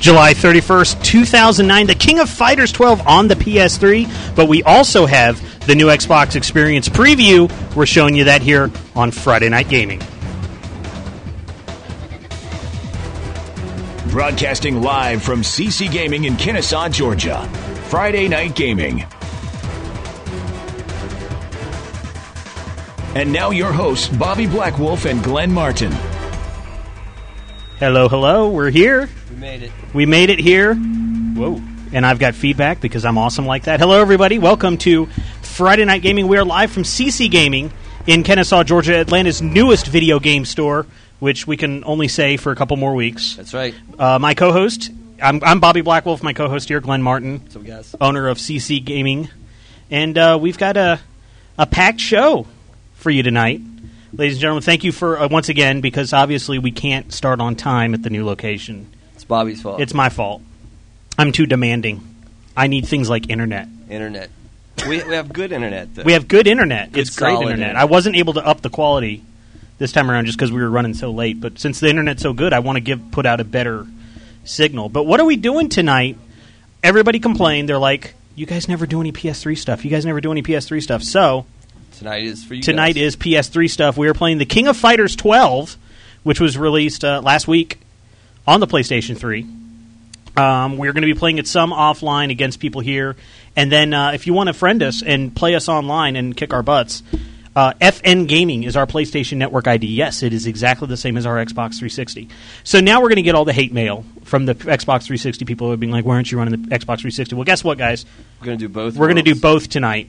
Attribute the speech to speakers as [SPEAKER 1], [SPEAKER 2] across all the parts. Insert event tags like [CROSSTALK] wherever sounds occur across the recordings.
[SPEAKER 1] July 31st, 2009, The King of Fighters 12 on the PS3. But we also have the new Xbox Experience preview. We're showing you that here on Friday Night Gaming.
[SPEAKER 2] Broadcasting live from CC Gaming in Kennesaw, Georgia. Friday Night Gaming. And now your hosts, Bobby Blackwolf and Glenn Martin.
[SPEAKER 1] Hello, hello. We're here.
[SPEAKER 3] We made it.
[SPEAKER 1] We made it here.
[SPEAKER 3] Whoa.
[SPEAKER 1] and I've got feedback because I'm awesome like that. Hello, everybody. Welcome to Friday Night Gaming. We are live from CC Gaming in Kennesaw, Georgia, Atlanta's newest video game store, which we can only say for a couple more weeks.
[SPEAKER 3] That's right.
[SPEAKER 1] Uh, my co host, I'm, I'm Bobby Blackwolf, my co host here, Glenn Martin,
[SPEAKER 3] So guys,
[SPEAKER 1] owner of CC Gaming. And uh, we've got a, a packed show for you tonight. Ladies and gentlemen, thank you for uh, once again because obviously we can't start on time at the new location.
[SPEAKER 3] it's Bobby's fault.
[SPEAKER 1] It's my fault. I'm too demanding. I need things like internet.
[SPEAKER 3] internet. We, we have good internet though.
[SPEAKER 1] [LAUGHS] We have good internet. it's great
[SPEAKER 3] solid
[SPEAKER 1] internet.
[SPEAKER 3] internet.
[SPEAKER 1] I wasn't able to up the quality this time around just because we were running so late. But since the internet's so good, I want to give put out a better signal. But what are we doing tonight? Everybody complained. They're like, "You guys never do any PS3 stuff. You guys never do any PS3 stuff." So
[SPEAKER 3] tonight is for you.
[SPEAKER 1] tonight is PS3 stuff. We are playing the King of Fighters 12, which was released uh, last week on the PlayStation 3. Um, we're going to be playing it some offline against people here, and then uh, if you want to friend us and play us online and kick our butts, uh, FN Gaming is our PlayStation Network ID. Yes, it is exactly the same as our Xbox 360. So now we're going to get all the hate mail from the Xbox 360 people who are being like, "Why aren't you running the Xbox 360?" Well, guess what, guys?
[SPEAKER 3] We're gonna do both.
[SPEAKER 1] We're going to do
[SPEAKER 3] worlds.
[SPEAKER 1] both tonight.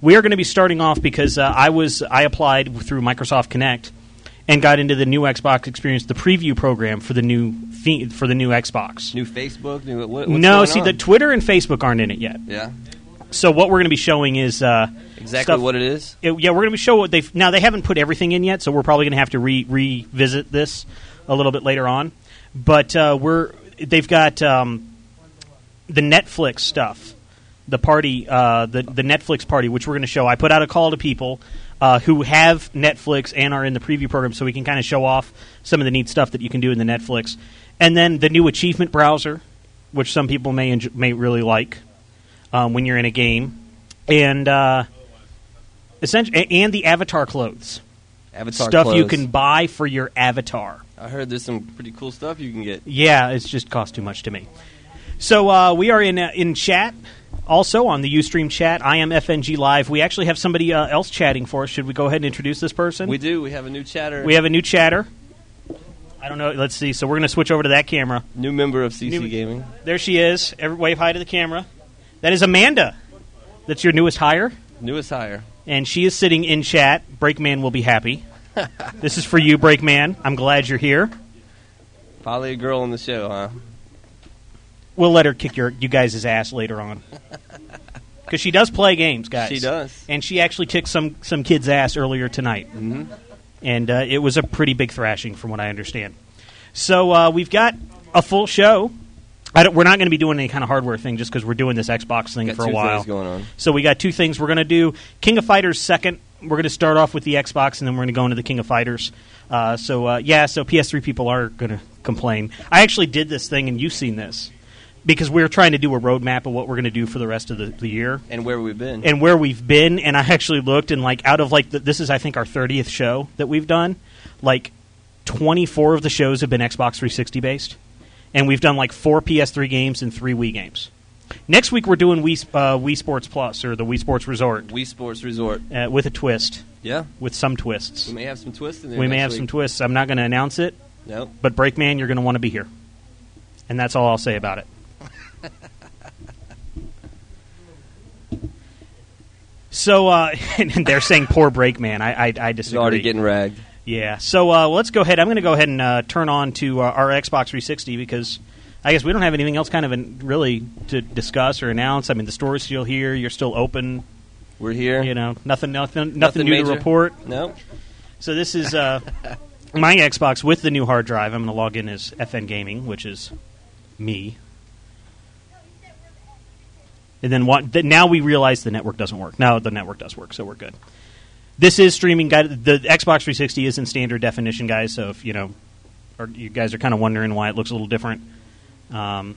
[SPEAKER 1] We are going to be starting off because uh, I was I applied through Microsoft Connect and got into the new Xbox Experience, the preview program for the new the- for the new Xbox.
[SPEAKER 3] New Facebook. New what, what's
[SPEAKER 1] no,
[SPEAKER 3] going
[SPEAKER 1] see,
[SPEAKER 3] on?
[SPEAKER 1] the Twitter and Facebook aren't in it yet.
[SPEAKER 3] yeah.
[SPEAKER 1] So what we're going to be showing is uh,
[SPEAKER 3] Exactly
[SPEAKER 1] stuff-
[SPEAKER 3] what it is.
[SPEAKER 1] it- yeah, we're going to show what they've. Now they haven't put everything in yet, so we're probably going to have to re- revisit this a little bit later on. But uh, we're they've got um, the Netflix stuff, the party, uh, the the Netflix party, which we're going to show. I put out a call to people uh, who have Netflix and are in the preview program, so we can kind of show off some of the neat stuff that you can do in the Netflix, and then the new achievement browser, which some people may enj- may really like um, when you're in a game, and. Uh, essentially, and the avatar clothes
[SPEAKER 3] Avatar
[SPEAKER 1] stuff you
[SPEAKER 3] clothes.
[SPEAKER 1] can buy for your avatar.
[SPEAKER 3] I heard there's some pretty cool stuff you can get.
[SPEAKER 1] Yeah, it's just cost too much to me. So uh, we are in uh, in chat. Also on the UStream chat, I am FNG Live. We actually have somebody uh, else chatting for us. Should we go ahead and introduce this person?
[SPEAKER 3] We do. We have a new chatter.
[SPEAKER 1] We have a new chatter. I don't know. Let's see. So we're going to switch over to that camera.
[SPEAKER 3] new member of CC
[SPEAKER 1] New-
[SPEAKER 3] Gaming.
[SPEAKER 1] There she is. Every, wave high to the camera. That is Amanda. That's your newest hire.
[SPEAKER 3] Newest hire.
[SPEAKER 1] and she is sitting in chat. Breakman will be
[SPEAKER 3] [LAUGHS]
[SPEAKER 1] happy. this is for you, Breakman. I'm glad you're here.
[SPEAKER 3] Probably a girl on the show, huh?
[SPEAKER 1] We'll let her kick your you guys' ass later
[SPEAKER 3] [LAUGHS]
[SPEAKER 1] on. Because she does play games, guys.
[SPEAKER 3] She does.
[SPEAKER 1] And she actually kicked some, some kid's ass earlier tonight. Mm-hmm. And uh, it was a pretty big thrashing, from what I understand. So uh, we've got a full show. I don't, we're not going to be doing any kind of hardware thing just because we're doing this Xbox thing
[SPEAKER 3] Got
[SPEAKER 1] for
[SPEAKER 3] two
[SPEAKER 1] a while.
[SPEAKER 3] things going on.
[SPEAKER 1] So we got two things. We're going to do King of Fighters second. We're going to start off with the Xbox, and then we're going to go into the King of Fighters. Uh, so uh, yeah, so PS3 people are going to complain. I actually did this thing, and you've seen this because we are trying to do a roadmap of what we're going to do for the rest of the, the year
[SPEAKER 3] And where we've been.
[SPEAKER 1] and where we've been. And I actually looked, and like out of like the, this is I think our thirtieth show that we've done. Like twenty four of the shows have been Xbox 360 based, and we've done like four PS3 games and three Wii games. Next week we're doing Wii, uh, Wii Sports Plus or the Wii Sports Resort
[SPEAKER 3] Wii Sports Resort.
[SPEAKER 1] uh, with a twist,
[SPEAKER 3] Yeah.
[SPEAKER 1] with some twists.
[SPEAKER 3] We may have some twists in there.
[SPEAKER 1] We may
[SPEAKER 3] next
[SPEAKER 1] have some
[SPEAKER 3] week.
[SPEAKER 1] twists. I'm not going to announce it,
[SPEAKER 3] No.
[SPEAKER 1] but Breakman, you're going to want to be here, and that's all I'll say about it. So uh, [LAUGHS] and they're saying poor Breakman. I I, I
[SPEAKER 3] She's
[SPEAKER 1] disagree.
[SPEAKER 3] already getting ragged.
[SPEAKER 1] yeah. So uh, let's go ahead. I'm going to go ahead and uh, turn on to uh, our Xbox 360 because I guess we don't have anything else kind of in, really to discuss or announce. I mean, the store's still here. You're still open.
[SPEAKER 3] We're here.
[SPEAKER 1] You know, nothing, nothing, nothing,
[SPEAKER 3] Nothing
[SPEAKER 1] new to
[SPEAKER 3] major.
[SPEAKER 1] report.
[SPEAKER 3] No.
[SPEAKER 1] So this is uh, my Xbox with the new hard drive. I'm going to log in as FN Gaming, which is me. And then what? Th- now we realize the network doesn't work. Now the network does work, so we're good. This is streaming. Guy, the Xbox 360 is in standard definition, guys. So if you know, or you guys are kind of wondering why it looks a little different, um,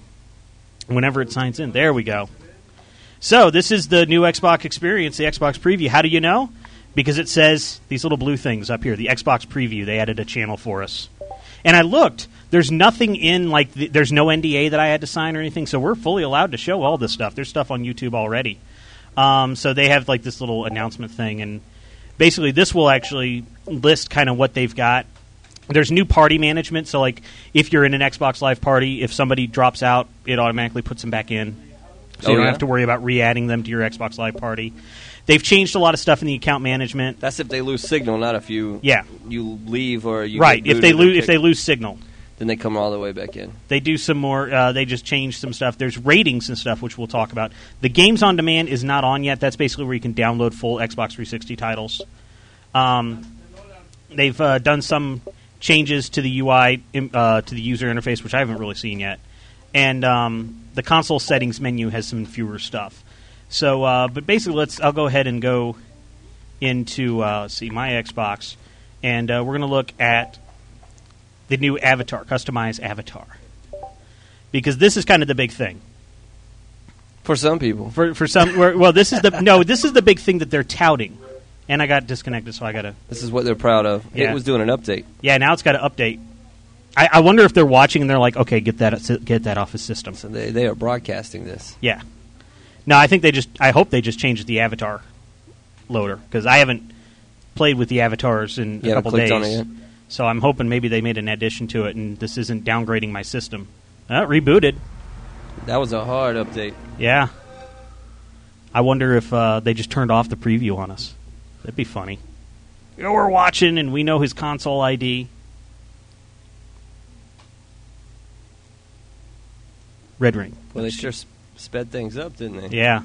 [SPEAKER 1] whenever it signs in. There we go. So this is the new Xbox experience, the Xbox preview. How do you know? Because it says these little blue things up here, the Xbox preview. They added a channel for us, and I looked. There's nothing in like th- there's no NDA that I had to sign or anything, so we're fully allowed to show all this stuff. There's stuff on YouTube already. Um, so they have like this little announcement thing, and basically this will actually list kind of what they've got. There's new party management, so like if you're in an Xbox Live party, if somebody drops out, it automatically puts them back in, so
[SPEAKER 3] Oh,
[SPEAKER 1] you don't
[SPEAKER 3] yeah?
[SPEAKER 1] have to worry about re-adding them to your Xbox Live party. They've changed a lot of stuff in the account management.
[SPEAKER 3] That's if they lose signal, not if you
[SPEAKER 1] Yeah.
[SPEAKER 3] you leave or you
[SPEAKER 1] right,
[SPEAKER 3] get
[SPEAKER 1] if they
[SPEAKER 3] booted or
[SPEAKER 1] lose if they
[SPEAKER 3] kicked,
[SPEAKER 1] lose signal,
[SPEAKER 3] then they come all the way back in.
[SPEAKER 1] they do some more. Uh, they just changed some stuff. There's ratings and stuff, which we'll talk about. The games on demand is not on yet. That's basically where you can download full Xbox 360 titles. Um, they've uh, done some changes to the UI im- uh, to the user interface, which I haven't really seen yet. And um, the console settings menu has some fewer stuff. So, uh, but basically, let's. I'll go ahead and go into uh, let's see my Xbox, and uh, we're going to look at the new avatar, customized avatar because this is kind of the big thing
[SPEAKER 3] For some people,
[SPEAKER 1] for for some. where- Well, this is the no, this is the big thing that they're touting, and I got disconnected, so I got to.
[SPEAKER 3] this is what they're proud of.
[SPEAKER 1] Yeah.
[SPEAKER 3] It was doing an update.
[SPEAKER 1] Yeah, now it's got to update. I, I wonder if they're watching and they're like, okay, get that get that off his system.
[SPEAKER 3] So they, they are broadcasting this.
[SPEAKER 1] Yeah. No, I think they just. I hope they just changed the avatar loader because I haven't played with the avatars in
[SPEAKER 3] You
[SPEAKER 1] a
[SPEAKER 3] haven't
[SPEAKER 1] couple days.
[SPEAKER 3] clicked on it yet?
[SPEAKER 1] So I'm hoping maybe they made an addition to it, and this isn't downgrading my system. Uh, rebooted.
[SPEAKER 3] That was a hard update.
[SPEAKER 1] Yeah. I wonder if uh, they just turned off the preview on us. That'd be funny. You know, we're watching and we know his console ID. Red Ring.
[SPEAKER 3] Well, they sure s- sped things up, didn't they?
[SPEAKER 1] Yeah.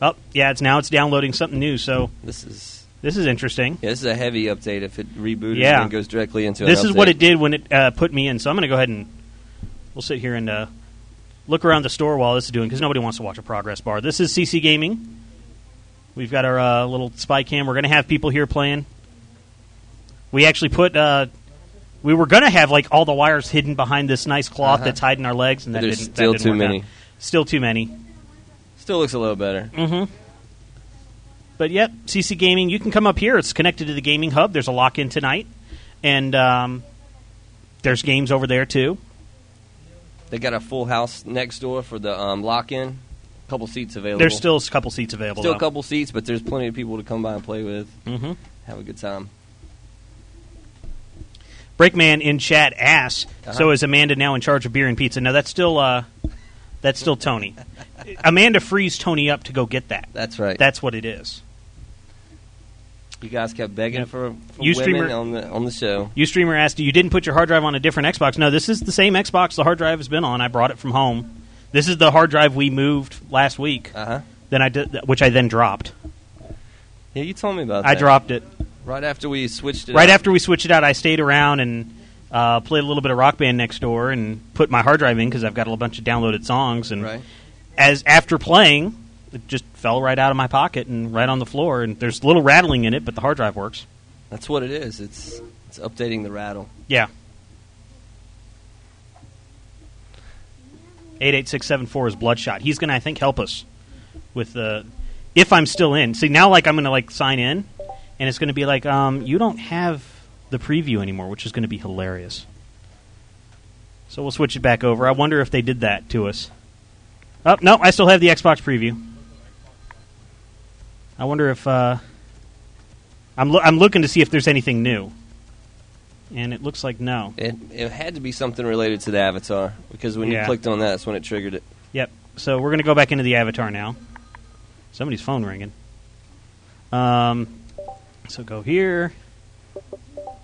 [SPEAKER 1] Oh, yeah, it's now it's downloading something new, so
[SPEAKER 3] This is
[SPEAKER 1] this is interesting.
[SPEAKER 3] yeah, this is a heavy update. If it rebooted
[SPEAKER 1] Yeah.
[SPEAKER 3] and goes directly into
[SPEAKER 1] This
[SPEAKER 3] an
[SPEAKER 1] is what
[SPEAKER 3] update.
[SPEAKER 1] it did when it uh, put me in, so I'm going to go ahead and we'll sit here and uh, look around the store while this is doing because nobody wants to watch a progress bar. This is CC Gaming. We've got our uh, little spy cam. We're going to have people here playing. We actually put. Uh, we were going to have like all the wires hidden behind this nice cloth that's hiding our legs, and that
[SPEAKER 3] Uh-huh. There's
[SPEAKER 1] didn't. that
[SPEAKER 3] still
[SPEAKER 1] didn't
[SPEAKER 3] too
[SPEAKER 1] work out.
[SPEAKER 3] many.
[SPEAKER 1] Still too many.
[SPEAKER 3] Still looks a little better.
[SPEAKER 1] Mm. But yep, CC Gaming. You can come up here. It's connected to the gaming hub. There's a lock in tonight, and um, there's games over there too.
[SPEAKER 3] They got a full house next door for the um, lock-in. Couple seats available.
[SPEAKER 1] There's still a couple seats available.
[SPEAKER 3] still a
[SPEAKER 1] though.
[SPEAKER 3] couple seats, but there's plenty of people to come by and play with.
[SPEAKER 1] Mhm.
[SPEAKER 3] Have a good time.
[SPEAKER 1] Breakman in chat asks, "So
[SPEAKER 3] Uh-huh.
[SPEAKER 1] is Amanda now in charge of beer and pizza?" No, that's still uh, that's still Tony. Amanda frees Tony up to go get that.
[SPEAKER 3] That's right.
[SPEAKER 1] That's what it is.
[SPEAKER 3] you guys kept begging
[SPEAKER 1] Yep.
[SPEAKER 3] for, for
[SPEAKER 1] You
[SPEAKER 3] women
[SPEAKER 1] streamer-
[SPEAKER 3] on the on the show.
[SPEAKER 1] Ustreamer asked, "You didn't put your hard drive on a different Xbox?" No, this is the same Xbox the hard drive has been on. I brought it from home. This is the hard drive we moved last week.
[SPEAKER 3] Uh huh.
[SPEAKER 1] Then I did, which I then dropped.
[SPEAKER 3] Yeah, you told me about
[SPEAKER 1] I
[SPEAKER 3] that.
[SPEAKER 1] dropped it
[SPEAKER 3] right after we switched it.
[SPEAKER 1] right
[SPEAKER 3] out.
[SPEAKER 1] after we switched it out. I stayed around and uh, played a little bit of Rock Band next door and put my hard drive in because I've got a bunch of downloaded songs and.
[SPEAKER 3] Right.
[SPEAKER 1] as after playing, it just fell right out of my pocket and right on the floor. And there's a little rattling in it, but the hard drive works.
[SPEAKER 3] That's what it is. It's it's updating the rattle.
[SPEAKER 1] Yeah. Eight eight six seven four is Bloodshot. He's gonna, I think, help us with the if I'm still in. See now, like I'm gonna like sign in, and it's gonna be like, um, you don't have the preview anymore, which is gonna be hilarious. So we'll switch it back over. I wonder if they did that to us. Oh no, I still have the Xbox preview. I wonder if uh, I'm loo- I'm looking to see if there's anything new, and it looks like no.
[SPEAKER 3] It it had to be something related to the avatar because when
[SPEAKER 1] Yeah.
[SPEAKER 3] you clicked on that, that's when it triggered it.
[SPEAKER 1] Yep. So we're going to go back into the avatar now. Somebody's phone ringing. Um, so go here.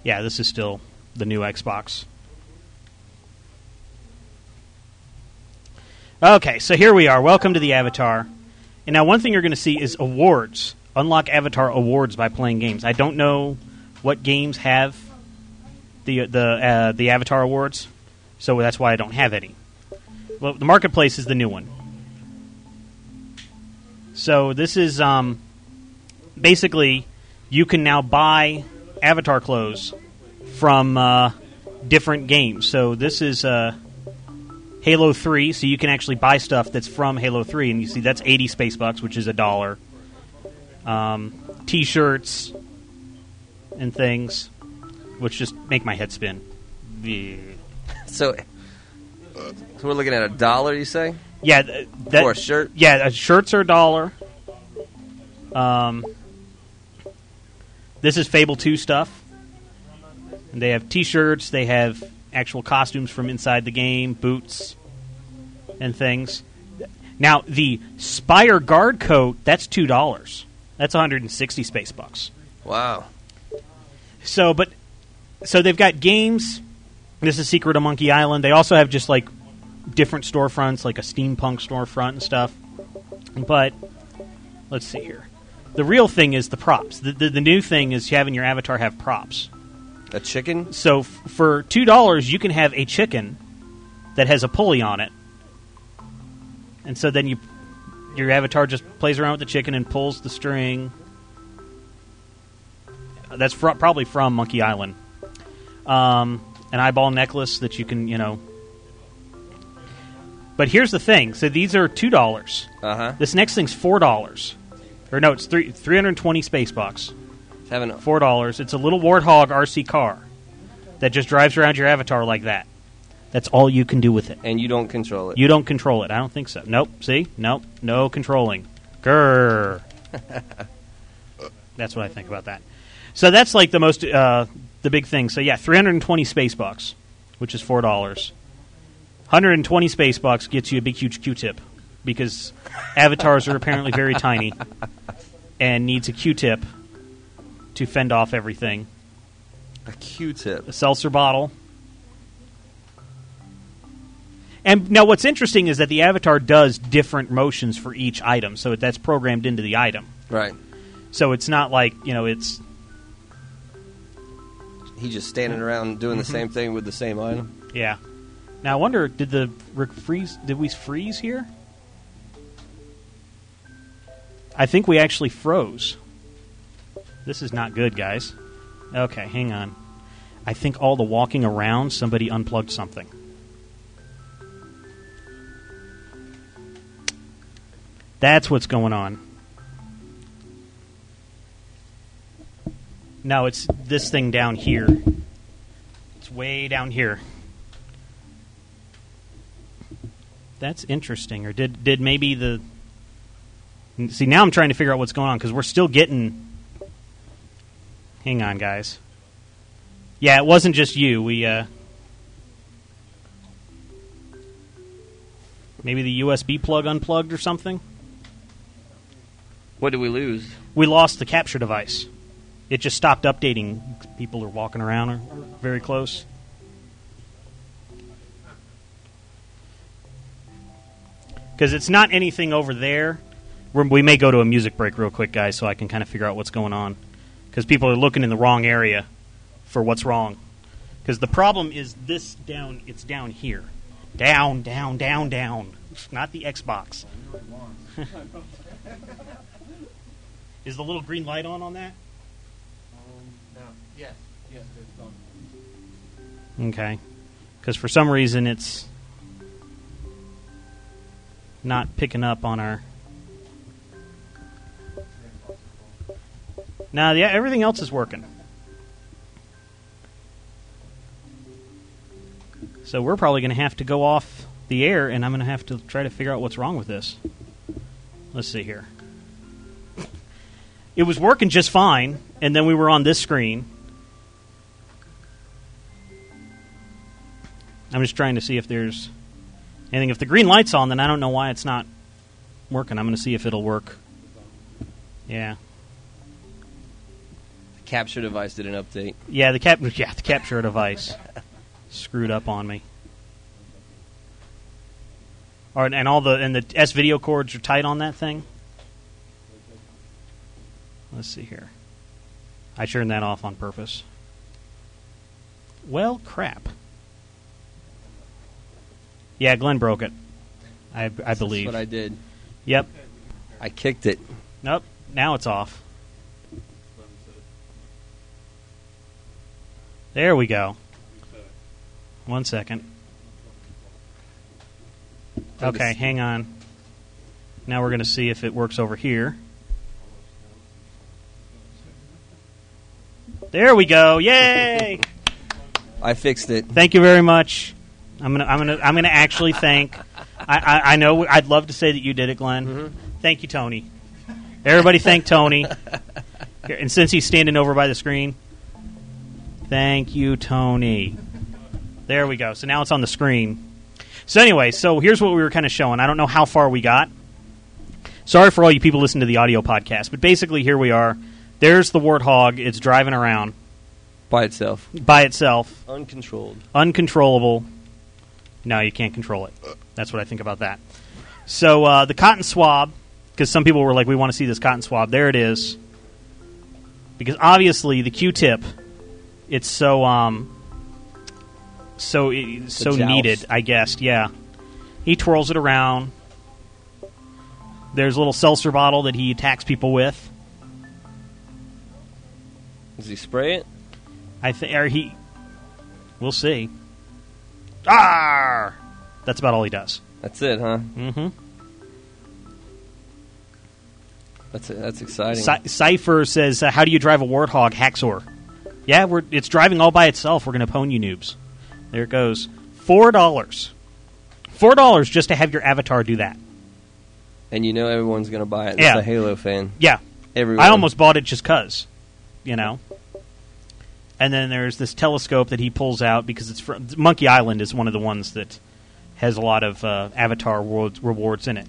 [SPEAKER 1] Yeah, this is still the new Xbox. Okay, so here we are. Welcome to the avatar. And now, one thing you're going to see is awards. Unlock avatar awards by playing games. I don't know what games have the the uh, the avatar awards, so that's why I don't have any. Well, the marketplace is the new one. So this is um, basically you can now buy avatar clothes from uh, different games. So this is uh, Halo Three, so you can actually buy stuff that's from Halo Three, and you see that's eighty space bucks, which is a dollar. Um, T-shirts and things, which just make my head spin. Yeah,
[SPEAKER 3] So, so we're looking at a dollar, you say,
[SPEAKER 1] yeah th- that,
[SPEAKER 3] for a shirt.
[SPEAKER 1] Yeah, uh, shirts are a dollar. Um, this is Fable Two stuff. And they have T-shirts. They have actual costumes from inside the game, boots, and things. Now the Spire guard coat that's two dollars. That's 160 space bucks.
[SPEAKER 3] Wow.
[SPEAKER 1] So, but so they've got games. This is Secret of Monkey Island. They also have just like different storefronts, like a steampunk storefront and stuff. But let's see here. The real thing is the props. The, the, the new thing is having your avatar have props.
[SPEAKER 3] A chicken?
[SPEAKER 1] So f- for two dollars, you can have a chicken that has a pulley on it, and so then you your avatar just plays around with the chicken and pulls the string. That's fro- probably from Monkey Island. Um, an eyeball necklace that you can, you know. But here's the thing. So these are two dollars.
[SPEAKER 3] Uh huh.
[SPEAKER 1] This next thing's four dollars, or no, it's three three hundred twenty space bucks
[SPEAKER 3] It's having a,
[SPEAKER 1] four dollars. It's a little warthog RC car that just drives around your avatar like that. That's all you can do with it.
[SPEAKER 3] and you don't control it.
[SPEAKER 1] You don't control it. I don't think so. Nope. See? Nope. No controlling. Grr. that's what I think about that. So that's like the most uh, the big thing. So yeah, 320 space bucks, which is four dollars. 120 space bucks gets you a big huge Q-tip because avatars are apparently very tiny and needs a Q-tip to fend off everything.
[SPEAKER 3] a Q-tip.
[SPEAKER 1] A seltzer bottle. And now, what's interesting is that the avatar does different motions for each item, so that's programmed into the item.
[SPEAKER 3] Right.
[SPEAKER 1] So it's not like you know, it's
[SPEAKER 3] He just standing around
[SPEAKER 1] Mm-hmm.
[SPEAKER 3] doing the same thing with the same item.
[SPEAKER 1] yeah. Now I wonder, did the re- freeze? Did we freeze here? I think we actually froze. This is not good, guys. Okay, hang on. I think all the walking around, somebody unplugged something. That's what's going on. No, it's this thing down here. It's way down here. That's interesting. Or did did maybe the See, now I'm trying to figure out what's going on cuz we're still getting Hang on, guys. Yeah, it wasn't just you. We uh Maybe the USB plug unplugged or something?
[SPEAKER 3] What did we lose?
[SPEAKER 1] we lost the capture device. It just stopped updating. People are walking around or or very close. Because it's not anything over there. We're, we may go to a music break real quick, guys, so I can kind of figure out what's going on. Because people are looking in the wrong area for what's wrong. Because the problem is this down, it's down here. Down, down, down, down. [LAUGHS] Not the Xbox. Is the little green light on on that? Um, no. Yes. Yes, it's on. Okay. Because for some reason it's not picking up on our. Nah, yeah, everything else is working. So we're probably going to have to go off the air, and I'm going to have to try to figure out what's wrong with this. Let's see here it was working just fine, and then we were on this screen. I'm just trying to see if there's anything. If the green light's on, then I don't know why it's not working. I'm going to see if it'll work. Yeah,
[SPEAKER 3] The capture device did an update.
[SPEAKER 1] yeah, the cap, yeah, the capture device screwed up on me. All right, and all the and the S video cords are tight on that thing. Let's see here. I turned that off on purpose. Well, crap. Yeah, Glenn broke it. I, I believe.
[SPEAKER 3] That's what I did.
[SPEAKER 1] yep.
[SPEAKER 3] I kicked it.
[SPEAKER 1] Nope. Now it's off. There we go. One second.
[SPEAKER 3] Let me
[SPEAKER 1] Okay,
[SPEAKER 3] see.
[SPEAKER 1] hang on. Now we're going to see if it works over here. There we go! Yay!
[SPEAKER 3] I fixed it.
[SPEAKER 1] Thank you very much. I'm gonna, I'm gonna, I'm gonna actually thank. I, I, I know. I'd love to say that you did it, Glenn. Thank you, Tony. Everybody, thank Tony. Here, And since he's standing over by the screen, thank you, Tony. There we go. So now it's on the screen. So anyway, so here's what we were kind of showing. I don't know how far we got. Sorry for all you people listening to the audio podcast, but basically here we are. There's the warthog. It's driving around
[SPEAKER 3] By itself.
[SPEAKER 1] by itself
[SPEAKER 3] Uncontrolled.
[SPEAKER 1] uncontrollable. No, you can't control it. That's what I think about that. So uh, the cotton swab, because some people were like, "We want to see this cotton swab." There it is. Because obviously the Q-tip, it's so um, so it, so
[SPEAKER 3] joust.
[SPEAKER 1] needed. I guess, yeah. He twirls it around. There's a little seltzer bottle that he attacks people with.
[SPEAKER 3] Does he spray it?
[SPEAKER 1] I think, or he. We'll see. Ah, that's about all he does.
[SPEAKER 3] That's it, huh?
[SPEAKER 1] Mm-hmm.
[SPEAKER 3] That's it. That's exciting.
[SPEAKER 1] Cy- Cipher says, uh, "How do you drive a warthog, Haxor?" Yeah, we're it's driving all by itself. We're going to pwn you noobs. There it goes. Four dollars. Four dollars just to have your avatar do that.
[SPEAKER 3] and you know everyone's gonna buy it. That's
[SPEAKER 1] Yeah.
[SPEAKER 3] a Halo fan.
[SPEAKER 1] Yeah,
[SPEAKER 3] Everyone.
[SPEAKER 1] I almost bought it just cause, you know. And then there's this telescope that he pulls out because it's from Monkey Island is one of the ones that has a lot of uh, avatar rewards, rewards in it.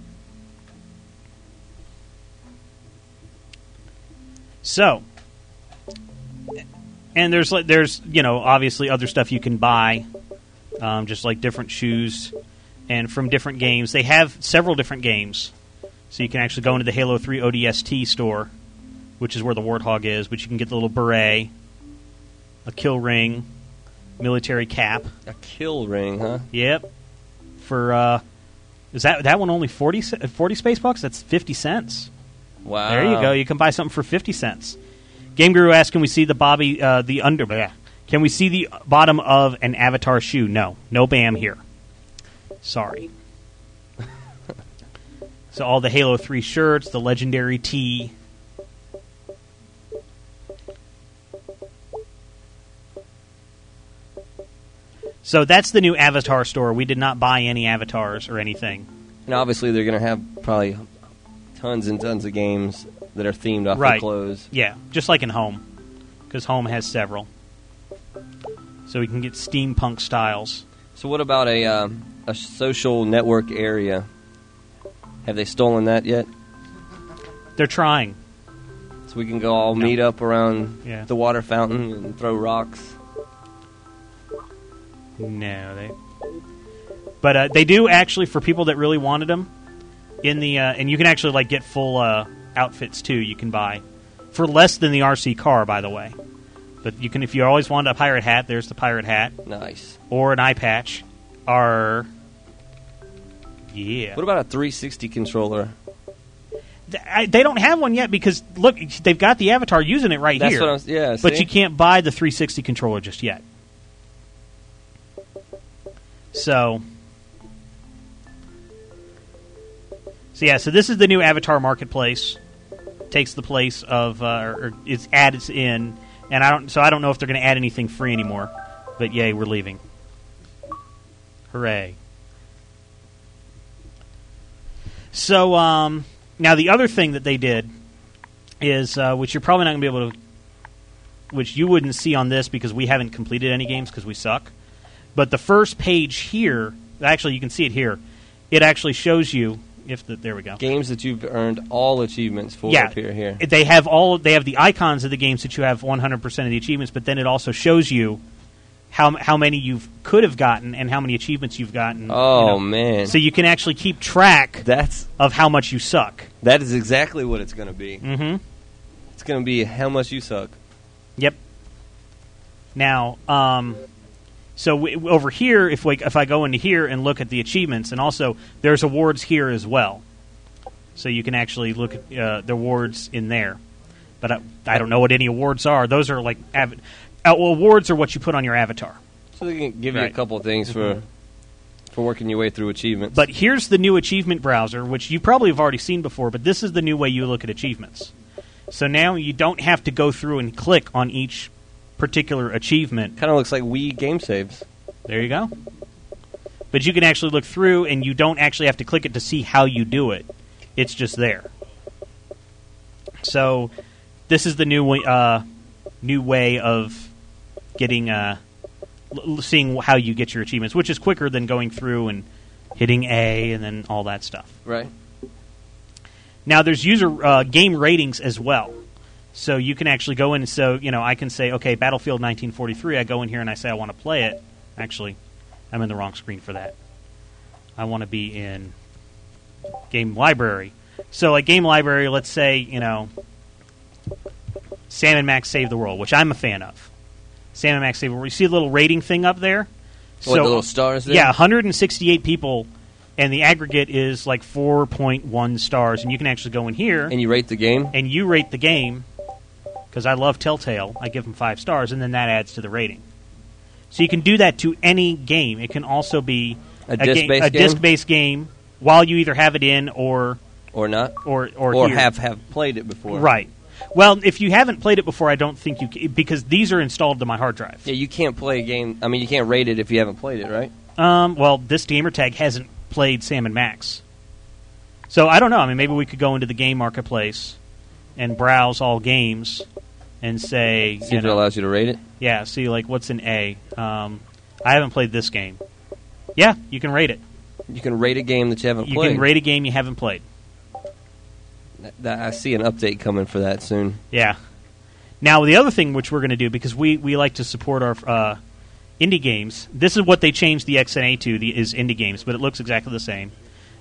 [SPEAKER 1] So, and there's like there's you know obviously other stuff you can buy, um, just like different shoes, and from different games they have several different games, so you can actually go into the Halo Three ODST store, which is where the Warthog is, but you can get the little beret, a kill ring, military cap.
[SPEAKER 3] a kill ring, huh?
[SPEAKER 1] Yep. For uh, is that that one only 40, ce- 40 space bucks? That's fifty cents.
[SPEAKER 3] Wow.
[SPEAKER 1] There you go. You can buy something for fifty cents. Game Guru asks, "Can we see the Bobby uh, the under? bleh. Can we see the bottom of an Avatar shoe? No, no BAM here. Sorry." [LAUGHS] so all the Halo Three shirts, the legendary tee. So that's the new Avatar store. We did not buy any avatars or anything.
[SPEAKER 3] And obviously they're gonna have probably tons and tons of games that are themed off
[SPEAKER 1] Right.
[SPEAKER 3] the clothes.
[SPEAKER 1] Yeah, just like in Home, because Home has several. So we can get steampunk styles.
[SPEAKER 3] So what about a um, a social network area? Have they stolen that yet?
[SPEAKER 1] They're trying.
[SPEAKER 3] So we can go all meet up around
[SPEAKER 1] Yeah.
[SPEAKER 3] the water fountain and throw rocks.
[SPEAKER 1] No, they. But uh, they do actually for people that really wanted them. In the uh, and you can actually like get full uh, outfits too. You can buy for less than the RC car, by the way. But you can if you always wanted a pirate hat. There's the pirate hat
[SPEAKER 3] Nice.
[SPEAKER 1] or an eye patch. Or yeah.
[SPEAKER 3] What about a 360 controller?
[SPEAKER 1] Th- I, they don't have one yet because look, they've got the avatar using it right
[SPEAKER 3] That's
[SPEAKER 1] here.
[SPEAKER 3] what I was. Yeah.
[SPEAKER 1] But
[SPEAKER 3] see?
[SPEAKER 1] you can't buy the 360 controller just yet. So. So yeah, so this is the new Avatar Marketplace. Takes the place of, uh, or, or it's added in, and I don't. So I don't know if they're going to add anything free anymore. But yay, we're leaving. Hooray! So um, now the other thing that they did is, uh, which you're probably not going to be able to which you wouldn't see on this because we haven't completed any games because we suck. But the first page here, actually, you can see it here. It actually shows you if the there we go.
[SPEAKER 3] games that you've earned all achievements for
[SPEAKER 1] Yeah,
[SPEAKER 3] appear here.
[SPEAKER 1] They have all they have the icons of the games that you have 100 percent of the achievements, but then it also shows you how how many you could have gotten and how many achievements you've gotten. you
[SPEAKER 3] oh
[SPEAKER 1] know.
[SPEAKER 3] man,
[SPEAKER 1] So you can actually keep track
[SPEAKER 3] that's
[SPEAKER 1] of how much you suck.
[SPEAKER 3] that is exactly what it's going to be.
[SPEAKER 1] Mm-hmm.
[SPEAKER 3] It's going to be how much you suck.
[SPEAKER 1] Yep. Now, um, so w- over here, if we, if I go into here and look at the achievements, and also there's awards here as well, so you can actually look at uh, the awards in there. But I, I don't know what any awards are. Those are like av- uh, well, awards are what you put on your avatar.
[SPEAKER 3] So So they can give you
[SPEAKER 1] Right. Mm-hmm.
[SPEAKER 3] a couple of things for for working your way through achievements.
[SPEAKER 1] But here's the new achievement browser, which you probably have already seen before, but this is the new way you look at achievements. So now you don't have to go through and click on each particular achievement.
[SPEAKER 3] kind of looks like Wii game saves.
[SPEAKER 1] There you go. But you can actually look through and you don't actually have to click it to see how you do it. It's just there. So this is the new way, uh, new way of getting uh, l- l- seeing how you get your achievements, which is quicker than going through and hitting A and then all that stuff.
[SPEAKER 3] Right.
[SPEAKER 1] Now there's user uh, game ratings as well, so you can actually go in. and So you know, I can say, okay, Battlefield 1943. I go in here and I say I want to play it. Actually, I'm in the wrong screen for that. I want to be in game library. So like game library, let's say you know, Sam and Max Save the World, which I'm a fan of. Sam and Max Save the World. You see the little rating thing up there.
[SPEAKER 3] What, the little stars there?
[SPEAKER 1] Yeah, 168 people, and the aggregate is like 4.1 stars. And you can actually go in here
[SPEAKER 3] And you rate the game.
[SPEAKER 1] and you rate the game because I love Telltale. I give them five stars, and then that adds to the rating. So you can do that to any game. It can also be
[SPEAKER 3] A disc-based
[SPEAKER 1] a
[SPEAKER 3] game?
[SPEAKER 1] disc-based game while you either have it in or
[SPEAKER 3] Or not.
[SPEAKER 1] or or,
[SPEAKER 3] Or
[SPEAKER 1] here.
[SPEAKER 3] have have played it before.
[SPEAKER 1] right. Well, if you haven't played it before, I don't think you c- because these are installed to my hard drive.
[SPEAKER 3] Yeah, you can't play a game. I mean, you can't rate it if you haven't played it, right?
[SPEAKER 1] Um, well, this gamer tag hasn't played Sam and Max, so I don't know. I mean, maybe we could go into the game marketplace and browse all games and say,
[SPEAKER 3] See
[SPEAKER 1] you
[SPEAKER 3] if it
[SPEAKER 1] know,
[SPEAKER 3] allows you to rate it.
[SPEAKER 1] yeah, see, like what's an A? Um, I haven't played this game. Yeah, you can rate it.
[SPEAKER 3] You can rate a game that you haven't
[SPEAKER 1] You
[SPEAKER 3] played.
[SPEAKER 1] can rate a game you haven't played.
[SPEAKER 3] Th- th- I see an update coming for that soon.
[SPEAKER 1] Yeah. Now the other thing which we're going to do because we, we like to support our uh, indie games. This is what they changed the XNA to the, is indie games, but it looks exactly the same.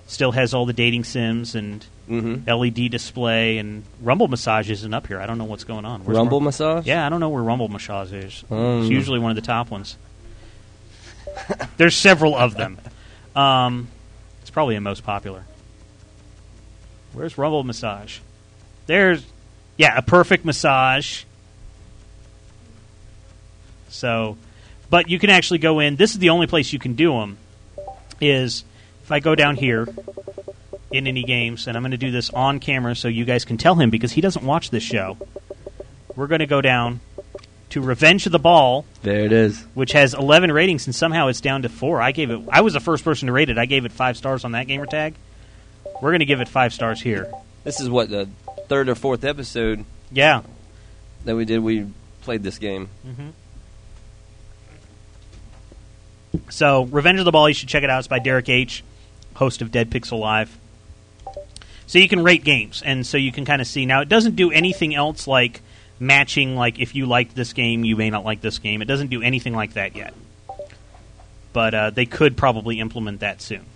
[SPEAKER 1] Still has all the dating sims and
[SPEAKER 3] Mhm.
[SPEAKER 1] LED E display and Rumble Massage isn't up here. I don't know what's going on. Where's
[SPEAKER 3] Rumble massage.
[SPEAKER 1] Yeah, I don't know where Rumble Massage is.
[SPEAKER 3] Um.
[SPEAKER 1] It's usually one of the top ones. There's several of them. Um, it's probably the most popular. Where's Rumble Massage? There's, yeah, a perfect massage. So, but you can actually go in. This is the only place you can do them. Is if I go down here in any games, and I'm going to do this on camera so you guys can tell him because he doesn't watch this show. We're going to go down to Revenge of the Ball,
[SPEAKER 3] There it is.
[SPEAKER 1] which has 11 ratings, and somehow it's down to four. I gave it. I was the first person to rate it. I gave it five stars on that gamer tag. We're going to give it five stars here.
[SPEAKER 3] This is what the third or fourth episode
[SPEAKER 1] Yeah.
[SPEAKER 3] that we did. We played this game.
[SPEAKER 1] So, Revenge of the Ball, you should check it out. It's by Derek H., host of Dead Pixel Live. So you can rate games, and so you can kind of see. Now, it doesn't do anything else like matching, like if you liked this game, you may not like this game. It doesn't do anything like that yet. But uh, they could probably implement that soon.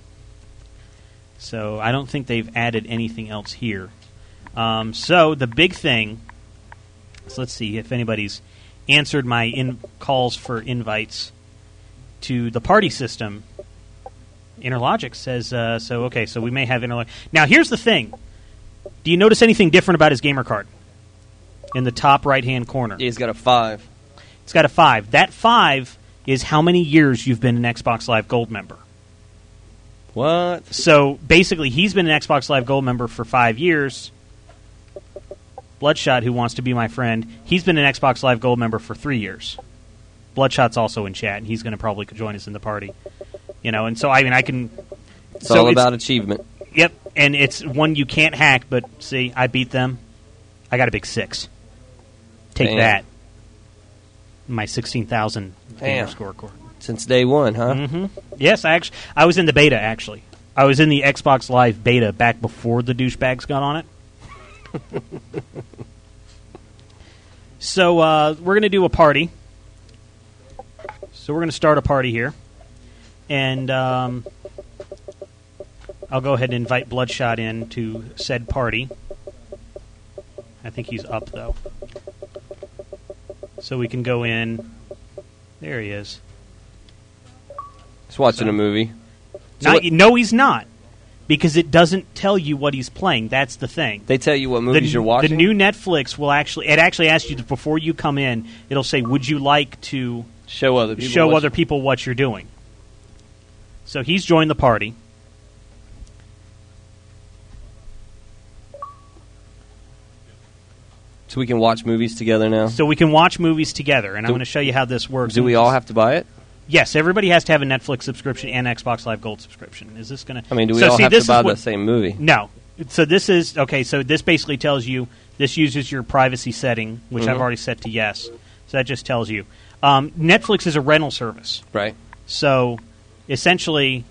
[SPEAKER 1] So I don't think they've added anything else here. Um, so the big thing. So let's see if anybody's answered my in- calls for invites to the party system. Interlogic says uh, so. Okay, so we may have Interlogic. Now here's the thing. Do you notice anything different about his gamer card? In the top right hand corner,
[SPEAKER 3] He's got a five.
[SPEAKER 1] it's got a five. That five is how many years you've been an Xbox Live Gold member.
[SPEAKER 3] What?
[SPEAKER 1] So basically, he's been an Xbox Live Gold member for five years. Bloodshot, who wants to be my friend, he's been an Xbox Live Gold member for three years. Bloodshot's also in chat, and he's going to probably join us in the party. You know, and so I mean, I can.
[SPEAKER 3] It's
[SPEAKER 1] so
[SPEAKER 3] all
[SPEAKER 1] it's-
[SPEAKER 3] about achievement.
[SPEAKER 1] Yep, and it's one you can't hack. But see, I beat them. I got a big six. Take
[SPEAKER 3] Damn.
[SPEAKER 1] that. My sixteen thousand gamer
[SPEAKER 3] Damn.
[SPEAKER 1] scorecard.
[SPEAKER 3] Since day one, huh?
[SPEAKER 1] Mm-hmm. Yes, I actually I was in the beta actually. I was in the Xbox Live beta back before the douchebags got on it. [LAUGHS] so uh, we're going to do a party. So we're going to start a party here, and um, I'll go ahead and invite Bloodshot in to said party. I think he's up though, so we can go in. There he is.
[SPEAKER 3] Just watching a movie. So
[SPEAKER 1] Not,
[SPEAKER 3] what-
[SPEAKER 1] no, he's not, because it doesn't tell you what he's playing. That's the thing.
[SPEAKER 3] They tell you what
[SPEAKER 1] the,
[SPEAKER 3] movies you're watching.
[SPEAKER 1] the new Netflix will actually it actually asks you to, before you come in. It'll say, "Would you like to
[SPEAKER 3] Show other people.
[SPEAKER 1] show
[SPEAKER 3] what-
[SPEAKER 1] other people what you're doing. So he's joined the party.
[SPEAKER 3] So we can watch movies together now.
[SPEAKER 1] So we can watch movies together, and I'm
[SPEAKER 3] Do-
[SPEAKER 1] going to show you how this works.
[SPEAKER 3] Do we all have to buy it?
[SPEAKER 1] Yes, everybody has to have a Netflix subscription and Xbox Live Gold subscription. Is this going to?
[SPEAKER 3] I mean, do we
[SPEAKER 1] so
[SPEAKER 3] all
[SPEAKER 1] see,
[SPEAKER 3] have
[SPEAKER 1] this
[SPEAKER 3] to
[SPEAKER 1] is
[SPEAKER 3] buy
[SPEAKER 1] what-
[SPEAKER 3] the same movie?
[SPEAKER 1] No. So this is okay. So this basically tells you this uses your privacy setting, which I've
[SPEAKER 3] Mhm.
[SPEAKER 1] already set to yes. So that just tells you um, Netflix is a rental service.
[SPEAKER 3] Right.
[SPEAKER 1] So essentially,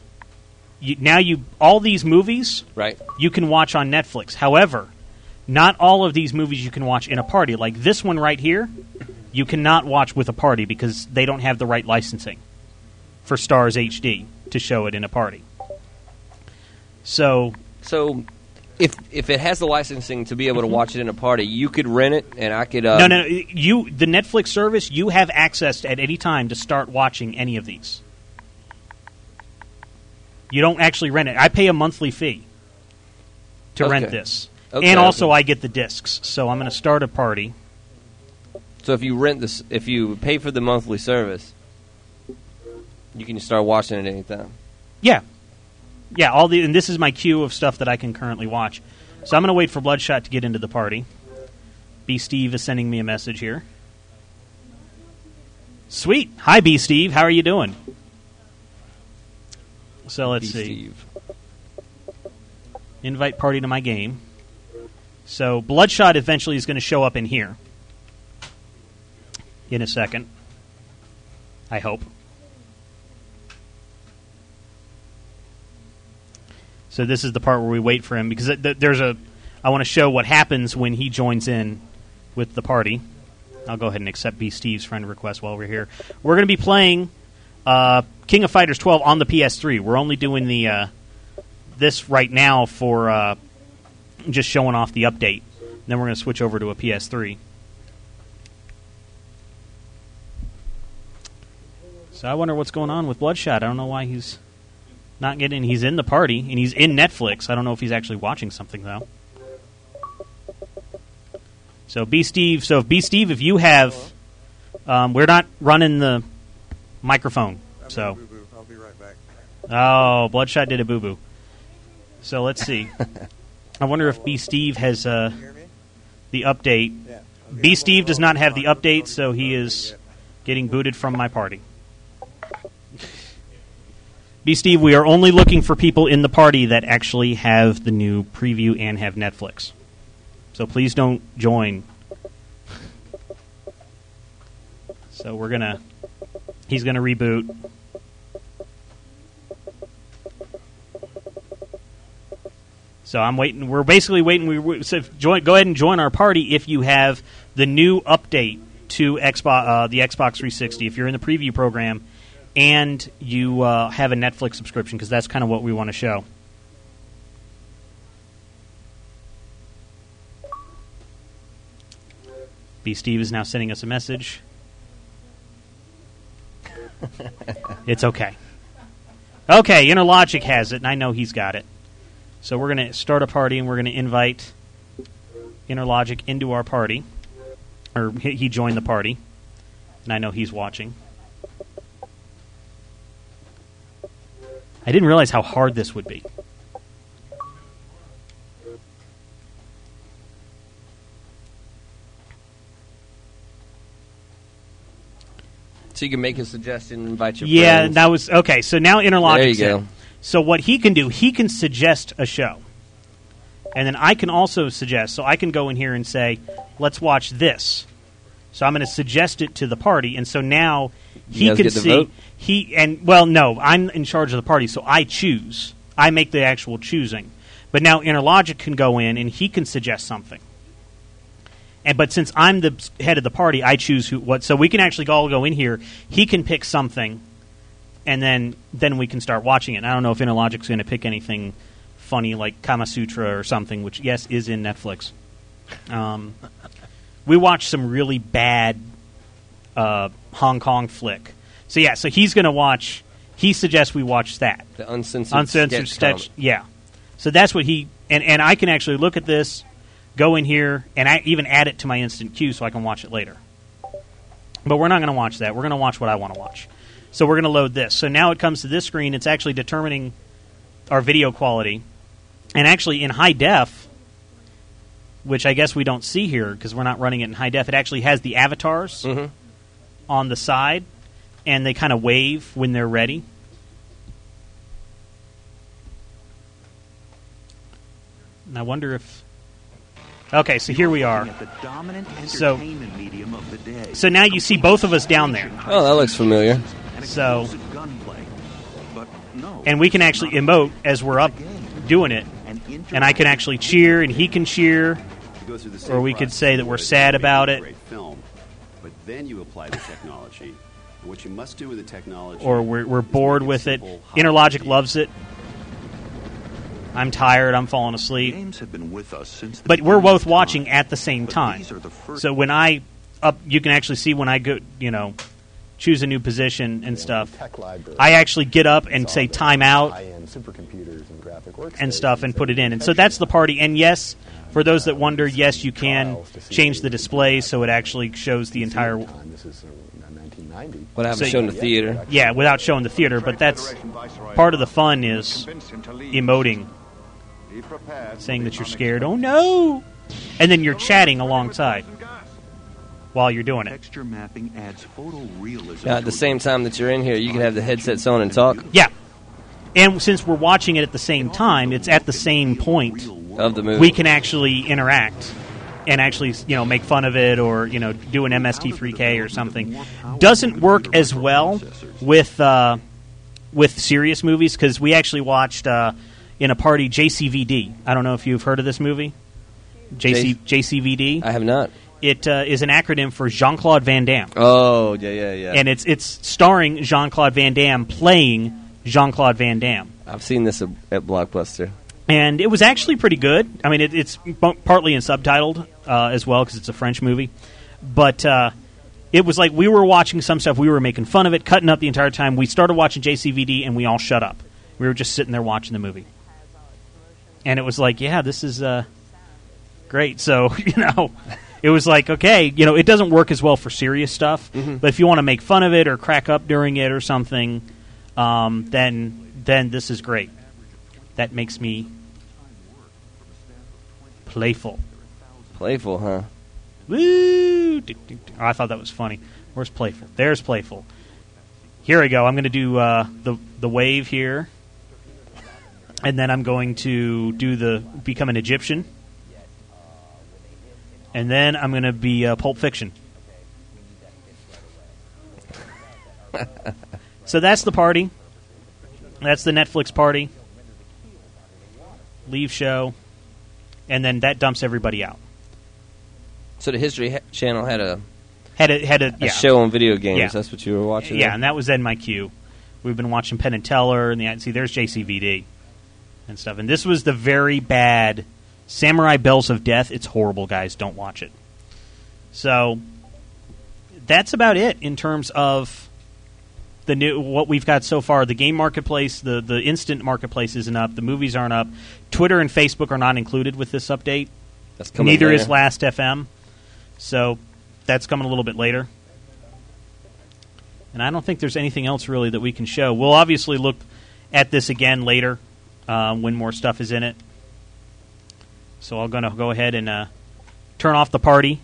[SPEAKER 1] you, now you all these movies
[SPEAKER 3] Right.
[SPEAKER 1] you can watch on Netflix. However, not all of these movies you can watch in a party. Like this one right here, you cannot watch with a party because they don't have the right licensing for Stars HD to show it in a party. So
[SPEAKER 3] So, if if it has the licensing to be able to watch it in a party, you could rent it, and I could. Uh,
[SPEAKER 1] Mm-hmm. no, no, no, you the Netflix service, you have access at any time to start watching any of these. You don't actually rent it. I pay a monthly fee to
[SPEAKER 3] Okay.
[SPEAKER 1] rent this.
[SPEAKER 3] Okay,
[SPEAKER 1] and also
[SPEAKER 3] okay.
[SPEAKER 1] I get the discs. So I'm going to start a party.
[SPEAKER 3] So if you rent this, if you pay for the monthly service, you can start watching it anytime.
[SPEAKER 1] Yeah, yeah. All the and this is my queue of stuff that I can currently watch. So I'm going to wait for Bloodshot to get into the party. B Steve is sending me a message here. Sweet. Hi, B Steve. How are you doing? So let's
[SPEAKER 3] Be
[SPEAKER 1] see.
[SPEAKER 3] Steve.
[SPEAKER 1] Invite party to my game. So Bloodshot eventually is going to show up in here in a second. I hope. So this is the part where we wait for him because th- th- there's a. I want to show what happens when he joins in with the party. I'll go ahead and accept B Steve's friend request while we're here. We're going to be playing uh, King of Fighters 12 on the PS3. We're only doing the uh, this right now for uh, just showing off the update. Then we're going to switch over to a PS3. So I wonder what's going on with Bloodshot. I don't know why he's not getting. He's in the party and he's in Netflix. I don't know if he's actually watching something though. So B Steve. So if B Steve, if you have, um, we're not running the microphone.
[SPEAKER 4] I'm
[SPEAKER 1] So.
[SPEAKER 4] gonna boo-boo. I'll be right back.
[SPEAKER 1] Oh, Bloodshot did a boo boo. So let's see. I wonder if B Steve has uh,
[SPEAKER 4] You hear me?
[SPEAKER 1] the update.
[SPEAKER 4] Yeah.
[SPEAKER 1] B Steve does not have the update, so he is getting booted from my party. B Steve, we are only looking for people in the party that actually have the new preview and have Netflix. So please don't join. So we're gonna. He's gonna reboot. So I'm waiting. We're basically waiting. We- We so if join, go ahead and join our party if you have the new update to Xbox, uh, the Xbox 360. If you're in the preview program and you uh, have a Netflix subscription, because that's kind of what we want to show. B Steve is now sending us a message. it's okay. Okay, Inner Logic has it, and I know he's got it. So we're going to start a party, and we're going to invite Interlogic into our party, or he he joined the party, and I know he's watching. I didn't realize how hard this would be.
[SPEAKER 3] So you can make a suggestion, invite your
[SPEAKER 1] yeah,
[SPEAKER 3] friends.
[SPEAKER 1] that was okay. So now Interlogic.
[SPEAKER 3] There you go.
[SPEAKER 1] So what he can do, he can suggest a show, and then I can also suggest. So I can go in here and say, "Let's watch this." So I'm going to suggest it to the party, and so now he
[SPEAKER 3] guys
[SPEAKER 1] can
[SPEAKER 3] get to
[SPEAKER 1] see
[SPEAKER 3] vote?
[SPEAKER 1] he and well, no, I'm in charge of the party, so I choose. I make the actual choosing, but now Interlogic can go in and he can suggest something. And but since I'm the s- head of the party, I choose who what. So we can actually all go in here. He can pick something, and then then we can start watching it. And I don't know if Interlogic's going to pick anything funny like Kama Sutra or something, which yes is in Netflix. Um, we watched some really bad uh, Hong Kong flick. So yeah, so he's going to watch. He suggests we watch that
[SPEAKER 3] The uncensored,
[SPEAKER 1] uncensored
[SPEAKER 3] sketch.
[SPEAKER 1] sketch. Yeah, so that's what he and and I can actually look at this, go in here, and I even add it to my instant queue so I can watch it later. But we're not going to watch that. We're going to watch what I want to watch. So we're going to load this. So now it comes to this screen. It's actually determining our video quality. And actually, in high def, which I guess we don't see here because we're not running it in high def, it actually has the avatars
[SPEAKER 3] Mhm.
[SPEAKER 1] on the side and they kind of wave when they're ready. And I wonder if. Okay, so here we are.
[SPEAKER 4] At the dominant
[SPEAKER 1] So-
[SPEAKER 4] entertainment medium of the day.
[SPEAKER 1] So now you see both of us down there.
[SPEAKER 3] Oh, that looks familiar.
[SPEAKER 4] And
[SPEAKER 1] so-
[SPEAKER 4] explosive gunplay. But no,
[SPEAKER 1] and we can actually emote as we're up doing it.
[SPEAKER 4] an
[SPEAKER 1] And I can actually cheer, and he can cheer.
[SPEAKER 5] or we could say that we're sad about it. Film, but then you apply the technology. And what you must do with the technology
[SPEAKER 1] or we're, we're bored with it. Interlogic loves it. I'm tired. I'm falling asleep.
[SPEAKER 4] Games have been with us since the
[SPEAKER 1] But we're
[SPEAKER 4] beginning
[SPEAKER 1] both
[SPEAKER 4] of
[SPEAKER 1] watching
[SPEAKER 4] time.
[SPEAKER 1] at the same
[SPEAKER 4] But
[SPEAKER 1] time.
[SPEAKER 4] these are the first-
[SPEAKER 1] So when I up, you can actually see when I go, you know, choose a new position and stuff.
[SPEAKER 6] Tech library.
[SPEAKER 1] I actually get up and say time out
[SPEAKER 6] high-end supercomputers and graphic workstations
[SPEAKER 1] and stuff and put it in. And so that's the party. And yes, for those that wonder, yes, you can change the display so it actually shows the entire.
[SPEAKER 6] Time. This is uh, 1990.
[SPEAKER 3] What I haven't
[SPEAKER 1] So-
[SPEAKER 3] shown in the theater.
[SPEAKER 1] Yeah, without showing the theater, but that's part of the fun is emoting, saying that you're scared. Oh no! And then you're chatting alongside while you're doing it.
[SPEAKER 4] texture mapping adds photorealism.
[SPEAKER 3] Now, at the same time that you're in here, you can have the headsets on and talk
[SPEAKER 1] Yeah. And since we're watching it at the same time, it's at the same point
[SPEAKER 3] of the movie.
[SPEAKER 1] we can actually interact and actually, you know, make fun of it or you know do an MST3K or something. Doesn't work as well with uh, with serious movies because we actually watched uh, in a party JCVD. I don't know if you've heard of this movie. JC, JCVD.
[SPEAKER 3] I have not.
[SPEAKER 1] It uh, is an acronym for Jean Claude Van Damme,
[SPEAKER 3] Oh, yeah, yeah, yeah.
[SPEAKER 1] and it's it's starring Jean Claude Van Damme playing Jean Claude Van Damme.
[SPEAKER 3] I've seen this at at Blockbuster.
[SPEAKER 1] and it was actually pretty good. I mean, it, it's bu- partly in subtitled uh, as well because it's a French movie, but uh, it was like we were watching some stuff. We were making fun of it, cutting up the entire time. We started watching JCVD, and we all shut up. We were just sitting there watching the movie, and it was like, yeah, this is uh, great. So [LAUGHS] you know. It was like okay, you know, it doesn't work as well for serious stuff, but if you want to make fun of it or crack up during it or something, um, then then this is great. That makes me playful.
[SPEAKER 3] Playful, huh?
[SPEAKER 1] Woo! Do, do, do. I thought that was funny. Where's playful? There's playful. Here we go. I'm going to do uh, the the wave here, and then I'm going to do the become an Egyptian, and then I'm going to be uh, Pulp Fiction. [LAUGHS] so that's the party. That's the Netflix party. Leave show, and then that dumps everybody out.
[SPEAKER 3] So the History ha- Channel had a,
[SPEAKER 1] Had a had a,
[SPEAKER 3] a
[SPEAKER 1] yeah.
[SPEAKER 3] show on video games.
[SPEAKER 1] Yeah.
[SPEAKER 3] That's what you were watching.
[SPEAKER 1] Yeah,
[SPEAKER 3] there?
[SPEAKER 1] and that was then my cue. We've been watching Penn and Teller, and the, see, there's JCVD and stuff. And this was the very bad Samurai Bells of Death. It's horrible, guys. Don't watch it. So that's about it in terms of the new what we've got so far. The game marketplace, the the instant marketplace isn't up. The movies aren't up. Twitter and Facebook are not included with this update.
[SPEAKER 3] That's coming
[SPEAKER 1] Neither is
[SPEAKER 3] later.
[SPEAKER 1] Last FM. So that's coming a little bit later. And I don't think there's anything else really that we can show. We'll obviously look at this again later uh, when more stuff is in it. So I'm going to go ahead and uh, turn off the party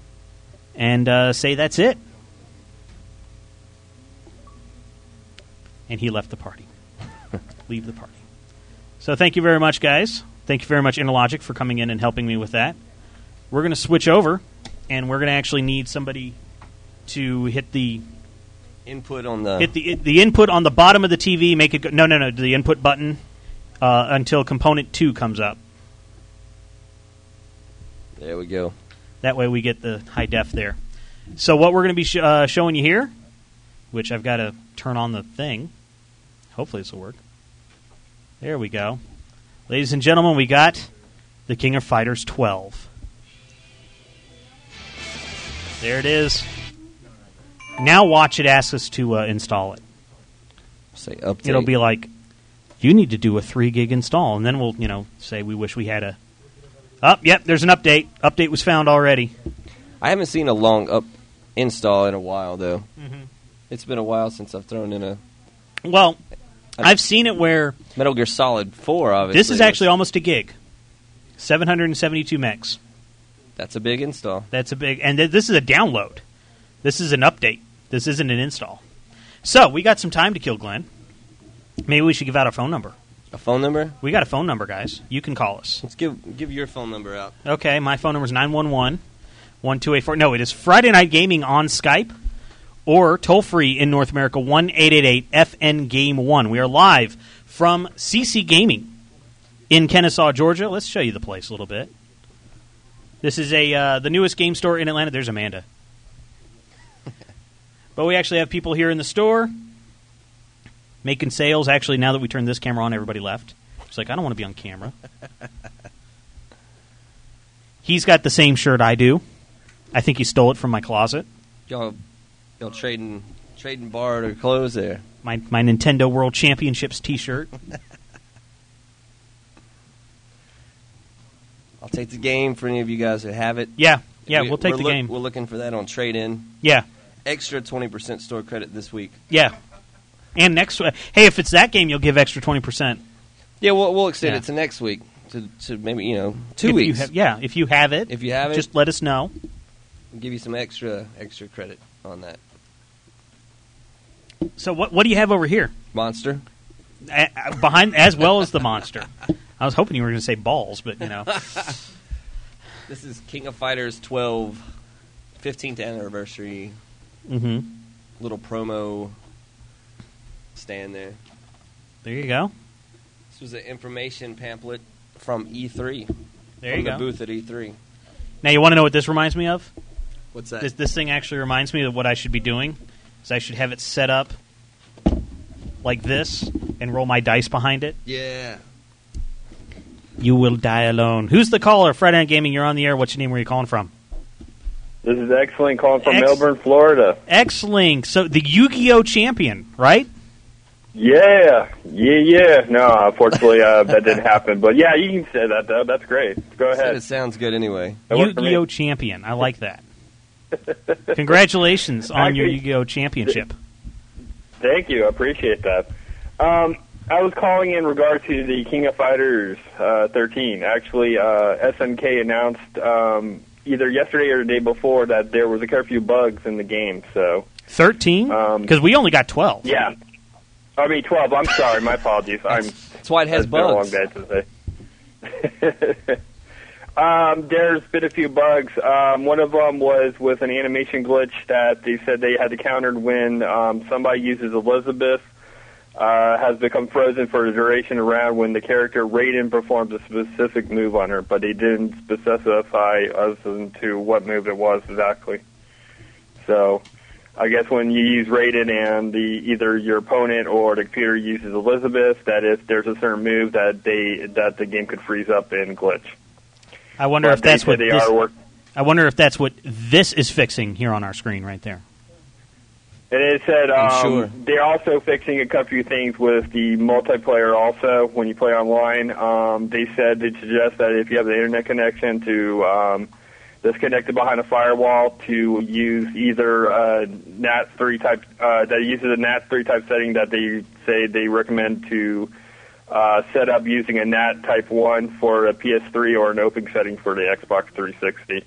[SPEAKER 1] and uh, say that's it. And he left the
[SPEAKER 3] [LAUGHS]
[SPEAKER 1] party. Leave the party. So thank you very much, guys. Thank you very much, Interlogic, for coming in and helping me with that. We're going to switch over, and we're going to actually need somebody to hit the
[SPEAKER 3] Input on the.
[SPEAKER 1] hit the the input on the bottom of the TV. Make it go, no, no, no, the input button uh, until component two comes up.
[SPEAKER 3] there we go.
[SPEAKER 1] That way we get the high def there. So what we're going to be sh- uh, showing you here, which I've got to turn on the thing. Hopefully this will work. There we go. Ladies and gentlemen, we got the King of Fighters 12. There it is. Now watch it ask us to uh, install it.
[SPEAKER 3] Say update.
[SPEAKER 1] It'll be like, you need to do a three gig install, and then we'll, you know, say we wish we had a. Oh, Up, yep, there's an update. Update was found already.
[SPEAKER 3] I haven't seen a long up install in a while, though. It's been a while since I've thrown in a
[SPEAKER 1] Well, I've seen it where
[SPEAKER 3] Metal Gear Solid Four. Obviously,
[SPEAKER 1] this is
[SPEAKER 3] which-
[SPEAKER 1] actually almost a gig. 772 mechs.
[SPEAKER 3] that's a big install.
[SPEAKER 1] That's a big, and th- this is a download. This is an update. This isn't an install. So we got some time to kill, Glenn. Maybe we should give out a phone number.
[SPEAKER 3] A phone number?
[SPEAKER 1] We got a phone number, guys. You can call us.
[SPEAKER 3] Let's give give your phone number out.
[SPEAKER 1] Okay, my phone number is 911 1284. No, it is Friday Night Gaming on Skype or toll free in North America 1 888 FN Game 1. We are live from CC Gaming in Kennesaw, Georgia. Let's show you the place a little bit. This is a uh, the newest game store in Atlanta. There's Amanda. but we actually have people here in the store making sales. Actually, now that we turned this camera on, everybody left. It's like, I don't want to be on camera. He's got the same shirt I do. I think he stole it from my closet.
[SPEAKER 3] Y'all, y'all trading trading borrowed or clothes there.
[SPEAKER 1] My my Nintendo World Championships T-shirt.
[SPEAKER 3] I'll take the game for any of you guys who have it.
[SPEAKER 1] Yeah, yeah,
[SPEAKER 3] We-
[SPEAKER 1] we, will take
[SPEAKER 3] we're
[SPEAKER 1] the
[SPEAKER 3] look-
[SPEAKER 1] game.
[SPEAKER 3] We're looking for that on trade in.
[SPEAKER 1] yeah,
[SPEAKER 3] Extra twenty percent store credit this week.
[SPEAKER 1] yeah. And next, uh, hey, if it's that game, you'll give extra twenty percent.
[SPEAKER 3] Yeah, we'll, we'll extend
[SPEAKER 1] Yeah.
[SPEAKER 3] it to next week to, to maybe you know two
[SPEAKER 1] if You
[SPEAKER 3] weeks.
[SPEAKER 1] have, yeah, if you have it,
[SPEAKER 3] If you have it-
[SPEAKER 1] just let us know.
[SPEAKER 3] We'll give you some extra extra credit on that
[SPEAKER 1] So what what do you have over here
[SPEAKER 3] monster.
[SPEAKER 1] A- a- behind as well as the monster? I was hoping you were going to say balls, but you
[SPEAKER 3] [LAUGHS]
[SPEAKER 1] know,
[SPEAKER 3] This is King of Fighters 12, 15th anniversary
[SPEAKER 1] hmm
[SPEAKER 3] little promo stand there.
[SPEAKER 1] there you go.
[SPEAKER 3] This was an information pamphlet from E3.
[SPEAKER 1] There
[SPEAKER 3] from
[SPEAKER 1] you
[SPEAKER 3] the
[SPEAKER 1] go.
[SPEAKER 3] booth at E E3.
[SPEAKER 1] Now you want to know what this reminds me of?
[SPEAKER 3] What's that?
[SPEAKER 1] This, this thing actually reminds me of what I should be doing. Is I should have it set up like this and roll my dice behind it.
[SPEAKER 3] yeah.
[SPEAKER 1] You will die alone. Who's the caller? Friday Night Gaming. You're on the air. What's your name? Where are you calling from?
[SPEAKER 7] This is excellent calling from
[SPEAKER 1] Ex-
[SPEAKER 7] Melbourne, Florida.
[SPEAKER 1] X-Link. So the Yu-Gi-Oh champion, right?
[SPEAKER 7] Yeah, yeah, yeah. No, unfortunately, uh, that didn't happen. But yeah, you can say that. Though. That's great. Go
[SPEAKER 3] Said it
[SPEAKER 7] ahead.
[SPEAKER 3] sounds good anyway.
[SPEAKER 7] That worked for me.
[SPEAKER 1] Yu-Gi-Oh champion. I like that. Congratulations
[SPEAKER 7] [LAUGHS]
[SPEAKER 1] on your
[SPEAKER 7] Actually-
[SPEAKER 1] Yu-Gi-Oh championship.
[SPEAKER 7] Thank you. I appreciate that. Um, I was calling in regard to the King of Fighters uh, 13. Actually, uh, SNK announced um, either yesterday or the day before that there was a curfew bugs in the game. So
[SPEAKER 1] Thirteen?
[SPEAKER 7] Um,
[SPEAKER 1] Because we only got twelve.
[SPEAKER 7] yeah, I mean 12. I'm sorry. My apologies. I'm
[SPEAKER 3] That's why it has
[SPEAKER 7] It's been a long
[SPEAKER 3] bugs.
[SPEAKER 7] day today. [LAUGHS] um, there's been a few bugs. Um, one of them was with an animation glitch that they said they had to counter when um, somebody uses Elizabeth. Uh, has become frozen for the duration around when the character Raiden performs a specific move on her, but they didn't specify as to what move it was exactly. So, I guess when you use rated and the either your opponent or the computer uses Elizabeth, that if there's a certain move that they that the game could freeze up and glitch.
[SPEAKER 1] I wonder
[SPEAKER 7] But
[SPEAKER 1] if that's
[SPEAKER 7] they,
[SPEAKER 1] what
[SPEAKER 7] they
[SPEAKER 1] this,
[SPEAKER 7] are work.
[SPEAKER 1] I wonder if that's what this is fixing here on our screen right there.
[SPEAKER 7] And it said
[SPEAKER 3] I'm
[SPEAKER 7] um,
[SPEAKER 3] sure.
[SPEAKER 7] they're also fixing a couple of things with the multiplayer. Also, when you play online, um, they said they suggest that if you have the internet connection to um, that's connected behind a firewall, to use either uh, NAT three type uh, that uses a NAT three type setting that they say they recommend to uh, set up using a NAT type one for a PS3 or an open setting for the Xbox 360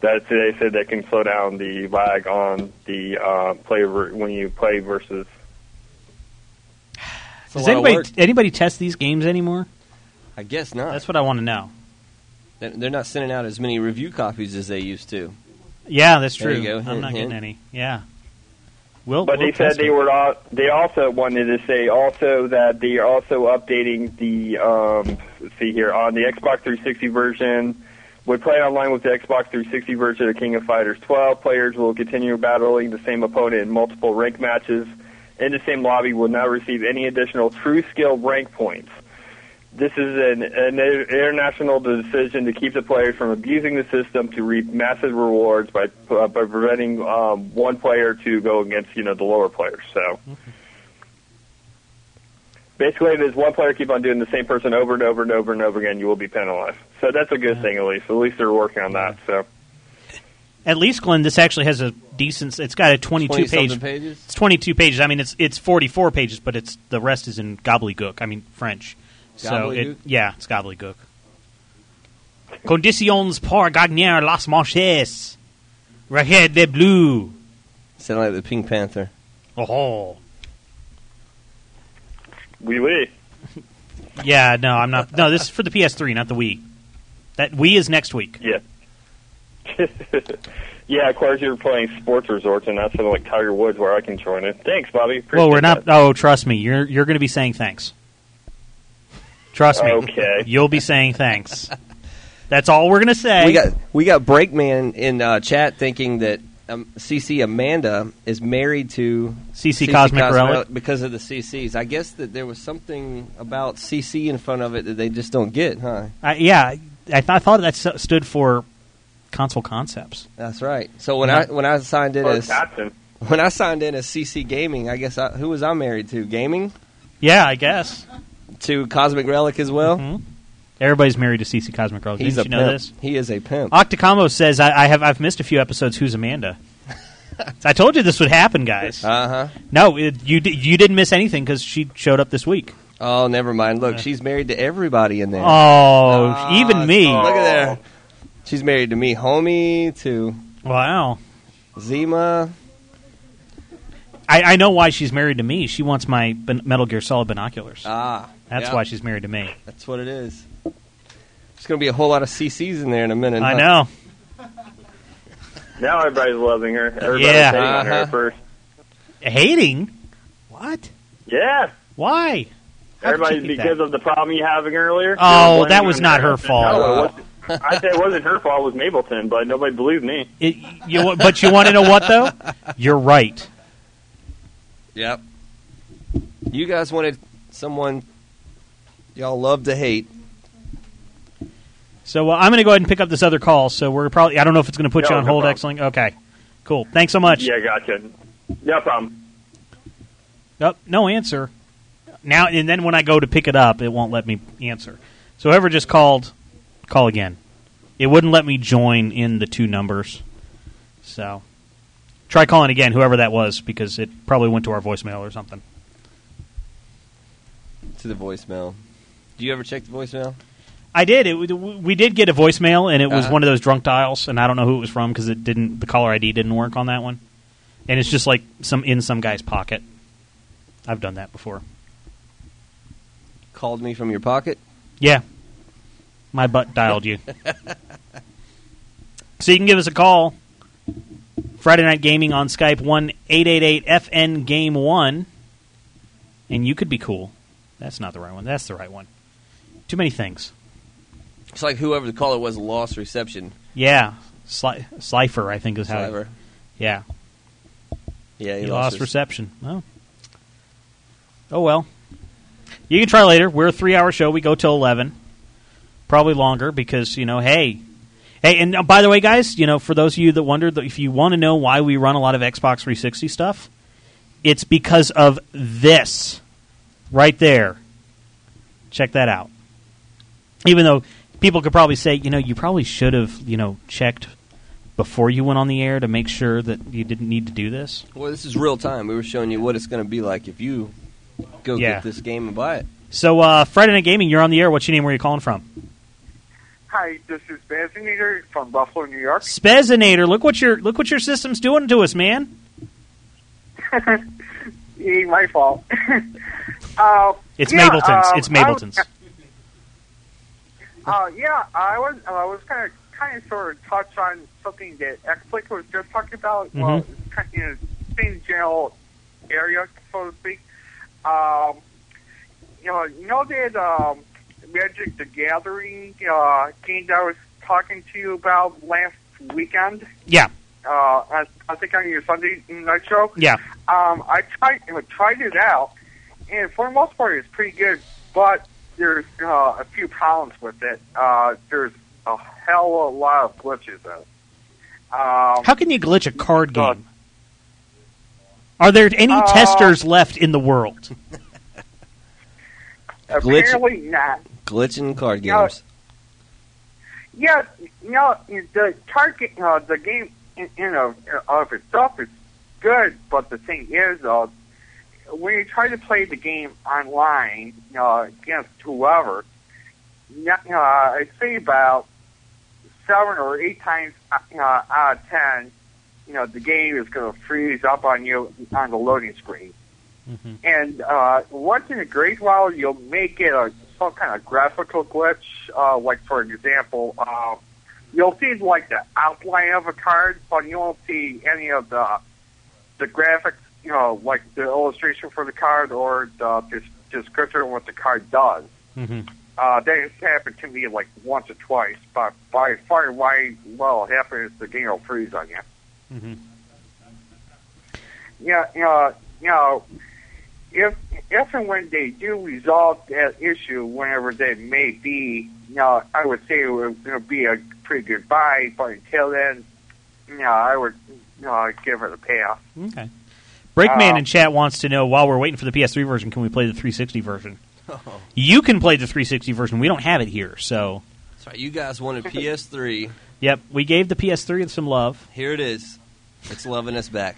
[SPEAKER 7] that they said that can slow down the lag on the uh, play ver- when you play versus.
[SPEAKER 1] Does
[SPEAKER 3] It's a lot of
[SPEAKER 1] anybody
[SPEAKER 3] work.
[SPEAKER 1] anybody test these games anymore?
[SPEAKER 3] I guess not.
[SPEAKER 1] That's what I want to know.
[SPEAKER 3] They're- They're not sending out as many review copies as they used to.
[SPEAKER 1] Yeah, that's
[SPEAKER 3] There
[SPEAKER 1] true.
[SPEAKER 3] you go.
[SPEAKER 1] I'm
[SPEAKER 3] Hint,
[SPEAKER 1] not
[SPEAKER 3] hint.
[SPEAKER 1] getting any. Yeah. We'll,
[SPEAKER 7] But
[SPEAKER 1] we'll
[SPEAKER 7] they said
[SPEAKER 1] test
[SPEAKER 7] they
[SPEAKER 1] it.
[SPEAKER 7] were all, they also wanted to say also that they are also updating the um, let's see here on the Xbox 360 version. When playing online with the Xbox 360 version of King of Fighters 12, players will continue battling the same opponent in multiple rank matches in the same lobby. Will not receive any additional true skill rank points. This is an, an international decision to keep the players from abusing the system to reap massive rewards by uh, by preventing um, one player to go against you know the lower players. So basically, if there's one player keep on doing the same person over and over and over and over again, you will be penalized. So that's a good thing at least. At least they're working on that. So
[SPEAKER 1] at least Glenn, this actually has a decent. It's got a 22 page.
[SPEAKER 3] 20-something pages?
[SPEAKER 1] It's 22 pages. I mean, it's it's 44 pages, but it's the rest is in gobbledygook. I mean, French. So
[SPEAKER 3] Gobbledygook?
[SPEAKER 1] it, yeah, it's gobbledygook. Conditions pour gagner las manches. Rejet de bleu.
[SPEAKER 3] Sound like the Pink Panther.
[SPEAKER 1] Oh,
[SPEAKER 7] Wee wee.
[SPEAKER 1] yeah. No, I'm not. No, this is for the PS3, not the Wii. That Wii is next week.
[SPEAKER 7] Yeah. [LAUGHS] yeah, of course you're playing sports resorts and not something like Tiger Woods where I can join it. Thanks, Bobby. Appreciate
[SPEAKER 1] well, we're not.
[SPEAKER 7] that.
[SPEAKER 1] Oh, trust me, you're you're going to be saying thanks. Trust me.
[SPEAKER 7] Okay.
[SPEAKER 1] [LAUGHS] You'll be saying thanks. That's all we're going to say.
[SPEAKER 3] We got we got Breakman in uh, chat thinking that um, CC Amanda is married to
[SPEAKER 1] CC Cosmic Relic.
[SPEAKER 3] because of the CCs. I guess that there was something about CC in front of it that they just don't get, huh?
[SPEAKER 1] I- yeah, I, th- I thought that s- stood for console concepts.
[SPEAKER 3] That's right. So when I when I signed in
[SPEAKER 7] Or
[SPEAKER 3] as
[SPEAKER 7] Captain.
[SPEAKER 3] [LAUGHS] when I signed in as CC Gaming, I guess I, who was I married to? Gaming
[SPEAKER 1] Yeah, I guess.
[SPEAKER 3] to Cosmic Relic as well.
[SPEAKER 1] Mhm. Everybody's married to CC Cosmic Girl.
[SPEAKER 3] He's a
[SPEAKER 1] Didn't you know
[SPEAKER 3] pimp.
[SPEAKER 1] this?
[SPEAKER 3] He is a pimp.
[SPEAKER 1] Octacombo says I, I have I've missed a few episodes. Who's
[SPEAKER 3] [LAUGHS]
[SPEAKER 1] Amanda? I told you this would happen, guys.
[SPEAKER 3] Uh huh.
[SPEAKER 1] no, it, you di- you didn't miss anything because she showed up this week.
[SPEAKER 3] Oh, never mind. Look, she's married to everybody in there.
[SPEAKER 1] Oh,
[SPEAKER 3] Ah,
[SPEAKER 1] even me!
[SPEAKER 3] Look at there. She's married to me, homie, to
[SPEAKER 1] Wow.
[SPEAKER 3] Zima.
[SPEAKER 1] I, I know why she's married to me. She wants my bin- Metal Gear Solid binoculars.
[SPEAKER 3] Ah,
[SPEAKER 1] That's
[SPEAKER 3] yeah.
[SPEAKER 1] why she's married to me.
[SPEAKER 3] That's what it is. There's going to be a whole lot of CCs in there in a minute.
[SPEAKER 1] I
[SPEAKER 3] huh?
[SPEAKER 1] know.
[SPEAKER 7] Now everybody's loving her. Everybody's
[SPEAKER 1] Yeah.
[SPEAKER 7] hating on her
[SPEAKER 3] Uh-huh.
[SPEAKER 7] at first.
[SPEAKER 1] Hating? What?
[SPEAKER 7] Yeah.
[SPEAKER 1] Why? How could
[SPEAKER 7] Everybody
[SPEAKER 1] you think
[SPEAKER 7] because
[SPEAKER 1] that?
[SPEAKER 7] of the problem you having earlier.
[SPEAKER 1] Oh,
[SPEAKER 7] You're blaming
[SPEAKER 1] that was
[SPEAKER 7] on
[SPEAKER 1] not her fault.
[SPEAKER 7] No, it wasn't. I said it wasn't her fault. It was Mableton, but nobody believed me.
[SPEAKER 1] It, you, wa- but you want to know what though? You're right.
[SPEAKER 3] Yep. You guys wanted someone y'all love to hate.
[SPEAKER 1] So uh, I'm going to go ahead and pick up this other call. So we're probably I don't know if it's going to put
[SPEAKER 7] No,
[SPEAKER 1] you on
[SPEAKER 7] no
[SPEAKER 1] hold.
[SPEAKER 7] problem.
[SPEAKER 1] Excellent. Okay. Cool. Thanks so much.
[SPEAKER 7] Yeah, gotcha. No problem.
[SPEAKER 1] Oh, no answer. Now and then when I go to pick it up, it won't let me answer. So whoever just called, call again. It wouldn't let me join in the two numbers. So try calling again, whoever that was, because it probably went to our voicemail or something.
[SPEAKER 3] To the voicemail. Do you ever check the voicemail?
[SPEAKER 1] I did. It, we did get a voicemail, and it was
[SPEAKER 3] Uh-huh.
[SPEAKER 1] one of those drunk dials, and I don't know who it was from because it didn't. The caller ID didn't work on that one, and it's just like some in some guy's pocket. I've done that before.
[SPEAKER 3] Called me from your pocket?
[SPEAKER 1] Yeah. My butt dialed you. so you can give us a call. Friday Night Gaming on Skype, 1 888 FN Game 1. And you could be cool. That's not the right one. That's the right one. Too many things.
[SPEAKER 3] It's like whoever the caller was lost reception.
[SPEAKER 1] Yeah. Sli- Slifer, I think is how.
[SPEAKER 3] However.
[SPEAKER 1] Yeah.
[SPEAKER 3] Yeah, he,
[SPEAKER 1] He lost
[SPEAKER 3] his-
[SPEAKER 1] reception. Oh. Oh well. You can try later. We're a three-hour show. We go till eleven, probably longer because you know. Hey, hey, and uh, by the way, guys, you know, for those of you that wondered, that if you want to know why we run a lot of Xbox 360 stuff, it's because of this right there. Check that out. Even though people could probably say, you know, you probably should have, you know, checked before you went on the air to make sure that you didn't need to do this.
[SPEAKER 3] Well, this is real time. We were showing you what it's going to be like if you go
[SPEAKER 1] Yeah.
[SPEAKER 3] get this game and buy it.
[SPEAKER 1] So uh, Friday Night Gaming, you're on the air. What's your name? Where are you calling from?
[SPEAKER 8] Hi, this is Bazinator from Buffalo, New York.
[SPEAKER 1] Spezinator. Look what your look what your system's doing to us, man.
[SPEAKER 8] It ain't my fault. [LAUGHS] uh,
[SPEAKER 1] It's
[SPEAKER 8] Yeah,
[SPEAKER 1] Mableton's.
[SPEAKER 8] um,
[SPEAKER 1] it's Mableton's.
[SPEAKER 8] I uh, yeah, I was I was kind of kind of sort of touch on something that X-Flick was just talking about.
[SPEAKER 1] Mm-hmm.
[SPEAKER 8] Well, it's kind of in the same general area, so to speak. Um, you know, you know that um, Magic the Gathering uh, game that I was talking to you about last weekend.
[SPEAKER 1] yeah,
[SPEAKER 8] Uh, I, I think on your Sunday night show.
[SPEAKER 1] yeah.
[SPEAKER 8] Um, I tried I tried it out, and for the most part, it's pretty good. But there's uh, a few problems with it. Uh, there's a hell of a lot of glitches in it. Um,
[SPEAKER 1] How can you glitch a card
[SPEAKER 8] Uh,
[SPEAKER 1] game? Are there any
[SPEAKER 8] Uh,
[SPEAKER 1] testers left in the world?
[SPEAKER 3] glitch-
[SPEAKER 8] apparently not.
[SPEAKER 3] Glitching card
[SPEAKER 8] Yeah.
[SPEAKER 3] games.
[SPEAKER 8] Yeah, you know, the card ga- uh, the game in, in of, of itself is good, but the thing is, uh, when you try to play the game online uh, against whoever, n- uh, I see about seven or eight times uh, out of ten, you know, the game is going to freeze up on you on the loading screen.
[SPEAKER 1] Mhm.
[SPEAKER 8] And uh, once in a great while, you'll make it a some kind of graphical glitch. Uh, like for example, uh, you'll see like the outline of a card, but you won't see any of the the graphics. You know, like the illustration for the card or the des- description of what the card does.
[SPEAKER 1] Mhm.
[SPEAKER 8] Uh, that has happened to me like once or twice, but by far and wide, well, it happens the game will freeze on you.
[SPEAKER 1] Mhm.
[SPEAKER 8] Yeah, you know, you know, if if and when they do resolve that issue, whenever that may be, you know, I would say it would, it would be a pretty good buy. But until then, you know, I would you know, give it a pass.
[SPEAKER 1] Okay. Breakman
[SPEAKER 8] Uh,
[SPEAKER 1] in chat wants to know while we're waiting for the PS3 version, can we play the 360
[SPEAKER 8] [LAUGHS]
[SPEAKER 1] version? You can play the 360 version. We don't have it here, so
[SPEAKER 3] That's right. You guys wanted PS3.
[SPEAKER 1] yep. We gave the PS3 some love.
[SPEAKER 3] Here it is. It's loving us back.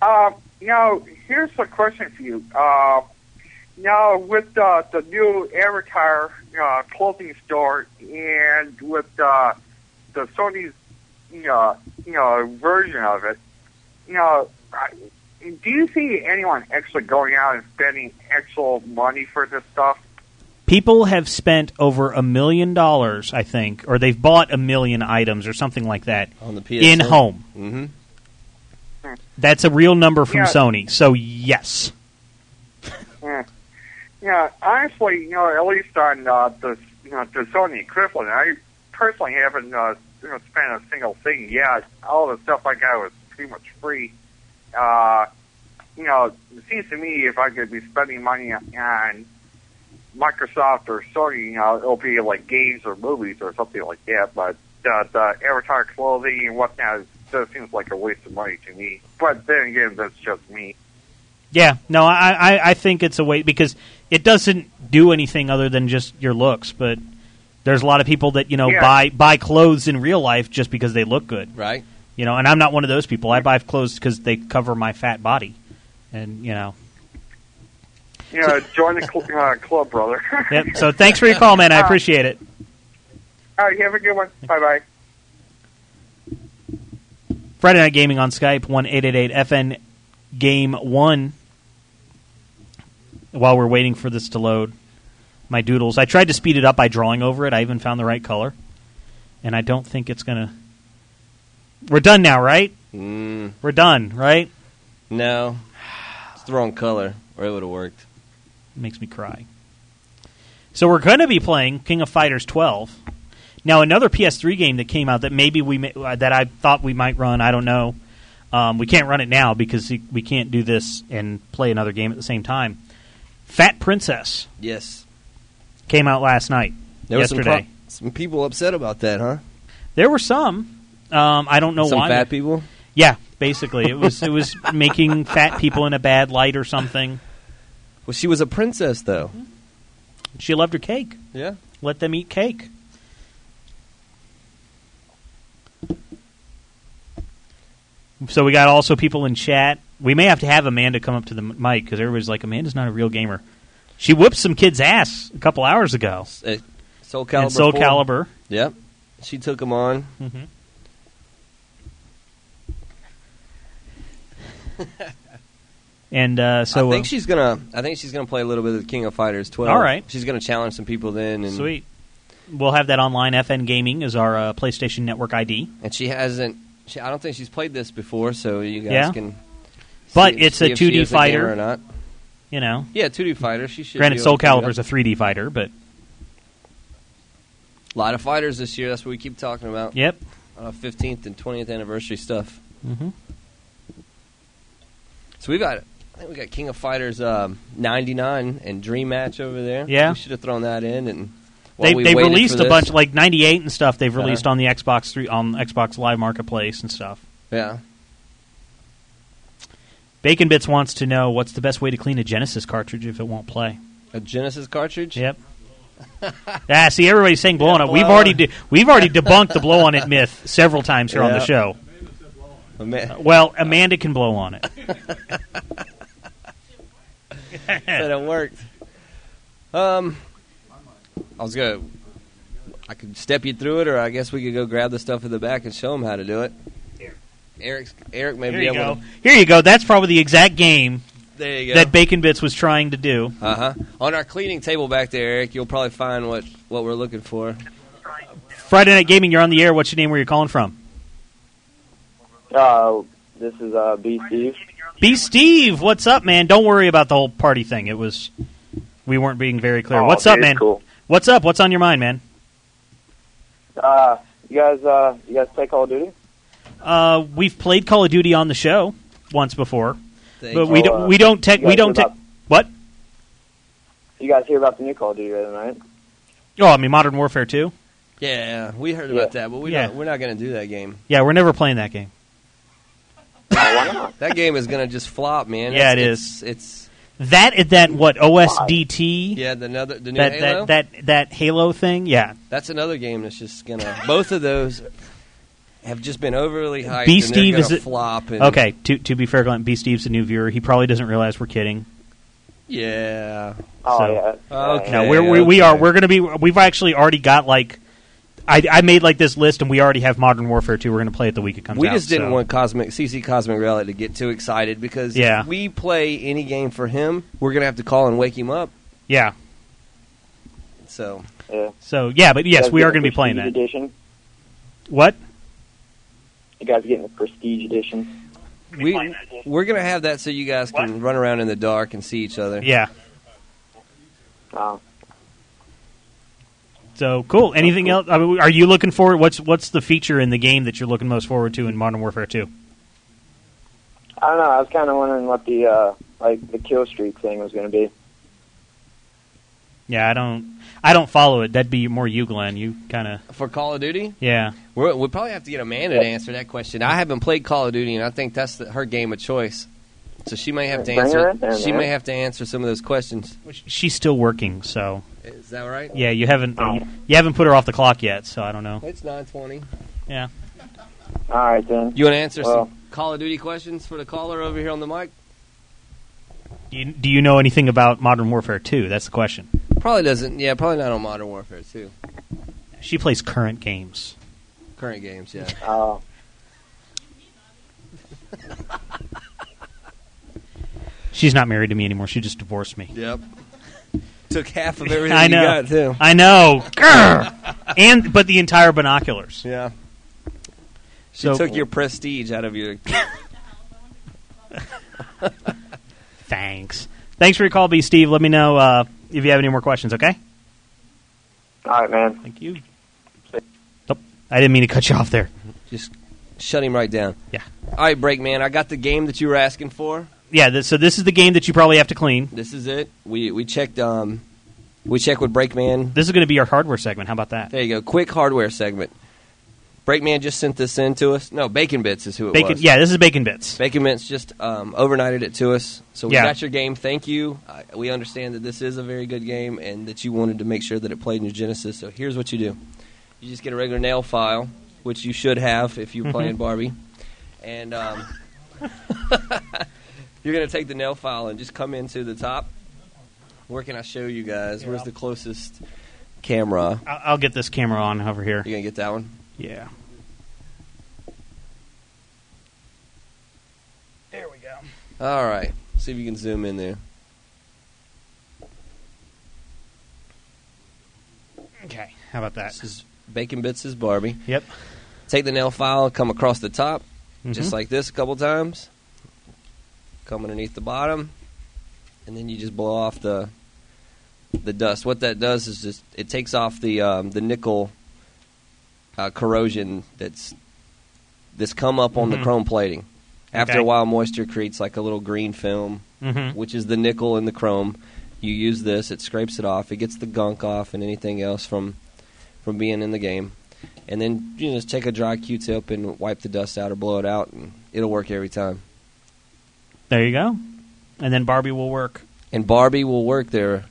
[SPEAKER 8] Uh, you know, here's a question for you. Uh, now, with uh, the new Avatar uh, clothing store and with uh, the Sony's you know, you know version of it, you know, I- do you see anyone actually going out and spending actual money for this stuff?
[SPEAKER 1] People have spent over a million dollars, I think, or they've bought a million items or something like that
[SPEAKER 3] On the PS3.
[SPEAKER 1] in home.
[SPEAKER 3] Mm-hmm.
[SPEAKER 1] That's a real number from
[SPEAKER 8] Yeah.
[SPEAKER 1] Sony. So yes.
[SPEAKER 8] Yeah, yeah. Honestly, you know, at least on uh, the you know the Sony equivalent, I personally haven't uh, you know, spent a single thing yet. All the stuff I got was pretty much free. Uh, you know, it seems to me if I could be spending money on Microsoft or Sony, you know, it'll be like games or movies or something like that. But uh, the avatar clothing and whatnot just seems like a waste of money to me. But then again, that's just me.
[SPEAKER 1] Yeah, no, I, I, I think it's a way because it doesn't do anything other than just your looks. But there's a lot of people that you know
[SPEAKER 8] Yeah.
[SPEAKER 1] buy buy clothes in real life just because they look good,
[SPEAKER 3] Right?
[SPEAKER 1] you know. And I'm not one of those people. I buy clothes because they cover my fat body, and you know.
[SPEAKER 8] You know, join the cl- uh, club, brother. [LAUGHS]
[SPEAKER 1] Yep. So thanks for your call, man. I appreciate it.
[SPEAKER 8] All right, have a good one. Bye bye.
[SPEAKER 1] Friday Night Gaming on Skype one eight eight eight FN Game One. While we're waiting for this to load, my doodles. I tried to speed it up by drawing over it. I even found the right color, and I don't think it's gonna. We're done now, right?
[SPEAKER 3] Mm,
[SPEAKER 1] We're done, right?
[SPEAKER 3] no. It's the wrong color, or it would have worked.
[SPEAKER 1] It makes me cry. So we're going to be playing King of Fighters 12. Now another PS3 game that came out that maybe we may, uh, that I thought we might run. I don't know. Um, we can't run it now because we- we can't do this and play another game at the same time. Fat Princess
[SPEAKER 3] Yes.
[SPEAKER 1] came out last night.
[SPEAKER 3] There were some,
[SPEAKER 1] yesterday,
[SPEAKER 3] pro- some people upset about that, huh?
[SPEAKER 1] there were some. Um, I don't know
[SPEAKER 3] some
[SPEAKER 1] why.
[SPEAKER 3] fat people?
[SPEAKER 1] Yeah, basically, it was it was making fat people in a bad light or something.
[SPEAKER 3] Well, she was a princess, though.
[SPEAKER 1] Hmm? She loved her cake.
[SPEAKER 3] Yeah.
[SPEAKER 1] Let them eat cake. So we got also people in chat. We may have to have Amanda come up to the m- mic because everybody's like, Amanda's not a real gamer. She whooped some kid's ass a couple hours ago
[SPEAKER 3] Uh, Soul
[SPEAKER 1] in
[SPEAKER 3] Calibur.
[SPEAKER 1] Soul
[SPEAKER 3] 4.
[SPEAKER 1] Calibur.
[SPEAKER 3] Yep. She took him on.
[SPEAKER 1] Mhm. and uh, so
[SPEAKER 3] I
[SPEAKER 1] uh,
[SPEAKER 3] think she's gonna. I think she's gonna play a little bit of the King of Fighters 12.
[SPEAKER 1] All right.
[SPEAKER 3] She's gonna challenge some people then, and
[SPEAKER 1] sweet. We'll have that online. FN Gaming is our uh, PlayStation Network ID.
[SPEAKER 3] and she hasn't. She, I don't think she's played this before, so you guys
[SPEAKER 1] Yeah.
[SPEAKER 3] can.
[SPEAKER 1] But
[SPEAKER 3] see-
[SPEAKER 1] it's
[SPEAKER 3] see
[SPEAKER 1] a
[SPEAKER 3] if she
[SPEAKER 1] 2D
[SPEAKER 3] is a gamer
[SPEAKER 1] fighter.
[SPEAKER 3] or not.
[SPEAKER 1] You know,
[SPEAKER 3] Yeah, 2D fighter. She should.
[SPEAKER 1] granted,
[SPEAKER 3] be
[SPEAKER 1] Soul
[SPEAKER 3] able to pick it
[SPEAKER 1] Calibur is a
[SPEAKER 3] up.
[SPEAKER 1] 3D fighter, but
[SPEAKER 3] a lot of fighters this year. That's what we keep talking about. Uh,
[SPEAKER 1] yep.
[SPEAKER 3] Fifteenth and twentieth anniversary stuff.
[SPEAKER 1] Mm-hmm.
[SPEAKER 3] So we've got. I think we got King of Fighters um, 99 and Dream Match over there.
[SPEAKER 1] Yeah.
[SPEAKER 3] we should have thrown that in. And while
[SPEAKER 1] they
[SPEAKER 3] we
[SPEAKER 1] they
[SPEAKER 3] waited for
[SPEAKER 1] released a
[SPEAKER 3] this-
[SPEAKER 1] bunch like 98 and stuff they've released
[SPEAKER 3] Uh-huh.
[SPEAKER 1] on the Xbox 3 on Xbox Live Marketplace and stuff.
[SPEAKER 3] Yeah,
[SPEAKER 1] Bacon Bits wants to know what's the best way to clean a Genesis cartridge if it won't play.
[SPEAKER 3] [LAUGHS] a Genesis cartridge.
[SPEAKER 1] Yep. ah, see, everybody's saying blow on it. We've
[SPEAKER 3] blow
[SPEAKER 1] already
[SPEAKER 3] on
[SPEAKER 1] de- we've already debunked the blow on it myth several times here on the
[SPEAKER 3] Yeah.
[SPEAKER 1] show.
[SPEAKER 3] A man
[SPEAKER 1] Well, Amanda can blow on it.
[SPEAKER 3] said it worked. Um, I was gonna. I could step you through it, or I guess we could go grab the stuff in the back and show him how to do it. Eric's, Eric may
[SPEAKER 1] Here
[SPEAKER 3] be
[SPEAKER 1] you
[SPEAKER 3] able.
[SPEAKER 1] go. Here you go. That's probably the exact game
[SPEAKER 3] To, there you go.
[SPEAKER 1] that Bacon Bits was trying to do.
[SPEAKER 3] Uh huh. On our cleaning table back there, Eric, you'll probably find what what we're looking for.
[SPEAKER 1] Friday Night Gaming, you're on the air. What's your name? Where you calling from?
[SPEAKER 7] Uh, this is uh, B. Steve.
[SPEAKER 1] B. Steve, what's up, man? Don't worry about the whole party thing. It was we weren't being very clear.
[SPEAKER 7] Oh,
[SPEAKER 1] what's
[SPEAKER 7] dude,
[SPEAKER 1] up,
[SPEAKER 7] it's
[SPEAKER 1] man?
[SPEAKER 7] Cool.
[SPEAKER 1] What's up? What's on your mind, man?
[SPEAKER 7] Uh, you guys, uh, you guys play Call of Duty?
[SPEAKER 1] Uh, we've played Call of Duty on the show once before,
[SPEAKER 3] Thank
[SPEAKER 1] but
[SPEAKER 3] you.
[SPEAKER 1] we
[SPEAKER 7] you.
[SPEAKER 1] don't. We don't. Te-
[SPEAKER 7] Oh, uh, You guys
[SPEAKER 1] we don't.
[SPEAKER 7] hear
[SPEAKER 1] Te-
[SPEAKER 7] about-
[SPEAKER 1] what?
[SPEAKER 7] You guys hear about the new Call of Duty the other night?
[SPEAKER 1] Oh, I mean Modern Warfare Two.
[SPEAKER 3] yeah, we heard about that, but we
[SPEAKER 1] Yeah.
[SPEAKER 3] don't, we're not going to do that game.
[SPEAKER 1] Yeah, we're never playing that game.
[SPEAKER 7] Oh, why not?
[SPEAKER 3] That game is going to just flop, man.
[SPEAKER 1] Yeah, it
[SPEAKER 3] it's, It's, it's
[SPEAKER 1] That is that what OSDT?
[SPEAKER 3] yeah, the another the new
[SPEAKER 1] that,
[SPEAKER 3] Halo.
[SPEAKER 1] that that that Halo thing. Yeah,
[SPEAKER 3] that's another game that's just going to. Both of those have just been overly hyped.
[SPEAKER 1] Bee
[SPEAKER 3] and they're
[SPEAKER 1] Steve
[SPEAKER 3] gonna
[SPEAKER 1] is it-
[SPEAKER 3] flop. And,
[SPEAKER 1] Okay, to to be fair, Glenn B. Steve's a new viewer. He probably doesn't realize we're kidding.
[SPEAKER 3] Yeah.
[SPEAKER 7] Oh
[SPEAKER 1] So-
[SPEAKER 7] yeah.
[SPEAKER 3] Okay.
[SPEAKER 1] No, we're, we we
[SPEAKER 3] okay.
[SPEAKER 1] are. We're gonna be. We've actually already got like. I, I made like this list, and we already have Modern Warfare 2. We're gonna play it the week it comes
[SPEAKER 3] We
[SPEAKER 1] out.
[SPEAKER 3] just didn't
[SPEAKER 1] so.
[SPEAKER 3] want Cosmic CC Cosmic Relic to get too excited because
[SPEAKER 1] Yeah.
[SPEAKER 3] if we play any game for him, we're gonna have to call and wake him up.
[SPEAKER 1] Yeah.
[SPEAKER 3] So
[SPEAKER 7] yeah.
[SPEAKER 1] So yeah, but
[SPEAKER 7] You
[SPEAKER 1] yes,
[SPEAKER 7] guys
[SPEAKER 1] we are gonna
[SPEAKER 7] getting
[SPEAKER 1] be
[SPEAKER 7] the
[SPEAKER 1] playing
[SPEAKER 7] Prestige
[SPEAKER 1] that.
[SPEAKER 7] Edition.
[SPEAKER 1] What?
[SPEAKER 7] You guys getting the Prestige Edition?
[SPEAKER 3] we we're gonna have that so you guys can run around in the dark and see each other.
[SPEAKER 1] Yeah.
[SPEAKER 7] Oh.
[SPEAKER 1] So cool. Anything else? I mean, are you looking forward? What's what's the feature in the game that you're looking most forward to in Modern Warfare 2?
[SPEAKER 7] I don't know. I was kind of wondering what the uh, like the kill streak thing was going to be.
[SPEAKER 1] Yeah, I don't. I don't follow it. That'd be more you, Glenn. You kind of.
[SPEAKER 3] For Call of Duty,
[SPEAKER 1] Yeah.
[SPEAKER 3] we're, we'll probably have to get Amanda to answer that question. I haven't played Call of Duty, and I think that's the, her game of choice. So she may have to
[SPEAKER 7] Bring her
[SPEAKER 3] answer.
[SPEAKER 7] in there,
[SPEAKER 3] she
[SPEAKER 7] man.
[SPEAKER 3] may have to answer some of those questions.
[SPEAKER 1] She's still working, so
[SPEAKER 3] Is that right?
[SPEAKER 1] yeah. You haven't you haven't put her off the clock yet, so I don't know.
[SPEAKER 3] It's nine twenty.
[SPEAKER 7] All right then.
[SPEAKER 3] You want to answer
[SPEAKER 7] Well-
[SPEAKER 3] some Call of Duty questions for the caller over here on the mic?
[SPEAKER 1] Do you, do you know anything about Modern Warfare 2? That's the question.
[SPEAKER 3] Probably doesn't. Yeah, probably not on Modern Warfare too.
[SPEAKER 1] She plays current games.
[SPEAKER 3] Current games, yeah.
[SPEAKER 7] Oh.
[SPEAKER 1] She's not married to me anymore. She just divorced
[SPEAKER 3] [LAUGHS]
[SPEAKER 1] me.
[SPEAKER 3] [LAUGHS] Yep. Took half [LAUGHS] of
[SPEAKER 1] [LAUGHS]
[SPEAKER 3] everything
[SPEAKER 1] I know.
[SPEAKER 3] you got too.
[SPEAKER 1] I know. Grr! [LAUGHS] and but the entire binoculars.
[SPEAKER 3] Yeah. She
[SPEAKER 1] So
[SPEAKER 3] took your prestige out of your.
[SPEAKER 1] thanks. Thanks for your call, B. Steve. Let me know uh, if you have any more questions. Okay.
[SPEAKER 7] All right, man.
[SPEAKER 1] Thank you. Oh, I didn't mean to cut you off there.
[SPEAKER 3] Just shut him right down.
[SPEAKER 1] Yeah.
[SPEAKER 3] All right, break man. I got the game that you were asking for.
[SPEAKER 1] Yeah. This, so this is the game that you probably have to clean.
[SPEAKER 3] This is it. We we checked. Um, we checked with Breakman.
[SPEAKER 1] This is going to be our hardware segment. How about that?
[SPEAKER 3] There you go. Quick hardware segment. Breakman just sent this in to us. No, Bacon Bits is who it
[SPEAKER 1] Bacon.
[SPEAKER 3] was.
[SPEAKER 1] Yeah. This is bacon bits.
[SPEAKER 3] Bacon Bits just um, overnighted it to us. So we
[SPEAKER 1] Yeah.
[SPEAKER 3] got your game. Thank you. I, we understand that this is a very good game and that you wanted to make sure that it played in your Genesis. So here's what you do you just get a regular nail file, which you should have if you're playing Barbie. And um, [LAUGHS] you're going to take the nail file and just come into the top. Where can I show you guys? Where's the closest camera?
[SPEAKER 1] I'll, I'll get this camera on over here.
[SPEAKER 3] You're going to get that one?
[SPEAKER 1] Yeah. There we go.
[SPEAKER 3] All right. See if you can zoom in there.
[SPEAKER 1] Okay. How about that?
[SPEAKER 3] This is Bacon Bits is Barbie.
[SPEAKER 1] Yep.
[SPEAKER 3] Take the nail file, come across the top,
[SPEAKER 1] Mhm.
[SPEAKER 3] just like this a couple times. Come underneath the bottom, and then you just blow off the the dust. What that does is just it takes off the um, the nickel uh, corrosion that's that's come up on
[SPEAKER 1] Mhm.
[SPEAKER 3] the chrome plating. After a
[SPEAKER 1] Okay.
[SPEAKER 3] while, moisture creates like a little green film,
[SPEAKER 1] Mhm.
[SPEAKER 3] which is the nickel in the chrome. You use this, it scrapes it off, it gets the gunk off and anything else from from being in the game. And then you just take a dry Q-tip and wipe the dust out or blow it out, and it'll work every time.
[SPEAKER 1] There you go. And then Barbie will work.
[SPEAKER 3] And Barbie will work there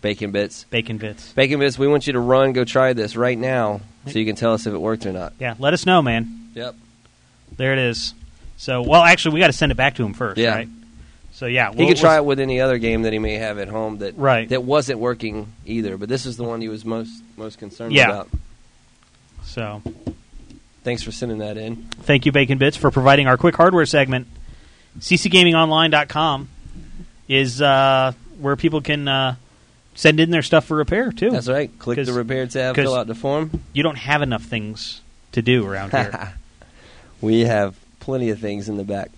[SPEAKER 3] Bacon Bits.
[SPEAKER 1] Bacon bits.
[SPEAKER 3] Bacon Bits, we want you to run, go try this right now so you can tell us if it worked or not.
[SPEAKER 1] Yeah, let us know, man.
[SPEAKER 3] Yep.
[SPEAKER 1] There it is. So, well, actually, we got to send it back to him first,
[SPEAKER 3] Yeah.
[SPEAKER 1] right? So, yeah,
[SPEAKER 3] He
[SPEAKER 1] we'll-
[SPEAKER 3] could try
[SPEAKER 1] we'll-
[SPEAKER 3] it with any other game that he may have at home that
[SPEAKER 1] Right.
[SPEAKER 3] that wasn't working either, but this is the one he was most most concerned
[SPEAKER 1] Yeah.
[SPEAKER 3] about.
[SPEAKER 1] So,
[SPEAKER 3] Thanks for sending that in.
[SPEAKER 1] thank you, Bacon Bits, for providing our quick hardware segment. CCGamingOnline.com is uh, where people can uh, send in their stuff for repair, too.
[SPEAKER 3] That's right. Click
[SPEAKER 1] 'Cause-
[SPEAKER 3] the repair tab, fill
[SPEAKER 1] 'cause-
[SPEAKER 3] out the form.
[SPEAKER 1] You don't have enough things to do around
[SPEAKER 3] [LAUGHS]
[SPEAKER 1] here.
[SPEAKER 3] we have plenty of things in the back.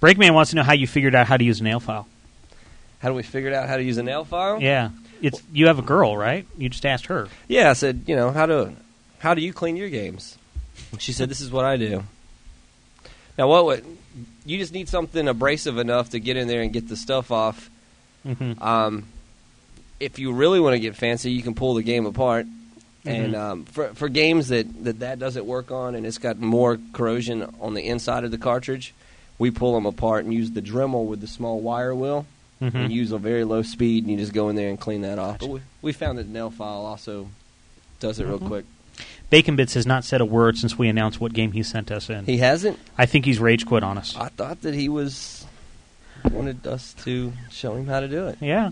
[SPEAKER 1] Breakman wants to know how you figured out how to use a nail file.
[SPEAKER 3] How do we figure out how to use a nail file?
[SPEAKER 1] Yeah. It's you have a girl, right? You just asked her.
[SPEAKER 3] Yeah, I said, you know, how do how do you clean your games? She said, this is what I do. Now, what would you just need something abrasive enough to get in there and get the stuff off?
[SPEAKER 1] Mm-hmm.
[SPEAKER 3] Um, if you really want to get fancy, you can pull the game apart. And um, for for games that, that that doesn't work on, and it's got more corrosion on the inside of the cartridge, we pull them apart and use the Dremel with the small wire wheel, and use a very low speed, and you just go in there and clean that off. But we, we found that nail file also does it real quick.
[SPEAKER 1] Bacon Bits has not said a word since we announced what game he sent us in.
[SPEAKER 3] He hasn't.
[SPEAKER 1] I think he's rage quit on us.
[SPEAKER 3] I thought that he was wanted us to show him how to do it.
[SPEAKER 1] yeah.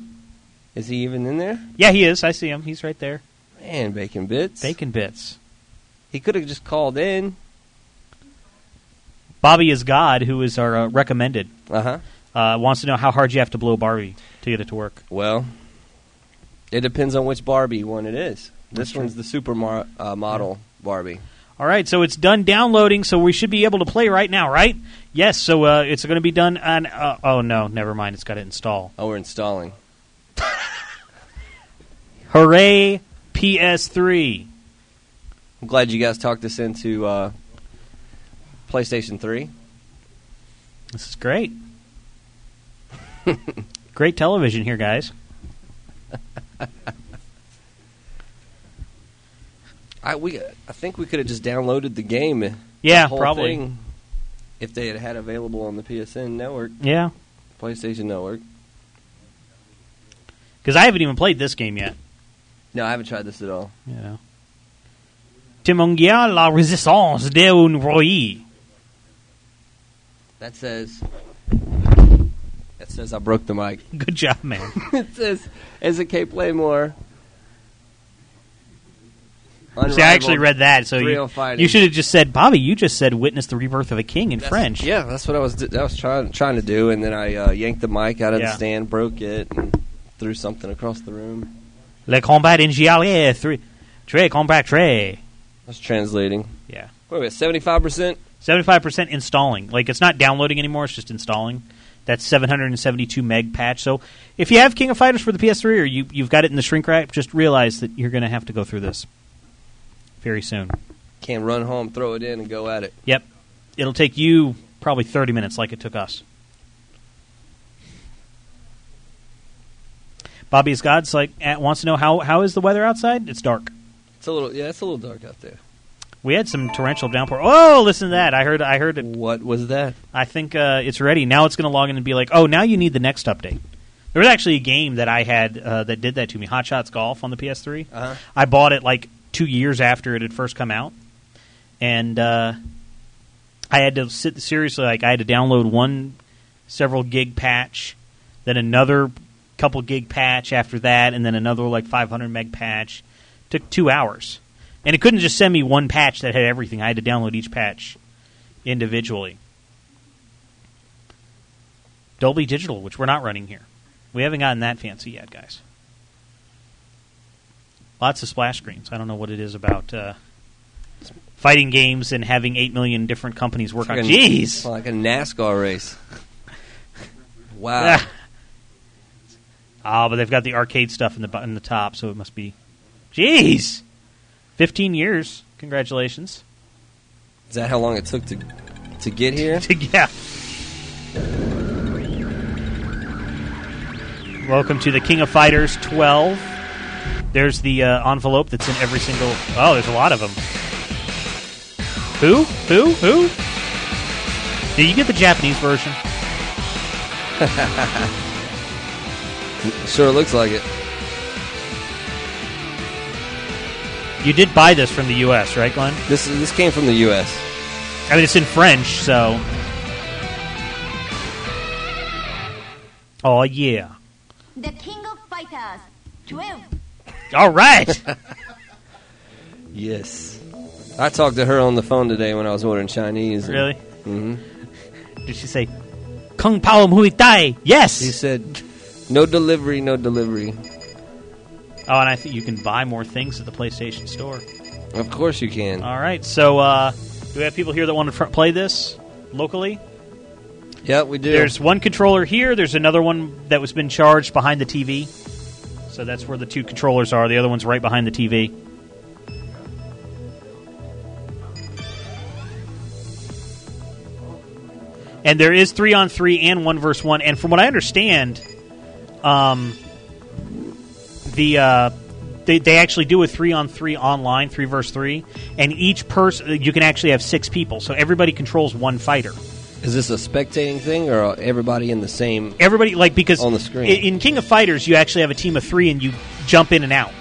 [SPEAKER 3] Is he even in there?
[SPEAKER 1] Yeah, he is. I see him. He's right there.
[SPEAKER 3] Man, bacon bits.
[SPEAKER 1] Bacon Bits.
[SPEAKER 3] He could have just called in.
[SPEAKER 1] Bobby is God, who is our uh, recommended,
[SPEAKER 3] Uh huh.
[SPEAKER 1] uh, wants to know how hard you have to blow Barbie to get it to work.
[SPEAKER 3] Well, it depends on which Barbie one it is. This one's the super mar- uh, model Barbie.
[SPEAKER 1] All right, so it's done downloading, so we should be able to play right now, right? Yes, so uh, it's going to be done on. Uh, oh, no, never mind. It's got to install.
[SPEAKER 3] Oh, we're installing.
[SPEAKER 1] Hooray, PS3.
[SPEAKER 3] I'm glad you guys talked this into uh, PlayStation Three.
[SPEAKER 1] This is great. [LAUGHS] great television here, guys.
[SPEAKER 3] I we I think we could have just downloaded the game. the
[SPEAKER 1] Yeah,
[SPEAKER 3] whole
[SPEAKER 1] probably.
[SPEAKER 3] thing, if they had had available on the PSN network,
[SPEAKER 1] Yeah,
[SPEAKER 3] PlayStation Network.
[SPEAKER 1] because I haven't even played this game yet.
[SPEAKER 3] No, I haven't tried this at all.
[SPEAKER 1] You know. Timongia la résistance d'un roi.
[SPEAKER 3] That says. That says I broke the mic. [LAUGHS]
[SPEAKER 1] Good job, man.
[SPEAKER 3] it says as a K Playmore.
[SPEAKER 1] See, I actually read that, so
[SPEAKER 3] Real
[SPEAKER 1] you,
[SPEAKER 3] fighting.
[SPEAKER 1] you should have just said, Bobby, you just said witness the rebirth of a king in French.
[SPEAKER 3] Yeah, that's what I was. I was trying trying to do, and then I uh, yanked the mic out of
[SPEAKER 1] Yeah.
[SPEAKER 3] the stand, broke it, and threw something across the room.
[SPEAKER 1] Le combat in Giallier, three, tre combat tre.
[SPEAKER 3] I was translating.
[SPEAKER 1] Yeah.
[SPEAKER 3] Wait, wait, seventy five percent.
[SPEAKER 1] 75% installing. Like, it's not downloading anymore, it's just installing. That's 772 meg patch. So, if you have King of Fighters for the PS3 or you, you've got it in the shrink wrap, just realize that you're going to have to go through this very soon.
[SPEAKER 3] Can run home, throw it in, and go at it.
[SPEAKER 1] Yep. It'll take you probably 30 minutes like it took us. Bobby's God's like eh, wants to know how how is the weather outside? It's dark.
[SPEAKER 3] It's a little. Yeah, it's a little dark out there.
[SPEAKER 1] We had some torrential downpour. Oh, listen to that. I heard I heard it.
[SPEAKER 3] What was that?
[SPEAKER 1] I think uh, it's ready. Now it's going to log in and be like, "Oh, now you need the next update." There was actually a game that I had uh, that did that to me. Hot Shots Golf on the PS3.
[SPEAKER 3] Uh-huh.
[SPEAKER 1] I bought it like 2 years after it had first come out. And uh, I had to sit seriously like I had to download one several gig patch, then another couple gig patch after that, and then another like 500 meg patch. Took two hours, and it couldn't just send me one patch that had everything. I had to download each patch individually. Dolby Digital, which we're not running here. We haven't gotten that fancy yet, guys. Lots of splash screens. I don't know what it is about uh, fighting games and having eight million different companies work on.
[SPEAKER 3] Like a-
[SPEAKER 1] Jeez,
[SPEAKER 3] Like a
[SPEAKER 1] [LAUGHS]
[SPEAKER 3] NASCAR race. Wow.
[SPEAKER 1] Ah, Ah, but they've got the arcade stuff in the bu- in the top, so it must be. Jeez, fifteen years. Congratulations.
[SPEAKER 3] Is that how long it took to to get here?
[SPEAKER 1] yeah. Welcome to the King of Fighters 12. There's the uh, envelope that's in every single. Oh, there's a lot of them. Who? Who? Who? Did you get the Japanese version?
[SPEAKER 3] Sure looks like it.
[SPEAKER 1] You did buy this from the U.S., right, Glenn?
[SPEAKER 3] This is, this came from the U.S.
[SPEAKER 1] I mean, it's in French, so. Oh yeah!
[SPEAKER 9] The King of Fighters 12.
[SPEAKER 1] All right.
[SPEAKER 3] Yes. I talked to her on the phone today when I was ordering Chinese. and-
[SPEAKER 1] really?
[SPEAKER 3] Mhm.
[SPEAKER 1] Did she say, "Kung Pao Hui Tai"? Yes.
[SPEAKER 3] She said, "No delivery, no delivery."
[SPEAKER 1] Oh, and I think you can buy more things at the PlayStation Store.
[SPEAKER 3] Of course you can.
[SPEAKER 1] All right. So, uh, do we have people here that want to fr- play this locally?
[SPEAKER 3] yeah, we do.
[SPEAKER 1] There's one controller here. There's another one that was been charged behind the TV. So that's where the two controllers are. The other one's right behind the TV. And there is three on three and one versus one. And from what I understand, um, the uh, they, they actually do a three on three online, three versus three, and each person you can actually have six people, so everybody controls one fighter
[SPEAKER 3] Is this a spectating thing or are everybody in the same?
[SPEAKER 1] everybody like because
[SPEAKER 3] On the screen.
[SPEAKER 1] i- in, King of Fighters you actually have a team of three and you jump in and out.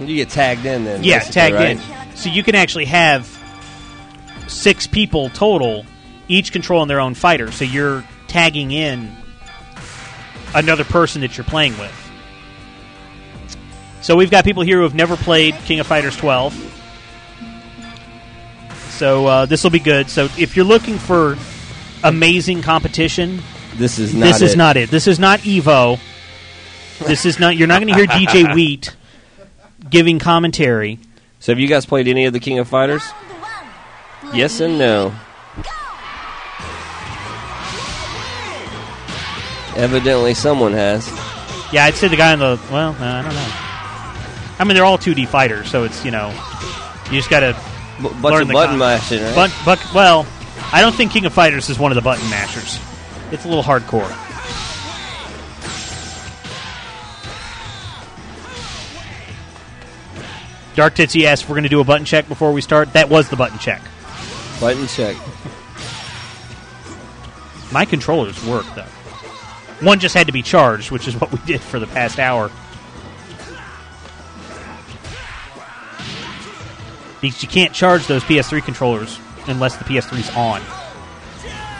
[SPEAKER 3] You get tagged in then.
[SPEAKER 1] yeah,
[SPEAKER 3] basically,
[SPEAKER 1] tagged
[SPEAKER 3] right?
[SPEAKER 1] in. So you can actually have six people total, each controlling their own fighter. So you're tagging in another person that you're playing with. So we've got people here who have never played King of Fighters 12. So uh, this will be good. So if you're looking for amazing competition,
[SPEAKER 3] This is not.
[SPEAKER 1] this is
[SPEAKER 3] it.
[SPEAKER 1] not it. This is not Evo. This is not. You're not going to hear
[SPEAKER 3] [LAUGHS]
[SPEAKER 1] DJ Wheat giving commentary.
[SPEAKER 3] So have you guys played any of the King of Fighters?
[SPEAKER 9] Round one.
[SPEAKER 3] Yes and no. Evidently, someone has.
[SPEAKER 1] Yeah, I'd say the guy in the well, uh, I don't know. I mean, they're all 2D fighters, so it's you know, you just got to
[SPEAKER 3] B- bunch
[SPEAKER 1] Learn
[SPEAKER 3] of
[SPEAKER 1] the
[SPEAKER 3] button
[SPEAKER 1] con-
[SPEAKER 3] mashing, right?
[SPEAKER 1] but but well, I don't think King of Fighters is one of the button mashers. It's a little hardcore. Dark Titsy asked if we're going to do a button check before we start. That was the button check.
[SPEAKER 3] button check.
[SPEAKER 1] My controllers work though. One just had to be charged, which is what we did for the past hour. Because you can't charge those PS3 controllers unless the PS3's on.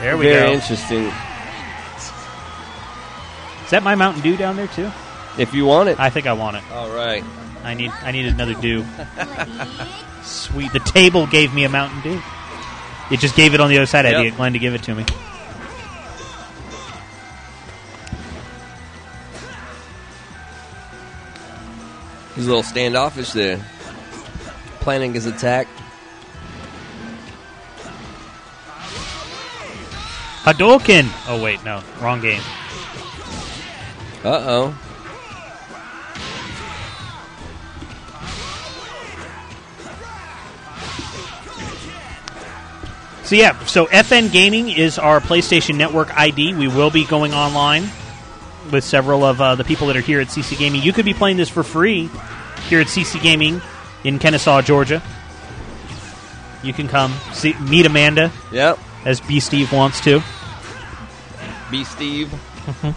[SPEAKER 1] There we
[SPEAKER 3] Very
[SPEAKER 1] go.
[SPEAKER 3] interesting.
[SPEAKER 1] Is that my Mountain Dew down there too?
[SPEAKER 3] If you want it.
[SPEAKER 1] I think I want it.
[SPEAKER 3] All right.
[SPEAKER 1] I need I need another dew. Sweet. The table gave me a Mountain Dew. It just gave it on the other side. I had
[SPEAKER 3] Yep.
[SPEAKER 1] to get Glenn to give it to me.
[SPEAKER 3] He's a little standoffish there. Planning his attack.
[SPEAKER 1] Hadouken. Oh wait, no, wrong game.
[SPEAKER 3] Uh oh.
[SPEAKER 1] So yeah, so FN Gaming is our PlayStation Network ID. We will be going online with several of uh, the people that are here at CC Gaming. You could be playing this for free here at CC Gaming in Kennesaw, Georgia. You can come see, meet Amanda
[SPEAKER 3] Yep.
[SPEAKER 1] as B Steve wants to.
[SPEAKER 3] Be Steve.
[SPEAKER 1] Uh,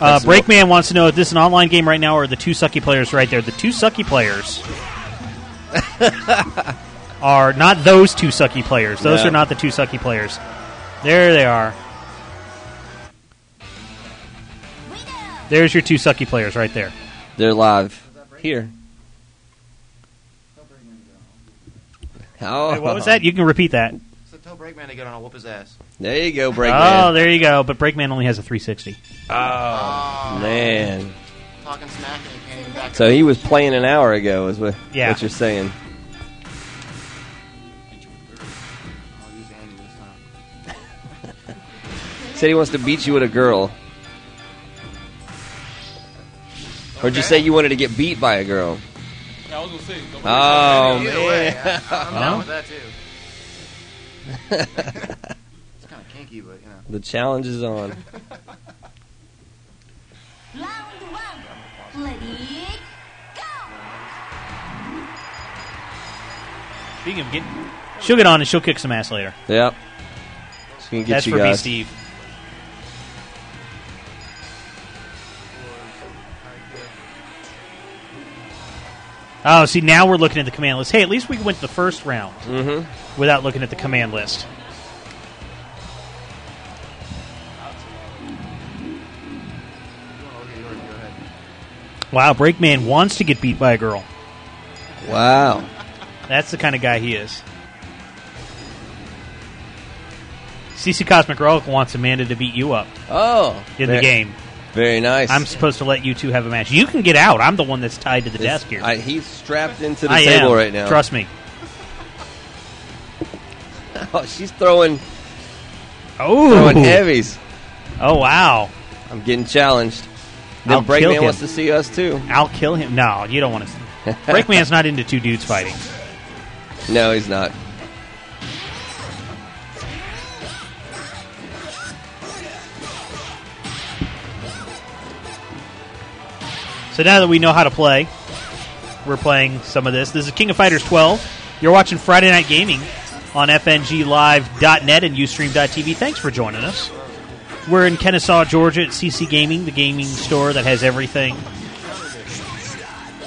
[SPEAKER 3] That's the-
[SPEAKER 1] Uh, Breakman wants to know if this is an online game right now or the two sucky players right there. The two sucky [LAUGHS] players are not those two sucky players. Those
[SPEAKER 3] No.
[SPEAKER 1] are not the two sucky players. There they are. There's your two sucky players right there.
[SPEAKER 3] They're live. Here. Oh,
[SPEAKER 1] Hey, what was that? You can repeat that.
[SPEAKER 10] So tell Breakman to get on. I'll whoop his ass.
[SPEAKER 3] There you go,
[SPEAKER 1] Oh,
[SPEAKER 3] Breakman.
[SPEAKER 1] there you go. But Breakman only has a 360.
[SPEAKER 3] Man.
[SPEAKER 10] Talking smack and he came back.
[SPEAKER 3] So he was playing an hour ago, is what,
[SPEAKER 1] Yeah.
[SPEAKER 3] what you're saying. [LAUGHS]
[SPEAKER 10] I'll use Andy this time.
[SPEAKER 3] Said he wants to beat you with a girl. Or did you say you wanted to get beat by a girl?
[SPEAKER 11] I was gonna say. don't-
[SPEAKER 3] Oh,
[SPEAKER 10] Either
[SPEAKER 3] man.
[SPEAKER 10] way, I, I'm
[SPEAKER 1] Huh?
[SPEAKER 10] down with that too. it's kind of kinky, but you know.
[SPEAKER 3] The challenge is on.
[SPEAKER 9] Round one. Ready, go.
[SPEAKER 1] Speaking of getting. She'll get on and she'll kick some ass later.
[SPEAKER 3] Yep. She can get
[SPEAKER 1] That's
[SPEAKER 3] you
[SPEAKER 1] for B
[SPEAKER 3] guys.
[SPEAKER 1] Steve. Oh, see, now we're looking at the command list. Hey, at least we went to the first round
[SPEAKER 3] Mhm.
[SPEAKER 1] without looking at the command list. Wow, Breakman wants to get beat by a girl.
[SPEAKER 3] Wow.
[SPEAKER 1] That's the kind of guy he is. CC Cosmic Relic wants Amanda to beat you up
[SPEAKER 3] Oh,
[SPEAKER 1] in
[SPEAKER 3] Very-
[SPEAKER 1] the game.
[SPEAKER 3] Very nice.
[SPEAKER 1] I'm supposed to let you two have a match. You can get out. I'm the one that's tied to the
[SPEAKER 3] It's-
[SPEAKER 1] desk here.
[SPEAKER 3] I, he's strapped into the
[SPEAKER 1] I
[SPEAKER 3] table
[SPEAKER 1] am.
[SPEAKER 3] right now.
[SPEAKER 1] Trust me.
[SPEAKER 3] [LAUGHS] Oh, she's throwing
[SPEAKER 1] Oh,
[SPEAKER 3] throwing heavies.
[SPEAKER 1] oh wow!
[SPEAKER 3] I'm getting challenged.
[SPEAKER 1] I'll
[SPEAKER 3] Then
[SPEAKER 1] kill him.
[SPEAKER 3] Breakman wants to see us too.
[SPEAKER 1] I'll kill him. No, you don't want
[SPEAKER 3] [LAUGHS]
[SPEAKER 1] to. Breakman's not into two dudes fighting.
[SPEAKER 3] No, he's not.
[SPEAKER 1] So now that we know how to play, we're playing some of this. This is King of Fighters 12. You're watching Friday Night Gaming on FNGLive.net and Ustream.tv. Thanks for joining us. We're in Kennesaw, Georgia at CC Gaming, the gaming store that has everything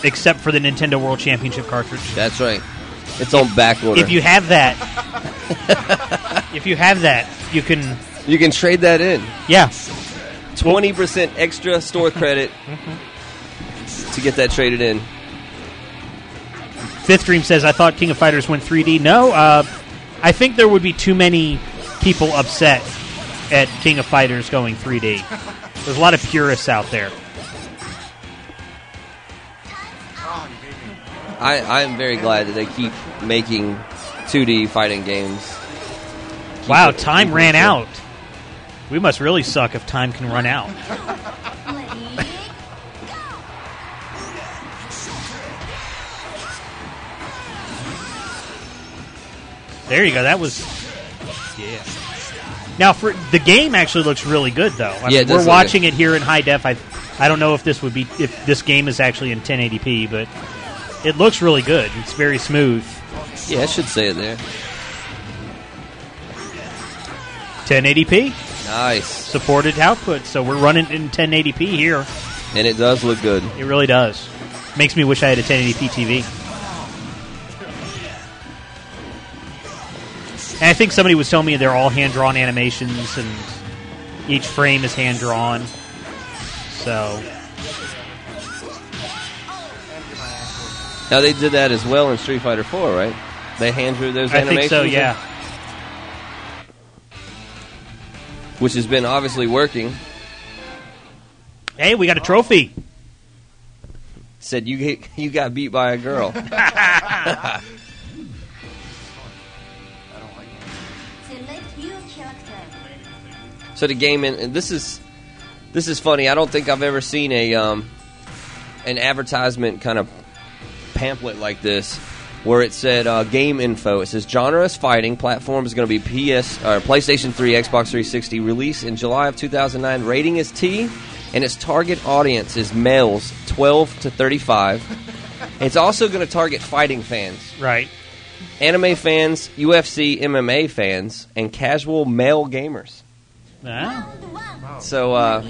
[SPEAKER 1] except for the Nintendo World Championship cartridge.
[SPEAKER 3] That's right. It's on back order.
[SPEAKER 1] If you have that, if you have that, you can,
[SPEAKER 3] You can trade that in.
[SPEAKER 1] yeah,
[SPEAKER 3] Twenty percent extra store
[SPEAKER 1] [LAUGHS]
[SPEAKER 3] credit to get that traded in.
[SPEAKER 1] Fifth Dream says, I thought King of Fighters went 3D. No, uh, I think there would be too many people upset at King of Fighters going 3D. There's a lot of purists out there.
[SPEAKER 3] I, I'm very glad that they keep making 2D fighting games. Keep
[SPEAKER 1] Wow,
[SPEAKER 3] it-
[SPEAKER 1] time
[SPEAKER 3] keep
[SPEAKER 1] ran
[SPEAKER 3] it-
[SPEAKER 1] out. We must really suck if time can run out. There you go. That was. Yeah. Now, for the game actually looks really good, though. I
[SPEAKER 3] Yeah, it
[SPEAKER 1] mean,
[SPEAKER 3] does
[SPEAKER 1] we're
[SPEAKER 3] look
[SPEAKER 1] watching it here in high def. I, I don't know if this would be if this game is actually in 1080p, but it looks really good. It's very smooth.
[SPEAKER 3] Yeah, I should say it there.
[SPEAKER 1] 1080p
[SPEAKER 3] Nice,
[SPEAKER 1] supported output, so we're running in 1080p here.
[SPEAKER 3] and it does look good.
[SPEAKER 1] It really does. Makes me wish I had a 1080p TV. And I think somebody was telling me they're all hand drawn animations, and each frame is hand drawn. So
[SPEAKER 3] Now they did that as well in Street Fighter 4, right? They hand drew those
[SPEAKER 1] I think
[SPEAKER 3] animations,
[SPEAKER 1] so. Yeah.
[SPEAKER 3] which has been obviously working.
[SPEAKER 1] Hey, we got a trophy.
[SPEAKER 3] Said you get- you got beat by a girl.
[SPEAKER 9] Select your character.
[SPEAKER 3] so the game in, and this is this is funny. I don't think I've ever seen a um, an advertisement kind of pamphlet like this where it said uh, game info. It says genre is fighting. Platform is going to be PS or PlayStation 3, Xbox 360. Release in July of 2009. Rating is T, and its target audience is males 12 to 35. it's also going to target fighting fans
[SPEAKER 1] Right.
[SPEAKER 3] anime fans, UFC, MMA fans, and casual male gamers.
[SPEAKER 1] Ah.
[SPEAKER 3] So uh,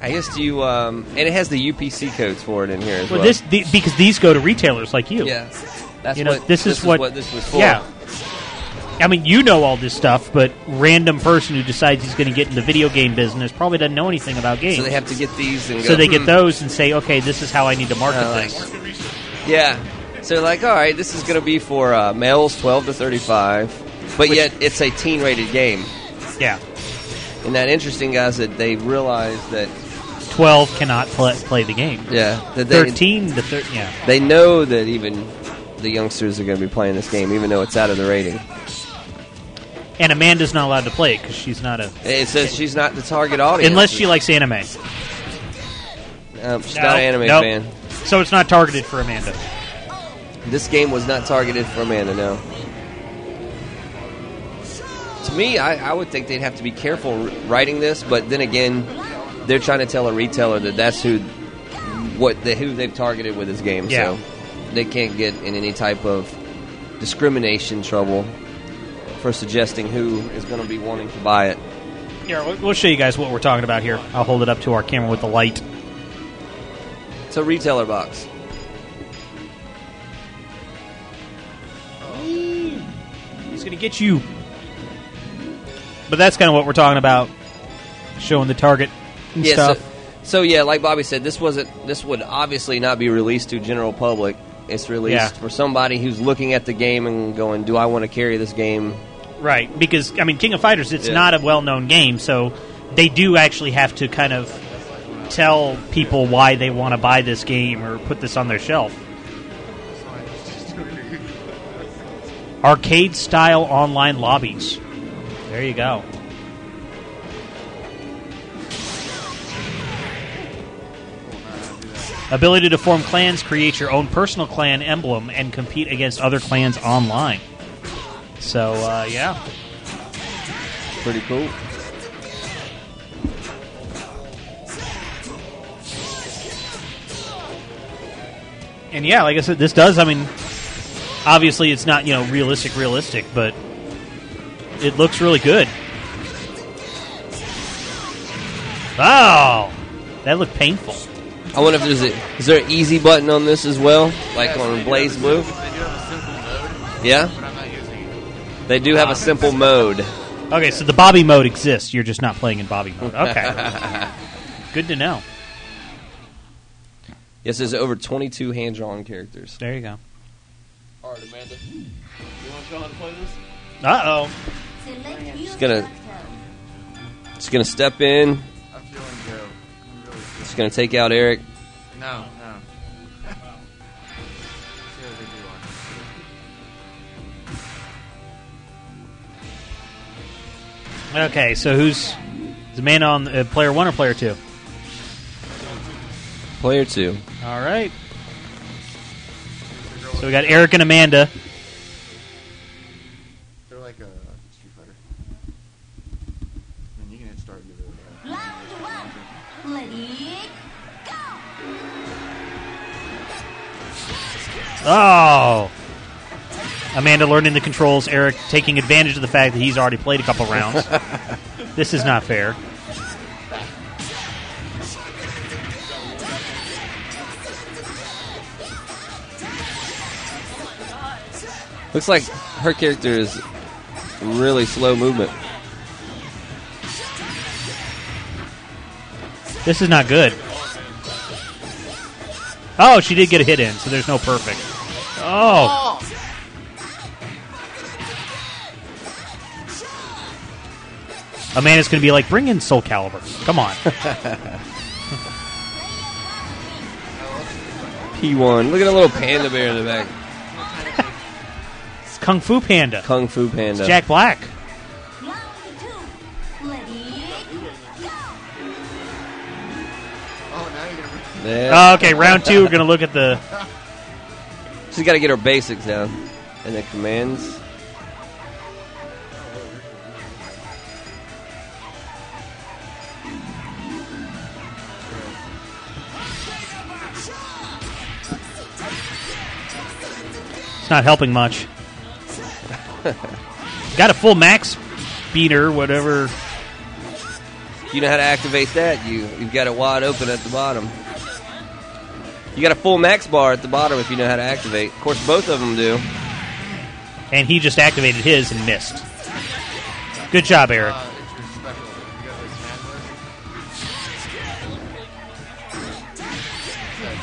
[SPEAKER 3] I guess you um, and it has the UPC codes for it in here as well.
[SPEAKER 1] Well, this the, because these go to retailers like you.
[SPEAKER 3] yeah, that's
[SPEAKER 1] You know,
[SPEAKER 3] what
[SPEAKER 1] this, is what,
[SPEAKER 3] this was for.
[SPEAKER 1] Yeah. I mean, you know all this stuff, but random person who decides he's going to get in the video game business probably doesn't know anything about games.
[SPEAKER 3] So they have to get these and
[SPEAKER 1] So
[SPEAKER 3] go,
[SPEAKER 1] they get
[SPEAKER 3] "Hmm,
[SPEAKER 1] those and say, okay, this is how I need to market
[SPEAKER 3] I like
[SPEAKER 1] this.
[SPEAKER 3] Yeah. So they're like, all right, this is going to be for uh, males 12 to 35, but yet it's a teen-rated game.
[SPEAKER 1] Yeah,
[SPEAKER 3] And that interesting, guys, that they realize that
[SPEAKER 1] twelve cannot pl- play the game.
[SPEAKER 3] yeah that they,
[SPEAKER 1] Thirteen to thir- yeah,
[SPEAKER 3] they know that even the youngsters are going to be playing this game, even though it's out of the rating.
[SPEAKER 1] and Amanda's not allowed to play it because she's not a
[SPEAKER 3] It says she's not the target audience.
[SPEAKER 1] unless she likes anime.
[SPEAKER 3] Um, she's
[SPEAKER 1] No,
[SPEAKER 3] not an anime
[SPEAKER 1] nope.
[SPEAKER 3] fan.
[SPEAKER 1] So it's not targeted for Amanda.
[SPEAKER 3] This game was not targeted for Amanda, no. To me, I, I would think they'd have to be careful r- writing this, but then again, they're trying to tell a retailer that that's who what the, who they've targeted with this game,
[SPEAKER 1] Yeah.
[SPEAKER 3] so they can't get in any type of discrimination trouble for suggesting who is going to be wanting to buy it.
[SPEAKER 1] Here, we'll- we'll show you guys what we're talking about here. I'll hold it up to our camera with the light.
[SPEAKER 3] It's a retailer box.
[SPEAKER 1] going to get you. But that's kind of what we're talking about, showing the target and
[SPEAKER 3] Yeah,
[SPEAKER 1] stuff.
[SPEAKER 3] So, so yeah, like Bobby said, this wasn't. This would obviously not be released to general public. It's released
[SPEAKER 1] Yeah.
[SPEAKER 3] for somebody who's looking at the game and going, "Do I want to carry this game?"
[SPEAKER 1] Right, because I mean, King of Fighters, it's
[SPEAKER 3] Yeah.
[SPEAKER 1] not a well-known game, so they do actually have to kind of tell people why they want to buy this game or put this on their shelf. Arcade-style online lobbies. There you go. Ability to form clans, create your own personal clan emblem, and compete against other clans online. So uh, yeah,
[SPEAKER 3] Pretty cool.
[SPEAKER 1] and yeah, like I said, this does. I mean, obviously, it's not you know realistic, realistic, but it looks really good. Wow, that looked painful.
[SPEAKER 3] I wonder if there's a is there an easy button on this as well, like
[SPEAKER 10] Yeah, so they
[SPEAKER 3] on
[SPEAKER 10] do
[SPEAKER 3] Blaze
[SPEAKER 10] have a
[SPEAKER 3] Blue.
[SPEAKER 10] simple- They do have a simple mode,
[SPEAKER 3] Yeah,
[SPEAKER 10] but I'm not using it.
[SPEAKER 3] they do have a simple mode.
[SPEAKER 1] Okay, so the Bobby mode exists. You're just not playing in Bobby mode. Okay, good to know.
[SPEAKER 3] Yes, there's over 22 hand drawn characters.
[SPEAKER 1] There you go.
[SPEAKER 10] All right, Amanda. You want to show how to play this?
[SPEAKER 1] Uh oh.
[SPEAKER 9] Select
[SPEAKER 3] It's
[SPEAKER 9] your
[SPEAKER 3] gonna-
[SPEAKER 9] character.
[SPEAKER 3] It's gonna step in.
[SPEAKER 10] I'm feeling Joe. I'm really feeling
[SPEAKER 3] It's gonna take out Eric.
[SPEAKER 10] No, no. See what they do on it.
[SPEAKER 1] Okay, so who's the man on uh, player one or player two?
[SPEAKER 3] Player two.
[SPEAKER 1] All right. So we got Eric and Amanda.
[SPEAKER 10] They're like a Street Fighter. And you can hit start and do it.
[SPEAKER 9] Round one. Ready? Go!
[SPEAKER 1] Oh. Amanda learning the controls, Eric taking advantage of the fact that he's already played a couple
[SPEAKER 3] [LAUGHS]
[SPEAKER 1] rounds. this is not fair.
[SPEAKER 3] Looks like her character is really slow movement.
[SPEAKER 1] This is not good. Oh, she did get a hit in, so there's no perfect. Oh. Amanda's going to be like, bring in Soul Calibur. Come
[SPEAKER 3] [LAUGHS]
[SPEAKER 1] on.
[SPEAKER 3] P1. Look at a little panda bear in the back.
[SPEAKER 1] It's Kung Fu Panda.
[SPEAKER 3] Kung Fu Panda.
[SPEAKER 1] It's Jack
[SPEAKER 3] [LAUGHS]
[SPEAKER 1] Black.
[SPEAKER 9] Round two. Ready? Go!
[SPEAKER 10] Oh, now you're gonna. Re-
[SPEAKER 3] Yeah.
[SPEAKER 1] Oh, okay, round two, we're going to look at the.
[SPEAKER 3] She's got to get her basics down. And the commands.
[SPEAKER 1] It's not helping much. Got a full max beater, whatever.
[SPEAKER 3] If you know how to activate that, you, you've got it wide open at the bottom. You got a full max bar at the bottom if you know how to activate. Of course, both of them do.
[SPEAKER 1] And he just activated his and missed. Good job, Eric.
[SPEAKER 10] uh, it's your special. You got like smash button. That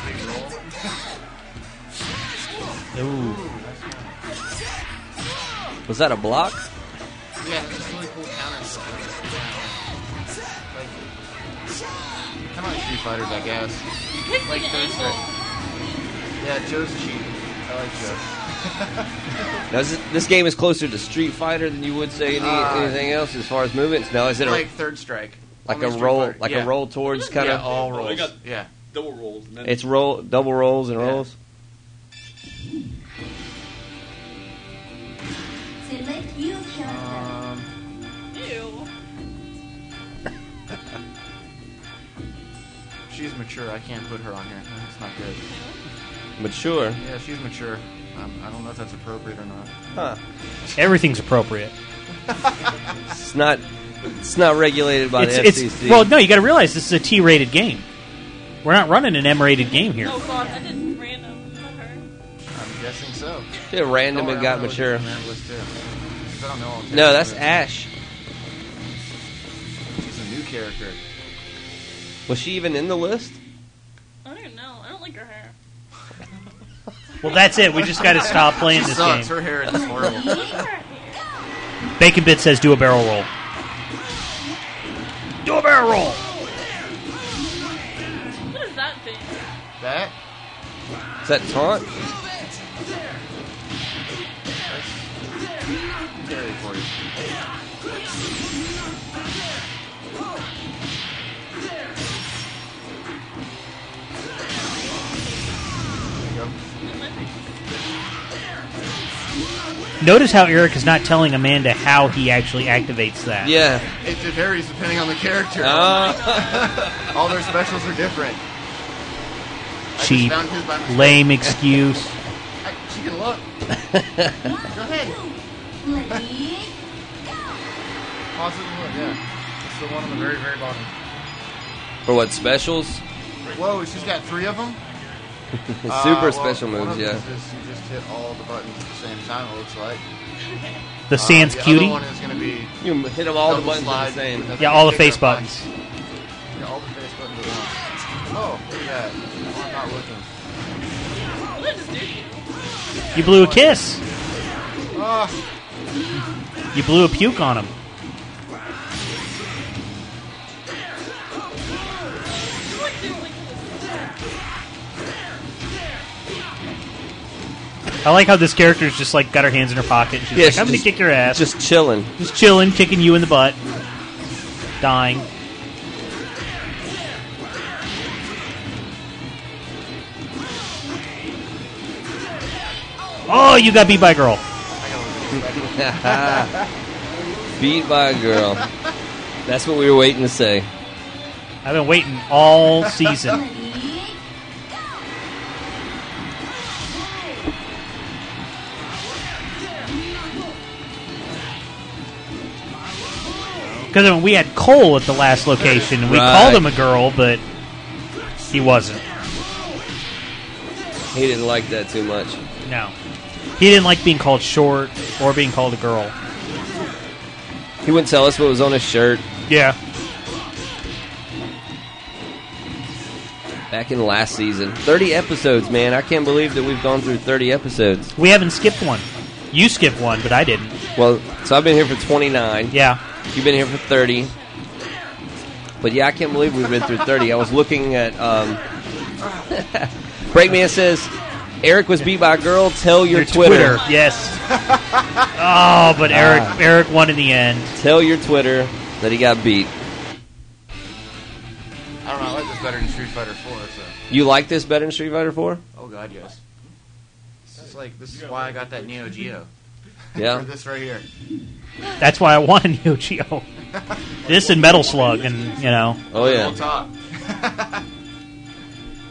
[SPEAKER 10] big roll.
[SPEAKER 1] Ooh.
[SPEAKER 3] Was that a block?
[SPEAKER 10] Yeah, it's just really cool counter stuff. Like, kind of like Street Fighters, I guess. Like those that. Yeah, Joe's cheap. I like Joe.
[SPEAKER 3] Now, is it- this game is closer to Street Fighter than you would say any,
[SPEAKER 10] Uh,
[SPEAKER 3] anything else as far as movements. Now, is it a,
[SPEAKER 10] like
[SPEAKER 3] like,
[SPEAKER 10] Third Strike.
[SPEAKER 3] a
[SPEAKER 10] Only Street
[SPEAKER 3] roll,
[SPEAKER 10] Fighter.
[SPEAKER 3] like
[SPEAKER 10] yeah.
[SPEAKER 3] a roll towards kind
[SPEAKER 10] yeah,
[SPEAKER 3] of?
[SPEAKER 10] all
[SPEAKER 11] Oh, they
[SPEAKER 10] rolls.
[SPEAKER 11] got-
[SPEAKER 10] yeah.
[SPEAKER 11] Double rolls. And then
[SPEAKER 3] It's roll, double rolls and
[SPEAKER 10] Yeah.
[SPEAKER 3] rolls.
[SPEAKER 9] Select your character.
[SPEAKER 10] Um, she's mature. I can't put her on here. That's not good.
[SPEAKER 3] Mature.
[SPEAKER 10] Yeah, she's mature. Um, I don't know if that's appropriate or not.
[SPEAKER 3] Huh.
[SPEAKER 1] Everything's appropriate.
[SPEAKER 3] It's not. It's not regulated by
[SPEAKER 1] It's,
[SPEAKER 3] the
[SPEAKER 10] E
[SPEAKER 1] it's-
[SPEAKER 3] FCC.
[SPEAKER 1] well, no, you got to realize this is a T-rated game. We're not running an M-rated game here.
[SPEAKER 12] Oh god, that is random. Is that her?
[SPEAKER 10] I'm guessing so.
[SPEAKER 3] Yeah, random
[SPEAKER 10] Don't
[SPEAKER 3] and
[SPEAKER 10] worry,
[SPEAKER 3] got
[SPEAKER 10] I'm gonna look
[SPEAKER 3] mature.
[SPEAKER 10] at the command list, too. characters. I don't know all the
[SPEAKER 3] No, that's
[SPEAKER 10] characters.
[SPEAKER 3] Ash.
[SPEAKER 10] She's a new character.
[SPEAKER 3] Was she even in the list?
[SPEAKER 11] I don't know. I don't like her
[SPEAKER 10] [LAUGHS]
[SPEAKER 11] hair.
[SPEAKER 1] Well, that's it. We just got to stop playing
[SPEAKER 10] She
[SPEAKER 1] this
[SPEAKER 10] sucks.
[SPEAKER 1] game.
[SPEAKER 10] Her hair is horrible.
[SPEAKER 1] Bacon Bit says do a barrel roll. Do a barrel roll.
[SPEAKER 11] What is that thing?
[SPEAKER 10] that?
[SPEAKER 3] Is that taunt?
[SPEAKER 10] Terry for you.
[SPEAKER 1] Notice how Eric is not telling Amanda how he actually activates that.
[SPEAKER 3] Yeah.
[SPEAKER 10] It it varies depending on the character.
[SPEAKER 3] Uh,
[SPEAKER 10] All their specials are different.
[SPEAKER 1] Cheap,
[SPEAKER 10] found his by mistake.
[SPEAKER 1] lame excuse.
[SPEAKER 10] I, she
[SPEAKER 3] [LAUGHS]
[SPEAKER 10] can look. Go ahead. Pause it and look. Yeah. It's the one on the very, very bottom.
[SPEAKER 3] for what specials?
[SPEAKER 10] Whoa, she's got three of them.
[SPEAKER 3] Super
[SPEAKER 10] Uh, well,
[SPEAKER 3] special
[SPEAKER 10] one
[SPEAKER 3] moves.
[SPEAKER 10] of them
[SPEAKER 3] Yeah.
[SPEAKER 10] is Just, you just hit all the buttons at the same time. It looks like.
[SPEAKER 1] The Sans
[SPEAKER 10] Uh, the
[SPEAKER 1] Cutie.
[SPEAKER 10] Other one is going to be
[SPEAKER 3] You hit them all the
[SPEAKER 10] double
[SPEAKER 3] buttons at
[SPEAKER 10] slide.
[SPEAKER 3] the same.
[SPEAKER 10] That's
[SPEAKER 1] Yeah,
[SPEAKER 10] gonna
[SPEAKER 1] all the
[SPEAKER 10] take
[SPEAKER 1] face
[SPEAKER 10] up
[SPEAKER 1] buttons.
[SPEAKER 10] mine. Yeah, all the face buttons. At once. Oh, look at that. Oh, I'm not looking.
[SPEAKER 11] What did I just do? to you?
[SPEAKER 1] You blew a kiss.
[SPEAKER 10] Oh,
[SPEAKER 1] You blew a puke on him.
[SPEAKER 11] I like doing like
[SPEAKER 1] I like how this character's just like got her hands in her pocket. And she's
[SPEAKER 3] Yeah,
[SPEAKER 1] like,
[SPEAKER 3] she
[SPEAKER 1] "I'm gonna
[SPEAKER 3] just-
[SPEAKER 1] kick your ass."
[SPEAKER 3] Just chilling.
[SPEAKER 1] just chilling, kicking you in the butt, dying. Oh, you got beat by a girl.
[SPEAKER 3] [LAUGHS] Beat by a girl. That's what we were waiting to say.
[SPEAKER 1] I've been waiting all season. Because I mean, we had Cole at the last location, and we
[SPEAKER 3] Right.
[SPEAKER 1] called him a girl, but he wasn't.
[SPEAKER 3] He didn't like that too much.
[SPEAKER 1] No, he didn't like being called short or being called a girl.
[SPEAKER 3] He wouldn't tell us what was on his shirt.
[SPEAKER 1] Yeah,
[SPEAKER 3] Back in last season, 30 episodes, man. I can't believe that we've gone through 30 episodes.
[SPEAKER 1] we haven't skipped one. You skipped one, but I didn't.
[SPEAKER 3] Well, so I've been here for 29.
[SPEAKER 1] Yeah,
[SPEAKER 3] You've been here for 30. But yeah, I can't believe we've been through 30. I was looking at. Um, [LAUGHS] Breakman says, Eric was beat by a girl. Tell your, Twitter. [LAUGHS]
[SPEAKER 1] Yes. oh, but Eric,
[SPEAKER 3] Ah.
[SPEAKER 1] Eric won in the end.
[SPEAKER 3] Tell your Twitter that he got beat.
[SPEAKER 10] I don't know. I like this better than Street Fighter 4. So.
[SPEAKER 3] You like this better than Street Fighter 4?
[SPEAKER 10] Oh God, yes. This is like this is why I got that Neo Geo. Or
[SPEAKER 3] Yeah.
[SPEAKER 10] this right here.
[SPEAKER 1] That's why I won [LAUGHS] a Neo Geo. this and Metal Slug, and you know.
[SPEAKER 3] Oh,
[SPEAKER 10] On
[SPEAKER 3] yeah.
[SPEAKER 10] top.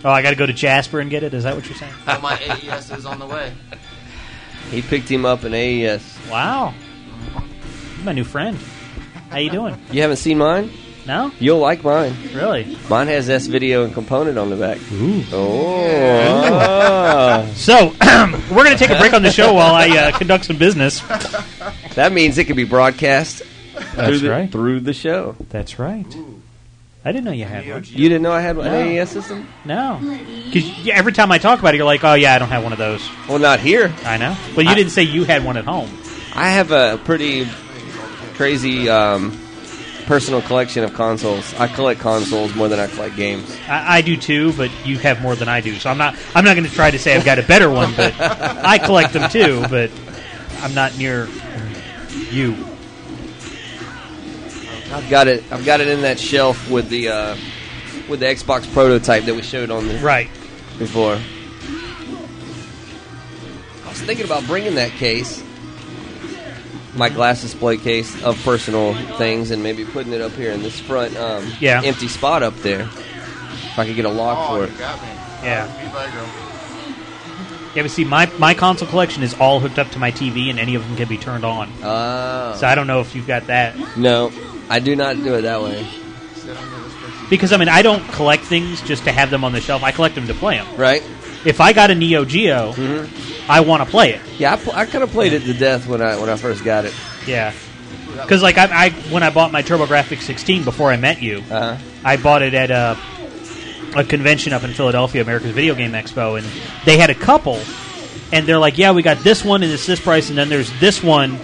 [SPEAKER 1] Oh, I got to go to Jasper and get it. Is that what you're saying?
[SPEAKER 10] Oh,
[SPEAKER 1] [LAUGHS]
[SPEAKER 10] my AES is on the way.
[SPEAKER 3] He picked him up in E AES.
[SPEAKER 1] Wow, You're my new friend. How you doing?
[SPEAKER 3] You haven't seen mine?
[SPEAKER 1] No,
[SPEAKER 3] You'll like mine.
[SPEAKER 1] really.
[SPEAKER 3] Mine has S video and component on the back.
[SPEAKER 1] Ooh.
[SPEAKER 3] Oh,
[SPEAKER 1] So [CLEARS THROAT] we're going to take a break on the show while I uh, conduct some business.
[SPEAKER 3] that means it can be broadcast through
[SPEAKER 1] That's
[SPEAKER 3] the,
[SPEAKER 1] right.
[SPEAKER 3] through the show.
[SPEAKER 1] That's right. I didn't know you had one.
[SPEAKER 3] You didn't know I had an
[SPEAKER 1] No.
[SPEAKER 3] AES system?
[SPEAKER 1] No, because every time I talk about it, you're like, "Oh yeah, I don't have one of those."
[SPEAKER 3] Well, not here.
[SPEAKER 1] I know. Well, you
[SPEAKER 3] I-
[SPEAKER 1] didn't say you had one at home.
[SPEAKER 3] I have a pretty crazy um, personal collection of consoles. I collect consoles more than I collect games.
[SPEAKER 1] I, I do too, but you have more than I do. So I'm not. I'm not going to try to say I've got a better one, but I collect them too. But I'm not near you.
[SPEAKER 3] I've got it. I've got it in that shelf with the uh, with the Xbox prototype that we showed on the
[SPEAKER 1] Right.
[SPEAKER 3] before. I was thinking about bringing that case, my glass display case of personal things, and maybe putting it up here in this front um,
[SPEAKER 1] Yeah.
[SPEAKER 3] empty spot up there. If I could get a lock
[SPEAKER 10] Oh,
[SPEAKER 3] for
[SPEAKER 10] you
[SPEAKER 3] it.
[SPEAKER 10] got me.
[SPEAKER 1] Yeah.
[SPEAKER 10] Beat by a girl.
[SPEAKER 1] Yeah, but see, my my console collection is all hooked up to my TV, and any of them can be turned on.
[SPEAKER 3] Ah,
[SPEAKER 1] So I don't know if you've got that
[SPEAKER 3] no, I do not do it that way.
[SPEAKER 10] Sit under this person.
[SPEAKER 1] because I mean I don't collect things just to have them on the shelf. I collect them to play them.
[SPEAKER 3] Right?
[SPEAKER 1] If I got a
[SPEAKER 3] Mm-hmm.
[SPEAKER 1] Neo Geo, I want to play it.
[SPEAKER 3] Yeah, I, pl- I kind of played it to death when I when I first got it.
[SPEAKER 1] Yeah. Because like I, I when I bought my TurboGrafx 16 before I met you,
[SPEAKER 3] Uh-huh.
[SPEAKER 1] I bought it at a a convention up in Philadelphia, America's Video Game Expo, and they had a couple, and they're like, "Yeah, we got this one, and it's this price, and then there's this one,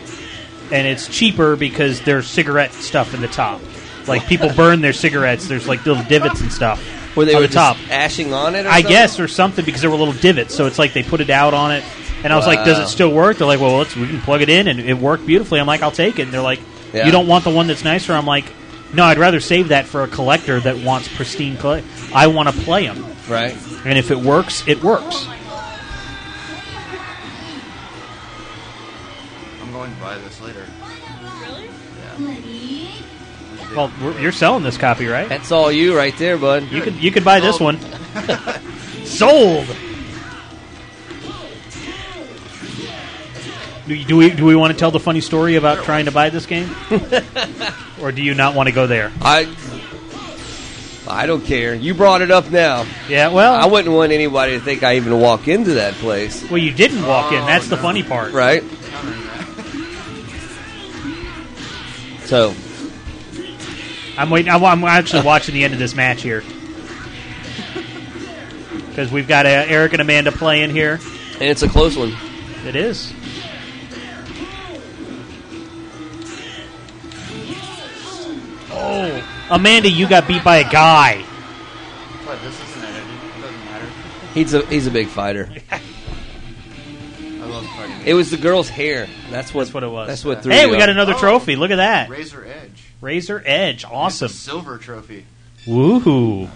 [SPEAKER 1] and it's cheaper because there's cigarette stuff in the top. Like
[SPEAKER 3] [LAUGHS]
[SPEAKER 1] people burn their cigarettes. There's like little divots and stuff
[SPEAKER 3] Where they
[SPEAKER 1] on
[SPEAKER 3] were
[SPEAKER 1] the top.
[SPEAKER 3] just ashing on it. Or
[SPEAKER 1] I
[SPEAKER 3] something?
[SPEAKER 1] guess, or something, because there were little divots. So it's like they put it out on it, and I was like, "Does
[SPEAKER 3] Wow.
[SPEAKER 1] it still work?" They're like, "Well, let's, we can plug it in, and it worked beautifully." I'm like, "I'll take it." And they're like,
[SPEAKER 3] Yeah.
[SPEAKER 1] "You don't want the one that's nicer?" I'm like, "No, I'd rather save that for a collector that wants pristine clay. I want to play them,
[SPEAKER 3] Right.
[SPEAKER 1] and if it works, it works."
[SPEAKER 10] I'm going to buy this later.
[SPEAKER 11] Really?
[SPEAKER 1] Well, we're, you're selling this copy, right?
[SPEAKER 3] That's all you right there, bud.
[SPEAKER 1] You could you could buy this
[SPEAKER 3] [LAUGHS]
[SPEAKER 1] one. Sold. Do, do we do we want to tell the funny story about trying to buy this
[SPEAKER 3] [LAUGHS]
[SPEAKER 1] game, or do you not want to go there?
[SPEAKER 3] I. I don't care. You brought it up now.
[SPEAKER 1] Yeah, well,
[SPEAKER 3] I wouldn't want anybody to think I even walk into that place,
[SPEAKER 1] well, you didn't walk in. That's the funny part.
[SPEAKER 3] Oh, right? So,
[SPEAKER 1] I'm waiting. I'm, I'm actually watching the end of this match
[SPEAKER 3] [LAUGHS]
[SPEAKER 1] here because we've got uh, Eric and Amanda playing here.
[SPEAKER 3] and it's a close one.
[SPEAKER 1] It is. Oh, Amanda, you got beat by a guy.
[SPEAKER 10] But this isn't edited. It doesn't matter.
[SPEAKER 3] He's a he's a big fighter.
[SPEAKER 10] I love fighting.
[SPEAKER 3] It was the girl's hair. That's what.
[SPEAKER 1] That's what it was.
[SPEAKER 3] That's what threw
[SPEAKER 1] Hey,
[SPEAKER 3] you
[SPEAKER 1] we got
[SPEAKER 3] off.
[SPEAKER 1] another
[SPEAKER 10] Oh.
[SPEAKER 1] trophy. Look at that.
[SPEAKER 10] Razor Edge.
[SPEAKER 1] Razor Edge. Awesome.
[SPEAKER 10] Silver trophy.
[SPEAKER 1] Woohoo.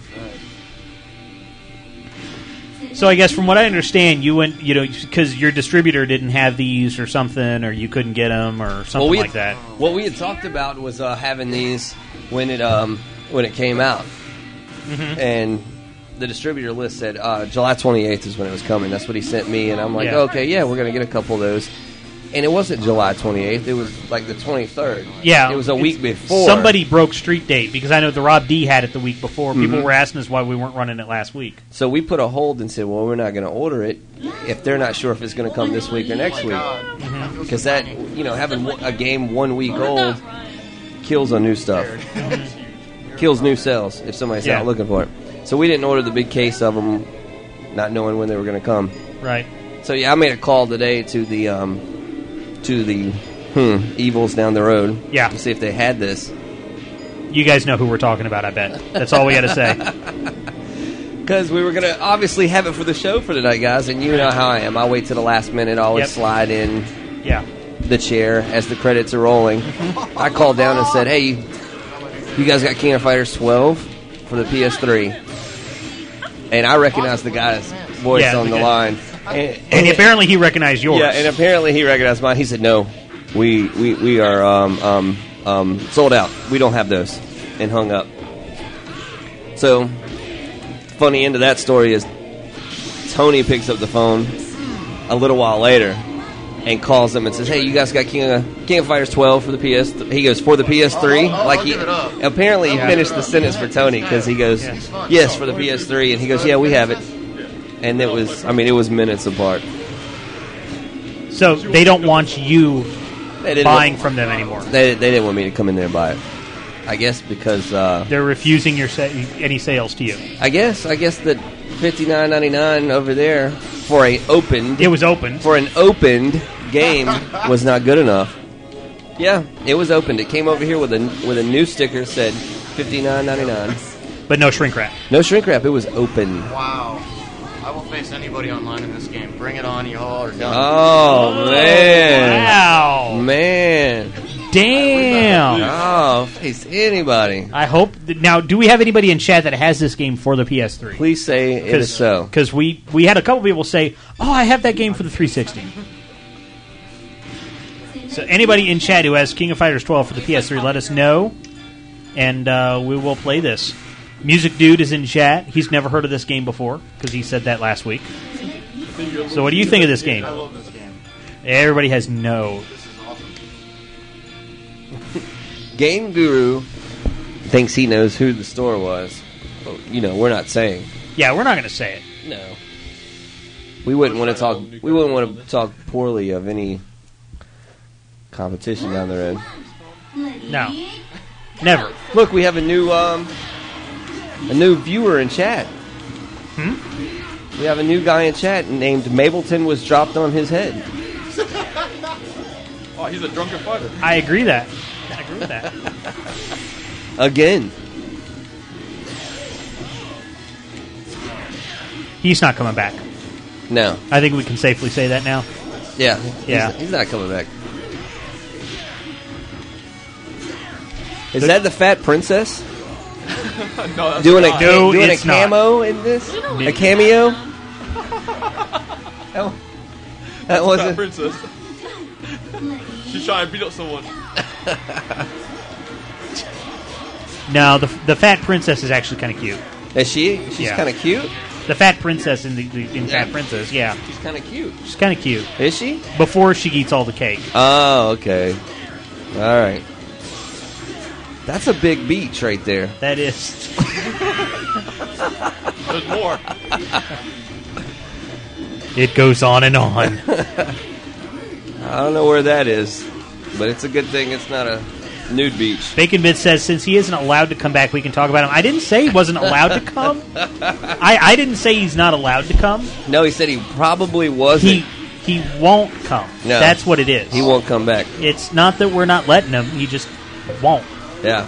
[SPEAKER 1] So I guess from what I understand, you went, you know, because your distributor didn't have these or something, or you couldn't get them or something
[SPEAKER 3] we
[SPEAKER 1] like that.
[SPEAKER 3] What we had talked about was uh, having these when it um, when it came out,
[SPEAKER 1] Mm-hmm.
[SPEAKER 3] and the distributor list said uh, July 28th is when it was coming. That's what he sent me, and I'm like,
[SPEAKER 1] Yeah.
[SPEAKER 3] okay, yeah, we're gonna get a couple of those. And it wasn't July 28th; it was like the 23rd.
[SPEAKER 1] Yeah,
[SPEAKER 3] it was a
[SPEAKER 1] it's-
[SPEAKER 3] week before.
[SPEAKER 1] Somebody broke street date because I know the Rob D had it the week before.
[SPEAKER 3] Mm-hmm.
[SPEAKER 1] People were asking us why we weren't running it last week.
[SPEAKER 3] So we put a hold and said, well, we're not gonna order it if they're not sure if it's gonna come this week or next week.
[SPEAKER 10] God. That
[SPEAKER 1] Mm-hmm.
[SPEAKER 10] feels
[SPEAKER 3] Because
[SPEAKER 10] so
[SPEAKER 3] that,
[SPEAKER 10] funny.
[SPEAKER 3] you know, having one- a game one week
[SPEAKER 11] Where'd
[SPEAKER 3] old
[SPEAKER 11] that rhyme?
[SPEAKER 3] kills on new stuff.
[SPEAKER 1] [LAUGHS]
[SPEAKER 3] kills new sales if somebody's
[SPEAKER 1] Yeah.
[SPEAKER 3] out looking for it. So we didn't order the big case of them, not knowing when they were going to come.
[SPEAKER 1] Right.
[SPEAKER 3] So yeah, I made a call today to the um, to the hmm, evils down the road.
[SPEAKER 1] Yeah.
[SPEAKER 3] to see if they had this
[SPEAKER 1] You guys know who we're talking about, I bet. That's all we got to
[SPEAKER 3] [LAUGHS]
[SPEAKER 1] say.
[SPEAKER 3] because we were going to obviously have it for the show for tonight, guys. And you know how I am. I wait to the last minute. I always
[SPEAKER 1] Yep.
[SPEAKER 3] slide in
[SPEAKER 1] Yeah.
[SPEAKER 3] the chair as the credits are rolling. I called down and said, "Hey, you guys got King of Fighters 12 for the PS3." And I recognized the guy's voice
[SPEAKER 1] Yeah,
[SPEAKER 3] on
[SPEAKER 1] the
[SPEAKER 3] the
[SPEAKER 1] guy-
[SPEAKER 3] line. And,
[SPEAKER 1] And apparently he recognized yours.
[SPEAKER 3] yeah, and apparently he recognized mine. He said, "No, we we, we are um, um, um, sold out. We don't have those," and hung up. So, funny end of that story is Tony picks up the phone a little while later and calls them and says, "Hey, you guys got King of, King of Fighters 12 for the PS?" He goes for the PS3.
[SPEAKER 10] I'll- I'll-
[SPEAKER 3] like
[SPEAKER 10] I'll
[SPEAKER 3] he
[SPEAKER 10] give it up.
[SPEAKER 3] apparently he
[SPEAKER 10] I'll
[SPEAKER 3] finished
[SPEAKER 10] give it
[SPEAKER 3] the
[SPEAKER 10] up.
[SPEAKER 3] sentence for Tony because he goes,
[SPEAKER 1] Yeah.
[SPEAKER 3] "Yes, for the PS3," and he goes, "Yeah, we have it." And it was, I mean, it was minutes apart.
[SPEAKER 1] So they don't want you
[SPEAKER 3] They didn't-
[SPEAKER 1] buying from them anymore.
[SPEAKER 3] They, they didn't want me to come in there and buy it. I guess because uh,
[SPEAKER 1] They're refusing your sa- any sales to you.
[SPEAKER 3] I guess I guess that fifty nine ninety nine over there for a opened
[SPEAKER 1] It was open.
[SPEAKER 3] for an opened
[SPEAKER 1] [LAUGHS]
[SPEAKER 3] game was not good enough. Yeah, it was opened. It came over here with a with a new sticker said fifty nine ninety nine.
[SPEAKER 1] But no shrink wrap.
[SPEAKER 3] No shrink wrap. It was open.
[SPEAKER 10] Wow. I will face anybody online in this game. Bring it on, y'all, or done.
[SPEAKER 3] Oh man,
[SPEAKER 1] Wow.
[SPEAKER 3] man.
[SPEAKER 1] Damn.
[SPEAKER 3] Oh, face anybody.
[SPEAKER 1] I hope. Th- now, do we have anybody in chat that has this game for the PS3?
[SPEAKER 3] Please say it is so.
[SPEAKER 1] Because we, we had a couple people say, oh, I have that game for the 360. So, anybody in chat who has King of Fighters 12 for the PS3, let us know, and uh, we will play this. Music Dude is in chat. He's never heard of this game before because he said that last week. So, what do you think of this game?
[SPEAKER 10] I love this game.
[SPEAKER 1] Everybody has no.
[SPEAKER 10] This is awesome.
[SPEAKER 3] Game Guru thinks he knows who the store was. But, you know, we're not saying.
[SPEAKER 1] Yeah, we're not going to say it.
[SPEAKER 3] No. We wouldn't want to talk. We wouldn't want to talk poorly of any competition down the road.
[SPEAKER 1] No. Never.
[SPEAKER 3] Look, we have a new um, a new viewer in chat. We have a new guy in chat named Mableton was dropped on his head.
[SPEAKER 10] oh, he's a drunken fighter.
[SPEAKER 1] I agree that. I agree with that.
[SPEAKER 3] Again.
[SPEAKER 1] He's not coming back.
[SPEAKER 3] No.
[SPEAKER 1] I think we can safely say that now.
[SPEAKER 3] Yeah.
[SPEAKER 1] Yeah.
[SPEAKER 3] He's, he's not coming back. Is that the fat princess
[SPEAKER 10] no, that's
[SPEAKER 3] doing a
[SPEAKER 10] not.
[SPEAKER 1] No,
[SPEAKER 3] doing a
[SPEAKER 1] it's not.
[SPEAKER 3] camo in this?
[SPEAKER 11] We don't
[SPEAKER 3] A
[SPEAKER 11] like
[SPEAKER 3] cameo?
[SPEAKER 11] that.
[SPEAKER 3] That, that
[SPEAKER 10] Fat
[SPEAKER 3] wasn't.
[SPEAKER 10] princess. She's trying to beat up someone.
[SPEAKER 1] No, the the fat princess is actually kind of cute.
[SPEAKER 3] Is she? She's
[SPEAKER 1] Yeah.
[SPEAKER 3] kind of cute.
[SPEAKER 1] The fat princess in the, the in
[SPEAKER 3] Yeah.
[SPEAKER 1] Fat Princess, yeah,
[SPEAKER 3] She's kind of cute.
[SPEAKER 1] she's kind of cute.
[SPEAKER 3] Is she?
[SPEAKER 1] Before she eats all the cake,
[SPEAKER 3] Oh, okay. All right. That's a big beach right there.
[SPEAKER 1] that [LAUGHS] is
[SPEAKER 10] There's more.
[SPEAKER 1] it goes on and on.
[SPEAKER 3] I don't know where that is, but it's a good thing it's not a nude beach.
[SPEAKER 1] Bacon Bit says since he isn't allowed to come back, we can talk about him. I didn't say he wasn't allowed to come. I, I didn't say he's not allowed to come.
[SPEAKER 3] No, he said he probably wasn't.
[SPEAKER 1] He he won't come.
[SPEAKER 3] No.
[SPEAKER 1] That's what it is.
[SPEAKER 3] He won't come back.
[SPEAKER 1] It's not that we're not letting him. He just won't.
[SPEAKER 3] Yeah.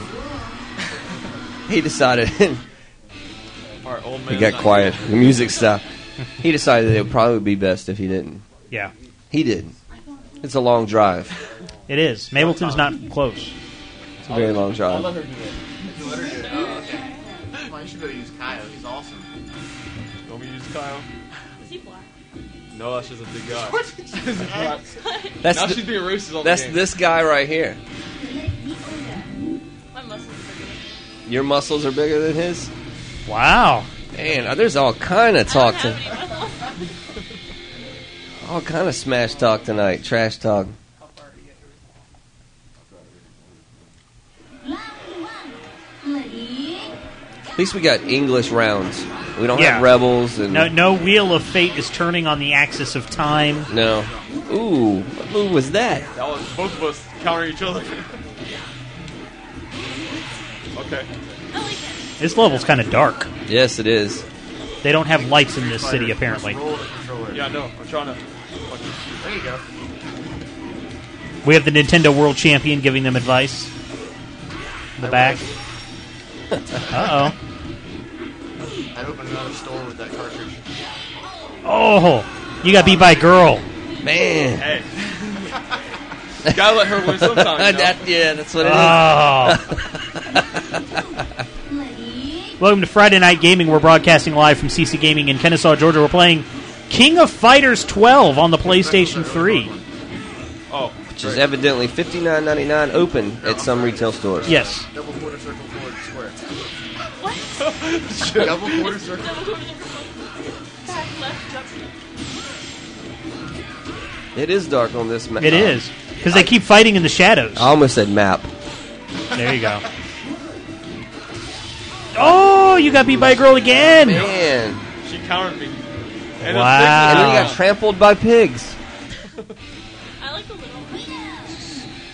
[SPEAKER 3] He decided. [LAUGHS]
[SPEAKER 10] All right, old man.
[SPEAKER 3] he got quiet. The music stopped. He decided it would probably be best if he didn't.
[SPEAKER 1] Yeah,
[SPEAKER 3] He did. It's a long drive.
[SPEAKER 1] it is. Mableton's not close.
[SPEAKER 3] It's a very long
[SPEAKER 10] I
[SPEAKER 3] drive.
[SPEAKER 10] let her do it.
[SPEAKER 11] You let her do it. Oh, okay.
[SPEAKER 10] Why should use Kyle? He's awesome. Don't we use Kyle?
[SPEAKER 11] Is he black?
[SPEAKER 10] No, that's just a big guy. What?
[SPEAKER 3] That's
[SPEAKER 10] now
[SPEAKER 3] th-
[SPEAKER 10] she's being racist on
[SPEAKER 3] that's
[SPEAKER 10] the game.
[SPEAKER 3] this guy right here.
[SPEAKER 11] My muscles are bigger.
[SPEAKER 3] Your muscles are bigger than his.
[SPEAKER 1] Wow.
[SPEAKER 3] Man, uh, there's all kind of
[SPEAKER 11] I
[SPEAKER 3] talk
[SPEAKER 11] don't
[SPEAKER 3] to,
[SPEAKER 11] have any muscles.
[SPEAKER 3] all kind of smash talk tonight. Trash talk. At least we got English rounds. We don't
[SPEAKER 1] Yeah.
[SPEAKER 3] have rebels and
[SPEAKER 1] No, no wheel of fate is turning on the axis of time.
[SPEAKER 3] no. Ooh, what move was that?
[SPEAKER 10] That was both of us countering each other. okay.
[SPEAKER 11] I like it.
[SPEAKER 1] This level's kind of dark.
[SPEAKER 3] Yes, it is.
[SPEAKER 1] They don't have lights in this city, apparently.
[SPEAKER 10] Roll the controller. Yeah, I know. I'm trying to. fucking- There you go.
[SPEAKER 1] We have the Nintendo World Champion giving them advice. In the
[SPEAKER 10] [LAUGHS]
[SPEAKER 1] back. Uh oh.
[SPEAKER 10] I'd open another store with that cartridge.
[SPEAKER 1] Oh, you got beat by a girl.
[SPEAKER 3] Man, [LAUGHS]
[SPEAKER 10] Hey. Gotta let her win sometime. You know?
[SPEAKER 3] That- yeah, that's what it is.
[SPEAKER 1] Oh. Welcome to Friday Night Gaming. We're broadcasting live from CC Gaming in Kennesaw, Georgia. We're playing King of Fighters 12 on the PlayStation 3.
[SPEAKER 10] oh,
[SPEAKER 3] Which is evidently fifty nine ninety nine open at some retail stores.
[SPEAKER 1] Yes.
[SPEAKER 10] double quarter circle forward square.
[SPEAKER 11] What?
[SPEAKER 10] double quarter circle.
[SPEAKER 11] Double quarter circle. Back left, jump.
[SPEAKER 3] It is dark on this map.
[SPEAKER 1] It is. Because they keep fighting in the shadows.
[SPEAKER 3] I almost said map.
[SPEAKER 1] There you go. Oh, you got beat by a girl again.
[SPEAKER 3] Man,
[SPEAKER 10] She countered me.
[SPEAKER 1] Wow.
[SPEAKER 3] and then you
[SPEAKER 10] And I'm
[SPEAKER 1] Ah.
[SPEAKER 3] got trampled by pigs.
[SPEAKER 11] I like the little.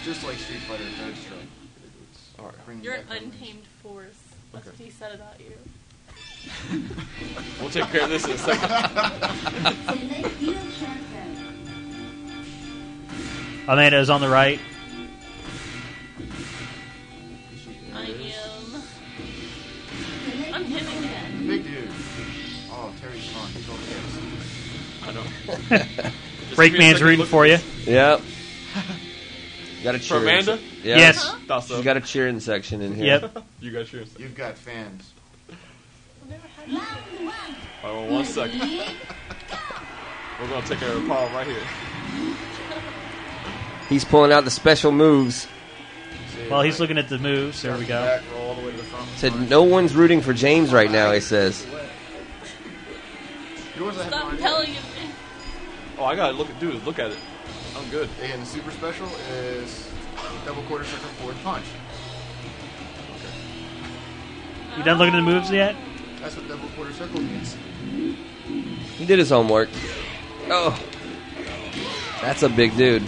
[SPEAKER 10] Just like Street Fighter Third Strike.
[SPEAKER 11] You're an untamed force. That's what he said about you.
[SPEAKER 10] We'll take care of this in a second.
[SPEAKER 1] Amanda is on the right.
[SPEAKER 11] I am. I'm him again.
[SPEAKER 10] Big dude. Oh, Terry's fun. He's okay. I know. Just give me a
[SPEAKER 1] Breakman's
[SPEAKER 10] second
[SPEAKER 1] rooting
[SPEAKER 10] look
[SPEAKER 1] for
[SPEAKER 10] at
[SPEAKER 1] you.
[SPEAKER 10] this.
[SPEAKER 1] [LAUGHS]
[SPEAKER 3] Yep. got a cheer.
[SPEAKER 10] For Amanda?
[SPEAKER 3] Yeah.
[SPEAKER 1] Yes.
[SPEAKER 10] Thought so.
[SPEAKER 3] She's got a cheering section in here.
[SPEAKER 1] Yep.
[SPEAKER 10] You got yours.
[SPEAKER 12] You've got fans.
[SPEAKER 10] All right, well, one second. We're gonna take care of the problem right here.
[SPEAKER 3] He's pulling out the special moves.
[SPEAKER 1] Well, he's looking at the moves. There we go.
[SPEAKER 12] Back roll all the way to the front.
[SPEAKER 3] Said no one's rooting for James right now. He says.
[SPEAKER 12] Who was that?
[SPEAKER 11] Stop telling him.
[SPEAKER 10] Oh, I gotta look at dude. Look at it. I'm good.
[SPEAKER 12] And the super special is double quarter circle forward punch.
[SPEAKER 1] You done looking at the moves yet?
[SPEAKER 12] That's what double quarter circle means.
[SPEAKER 1] [LAUGHS]
[SPEAKER 3] He did his homework. Oh, that's a big dude.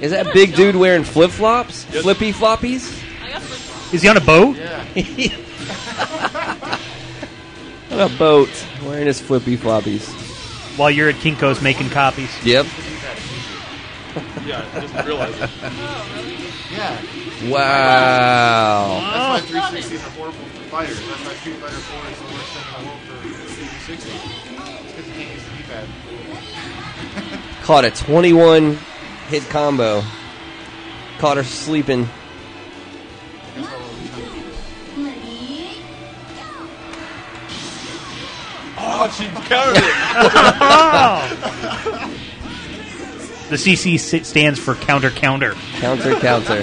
[SPEAKER 3] Is that big dude wearing flip flops? Flippy floppies?
[SPEAKER 1] Is he on a boat?
[SPEAKER 3] Yeah. on a boat, wearing his flippy floppies.
[SPEAKER 1] While you're at Kinko's making copies.
[SPEAKER 3] Yep.
[SPEAKER 10] [LAUGHS] yeah, I just realized it.
[SPEAKER 12] Yeah.
[SPEAKER 3] Wow.
[SPEAKER 12] That's why 360 is a horrible fighter. That's why Street Fighter 4 is the worst thing in the world for 360. It's because you can't use the D-pad.
[SPEAKER 3] Caught a 21 hit combo. Caught her sleeping.
[SPEAKER 10] Oh, she covered
[SPEAKER 1] it. The CC si- stands for counter counter.
[SPEAKER 3] Counter counter.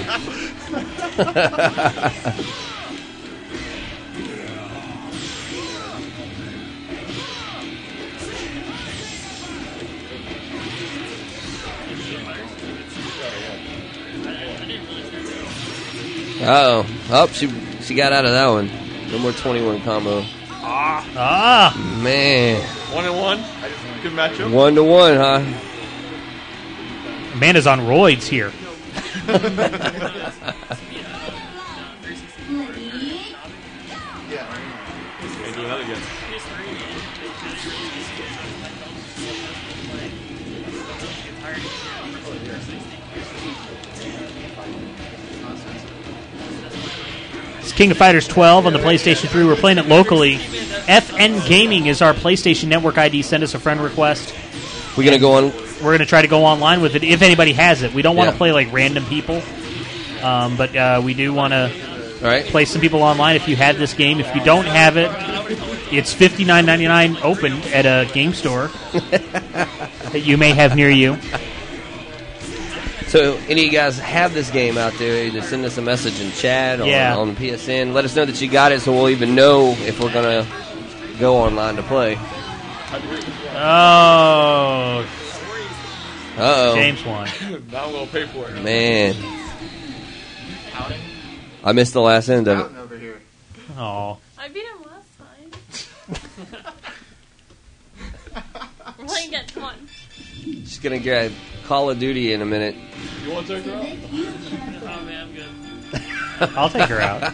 [SPEAKER 3] Uh oh. Oh, she she got out of that one. No more 21 combo.
[SPEAKER 10] ah.
[SPEAKER 1] Ah.
[SPEAKER 3] Man.
[SPEAKER 10] One and one. Good matchup.
[SPEAKER 3] One to one, huh?
[SPEAKER 1] Man is on roids here.
[SPEAKER 10] Okay, do another guess.
[SPEAKER 1] It's King of Fighters 12 on the PlayStation 3. We're playing it locally. FN Gaming is our PlayStation Network ID. Send us a friend request.
[SPEAKER 3] We're gonna go on.
[SPEAKER 1] We're gonna try to go online with it if anybody has it. We don't want to
[SPEAKER 3] Yeah.
[SPEAKER 1] play like random people, um, but uh, we do want to
[SPEAKER 3] Right.
[SPEAKER 1] play some people online. If you had this game, if you don't have it, it's fifty nine ninety nine open at a game store that you may have near you.
[SPEAKER 3] So, any of you guys have this game out there, either send us a message in chat on,
[SPEAKER 1] Yeah.
[SPEAKER 3] on PSN. Let us know that you got it so we'll even know if we're going to go online to play.
[SPEAKER 1] Oh,
[SPEAKER 3] Uh-oh.
[SPEAKER 1] James won.
[SPEAKER 10] Not a little paperwork.
[SPEAKER 3] Man. I missed the last end of it.
[SPEAKER 12] over here.
[SPEAKER 1] Oh,
[SPEAKER 11] I beat him last time. We're playing again. Come on.
[SPEAKER 3] She's going to get Call of Duty in a minute.
[SPEAKER 10] You want to take her out?
[SPEAKER 11] Oh man, I'm good.
[SPEAKER 1] I'll take her out.
[SPEAKER 11] Get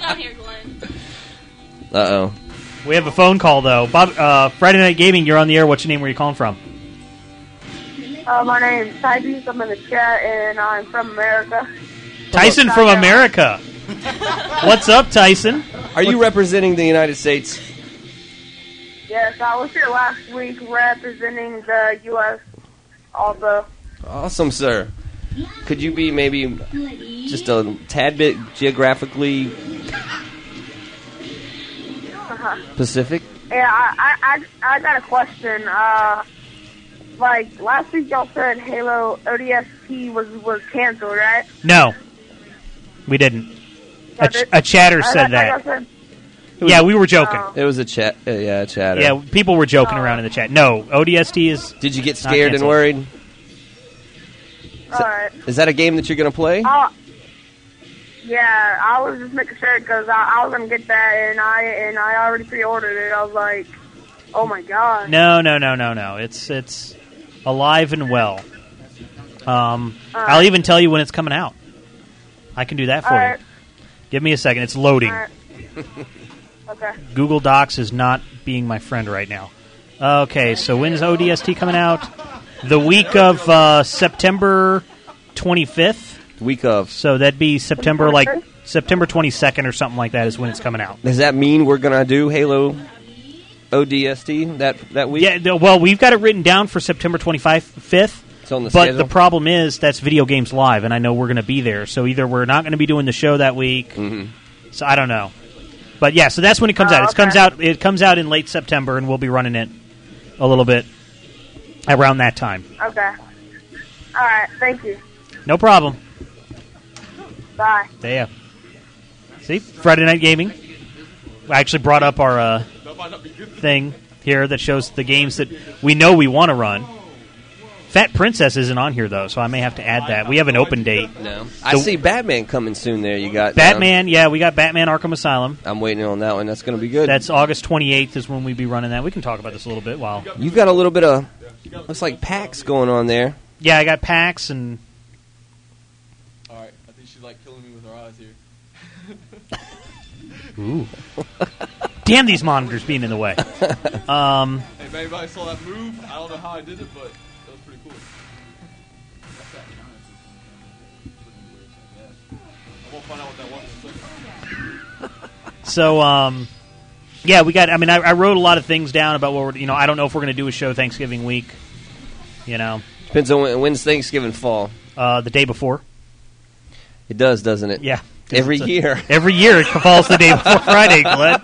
[SPEAKER 11] down here, Glenn.
[SPEAKER 3] Uh oh.
[SPEAKER 1] We have a phone call though. Bob, uh, Friday Night Gaming, you're on the air. What's your name? Where are you calling from?
[SPEAKER 13] Uh, my name is Tyrese. I'm in the chat, and I'm from America.
[SPEAKER 1] Tyson from America. What's up, Tyson?
[SPEAKER 3] Are you representing the United States?
[SPEAKER 13] Yes, I was here last week representing the U.S. All the
[SPEAKER 3] Awesome, sir. Could you be maybe just a tad bit geographically
[SPEAKER 13] uh
[SPEAKER 3] Pacific?
[SPEAKER 13] yeah. I, I I I got a question. Uh, like last week, y'all said Halo ODST was was canceled, right?
[SPEAKER 1] No, we didn't. A, ch- a chatter
[SPEAKER 13] I-
[SPEAKER 1] said
[SPEAKER 13] I- I
[SPEAKER 1] that.
[SPEAKER 13] said-
[SPEAKER 3] It was-
[SPEAKER 1] Yeah, we were joking.
[SPEAKER 3] It was a chat. Uh, yeah, a chatter.
[SPEAKER 1] Yeah, people were joking around in the chat. No, ODST is.
[SPEAKER 3] Did you get
[SPEAKER 1] not
[SPEAKER 3] scared and
[SPEAKER 1] canceled.
[SPEAKER 3] worried?
[SPEAKER 13] All right.
[SPEAKER 3] Is that a game that you're going to play?
[SPEAKER 13] Uh, yeah, I was just making sure because I, I was gonna get that, and I and I already pre-ordered it. I was like, oh my god.
[SPEAKER 1] No, no, no, no, no. It's it's alive and well. Um, I'll even tell you when it's coming out. I can do that for you.
[SPEAKER 13] Alright.
[SPEAKER 1] Give me a second. It's loading.
[SPEAKER 13] All right.
[SPEAKER 1] [LAUGHS]
[SPEAKER 13] okay.
[SPEAKER 1] Google Docs is not being my friend right now. Okay, so when's ODST coming out? The week of uh, September 25th.
[SPEAKER 3] Week of.
[SPEAKER 1] So that'd be September like September 22nd or something like that is when it's coming out.
[SPEAKER 3] Does that mean we're going to do Halo ODST that that week?
[SPEAKER 1] Yeah, th- well, we've got it written down for September 25th.
[SPEAKER 3] It's on the
[SPEAKER 1] but
[SPEAKER 3] schedule.
[SPEAKER 1] the problem is that's Video Games Live, and I know we're going to be there. So either we're not going to be doing the show that week.
[SPEAKER 3] Mm-hmm.
[SPEAKER 1] So I don't know. But yeah, so that's when it comes out. It comes out. It comes out in late September, and we'll be running it a little bit around that time.
[SPEAKER 13] Okay. All right. Thank you.
[SPEAKER 1] No problem.
[SPEAKER 13] Bye.
[SPEAKER 1] Yeah. See, Friday Night Gaming. I actually brought up our uh, thing here that shows the games that we know we want to run. Fat Princess isn't on here though, so I may have to add that. We have an open date.
[SPEAKER 3] No, I see Batman coming soon. There, you got down.
[SPEAKER 1] Batman. Yeah, we got Batman Arkham Asylum.
[SPEAKER 3] I'm waiting on that one. That's going to be good.
[SPEAKER 1] That's August 28th is when we be running that. We can talk about this a little bit while.
[SPEAKER 3] You've got a little bit of looks like packs going on there.
[SPEAKER 1] Yeah, I got PAX and
[SPEAKER 10] All right, I think she's like killing me with her eyes here. [LAUGHS]
[SPEAKER 1] ooh. Damn these monitors being in the way. Um,
[SPEAKER 10] Hey, if anybody saw that move, I don't know how I did it, but that was pretty cool. That's that giant system. Pretty weird, I guess. I won't find out what that was in a second.
[SPEAKER 1] So, um, yeah, we got. I mean, I, I wrote a lot of things down about what we're. You know, I don't know if we're going to do a show Thanksgiving week. You know,
[SPEAKER 3] Depends on when, when's Thanksgiving fall.
[SPEAKER 1] uh, the day before.
[SPEAKER 3] It does, doesn't it?
[SPEAKER 1] Yeah,
[SPEAKER 3] Every
[SPEAKER 1] It's a-
[SPEAKER 3] year.
[SPEAKER 1] Every year it falls the
[SPEAKER 3] [LAUGHS]
[SPEAKER 1] day before Friday, Glenn.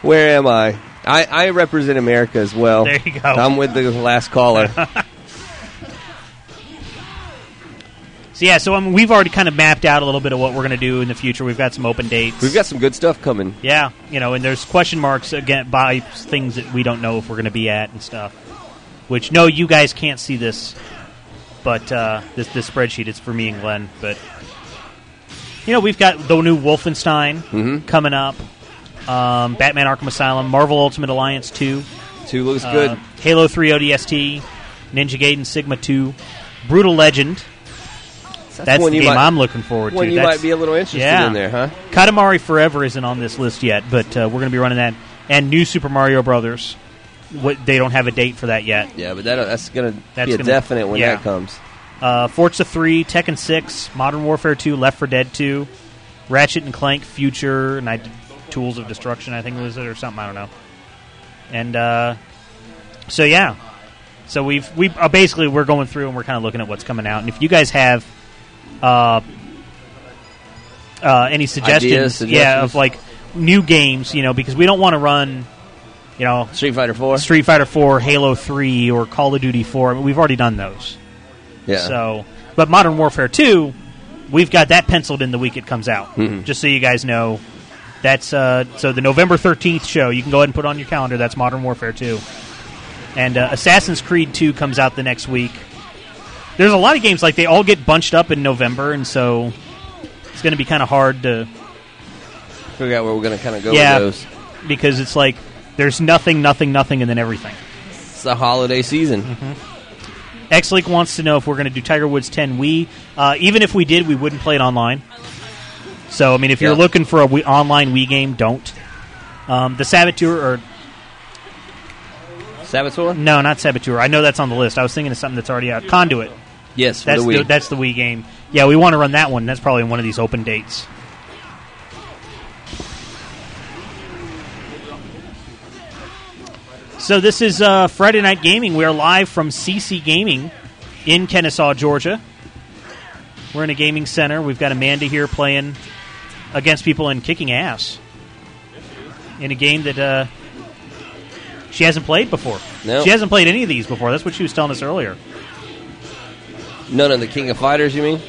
[SPEAKER 3] Where am I? I, I represent America as well.
[SPEAKER 1] There you go.
[SPEAKER 3] I'm with the
[SPEAKER 1] [LAUGHS]
[SPEAKER 3] last caller.
[SPEAKER 1] so yeah, so I mean, we've already kind of mapped out a little bit of what we're going to do in the future. We've got some open dates.
[SPEAKER 3] We've got some good stuff coming.
[SPEAKER 1] Yeah, you know, and there's question marks again by things that we don't know if we're going to be at and stuff. Which no, you guys can't see this, but uh, this this spreadsheet it's for me and Glenn. But you know, we've got the new Wolfenstein
[SPEAKER 3] Mhm.
[SPEAKER 1] coming up, um, Batman: Arkham Asylum, Marvel Ultimate Alliance two,
[SPEAKER 3] two looks
[SPEAKER 1] Uh,
[SPEAKER 3] good.
[SPEAKER 1] Halo three ODST, Ninja Gaiden Sigma two, Brutal Legend. That's,
[SPEAKER 3] one
[SPEAKER 1] the
[SPEAKER 3] you
[SPEAKER 1] game
[SPEAKER 3] might-
[SPEAKER 1] I'm looking forward
[SPEAKER 3] one
[SPEAKER 1] to.
[SPEAKER 3] you
[SPEAKER 1] That's-
[SPEAKER 3] might be a little interested
[SPEAKER 1] yeah.
[SPEAKER 3] in there, huh?
[SPEAKER 1] Katamari Forever isn't on this list yet, but uh, we're going to be running that. And New Super Mario Brothers. What they don't have a date for that yet.
[SPEAKER 3] Yeah, but that, that's going to
[SPEAKER 1] That's
[SPEAKER 3] be a
[SPEAKER 1] gonna-
[SPEAKER 3] definite when
[SPEAKER 1] yeah.
[SPEAKER 3] that comes.
[SPEAKER 1] Uh, Forza three, Tekken six, Modern Warfare two, Left for Dead two, Ratchet and Clank Future, and I did Tools of Destruction. I think was it or something. I don't know. And uh, so yeah, so we've we uh, basically we're going through and we're kind of looking at what's coming out. And if you guys have uh, uh, any suggestions,
[SPEAKER 3] Ideas,
[SPEAKER 1] yeah, of
[SPEAKER 3] suggestions?
[SPEAKER 1] like new games, you know, because we don't want to run, you know,
[SPEAKER 3] Street Fighter Four,
[SPEAKER 1] Street Fighter Four, Halo Three, or Call of Duty Four. I mean, we've already done those.
[SPEAKER 3] Yeah.
[SPEAKER 1] So, but Modern Warfare Two, we've got that penciled in the week it comes out.
[SPEAKER 3] Mhm.
[SPEAKER 1] Just so you guys know, that's uh, so the November thirteenth show. You can go ahead and put on your calendar. That's Modern Warfare Two, and uh, Assassin's Creed Two comes out the next week. There's a lot of games like they all get bunched up in November, and so it's going to be kind of hard to
[SPEAKER 3] Figure out where we're going to kind of go
[SPEAKER 1] yeah,
[SPEAKER 3] with those.
[SPEAKER 1] because it's like there's nothing, nothing, nothing, and then everything.
[SPEAKER 3] It's the holiday season.
[SPEAKER 1] Mm-hmm. X League wants to know if we're going to do Tiger Woods 10 Wii. Uh, even if we did, we wouldn't play it online. So, I mean, if you're
[SPEAKER 3] Yeah.
[SPEAKER 1] looking for a Wii, online Wii game, don't. Um, the Saboteur, or
[SPEAKER 3] Saboteur?
[SPEAKER 1] no, not Saboteur. I know that's on the list. I was thinking of something that's already out. Conduit.
[SPEAKER 3] Yes, for
[SPEAKER 1] that's
[SPEAKER 3] the Wii.
[SPEAKER 1] that's the Wii game. Yeah, we want to run that one. That's probably one of these open dates. So this is uh, Friday Night Gaming. We are live from CC Gaming in Kennesaw, Georgia. We're in a gaming center. We've got Amanda here playing against people and kicking ass in a game that uh, she hasn't played before.
[SPEAKER 3] No.
[SPEAKER 1] She hasn't played any of these before. That's what she was telling us earlier.
[SPEAKER 3] None of the King of Fighters, you mean?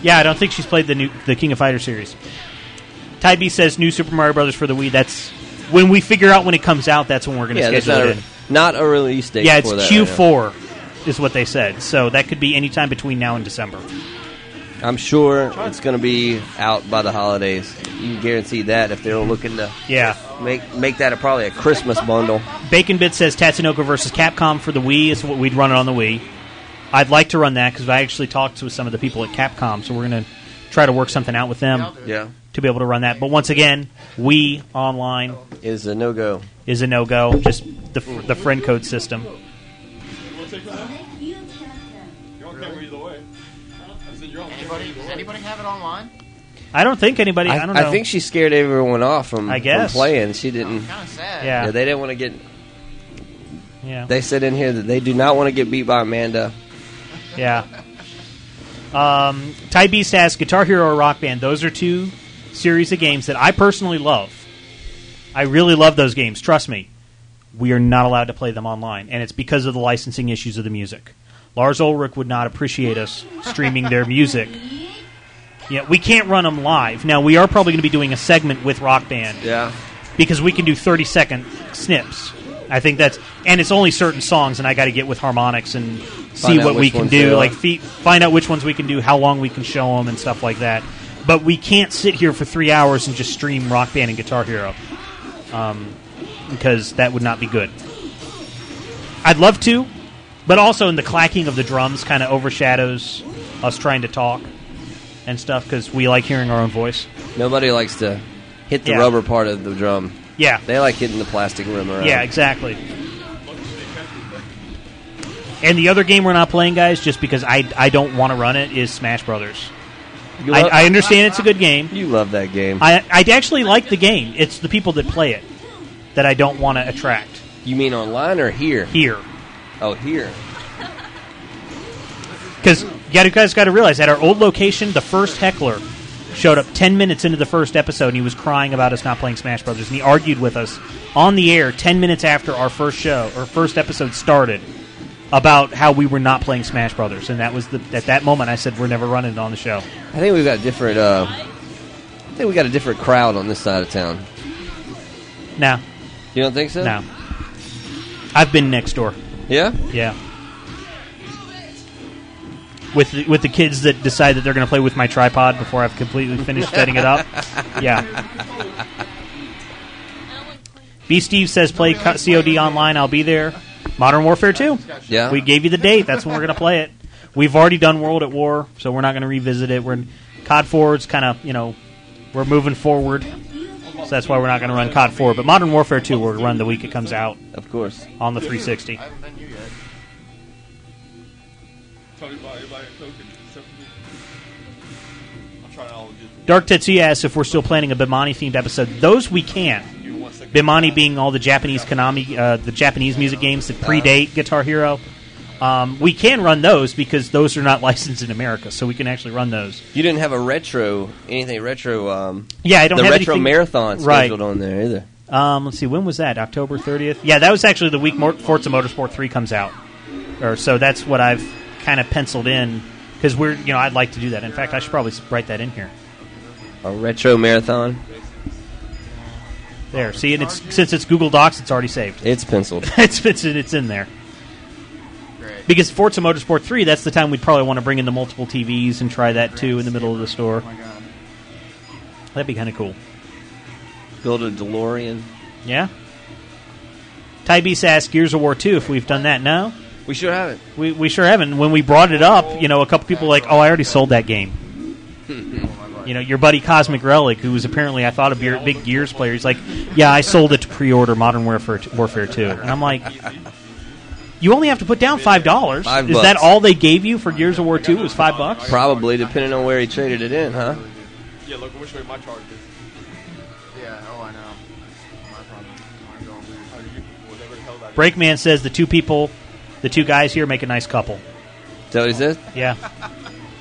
[SPEAKER 1] Yeah, I don't think she's played the new the King of Fighter series. Ty B says new Super Mario Brothers for the Wii. That's when we figure out when it comes out. That's when we're going to
[SPEAKER 3] yeah, that's
[SPEAKER 1] schedule
[SPEAKER 3] not
[SPEAKER 1] it.
[SPEAKER 3] a,
[SPEAKER 1] in.
[SPEAKER 3] not a release date.
[SPEAKER 1] Yeah, it's
[SPEAKER 3] for that right now.
[SPEAKER 1] Q4 is what they said. So that could be any time between now and December.
[SPEAKER 3] I'm sure it's going to be out by the holidays. You can guarantee that if they're looking to
[SPEAKER 1] Yeah.
[SPEAKER 3] make make that a, probably a Christmas bundle.
[SPEAKER 1] Bacon Bit says Tatsunoko versus Capcom for the Wii is what we'd run it on the Wii. I'd like to run that because I actually talked to some of the people at Capcom, so we're going to try to work something out with them
[SPEAKER 3] Yeah,
[SPEAKER 1] to be able to run that. But once again, Wii online
[SPEAKER 3] is a no go.
[SPEAKER 1] is a no go. Just the, fr- the friend code system.
[SPEAKER 10] You want to take that? You're on camera either way. I said you're on camera
[SPEAKER 12] Anybody,
[SPEAKER 10] either
[SPEAKER 12] does
[SPEAKER 10] way.
[SPEAKER 12] anybody have it online?
[SPEAKER 1] I don't think anybody. I, don't know.
[SPEAKER 3] think she scared everyone off from,
[SPEAKER 1] I
[SPEAKER 3] from
[SPEAKER 1] guess.
[SPEAKER 3] playing. She didn't.
[SPEAKER 12] Kind of sad.
[SPEAKER 1] Yeah.
[SPEAKER 3] they didn't want to get.
[SPEAKER 1] Yeah.
[SPEAKER 3] They said in here that they do not want to get beat by Amanda.
[SPEAKER 1] yeah. Um, Ty Beast asks Guitar Hero or Rock Band. Those are two series of games that I personally love. I really love those games. Trust me. We are not allowed to play them online, and it's because of the licensing issues of the music. Lars Ulrich would not appreciate us streaming their music. Yeah, we can't run them live. Now we are probably going to be doing a segment with Rock Band
[SPEAKER 3] Yeah,
[SPEAKER 1] because we can do 30 second snips. I think that's and it's only certain songs, and I got to get with harmonics and see
[SPEAKER 3] out
[SPEAKER 1] what we
[SPEAKER 3] which
[SPEAKER 1] can
[SPEAKER 3] ones
[SPEAKER 1] do.
[SPEAKER 3] they are.
[SPEAKER 1] Like fe- find out which ones we can do, how long we can show them, and stuff like that. But we can't sit here for three hours and just stream Rock Band and Guitar Hero, um, because that would not be good. I'd love to, but also in the clacking of the drums kind of overshadows us trying to talk and stuff because we like hearing our own voice.
[SPEAKER 3] Nobody likes to hit the
[SPEAKER 1] Yeah.
[SPEAKER 3] rubber part of the drum.
[SPEAKER 1] Yeah.
[SPEAKER 3] They like hitting the plastic rim around.
[SPEAKER 1] Yeah, exactly. And the other game we're not playing, guys, just because I, I don't want to run it, is Smash Brothers.
[SPEAKER 3] You
[SPEAKER 1] I,
[SPEAKER 3] love-
[SPEAKER 1] I understand it's a good game.
[SPEAKER 3] You love that game.
[SPEAKER 1] I I actually like the game. It's the people that play it that I don't want to attract.
[SPEAKER 3] You mean online or here?
[SPEAKER 1] Here.
[SPEAKER 3] Oh, here.
[SPEAKER 1] Because you guys got to realize at our old location, the first heckler showed up 10 minutes into the first episode and he was crying about us not playing Smash Brothers. And he argued with us on the air 10 minutes after our first show or first episode started about how we were not playing Smash Brothers. And that was the at that moment I said, We're never running it on the show.
[SPEAKER 3] I think we've got a different. Uh, I think we got a different crowd on this side of town.
[SPEAKER 1] No.
[SPEAKER 3] You don't think so?
[SPEAKER 1] No. I've been next door.
[SPEAKER 3] Yeah.
[SPEAKER 1] Yeah. With the, with the kids that decide that they're going to play with my tripod before I've completely finished setting it up. Yeah. B Steve says play co- COD online. I'll be there. Modern Warfare 2.
[SPEAKER 3] Yeah.
[SPEAKER 1] We gave you the date. That's when we're going to play it. We've already done World at War, so we're not going to revisit it. We're COD 4's kind of, you know, we're moving forward. So that's why we're not going to run COD 4, but Modern Warfare 2 we'll run the week it comes out.
[SPEAKER 3] Of course.
[SPEAKER 1] On the 360.
[SPEAKER 12] I haven't been you yet.
[SPEAKER 10] Tony bought everybody a Coke and except for me. I'm trying all of you.
[SPEAKER 1] Dark Tetsuya asks if we're still planning a Bimani themed episode. Those we can. Bimani being all the Japanese Konami, uh, the Japanese music games that predate Guitar Hero. Um, we can run those because those are not [LAUGHS] licensed in America, so we can actually run those.
[SPEAKER 3] You didn't have a retro, anything retro. Um,
[SPEAKER 1] Yeah, I don't
[SPEAKER 3] the
[SPEAKER 1] have
[SPEAKER 3] retro
[SPEAKER 1] anything-
[SPEAKER 3] marathon
[SPEAKER 1] Right.
[SPEAKER 3] scheduled on there either.
[SPEAKER 1] Um, let's see, when was that? October 30th? Yeah, that was actually the week Mor- Forza Motorsport 3 comes out. Or So that's what I've kind of penciled in because we're, you know, I'd like to do that. In fact, I should probably s- write that in here.
[SPEAKER 3] A retro marathon.
[SPEAKER 1] There, see, and it's since it's Google Docs, it's already saved.
[SPEAKER 3] It's penciled.
[SPEAKER 1] [LAUGHS] it's it's it's in there. Because Forza Motorsport 3, that's the time we'd probably want to bring in the multiple TVs and try that too in the middle of the store. That'd be kind of cool.
[SPEAKER 3] Build a DeLorean.
[SPEAKER 1] Yeah. Ty B says Gears of War 2 if we've done that. No?
[SPEAKER 3] We sure haven't.
[SPEAKER 1] We, we sure haven't. When we brought it up, you know, a couple people were like, oh, I already sold that
[SPEAKER 3] [LAUGHS]
[SPEAKER 1] game. You know, your buddy Cosmic Relic, who was apparently, I thought, a beer, big Gears player, he's like, yeah, I sold it to pre order Modern Warfare, Warfare 2. And I'm like, you only have to put down $5.
[SPEAKER 3] Five
[SPEAKER 1] Is that
[SPEAKER 3] bucks.
[SPEAKER 1] all they gave you for Gears of War 2 was 5 bucks?
[SPEAKER 3] Probably depending on where he traded it in, huh?
[SPEAKER 10] Yeah, look which way my charge is.
[SPEAKER 12] Yeah, oh, I know. My problem. I'm going weird.
[SPEAKER 10] How do you, whatever the hell that is.
[SPEAKER 1] Breakman says the two people, the two guys here make a nice couple.
[SPEAKER 3] Is that what he says?
[SPEAKER 1] Yeah.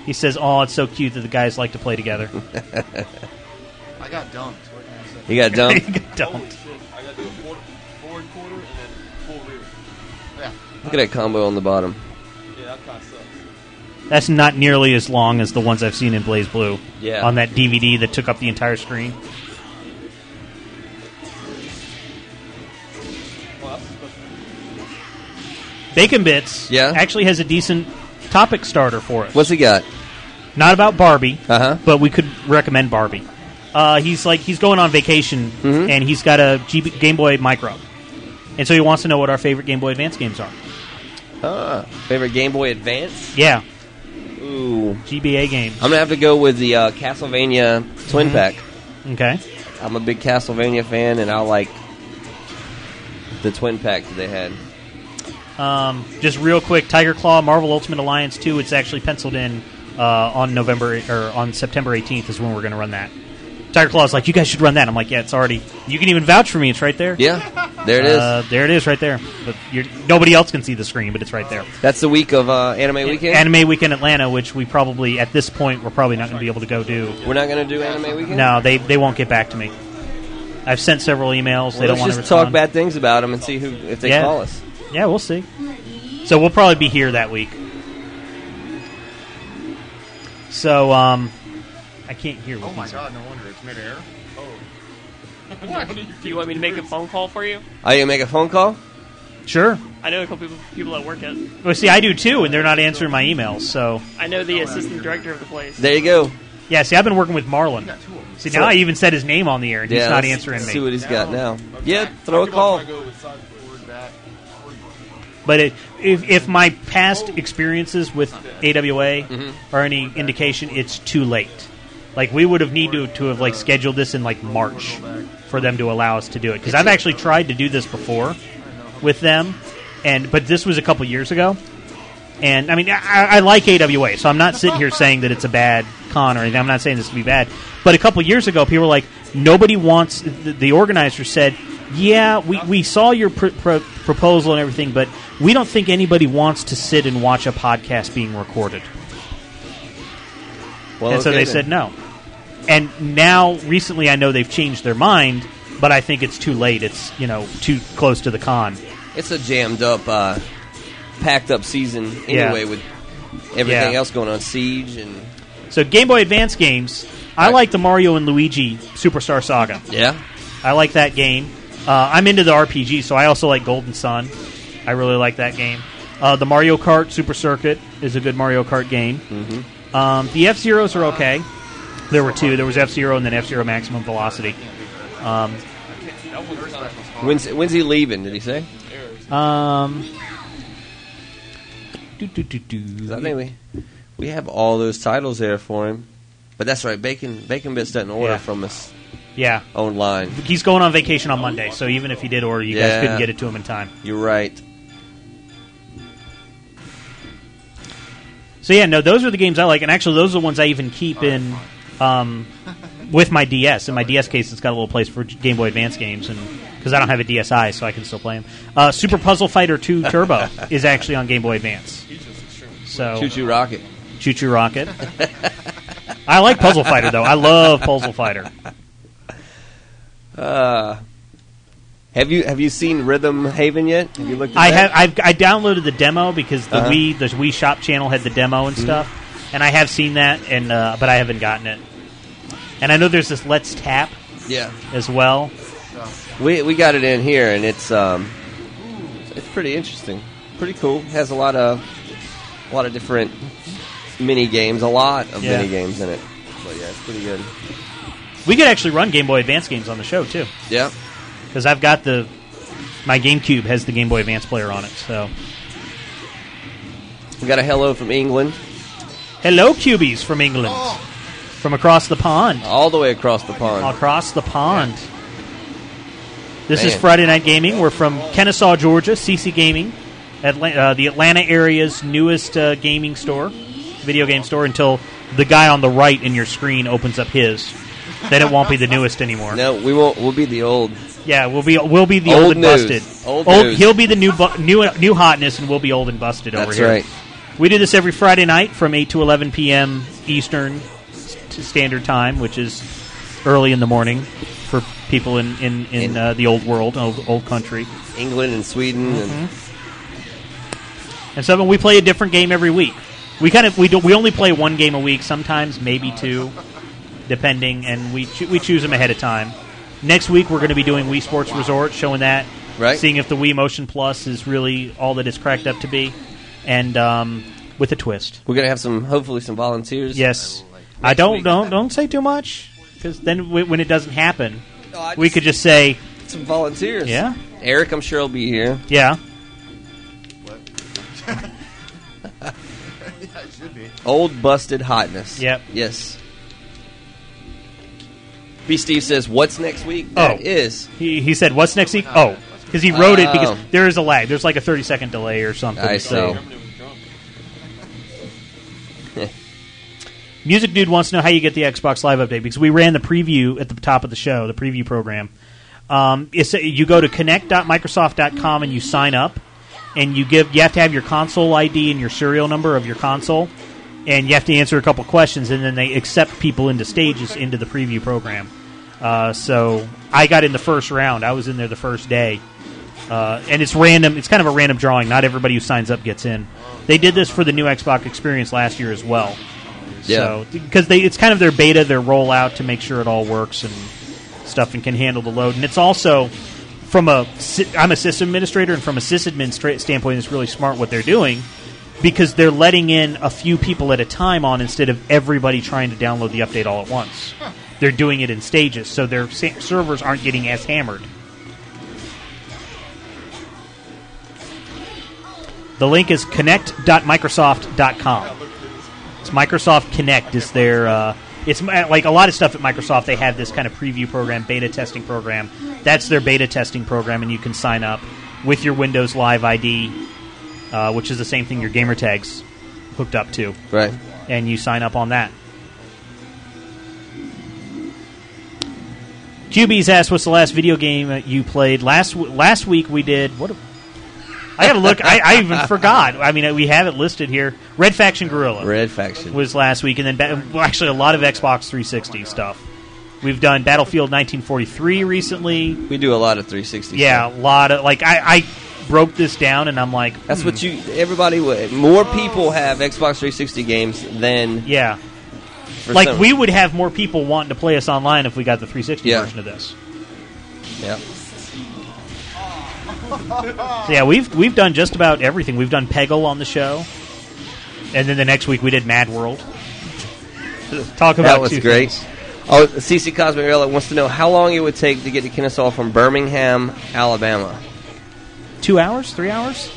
[SPEAKER 1] He says, oh, it's so cute that the guys like to play together.
[SPEAKER 12] I got dumped. What can I say?
[SPEAKER 1] [LAUGHS]
[SPEAKER 3] You got dumped?
[SPEAKER 1] You got
[SPEAKER 10] Holy
[SPEAKER 1] dumped.
[SPEAKER 10] shit, I gotta do a forward, forward quarter and then full rear.
[SPEAKER 12] Yeah.
[SPEAKER 3] Look at that combo on the bottom.
[SPEAKER 10] Yeah, that kind of sucks.
[SPEAKER 1] That's not nearly as long as the ones I've seen in Blaze Blue.
[SPEAKER 3] Yeah.
[SPEAKER 1] On that DVD that took up the entire screen.
[SPEAKER 10] Well, that's special.
[SPEAKER 1] Bacon Bits
[SPEAKER 3] Yeah.
[SPEAKER 1] actually has a decent topic starter for us.
[SPEAKER 3] What's he got?
[SPEAKER 1] Not about Barbie,
[SPEAKER 3] Uh huh.
[SPEAKER 1] but we could recommend Barbie. Uh, he's like he's going on vacation
[SPEAKER 3] Mhm.
[SPEAKER 1] and he's got a G- Game Boy Micro, and so he wants to know what our favorite Game Boy Advance games are.
[SPEAKER 3] Ah, favorite Game Boy Advance?
[SPEAKER 1] Yeah,
[SPEAKER 3] Ooh.
[SPEAKER 1] GBA games.
[SPEAKER 3] I'm gonna have to go with the uh, Castlevania Twin
[SPEAKER 1] Mm-hmm.
[SPEAKER 3] Pack.
[SPEAKER 1] okay,
[SPEAKER 3] I'm a big Castlevania fan, and I like the Twin Pack that they had.
[SPEAKER 1] um, just real quick, Tiger Claw, Marvel Ultimate Alliance two. It's actually penciled in uh, on November or on September 18th is when we're going to run that. Tiger Claw's like, you guys should run that. I'm like, yeah, it's already. You can even vouch for me. It's right there.
[SPEAKER 3] Yeah, there it is.
[SPEAKER 1] Uh, there it is, right there. But you're, nobody else can see the screen, but it's right there.
[SPEAKER 3] That's the week of uh, Anime Weekend.
[SPEAKER 1] Anime Weekend Atlanta, which we probably at this point we're probably not going to be able to go do.
[SPEAKER 3] We're not gonna do Anime Weekend.
[SPEAKER 1] No, they they won't get back to me. I've sent several emails.
[SPEAKER 3] Well,
[SPEAKER 1] they don't
[SPEAKER 3] let's
[SPEAKER 1] want
[SPEAKER 3] just
[SPEAKER 1] to
[SPEAKER 3] talk
[SPEAKER 1] respond.
[SPEAKER 3] bad things about them and see who if they
[SPEAKER 1] Yeah.
[SPEAKER 3] call us.
[SPEAKER 1] Yeah, we'll see. So we'll probably be here that week. So um, I can't hear.
[SPEAKER 12] Oh
[SPEAKER 1] What
[SPEAKER 12] my
[SPEAKER 1] he's-
[SPEAKER 12] god, no wonder. It's midair.
[SPEAKER 14] Do you want me to make a phone call for you?
[SPEAKER 3] Are you gonna make a phone call?
[SPEAKER 1] Sure.
[SPEAKER 14] I know a couple people, people that work at.
[SPEAKER 1] Well, see, I do too, and they're not answering my emails. So
[SPEAKER 14] I know the assistant director of the place.
[SPEAKER 3] There you go.
[SPEAKER 1] Yeah, see, I've been working with Marlon. See, now
[SPEAKER 3] So-
[SPEAKER 1] I even said his name on the air, and
[SPEAKER 3] Yeah,
[SPEAKER 1] he's not
[SPEAKER 3] let's
[SPEAKER 1] answering
[SPEAKER 3] see
[SPEAKER 1] me.
[SPEAKER 3] what he's got now. Yeah, throw a call.
[SPEAKER 1] But it, if, if my past experiences with AWA are any indication, it's too late. Like we would have need to, to have like scheduled this in like March for them to allow us to do it because I've actually tried to do this before with them, and but this was a couple years ago. And I mean, I, I like AWA, so I'm not sitting here saying that it's a bad con or anything. I'm not saying this to be bad. But a couple years ago, people were like, nobody wants. The, the organizer said, "Yeah, we, we saw your pr- pr- proposal and everything, but we don't think anybody wants to sit and watch a podcast being recorded."
[SPEAKER 3] Well,
[SPEAKER 1] and so
[SPEAKER 3] okay
[SPEAKER 1] they
[SPEAKER 3] then.
[SPEAKER 1] said no. And now, recently, I know they've changed their mind, but I think it's too late. It's you know too close to the con.
[SPEAKER 3] It's a jammed up, uh, packed up season
[SPEAKER 1] Yeah.
[SPEAKER 3] anyway with everything
[SPEAKER 1] Yeah.
[SPEAKER 3] else going on. Siege and
[SPEAKER 1] So Game Boy Advance games, I like the Mario and Luigi Superstar Saga.
[SPEAKER 3] Yeah.
[SPEAKER 1] I like that game. Uh, I'm into the RPG, so I also like Golden Sun. I really like that game. Uh, the Mario Kart Super Circuit is a good Mario Kart game. Mm-hmm. Um, the F Zeros are okay. There were two. There was F Zero and then F Zero Maximum Velocity. Um,
[SPEAKER 3] when's when's he leaving? Did he say?
[SPEAKER 1] um,
[SPEAKER 3] I think we we have all those titles there for him. But that's right, bacon bacon bits doesn't order
[SPEAKER 1] Yeah.
[SPEAKER 3] from us
[SPEAKER 1] yeah,
[SPEAKER 3] online.
[SPEAKER 1] he's going on vacation on Monday, so even if he did order, you guys
[SPEAKER 3] Yeah.
[SPEAKER 1] couldn't get it to him in time.
[SPEAKER 3] You're right.
[SPEAKER 1] So yeah, no, those are the games I like, and actually, those are the ones I even keep in
[SPEAKER 3] [LAUGHS]
[SPEAKER 1] um, with my DS. In my DS case, it's got a little place for Game Boy Advance games, and because I don't have a DSi, so I can still play them. Uh, Super Puzzle Fighter
[SPEAKER 3] [LAUGHS]
[SPEAKER 1] Two Turbo is actually on Game Boy Advance. So
[SPEAKER 3] Choo Choo Rocket.
[SPEAKER 1] Choo Choo Rocket. [LAUGHS] I like Puzzle Fighter though. I love Puzzle Fighter.
[SPEAKER 3] Uh, have you have you seen Rhythm Haven yet? Have you looked? At
[SPEAKER 1] I
[SPEAKER 3] that?
[SPEAKER 1] have I've, I downloaded the demo because the
[SPEAKER 3] Uh-huh.
[SPEAKER 1] Wii the Wii Shop channel had the demo and
[SPEAKER 3] Mhm.
[SPEAKER 1] stuff, and I have seen that, and uh, but I haven't gotten it. And I know there's this Let's Tap,
[SPEAKER 3] Yeah.
[SPEAKER 1] as well.
[SPEAKER 3] We we got it in here, and it's um, it's pretty interesting, pretty cool. Has a lot of a lot of different mini games, a lot of
[SPEAKER 1] Yeah.
[SPEAKER 3] mini games in it. But yeah, it's pretty good.
[SPEAKER 1] We could actually run Game Boy Advance games on the show too,
[SPEAKER 3] Yeah,
[SPEAKER 1] because I've got the my GameCube has the Game Boy Advance player on it. So
[SPEAKER 3] we got a hello from England,
[SPEAKER 1] hello, Cubies from England, from across the pond,
[SPEAKER 3] all the way across the pond.
[SPEAKER 1] across the pond. This is
[SPEAKER 3] Man.
[SPEAKER 1] Friday Night Gaming. We're from Kennesaw, Georgia. CC Gaming, Atla- uh, the Atlanta area's newest uh, gaming store, video game store. Until the guy on the right in your screen opens up his, then it won't be the newest
[SPEAKER 3] [LAUGHS]
[SPEAKER 1] anymore.
[SPEAKER 3] No, we won't. We'll be the old.
[SPEAKER 1] Yeah, we'll be we'll be the old,
[SPEAKER 3] Old
[SPEAKER 1] and
[SPEAKER 3] news.
[SPEAKER 1] busted.
[SPEAKER 3] Old news.
[SPEAKER 1] He'll be the new bu- new new hotness, and we'll be old and busted over
[SPEAKER 3] That's
[SPEAKER 1] here.
[SPEAKER 3] right.
[SPEAKER 1] We do this every Friday night from eight to eleven p.m. Eastern St- Standard Time, which is early in the morning for people in in, in uh, the old world, old, old country.
[SPEAKER 3] England and Sweden
[SPEAKER 1] Mm-hmm.
[SPEAKER 3] and
[SPEAKER 1] And so we play a different game every week. We kind of we do, we only play one game a week, sometimes maybe two, depending, and we choo- we choose them ahead of time. Next week we're going to be doing Wii Sports Resort, showing that,
[SPEAKER 3] Right.
[SPEAKER 1] Seeing if the Wii Motion Plus is really all that it's cracked up to be, and um, with a twist.
[SPEAKER 3] we're gonna have some hopefully some volunteers.
[SPEAKER 1] Yes, I don't don't don't say too much because then w- when it doesn't happen,
[SPEAKER 3] No, Oh, I
[SPEAKER 1] we
[SPEAKER 3] just-
[SPEAKER 1] could just say
[SPEAKER 3] some volunteers.
[SPEAKER 1] Yeah.
[SPEAKER 3] Eric, I'm sure will be here.
[SPEAKER 1] yeah.
[SPEAKER 12] yeah, it should be.
[SPEAKER 3] Old busted hotness.
[SPEAKER 1] Yep.
[SPEAKER 3] Yes. B. Steve says, "What's next week?"
[SPEAKER 1] Oh.
[SPEAKER 3] That is.
[SPEAKER 1] He, he said, "What's next week?" Oh, because he wrote it because
[SPEAKER 3] Oh.
[SPEAKER 1] there is a lag. There's like a 30 second delay or something.
[SPEAKER 3] I
[SPEAKER 1] so.
[SPEAKER 3] see.
[SPEAKER 1] Music Dude wants to know how you get the Xbox Live update because we ran the preview at the top of the show, the preview program. Um, it's, you go to connect.microsoft.com and you sign up, and you give you have to have your console ID and your serial number of your console, and you have to answer a couple questions, and then they accept people into stages into the preview program. Uh, so I got in the first round. I was in there the first day, uh, and it's random. It's kind of a random drawing. Not everybody who signs up gets in. They did this for the new Xbox experience last year as well. So because they it's kind of their beta, their rollout to make sure it all works and stuff and can handle the load. And it's also from a sy- I'm a system administrator, and from a sysadmin stra- standpoint, it's really smart what they're doing because they're letting in a few people at a time on instead of everybody trying to download the update all at once. They're doing it in stages, so their sa- servers aren't getting as hammered. The link is connect.microsoft.com. It's Microsoft Connect is their. Uh, it's mi- like a lot of stuff at Microsoft. They have this kind of preview program, beta testing program. That's their beta testing program, and you can sign up with your Windows Live ID, uh, which is the same thing your gamer tags hooked up to.
[SPEAKER 3] Right.
[SPEAKER 1] And you sign up on that. QB's asked, "What's the last video game that you played?" Last w- last week we did what? A, I gotta look. I, I even forgot. I mean, we have it listed here. Red Faction Gorilla.
[SPEAKER 3] Red Faction
[SPEAKER 1] was last week, and then ba- well, actually a lot of Xbox 360 stuff. We've done Battlefield 1943 recently.
[SPEAKER 3] We do a lot of 360.
[SPEAKER 1] Yeah, a lot of like I, I broke this down, and I'm like,
[SPEAKER 3] That's
[SPEAKER 1] hmm.
[SPEAKER 3] what you. Everybody. would- More people have Xbox 360 games than
[SPEAKER 1] yeah.
[SPEAKER 3] for
[SPEAKER 1] like
[SPEAKER 3] some-
[SPEAKER 1] we would have more people wanting to play us online if we got the 360
[SPEAKER 3] Yeah.
[SPEAKER 1] version of this.
[SPEAKER 3] Yeah.
[SPEAKER 1] So, yeah, we've we've done just about everything. We've done Peggle on the show, and then the next week we did Mad World. [LAUGHS] Talk about
[SPEAKER 3] that was
[SPEAKER 1] two
[SPEAKER 3] great.
[SPEAKER 1] things.
[SPEAKER 3] Oh, CC Cosmic Relic wants to know how long it would take to get to Kennesaw from Birmingham, Alabama.
[SPEAKER 1] Two hours, three hours,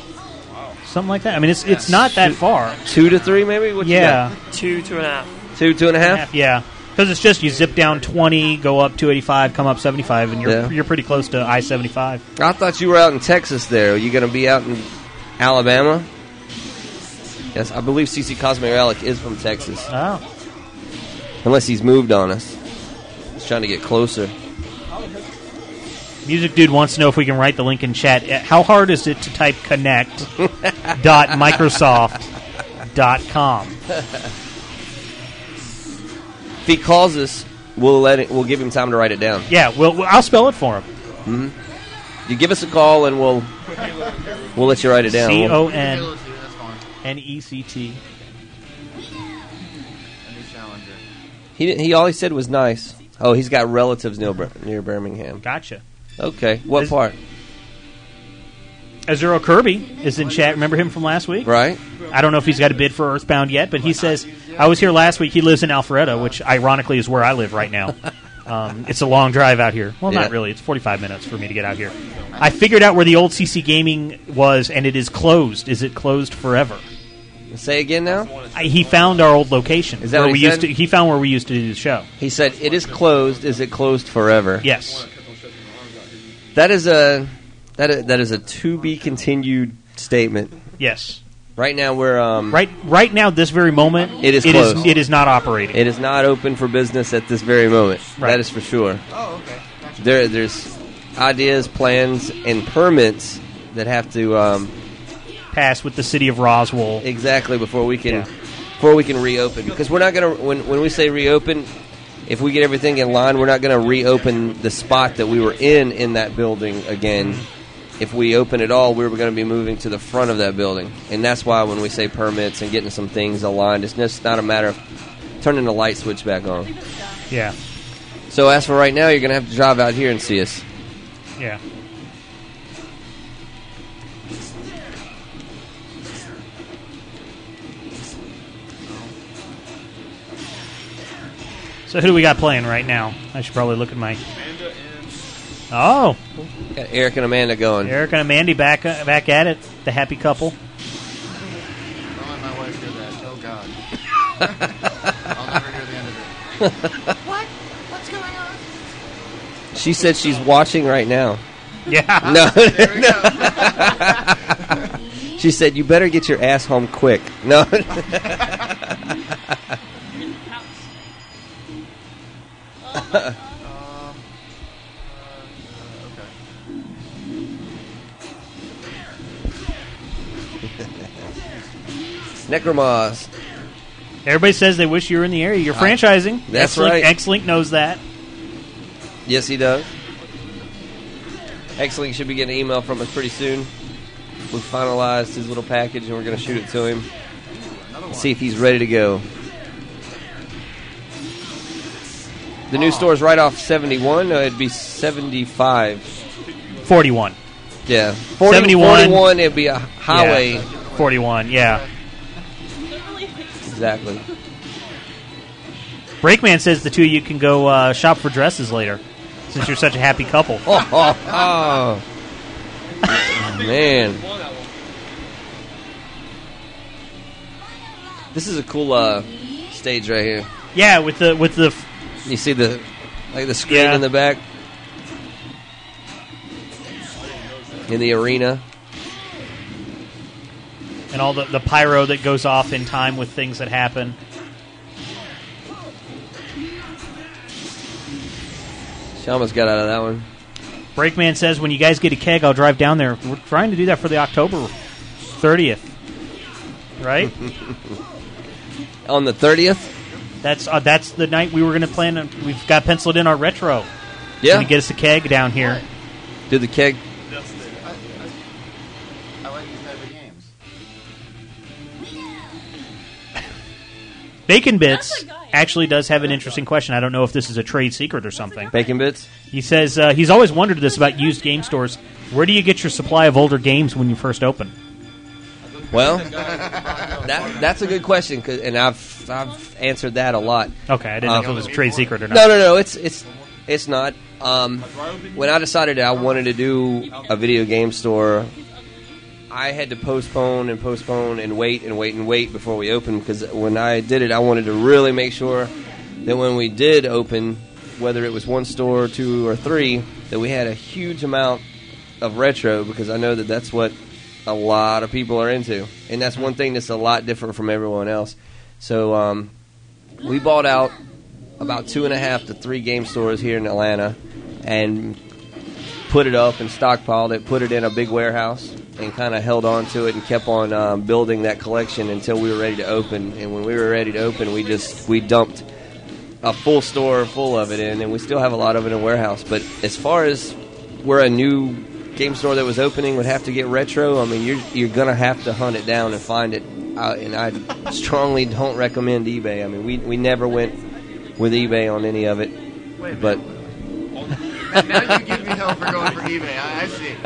[SPEAKER 1] something like that. I mean, it's it's not that far.
[SPEAKER 3] Two to three, maybe. What you
[SPEAKER 1] yeah,
[SPEAKER 14] Two, two and a half.
[SPEAKER 3] got? two, two and a half.
[SPEAKER 1] yeah. Because it's just you zip down twenty, go up two eighty five, come up seventy five, and you're
[SPEAKER 3] Yeah.
[SPEAKER 1] you're pretty close to I seventy five.
[SPEAKER 3] I thought you were out in Texas. There, are you going to be out in Alabama? Yes, I believe CC Cosmic Relic is from Texas,
[SPEAKER 1] Oh,
[SPEAKER 3] unless he's moved on us. He's trying to get closer.
[SPEAKER 1] music dude wants to know if we can write the link in chat. Uh, How hard is it to type connect
[SPEAKER 3] [LAUGHS]
[SPEAKER 1] dot microsoft dot com?
[SPEAKER 3] If he calls us, we'll let it, we'll give him time to write it down.
[SPEAKER 1] Yeah, well, well, I'll spell it for him.
[SPEAKER 3] hmm You give us a call and we'll we'll let you write it down.
[SPEAKER 1] C
[SPEAKER 3] We'll-
[SPEAKER 1] O N N E C T.
[SPEAKER 10] A new challenger.
[SPEAKER 3] He didn't- he all he said was nice. Oh, he's got relatives near Bir- near Birmingham.
[SPEAKER 1] Gotcha.
[SPEAKER 3] Okay, what
[SPEAKER 1] Is-
[SPEAKER 3] part?
[SPEAKER 1] Azuro Kirby is in chat. Remember him from last week?
[SPEAKER 3] Right.
[SPEAKER 1] I don't know if he's got a bid for Earthbound yet, but he says I was here last week. He lives in Alpharetta, which ironically is where I live right now. Um, it's a long drive out here. Well,
[SPEAKER 3] Yeah.
[SPEAKER 1] not really. It's 45 minutes for me to get out here. I figured out where the old CC Gaming was, and it is closed. Is it closed forever?
[SPEAKER 3] Say again now.
[SPEAKER 1] I, he found our old location.
[SPEAKER 3] Is that
[SPEAKER 1] where
[SPEAKER 3] what
[SPEAKER 1] we
[SPEAKER 3] he
[SPEAKER 1] used
[SPEAKER 3] said?
[SPEAKER 1] to? He found where we used to do the show.
[SPEAKER 3] He said it is closed. Is it closed forever?
[SPEAKER 1] Yes.
[SPEAKER 3] That is a that is, that is a to be continued statement.
[SPEAKER 1] Yes.
[SPEAKER 3] Right now we're um
[SPEAKER 1] Right. Right now, this very moment,
[SPEAKER 3] It is
[SPEAKER 1] It is,
[SPEAKER 3] closed.
[SPEAKER 1] it is not operating.
[SPEAKER 3] it is not open for business at this very moment.
[SPEAKER 1] Right.
[SPEAKER 3] That is for sure. Oh, okay. There there's ideas, plans, and permits that have to um,
[SPEAKER 1] Pass with the city of Roswell.
[SPEAKER 3] exactly before we can before we can reopen because we're not going to when when we say reopen if we get everything in line we're not going to reopen the spot that we were in in that building again if we open at all we're going to be moving to the front of that building and that's why when we say permits and getting some things aligned it's just not a matter of turning the light switch back on
[SPEAKER 1] Yeah.
[SPEAKER 3] so as for right now you're going to have to drive out here and see us
[SPEAKER 1] Yeah. So who do we got playing right now? I should probably look at my. Oh,
[SPEAKER 3] got eric and amanda going
[SPEAKER 1] Eric and Mandy back uh, back at it. The happy
[SPEAKER 3] [LAUGHS]
[SPEAKER 1] couple.
[SPEAKER 10] Don't let my wife hear that. Oh God. I'll never hear the end of it. what? What's going on?
[SPEAKER 3] she said she's watching right now
[SPEAKER 1] Yeah.
[SPEAKER 3] No.
[SPEAKER 10] There we go.
[SPEAKER 3] she said, "You better get your ass home quick." [LAUGHS] No. Necromaz.
[SPEAKER 1] Everybody says they wish you were in the area. You're
[SPEAKER 3] Uh,
[SPEAKER 1] franchising.
[SPEAKER 3] that's
[SPEAKER 1] X-Link,
[SPEAKER 3] right.
[SPEAKER 1] X-Link knows that.
[SPEAKER 3] Yes, he does. X-Link should be getting an email from us pretty soon. We finalized his little package, and we're going to shoot it to him. See if he's ready to go. The new store is right off 71. No, it'd be 75.
[SPEAKER 1] 41.
[SPEAKER 3] Yeah. 40,
[SPEAKER 1] 71.
[SPEAKER 3] 41, it'd be a highway.
[SPEAKER 1] Yeah. 41, yeah.
[SPEAKER 3] Exactly.
[SPEAKER 1] Breakman says the two of you can go uh, shop for dresses later, since you're such a happy couple.
[SPEAKER 3] Oh, oh, oh. man. This is a cool uh, stage right here.
[SPEAKER 1] Yeah, with the with the f-
[SPEAKER 3] You see the like the screen
[SPEAKER 1] Yeah.
[SPEAKER 3] in the back in the arena.
[SPEAKER 1] and all the, the pyro that goes off in time with things that happen.
[SPEAKER 3] She almost got out of that one.
[SPEAKER 1] Breakman says when you guys get a keg, I'll drive down there. We're trying to do that for the October 30th, right?
[SPEAKER 3] On the thirtieth,
[SPEAKER 1] That's uh, that's the night we were going to plan. on- We've got penciled in our retro.
[SPEAKER 3] Yeah.
[SPEAKER 1] Gonna get us a keg down here.
[SPEAKER 3] do the keg.
[SPEAKER 12] I like these type of games.
[SPEAKER 1] Bacon Bits actually does have an interesting question. I don't know if this is a trade secret or something.
[SPEAKER 3] Bacon Bits?
[SPEAKER 1] He says uh, he's always wondered this about used game stores. Where do you get your supply of older games when you first open?
[SPEAKER 3] Well, that that's a good question, 'cause- and I've I've answered that a lot.
[SPEAKER 1] Okay, I didn't know
[SPEAKER 3] Um,
[SPEAKER 1] if it was a trade secret or not.
[SPEAKER 3] No, no, no. It's it's it's not. Um, when I decided I wanted to do a video game store, I had to postpone and postpone and wait and wait and wait before we opened because when I did it, I wanted to really make sure that when we did open, whether it was one store, two, or three, that we had a huge amount of retro because I know that that's what a lot of people are into, and that's one thing that's a lot different from everyone else. So um, we bought out about two and a half to three game stores here in Atlanta, and put it up and stockpiled it, put it in a big warehouse, and kind of held on to it and kept on um, building that collection until we were ready to open. And when we were ready to open, we just we dumped a full store full of it in, and we still have a lot of it in a warehouse. But as far as where a new game store that was opening would have to get retro, I mean, you're you're gonna have to hunt it down and find it. Uh, and I strongly don't recommend eBay. I mean, we we never went with eBay on any of it,
[SPEAKER 12] Wait a
[SPEAKER 3] but.
[SPEAKER 12] now you give me hell for going for eBay. I, I see. I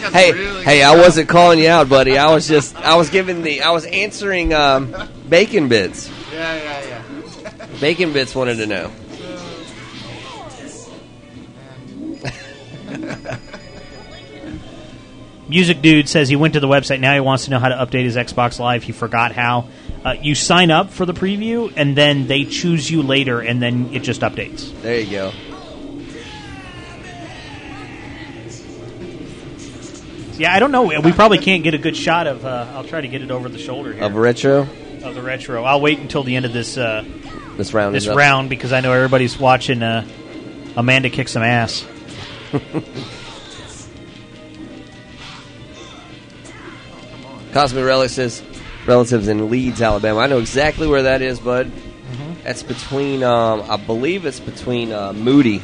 [SPEAKER 12] got
[SPEAKER 3] hey,
[SPEAKER 12] some really
[SPEAKER 3] hey!
[SPEAKER 12] good
[SPEAKER 3] I
[SPEAKER 12] stuff.
[SPEAKER 3] wasn't calling you out, buddy. I was just, I was giving the, I was answering um, Bacon Bits.
[SPEAKER 12] [LAUGHS] Yeah, yeah, yeah.
[SPEAKER 3] Bacon Bits wanted to know.
[SPEAKER 1] Music Dude says he went to the website. Now he wants to know how to update his Xbox Live. He forgot how. Uh, you sign up for the preview, and then they choose you later, and then it just updates.
[SPEAKER 3] There you go.
[SPEAKER 1] Yeah, I don't know. We probably can't get a good shot of. Uh, I'll try to get it over the shoulder here.
[SPEAKER 3] Of retro,
[SPEAKER 1] Of the retro. I'll wait until the end of this uh,
[SPEAKER 3] this round.
[SPEAKER 1] this
[SPEAKER 3] is up.
[SPEAKER 1] round because I know everybody's watching. Uh, Amanda kick some ass.
[SPEAKER 3] Cosmic Relic says, relatives in Leeds, Alabama. I know exactly where that is, bud. That's between, um, I believe it's between uh, Moody.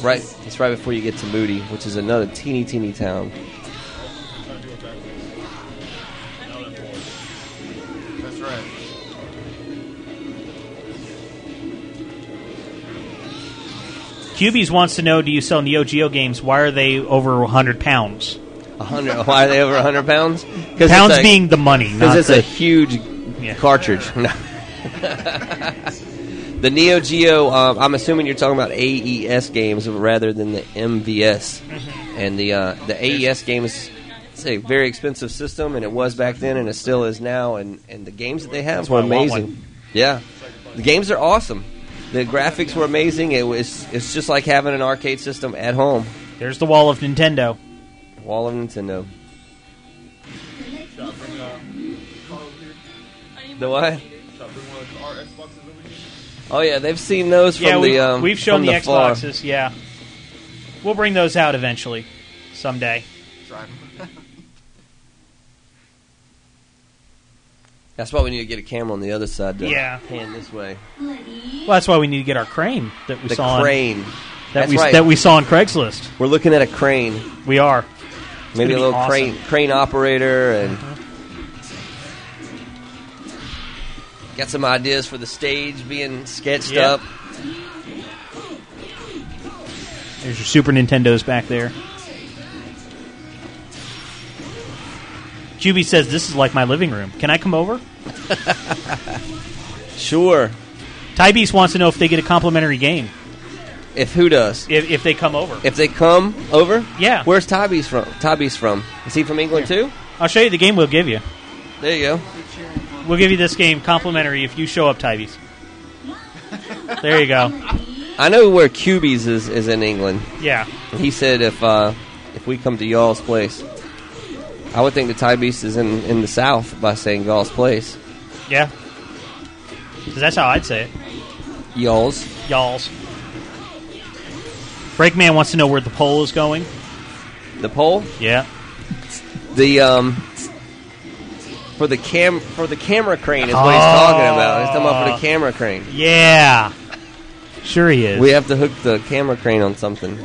[SPEAKER 3] Right, it's right before you get to Moody, which is another teeny teeny town.
[SPEAKER 12] That's right.
[SPEAKER 1] Cubies wants to know: Do you sell Neo Geo games? Why are they over hundred pounds?
[SPEAKER 3] A hundred. [LAUGHS] Why are they over a hundred pounds? 'Cause it's
[SPEAKER 1] Pounds
[SPEAKER 3] a-
[SPEAKER 1] being the money,
[SPEAKER 3] Because
[SPEAKER 1] not
[SPEAKER 3] it's
[SPEAKER 1] the-
[SPEAKER 3] a huge
[SPEAKER 1] [LAUGHS]
[SPEAKER 3] cartridge. No. the Neo Geo. Um, I'm assuming you're talking about AES games rather than the MVS.
[SPEAKER 1] Mm-hmm.
[SPEAKER 3] And the uh, the AES games. It's a very expensive system, and it was back then, and it still is now. And, and the games that they have
[SPEAKER 1] That's
[SPEAKER 3] were
[SPEAKER 1] why I want
[SPEAKER 3] amazing.
[SPEAKER 1] one.
[SPEAKER 3] Yeah, the games are awesome. The graphics were amazing. It was it's just like having an arcade system at home.
[SPEAKER 1] There's the wall of Nintendo.
[SPEAKER 3] Wall of Nintendo.
[SPEAKER 12] Should I bring, uh,
[SPEAKER 3] The
[SPEAKER 12] should I bring
[SPEAKER 3] what?
[SPEAKER 12] one of our Xboxes over here?
[SPEAKER 3] Oh yeah, they've seen those from
[SPEAKER 1] yeah, we,
[SPEAKER 3] the. Um,
[SPEAKER 1] we've shown
[SPEAKER 3] from
[SPEAKER 1] the,
[SPEAKER 3] far.
[SPEAKER 1] Xboxes. Yeah, we'll bring those out eventually, someday.
[SPEAKER 12] Drive 'em.
[SPEAKER 3] That's why we need to get a camera on the other side. To
[SPEAKER 1] Yeah.
[SPEAKER 3] hand this way.
[SPEAKER 1] Well, that's why we need to get our crane that we
[SPEAKER 3] The
[SPEAKER 1] saw.
[SPEAKER 3] crane.
[SPEAKER 1] On, that
[SPEAKER 3] That's
[SPEAKER 1] we
[SPEAKER 3] right.
[SPEAKER 1] that we saw on Craigslist.
[SPEAKER 3] We're looking at a crane.
[SPEAKER 1] We are. It's
[SPEAKER 3] Maybe
[SPEAKER 1] gonna be
[SPEAKER 3] a little
[SPEAKER 1] awesome.
[SPEAKER 3] crane crane operator and got some ideas for the stage being sketched
[SPEAKER 1] Yeah.
[SPEAKER 3] up.
[SPEAKER 1] There's your Super Nintendo's back there. Juby says this is like my living room. Can I come over?
[SPEAKER 3] sure.
[SPEAKER 1] Tybeast wants to know if they get a complimentary game
[SPEAKER 3] If who does?
[SPEAKER 1] if, if they come over.
[SPEAKER 3] If they come over?
[SPEAKER 1] Yeah.
[SPEAKER 3] Where's Tobby's from? Tobby's from? Is he from England too?
[SPEAKER 1] I'll show you the game we'll give you.
[SPEAKER 3] There you go.
[SPEAKER 1] We'll give you this game complimentary if you show up, Tybees. there you go.
[SPEAKER 3] I know where Cubies is, is in England.
[SPEAKER 1] Yeah.
[SPEAKER 3] And he said if uh, if we come to y'all's place, I would think the Thai Beast is in, in the south by saying y'all's place.
[SPEAKER 1] Yeah. 'Cause that's how I'd say it.
[SPEAKER 3] Y'all's.
[SPEAKER 1] Y'all's. Breakman wants to know where the poll is going.
[SPEAKER 3] The poll?
[SPEAKER 1] Yeah.
[SPEAKER 3] The um for the cam for the camera crane is what he's talking about. He's talking about for the camera crane.
[SPEAKER 1] Yeah. Sure he is.
[SPEAKER 3] We have to hook the camera crane on something.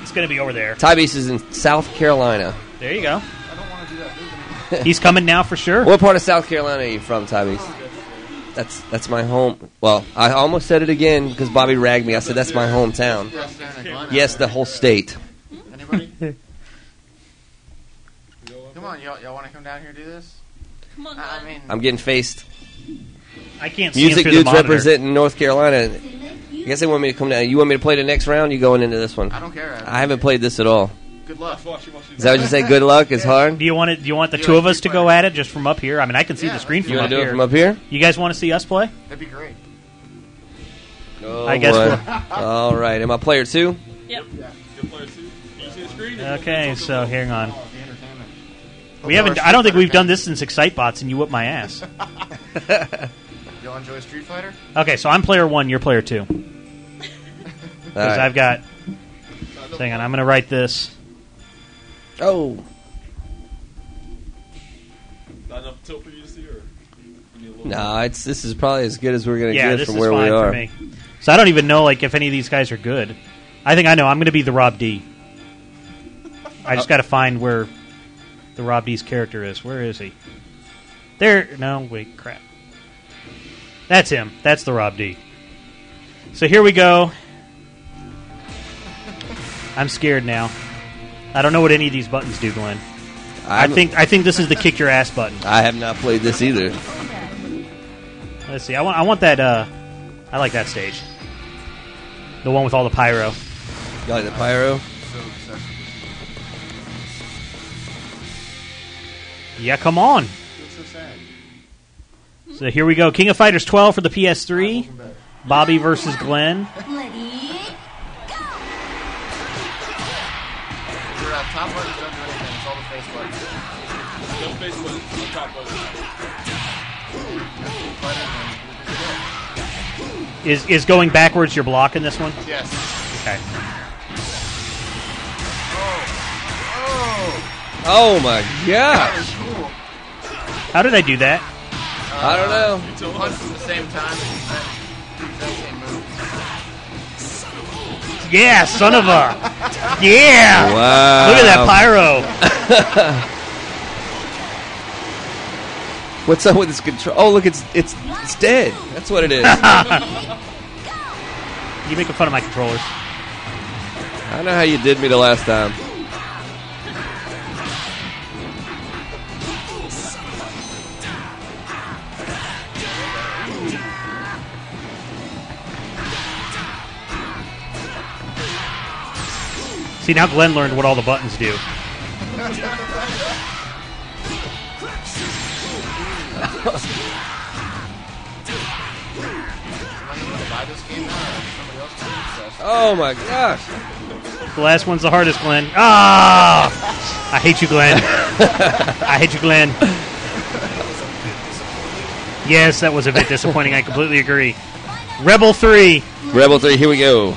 [SPEAKER 1] It's going to be over there.
[SPEAKER 3] Ty Beast is in South Carolina.
[SPEAKER 1] There you go. [LAUGHS] He's coming now for sure.
[SPEAKER 3] What part of South Carolina are you from, Ty Beast? That's that's my home. Well, I almost said it again because Bobby ragged me. I said that's my hometown. Yes, the whole state.
[SPEAKER 12] Anybody? come on, y'all, y'all want to come down here and do this? Come on, I mean,
[SPEAKER 3] I'm getting faced.
[SPEAKER 1] I can't see him
[SPEAKER 3] Music
[SPEAKER 1] through
[SPEAKER 3] dudes
[SPEAKER 1] the monitor.
[SPEAKER 3] representing North Carolina. I guess they want me to come down. You want me to play the next round? You going into this one? I
[SPEAKER 12] don't care.
[SPEAKER 3] I haven't played this at all.
[SPEAKER 12] good luck.
[SPEAKER 3] Is that what you say? Good luck. It's hard.
[SPEAKER 1] Do you want it? Do you want the two of us to go at it just from up here? I mean, I can see the screen from
[SPEAKER 3] You
[SPEAKER 1] up
[SPEAKER 3] want to do
[SPEAKER 1] here.
[SPEAKER 3] it from up here?
[SPEAKER 1] You guys want to see us play?
[SPEAKER 12] That'd be great.
[SPEAKER 3] Oh,
[SPEAKER 1] I guess
[SPEAKER 3] boy.
[SPEAKER 1] we'll-
[SPEAKER 3] All right. Am I player two?
[SPEAKER 11] Yep.
[SPEAKER 1] Okay, so hang on. We haven't. I don't think we've done this since ExciteBots, and you whip my ass.
[SPEAKER 12] Y'all enjoy Street Fighter?
[SPEAKER 1] Okay, so I'm player one. You're player two. Because
[SPEAKER 3] right.
[SPEAKER 1] I've got. Hang on, I'm going to write this.
[SPEAKER 3] Oh,
[SPEAKER 15] Not enough tilt for you to see, or we need a little
[SPEAKER 3] no. It's this is probably as good as we're gonna
[SPEAKER 1] Yeah,
[SPEAKER 3] get
[SPEAKER 1] this
[SPEAKER 3] from
[SPEAKER 1] is
[SPEAKER 3] where we
[SPEAKER 1] fine
[SPEAKER 3] are.
[SPEAKER 1] for me. So I don't even know like if any of these guys are good. I think I know. I'm going to be the Rob D. I
[SPEAKER 3] Uh,
[SPEAKER 1] just got to find where the Rob D's character is. Where is he? There. No, wait, crap. That's him. That's the Rob D. So here we go. I'm scared now. I don't know what any of these buttons do, Glenn. I
[SPEAKER 3] I'm-
[SPEAKER 1] think I think this is the kick your ass button.
[SPEAKER 3] I have not played this either.
[SPEAKER 1] Let's see. I want. I want that. Uh, I like that stage. The one with all the pyro.
[SPEAKER 3] You like the pyro?
[SPEAKER 1] Yeah, come on.
[SPEAKER 12] It's so sad.
[SPEAKER 1] So here we go. King of Fighters 12 for the PS3. Bobby versus Glenn.
[SPEAKER 12] Your uh, top buttons don't do anything. It's all the face buttons.
[SPEAKER 15] No face buttons, no top buttons.
[SPEAKER 1] Is is going backwards your block in this one?
[SPEAKER 12] Yes.
[SPEAKER 1] Okay.
[SPEAKER 12] Oh,
[SPEAKER 3] Oh my
[SPEAKER 12] that
[SPEAKER 3] gosh!
[SPEAKER 12] was cool.
[SPEAKER 1] How did I do that?
[SPEAKER 3] I don't know.
[SPEAKER 12] Two punches at the same time. That same move.
[SPEAKER 1] Yeah, son of a. Yeah.
[SPEAKER 3] Wow.
[SPEAKER 1] Look at that pyro.
[SPEAKER 3] What's up with this control? Oh, look, it's it's it's dead. That's what
[SPEAKER 1] [LAUGHS]
[SPEAKER 3] it is. I
[SPEAKER 1] You making fun of my controllers?
[SPEAKER 3] don't know how you did me the last time.
[SPEAKER 1] See, now Glenn learned what all the buttons do.
[SPEAKER 12] Am I going to buy this game now or somebody else to possess?
[SPEAKER 3] Oh my gosh!
[SPEAKER 1] The last one's the hardest, Glenn. Ah! I hate you, Glenn. I hate you, Glenn. Yes, that was a bit disappointing. I completely agree. Rebel 3.
[SPEAKER 3] Rebel three, here we go.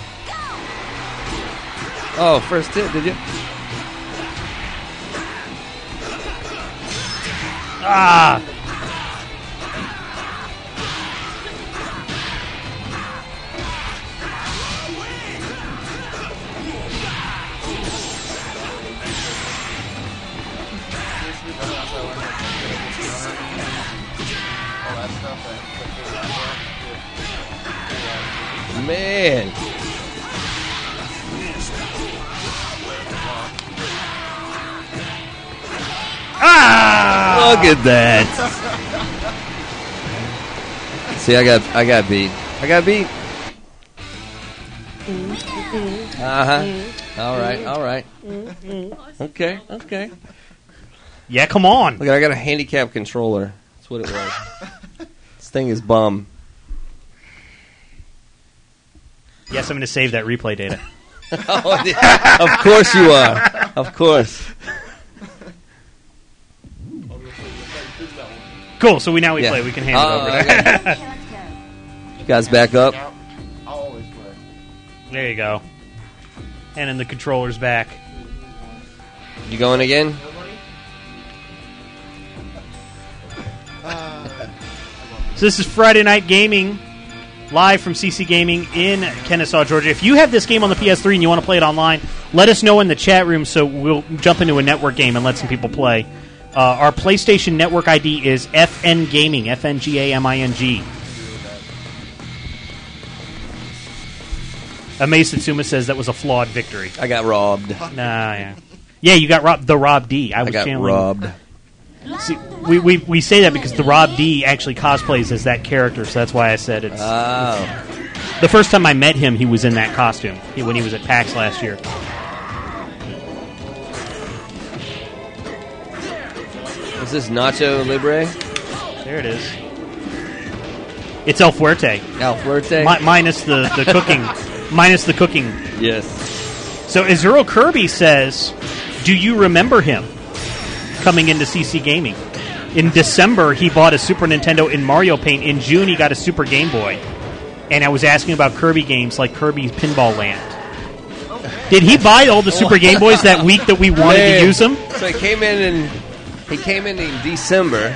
[SPEAKER 3] Oh, first hit, did you?
[SPEAKER 1] Ah!
[SPEAKER 12] All that stuff. That,
[SPEAKER 3] Man,
[SPEAKER 1] Ah!
[SPEAKER 3] Look at that. See, I got, I got beat. I got beat. Uh huh. All right. All right. Okay. Okay.
[SPEAKER 1] Yeah, come on.
[SPEAKER 3] Look, I got a handicap controller. That's what it [LAUGHS] was. this thing is bum.
[SPEAKER 1] Yes, I'm going to save that replay data.
[SPEAKER 3] Oh, yeah. [LAUGHS] Of course you are. Of course.
[SPEAKER 1] Cool. So we now we
[SPEAKER 3] Yeah.
[SPEAKER 1] play. We can hand
[SPEAKER 3] Oh,
[SPEAKER 1] it over. To
[SPEAKER 3] [LAUGHS] You guys back up.
[SPEAKER 1] [LAUGHS] there you go. And then the controller's back.
[SPEAKER 3] You going again?
[SPEAKER 1] So this is Friday Night Gaming, live from CC Gaming in Kennesaw, Georgia. If you have this game on the PS3 and you want to play it online, let us know in the chat room so we'll jump into a network game and let some people play. Uh, our PlayStation Network ID is FN Gaming, F N G A M I N G. Amaze Satsuma says that was a flawed victory.
[SPEAKER 3] I got robbed.
[SPEAKER 1] Nah, yeah. Yeah, you got robbed. The Rob D. I was
[SPEAKER 3] got
[SPEAKER 1] channeling-
[SPEAKER 3] robbed.
[SPEAKER 1] See, we, we, we say that because the Rob D actually cosplays as that character, so that's why I said it's.
[SPEAKER 3] Uh. Oh,
[SPEAKER 1] The first time I met him, he was in that costume he- when he was at PAX last year.
[SPEAKER 3] Is this Nacho Libre?
[SPEAKER 1] There it is. It's El Fuerte.
[SPEAKER 3] El Fuerte.
[SPEAKER 1] Mi- minus the, the cooking. minus the cooking.
[SPEAKER 3] Yes.
[SPEAKER 1] So Azuro Kirby says, Do you remember him coming into CC Gaming? In December, he bought a Super Nintendo in Mario Paint. In June, he got a Super Game Boy. And I was asking about Kirby games like Kirby's Pinball Land. Did he buy all the Super Game Boys that week that we wanted
[SPEAKER 3] Man.
[SPEAKER 1] to use them?
[SPEAKER 3] So he came in and he came in in December,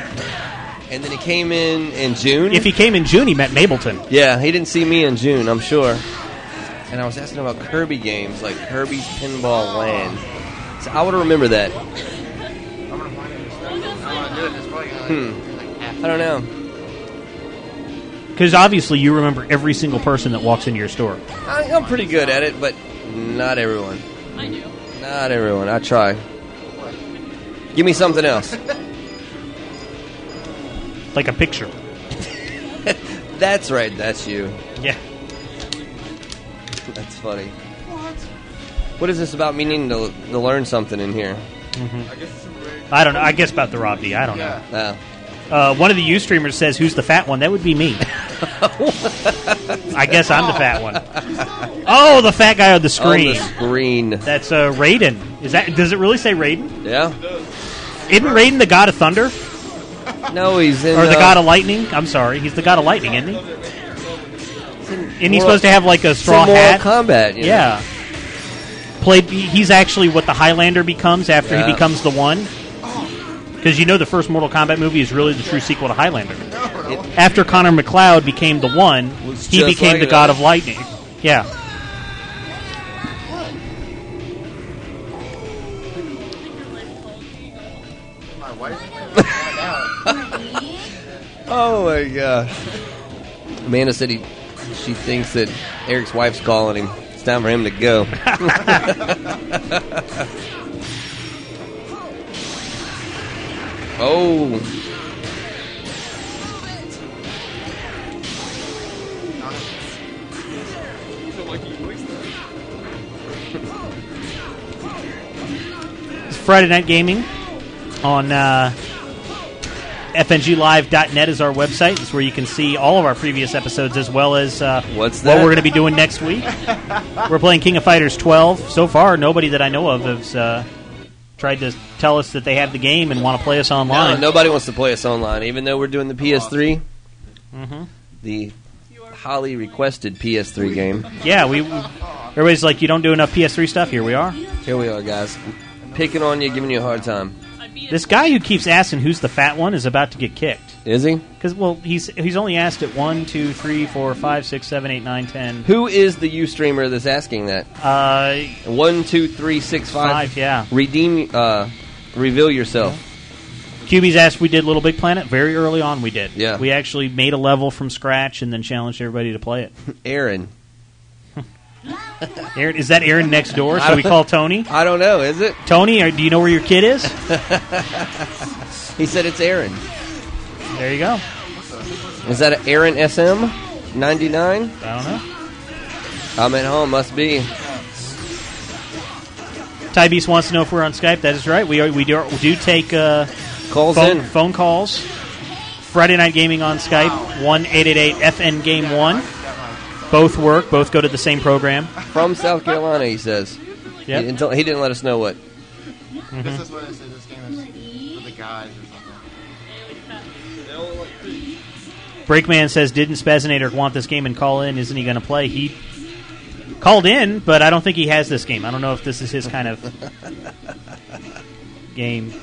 [SPEAKER 3] and then he came in in June.
[SPEAKER 1] If he came in June, he met Mableton.
[SPEAKER 3] yeah, he didn't see me in June, I'm sure. And I was asking about Kirby games, like Kirby's Pinball Land. So I would remember that.
[SPEAKER 12] I'm gonna find it. I want to do it. and It's probably gonna
[SPEAKER 3] Hmm. I don't know.
[SPEAKER 1] Because obviously, you remember every single person that walks into your store.
[SPEAKER 3] I, I'm pretty good at it, but not everyone.
[SPEAKER 11] I do.
[SPEAKER 3] Not everyone. I try. Give me something else.
[SPEAKER 1] Like a picture.
[SPEAKER 3] That's right. That's you.
[SPEAKER 1] Yeah.
[SPEAKER 3] That's funny. What is this about me needing to, to learn something in here?
[SPEAKER 1] I don't know. I guess about the Rob D. I don't know.
[SPEAKER 3] Uh,
[SPEAKER 1] Uh, one of the U streamers says, "Who's the fat one?" That would be me. I guess I'm the fat one. Oh, the fat guy on the screen.
[SPEAKER 3] On Oh, the screen.
[SPEAKER 1] That's uh, Raiden. Is that? Does it really say Raiden?
[SPEAKER 3] Yeah.
[SPEAKER 1] Isn't Raiden the god of thunder
[SPEAKER 3] No, he's in.
[SPEAKER 1] or the
[SPEAKER 3] uh,
[SPEAKER 1] god of lightning? I'm sorry, he's the god of lightning, isn't he? Isn't he
[SPEAKER 3] Moral-
[SPEAKER 1] supposed to have like a
[SPEAKER 3] it's in
[SPEAKER 1] straw
[SPEAKER 3] Mortal
[SPEAKER 1] hat?
[SPEAKER 3] Kombat, you know.
[SPEAKER 1] yeah. Played. he- He's actually what the Highlander becomes after
[SPEAKER 3] Yeah.
[SPEAKER 1] he becomes the one. Because you know the first Mortal Kombat movie is really the true sequel to Highlander. After Connor McLeod became the one,
[SPEAKER 3] Looks
[SPEAKER 1] he
[SPEAKER 3] just
[SPEAKER 1] became
[SPEAKER 3] like
[SPEAKER 1] the
[SPEAKER 3] it,
[SPEAKER 1] God
[SPEAKER 3] huh?
[SPEAKER 1] of Lightning. Yeah.
[SPEAKER 12] My wife.
[SPEAKER 3] Oh my gosh. Amanda said he, she thinks that Eric's wife's calling him. It's time for him to [LAUGHS] go. oh,
[SPEAKER 1] It's Friday Night Gaming on uh, FNGLive.net is our website. It's where you can see all of our previous episodes as well as uh, what
[SPEAKER 3] What's that?
[SPEAKER 1] we're going to be doing next week. we're playing King of Fighters 12. So far, nobody that I know of has uh, tried to tell us that they have the game and want to play us
[SPEAKER 3] no,
[SPEAKER 1] online.
[SPEAKER 3] nobody wants to play us online, even though we're doing the PS3, Mm-hmm.
[SPEAKER 1] Mhm.
[SPEAKER 3] the highly requested PS3 game.
[SPEAKER 1] Yeah, we. Everybody's like, you don't do enough PS3 stuff. Here we are.
[SPEAKER 3] Here we are, guys. Picking on you, giving you a hard time.
[SPEAKER 1] This guy who keeps asking who's the fat one is about to get kicked.
[SPEAKER 3] Is he?
[SPEAKER 1] Because well, he's he's only asked it one, two, three, four, five, six, seven, eight, nine, ten.
[SPEAKER 3] Who is the you streamer that's asking that?
[SPEAKER 1] Uh,
[SPEAKER 3] One, two, three, six, five.
[SPEAKER 1] Five, yeah.
[SPEAKER 3] Redeem, uh, reveal yourself.
[SPEAKER 1] QB's asked. We did Little Big Planet very early on. We did.
[SPEAKER 3] Yeah.
[SPEAKER 1] We actually made a level from scratch and then challenged everybody to play it.
[SPEAKER 3] Aaron.
[SPEAKER 1] Aaron, is that Aaron next door? Should we call Tony?
[SPEAKER 3] I don't know. Is it
[SPEAKER 1] Tony? Or do you know where your kid is?
[SPEAKER 3] he said it's Aaron.
[SPEAKER 1] There you go.
[SPEAKER 3] Is that an Aaron SM ninety nine?
[SPEAKER 1] I don't know.
[SPEAKER 3] I'm at home. Must be.
[SPEAKER 1] Tybeast wants to know if we're on Skype. That is right. We are, we do, we do take uh,
[SPEAKER 3] calls
[SPEAKER 1] phone,
[SPEAKER 3] in.
[SPEAKER 1] phone calls. Friday night gaming on Skype. One eight eight eight FN game one. Both work. Both go to the same program.
[SPEAKER 3] From South Carolina, he says. He,
[SPEAKER 1] Yep.
[SPEAKER 3] didn't tell- he didn't let us know what.
[SPEAKER 12] This is what I say. This game is for the guys or something.
[SPEAKER 1] Breakman says, "Didn't Spazinator want this game and call in? Isn't he going to play?" He called in, but I don't think he has this game. I don't know if this is his kind of game.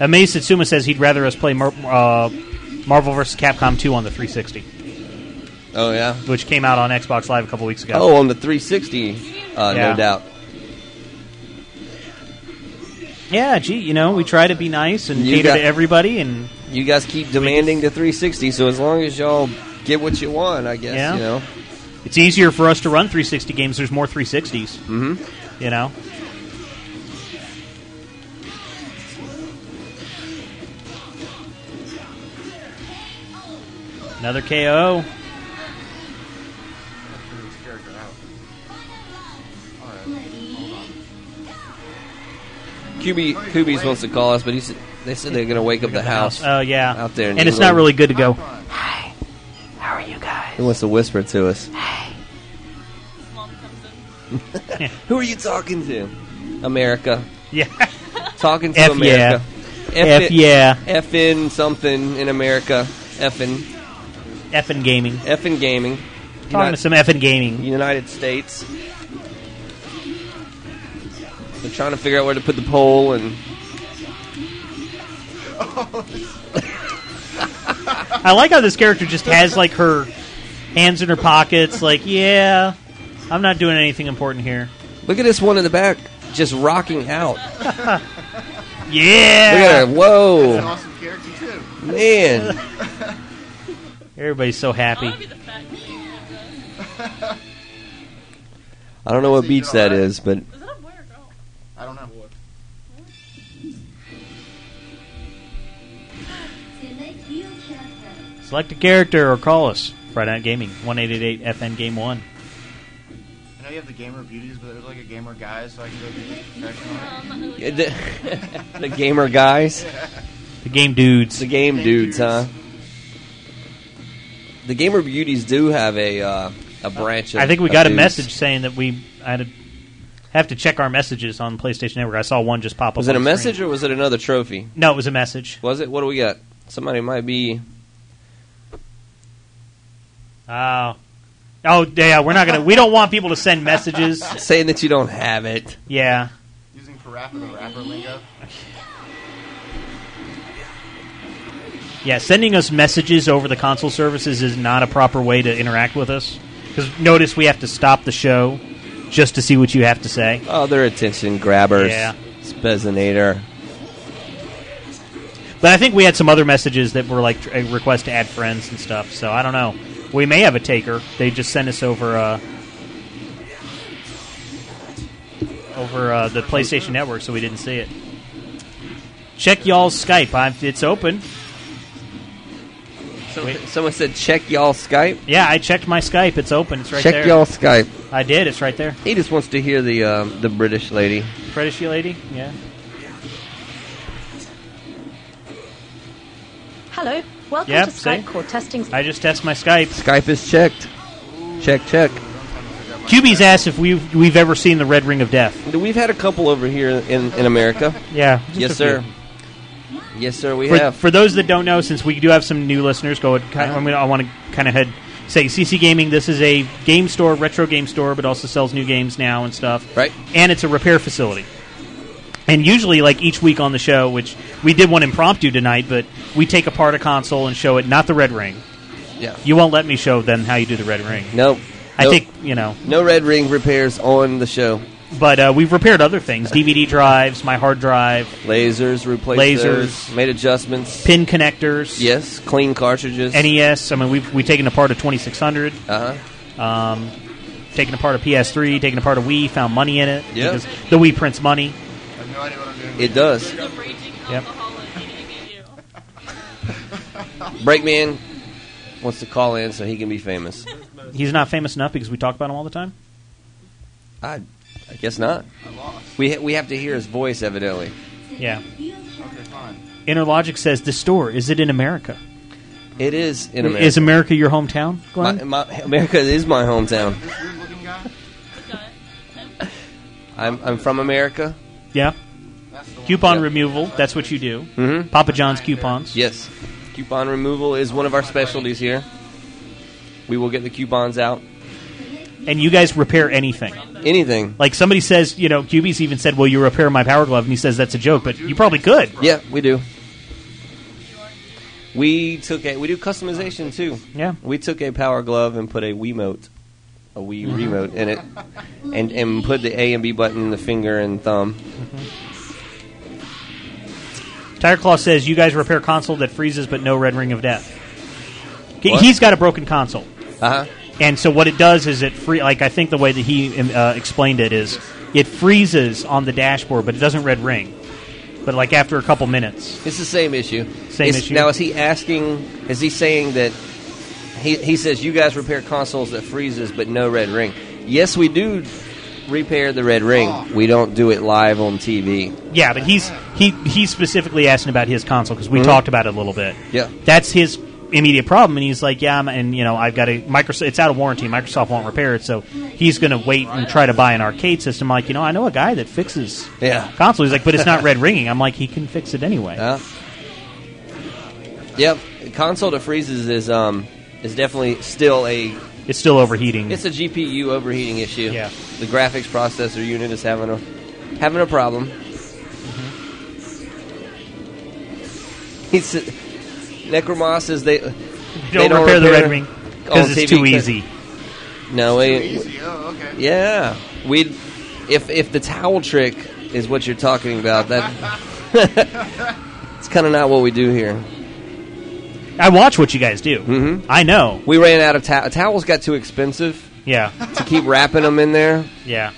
[SPEAKER 1] Amazed Satsuma says he'd rather us play Mar- uh, Marvel vs. Capcom 2 on the 360,
[SPEAKER 3] Oh yeah.
[SPEAKER 1] which came out on Xbox Live a couple weeks ago.
[SPEAKER 3] Oh, on the 360, uh,
[SPEAKER 1] Yeah.
[SPEAKER 3] no doubt.
[SPEAKER 1] Yeah, gee, you know, we try to be nice and
[SPEAKER 3] You
[SPEAKER 1] cater
[SPEAKER 3] got-
[SPEAKER 1] to everybody, and
[SPEAKER 3] You guys keep demanding the 360, so as long as y'all get what you want, I guess.
[SPEAKER 1] Yeah.
[SPEAKER 3] You know.
[SPEAKER 1] it's easier for us to run 360 games. There's more 360s,
[SPEAKER 3] Mm-hmm.
[SPEAKER 1] you know. Another KO.
[SPEAKER 3] QB QBs wants to call us, but he said, they said they're gonna wake up the house.
[SPEAKER 1] Oh yeah,
[SPEAKER 3] Out there, in
[SPEAKER 1] and it's not
[SPEAKER 3] England.
[SPEAKER 1] really good to go.
[SPEAKER 3] He wants to whisper to us. [LAUGHS] Who are you talking to? America.
[SPEAKER 1] Yeah.
[SPEAKER 3] talking to
[SPEAKER 1] F
[SPEAKER 3] America.
[SPEAKER 1] yeah.
[SPEAKER 3] F
[SPEAKER 1] F
[SPEAKER 3] it-
[SPEAKER 1] yeah.
[SPEAKER 3] Effing something in America. Effing.
[SPEAKER 1] Effing gaming.
[SPEAKER 3] Effing gaming.
[SPEAKER 1] Talking to some effing gaming.
[SPEAKER 3] United States. They're trying to figure out where to put the pole and
[SPEAKER 1] I like how this character just has like her hands in her pockets. Like, yeah, I'm not doing anything important here.
[SPEAKER 3] look at this one in the back just rocking out.
[SPEAKER 1] Yeah.
[SPEAKER 3] Look at her. Whoa.
[SPEAKER 12] That's an awesome character too.
[SPEAKER 3] Man.
[SPEAKER 1] Everybody's so happy.
[SPEAKER 3] I don't know what beach that is, but
[SPEAKER 12] I don't know.
[SPEAKER 1] Select a character or call us. Friday Night Gaming, 1888 FN Game 1.
[SPEAKER 12] I know you have the gamer beauties, but there's like a gamer guy, so I can go get the confessional.
[SPEAKER 3] Yeah, the, the [LAUGHS] gamer guys,
[SPEAKER 1] the game dudes,
[SPEAKER 3] the game dudes, huh? The gamer beauties do have a uh, a branch. Of,
[SPEAKER 1] I think we
[SPEAKER 3] of
[SPEAKER 1] got a
[SPEAKER 3] dudes.
[SPEAKER 1] message saying that we I had to have to check our messages on PlayStation Network. I saw one just pop up.
[SPEAKER 3] Was it
[SPEAKER 1] on
[SPEAKER 3] a
[SPEAKER 1] the
[SPEAKER 3] message
[SPEAKER 1] screen.
[SPEAKER 3] or was it another trophy?
[SPEAKER 1] No, it was a message.
[SPEAKER 3] Was it? What do we got? Somebody might be.
[SPEAKER 1] Oh. Oh, yeah, we're not going to. We don't want people to send messages.
[SPEAKER 3] Saying that you don't have it.
[SPEAKER 1] Yeah.
[SPEAKER 12] Using parappa the rapper lingo.
[SPEAKER 1] Yeah, sending us messages over the console services is not a proper way to interact with us. Because notice we have to stop the show just to see what you have to say.
[SPEAKER 3] Oh, they're attention grabbers.
[SPEAKER 1] Yeah.
[SPEAKER 3] Spezinator.
[SPEAKER 1] But I think we had some other messages that were like tr- a request to add friends and stuff. So I don't know. We may have a taker. They just sent us over uh, over uh, the PlayStation Network, so we didn't see it. Check y'all's Skype. I'm, it's open.
[SPEAKER 3] Someone, someone said check y'all Skype.
[SPEAKER 1] Yeah, I checked my Skype. It's open. It's right
[SPEAKER 3] check
[SPEAKER 1] there.
[SPEAKER 3] y'all Skype.
[SPEAKER 1] I did. It's right there.
[SPEAKER 3] He just wants to hear the uh, the British lady.
[SPEAKER 1] British lady. Yeah.
[SPEAKER 16] Hello, welcome
[SPEAKER 1] Yep,
[SPEAKER 16] to Skype
[SPEAKER 1] see?
[SPEAKER 16] Core Testing.
[SPEAKER 1] I just test my Skype.
[SPEAKER 3] Skype is checked. Check check.
[SPEAKER 1] QB's asked if we've we've ever seen the Red Ring of Death.
[SPEAKER 3] We've had a couple over here in, in America.
[SPEAKER 1] Yeah. just a
[SPEAKER 3] yes,
[SPEAKER 1] few.
[SPEAKER 3] sir. Yes, sir. We
[SPEAKER 1] for,
[SPEAKER 3] have.
[SPEAKER 1] for those that don't know, since we do have some new listeners, go. Ahead, kind I'm gonna, I want to kind of head say CC Gaming. This is a game store, retro game store, but also sells new games now and stuff.
[SPEAKER 3] Right.
[SPEAKER 1] And it's a repair facility. And usually, like each week on the show, which we did one impromptu tonight, but we take apart a console and show it, not the red ring.
[SPEAKER 3] Yeah.
[SPEAKER 1] You won't let me show them how you do the red ring.
[SPEAKER 3] Nope.
[SPEAKER 1] I
[SPEAKER 3] Nope.
[SPEAKER 1] think you know.
[SPEAKER 3] no red ring repairs on the show.
[SPEAKER 1] But uh, we've repaired other things: DVD drives, my hard drive,
[SPEAKER 3] Lasers, replaced
[SPEAKER 1] Lasers.
[SPEAKER 3] those, made adjustments.
[SPEAKER 1] pin connectors,
[SPEAKER 3] Yes, clean cartridges.
[SPEAKER 1] NES. I mean, we've we taken apart a 2600.
[SPEAKER 3] Uh
[SPEAKER 1] huh. Um, taken apart a PS3, taken apart a Wii, found money in it.
[SPEAKER 3] Yep.
[SPEAKER 1] because The Wii prints money.
[SPEAKER 3] It does.
[SPEAKER 1] Yep.
[SPEAKER 3] Breakman wants to call in so he can be famous.
[SPEAKER 1] He's not famous enough because we talk about him all the time.
[SPEAKER 3] I, I guess not. We ha- we have to hear his voice evidently.
[SPEAKER 1] Yeah.
[SPEAKER 12] Okay, fine.
[SPEAKER 1] Interlogic says this store is it in America?
[SPEAKER 3] It is in America.
[SPEAKER 1] Is America your hometown,
[SPEAKER 3] My,
[SPEAKER 1] Glenn?
[SPEAKER 3] my, America is my hometown. [LAUGHS] I'm I'm from America.
[SPEAKER 1] yeah. Coupon removal. That's what you do.
[SPEAKER 3] Mhm.
[SPEAKER 1] Papa John's coupons.
[SPEAKER 3] Yes. Coupon removal is one of our specialties here. We will get the coupons out.
[SPEAKER 1] And you guys repair anything.
[SPEAKER 3] Anything.
[SPEAKER 1] Like somebody says, you know, QB's even said, "Will you repair my power glove?" And he says, "That's a joke," but you probably could.
[SPEAKER 3] Yeah, we do. We took a we do customization too.
[SPEAKER 1] Yeah.
[SPEAKER 3] We took a power glove and put a Wiimote, a Wii
[SPEAKER 1] Mhm.
[SPEAKER 3] remote in it, and and put the A and B button, the finger and thumb.
[SPEAKER 1] Tire Claw says, "You guys repair console that freezes, but no red ring of death." He-
[SPEAKER 3] What?
[SPEAKER 1] He's got a broken console.
[SPEAKER 3] Uh huh.
[SPEAKER 1] And so what it does is it free like I think the way that he um, uh, explained it is it freezes on the dashboard, but it doesn't red ring. But like after a couple minutes,
[SPEAKER 3] It's the same issue.
[SPEAKER 1] Same
[SPEAKER 3] It's-
[SPEAKER 1] issue?
[SPEAKER 3] Now is he asking? Is he saying that? He he says you guys repair consoles that freezes, but no red ring. Yes, we do repair the red ring. We don't do it live on TV.
[SPEAKER 1] yeah. But he's he he's specifically asking about his console because we
[SPEAKER 3] Mhm.
[SPEAKER 1] talked about it a little bit.
[SPEAKER 3] Yeah.
[SPEAKER 1] that's his immediate problem, and he's like, yeah, I'm, and you know I've got a Microsoft. It's out of warranty. Microsoft won't repair it, so he's going to wait and try to buy an arcade system. Like you know, I know a guy that fixes
[SPEAKER 3] Yeah.
[SPEAKER 1] consoles. He's like, but it's
[SPEAKER 3] [LAUGHS]
[SPEAKER 1] not red ringing. I'm like, he can fix it anyway.
[SPEAKER 3] Yeah. Yep. Console that freezes is um is definitely still a
[SPEAKER 1] It's still overheating.
[SPEAKER 3] it's a GPU overheating issue.
[SPEAKER 1] Mm. Yeah.
[SPEAKER 3] The graphics processor unit is having a having a problem. He's Necromos is they they
[SPEAKER 1] don't repair the red ring 'cause
[SPEAKER 3] on
[SPEAKER 1] it's
[SPEAKER 3] TV
[SPEAKER 1] too
[SPEAKER 3] cut-
[SPEAKER 1] easy.
[SPEAKER 3] No, we,
[SPEAKER 12] Easy. Oh, okay.
[SPEAKER 3] yeah, we if if the towel trick is what you're talking
[SPEAKER 12] [LAUGHS]
[SPEAKER 3] about, that it's kind of not what we do here.
[SPEAKER 1] I watch what you guys do.
[SPEAKER 3] Mhm.
[SPEAKER 1] I know.
[SPEAKER 3] We ran out of towel. Towels got too expensive [LAUGHS]
[SPEAKER 1] Yeah,
[SPEAKER 3] to keep wrapping them in there.
[SPEAKER 1] yeah.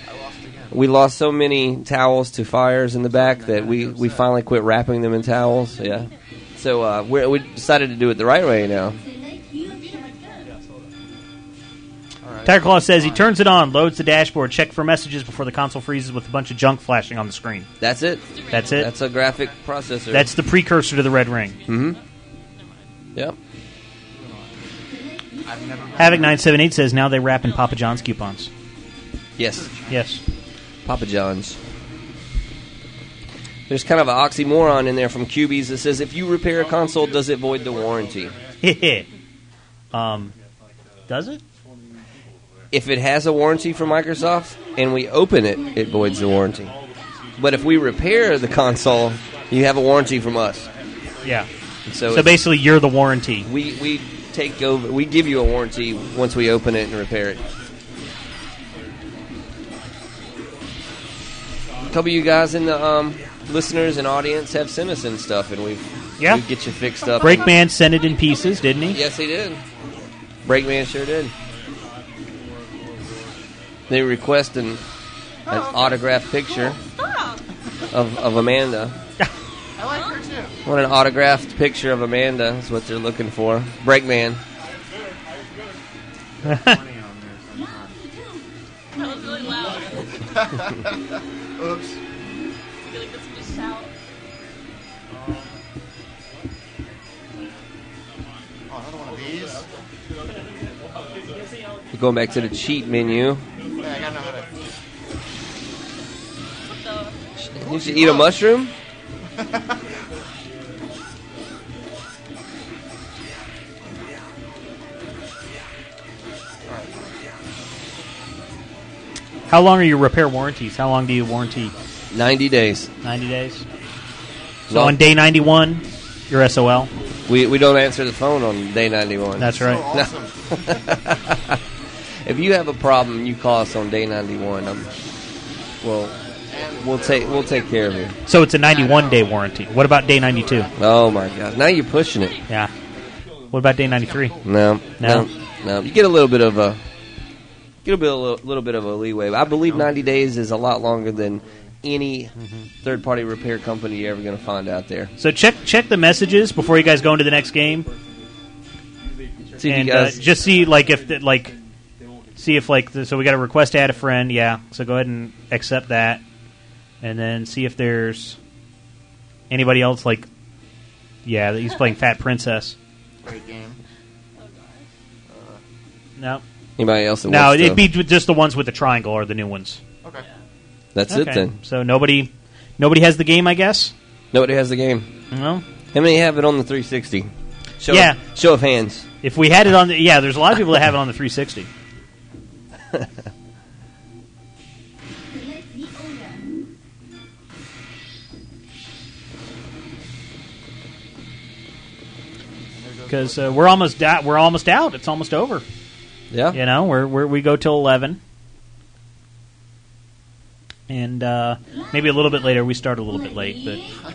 [SPEAKER 3] We lost so many towels to fires in the back that we, we finally quit wrapping them in towels. Yeah. So uh, we we decided to do it the right way now.
[SPEAKER 1] Tire Claw says he turns it on, loads the dashboard, check for messages before the console freezes with a bunch of junk flashing on the screen.
[SPEAKER 3] That's it.
[SPEAKER 1] That's it.
[SPEAKER 3] That's a graphic processor.
[SPEAKER 1] That's the precursor to the red ring.
[SPEAKER 3] Mm-hmm. Yep.
[SPEAKER 10] I've never
[SPEAKER 1] Havoc nine seven eight says now they wrap in Papa John's coupons.
[SPEAKER 3] Yes.
[SPEAKER 1] Yes. [LAUGHS]
[SPEAKER 3] Papa John's. There's kind of an oxymoron in there from QBs that says if you repair a console, does it void the warranty?
[SPEAKER 1] um, does it?
[SPEAKER 3] If it has a warranty from Microsoft and we open it, it voids the warranty. But if we repair the console, you have a warranty from us.
[SPEAKER 1] Yeah.
[SPEAKER 3] And so
[SPEAKER 1] So,
[SPEAKER 3] it's-
[SPEAKER 1] basically, you're the warranty.
[SPEAKER 3] we we take over. We give you a warranty once we open it and repair it. A couple of you guys in the um, listeners and audience have sent us in stuff, and we've
[SPEAKER 1] Yeah.
[SPEAKER 3] we get you fixed up.
[SPEAKER 1] Breakman sent it in pieces, didn't he?
[SPEAKER 3] Yes, he did. Breakman sure did. They request an, an
[SPEAKER 12] Oh.
[SPEAKER 3] autographed picture of, of Amanda.
[SPEAKER 12] I like her too.
[SPEAKER 3] Want an autographed picture of Amanda is what they're looking for. Breakman.
[SPEAKER 11] That was really loud.
[SPEAKER 12] Oops.
[SPEAKER 11] You're like, that's just shout.
[SPEAKER 12] Oh, another one of these.
[SPEAKER 3] We're going back to the cheat
[SPEAKER 12] Yeah,
[SPEAKER 3] menu.
[SPEAKER 12] I gotta know how to.
[SPEAKER 3] You should eat a mushroom?
[SPEAKER 1] How long are your repair warranties? How long do you warranty?
[SPEAKER 3] 90 days.
[SPEAKER 1] 90 days? So
[SPEAKER 3] Well-
[SPEAKER 1] on day 91, you're SOL.
[SPEAKER 3] We, we don't answer the phone on day 91.
[SPEAKER 1] That's right.
[SPEAKER 3] No. if you have a problem, you call us on day 91. I'm, Um, Well, we'll take we'll take care of you.
[SPEAKER 1] So it's a 91 day warranty. What about day 92?
[SPEAKER 3] Oh my god! Now you're pushing it.
[SPEAKER 1] Yeah. What about day 93?
[SPEAKER 3] No,
[SPEAKER 1] No?
[SPEAKER 3] no, no. You get a little bit of a get a bit a little, little bit of a leeway. I believe 90 days is a lot longer than any
[SPEAKER 1] Mm-hmm.
[SPEAKER 3] third party repair company you're ever going to find out there.
[SPEAKER 1] So check check the messages before you guys go into the next game,
[SPEAKER 3] See if
[SPEAKER 1] and
[SPEAKER 3] you guys
[SPEAKER 1] uh, just see like if the, like see if like the, so we got a request to add a friend. Yeah, so go ahead and accept that, and then see if there's anybody else like yeah that he's playing Fat Princess.
[SPEAKER 10] Great game.
[SPEAKER 1] No,
[SPEAKER 3] anybody else. That
[SPEAKER 1] no,
[SPEAKER 3] wants to-
[SPEAKER 1] it'd be ju- just the ones with the triangle or the new ones.
[SPEAKER 10] Okay.
[SPEAKER 3] that's it
[SPEAKER 1] Okay.
[SPEAKER 3] then.
[SPEAKER 1] So nobody nobody has the game, I guess.
[SPEAKER 3] Nobody has the game.
[SPEAKER 1] No.
[SPEAKER 3] How many have it on the 360? Show
[SPEAKER 1] Yeah.
[SPEAKER 3] show of hands.
[SPEAKER 1] If we had it on the yeah, there's a lot of people that have it on the [LAUGHS] 360.
[SPEAKER 9] Select the owner.
[SPEAKER 1] because uh, we're almost out. We're almost out. It's almost over.
[SPEAKER 3] Yeah.
[SPEAKER 1] You know, we're, we're we go till eleven, and uh, maybe a little bit later. We start a little bit late, but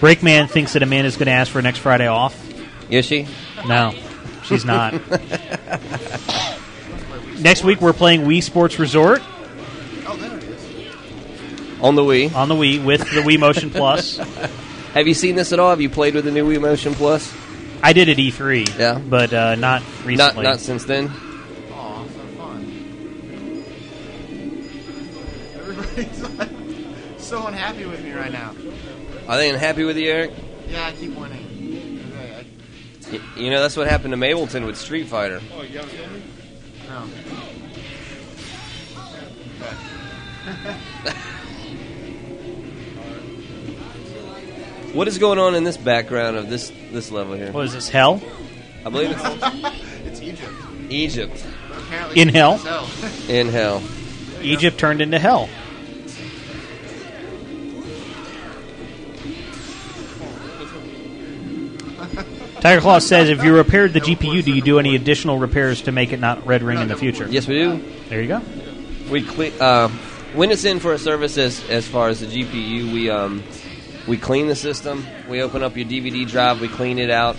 [SPEAKER 1] Breakman thinks that Amanda's going to ask for next Friday off.
[SPEAKER 3] Is she?
[SPEAKER 1] No, she's
[SPEAKER 3] [LAUGHS]
[SPEAKER 1] not. next week we're playing Wii Sports Resort
[SPEAKER 3] On the Wii.
[SPEAKER 1] on the Wii with the Wii Motion
[SPEAKER 3] [LAUGHS]
[SPEAKER 1] Plus.
[SPEAKER 3] Have you seen this at all? Have you played with the new Wii Motion Plus?
[SPEAKER 1] I did at E3,
[SPEAKER 3] Yeah.
[SPEAKER 1] but uh, not
[SPEAKER 3] Not
[SPEAKER 1] recently.
[SPEAKER 3] not since then.
[SPEAKER 10] Aw, so fun. Everybody's like, so unhappy with me right now.
[SPEAKER 3] Are they unhappy with you, Eric?
[SPEAKER 10] Yeah, I keep winning. Okay,
[SPEAKER 3] Y- You know that's what happened to Mableton with Street Fighter.
[SPEAKER 15] Oh, you haven't told me?
[SPEAKER 10] I, no.
[SPEAKER 3] [LAUGHS] What is going on in this background of this this level here?
[SPEAKER 1] What is this hell?
[SPEAKER 3] I believe it's
[SPEAKER 10] it's Egypt.
[SPEAKER 3] Egypt
[SPEAKER 10] Apparently
[SPEAKER 1] In
[SPEAKER 10] it's
[SPEAKER 1] hell?
[SPEAKER 10] hell.
[SPEAKER 3] in hell.
[SPEAKER 1] Egypt turned into hell. Tiger Claw says, if you repaired the GPU, do you do any additional repairs to make it not red ring in the future?
[SPEAKER 3] Yes, we do.
[SPEAKER 1] There you go.
[SPEAKER 3] We cle- uh, when it's in for a service as, as far as the GPU, we um, we clean the system. We open up your DVD drive. We clean it out.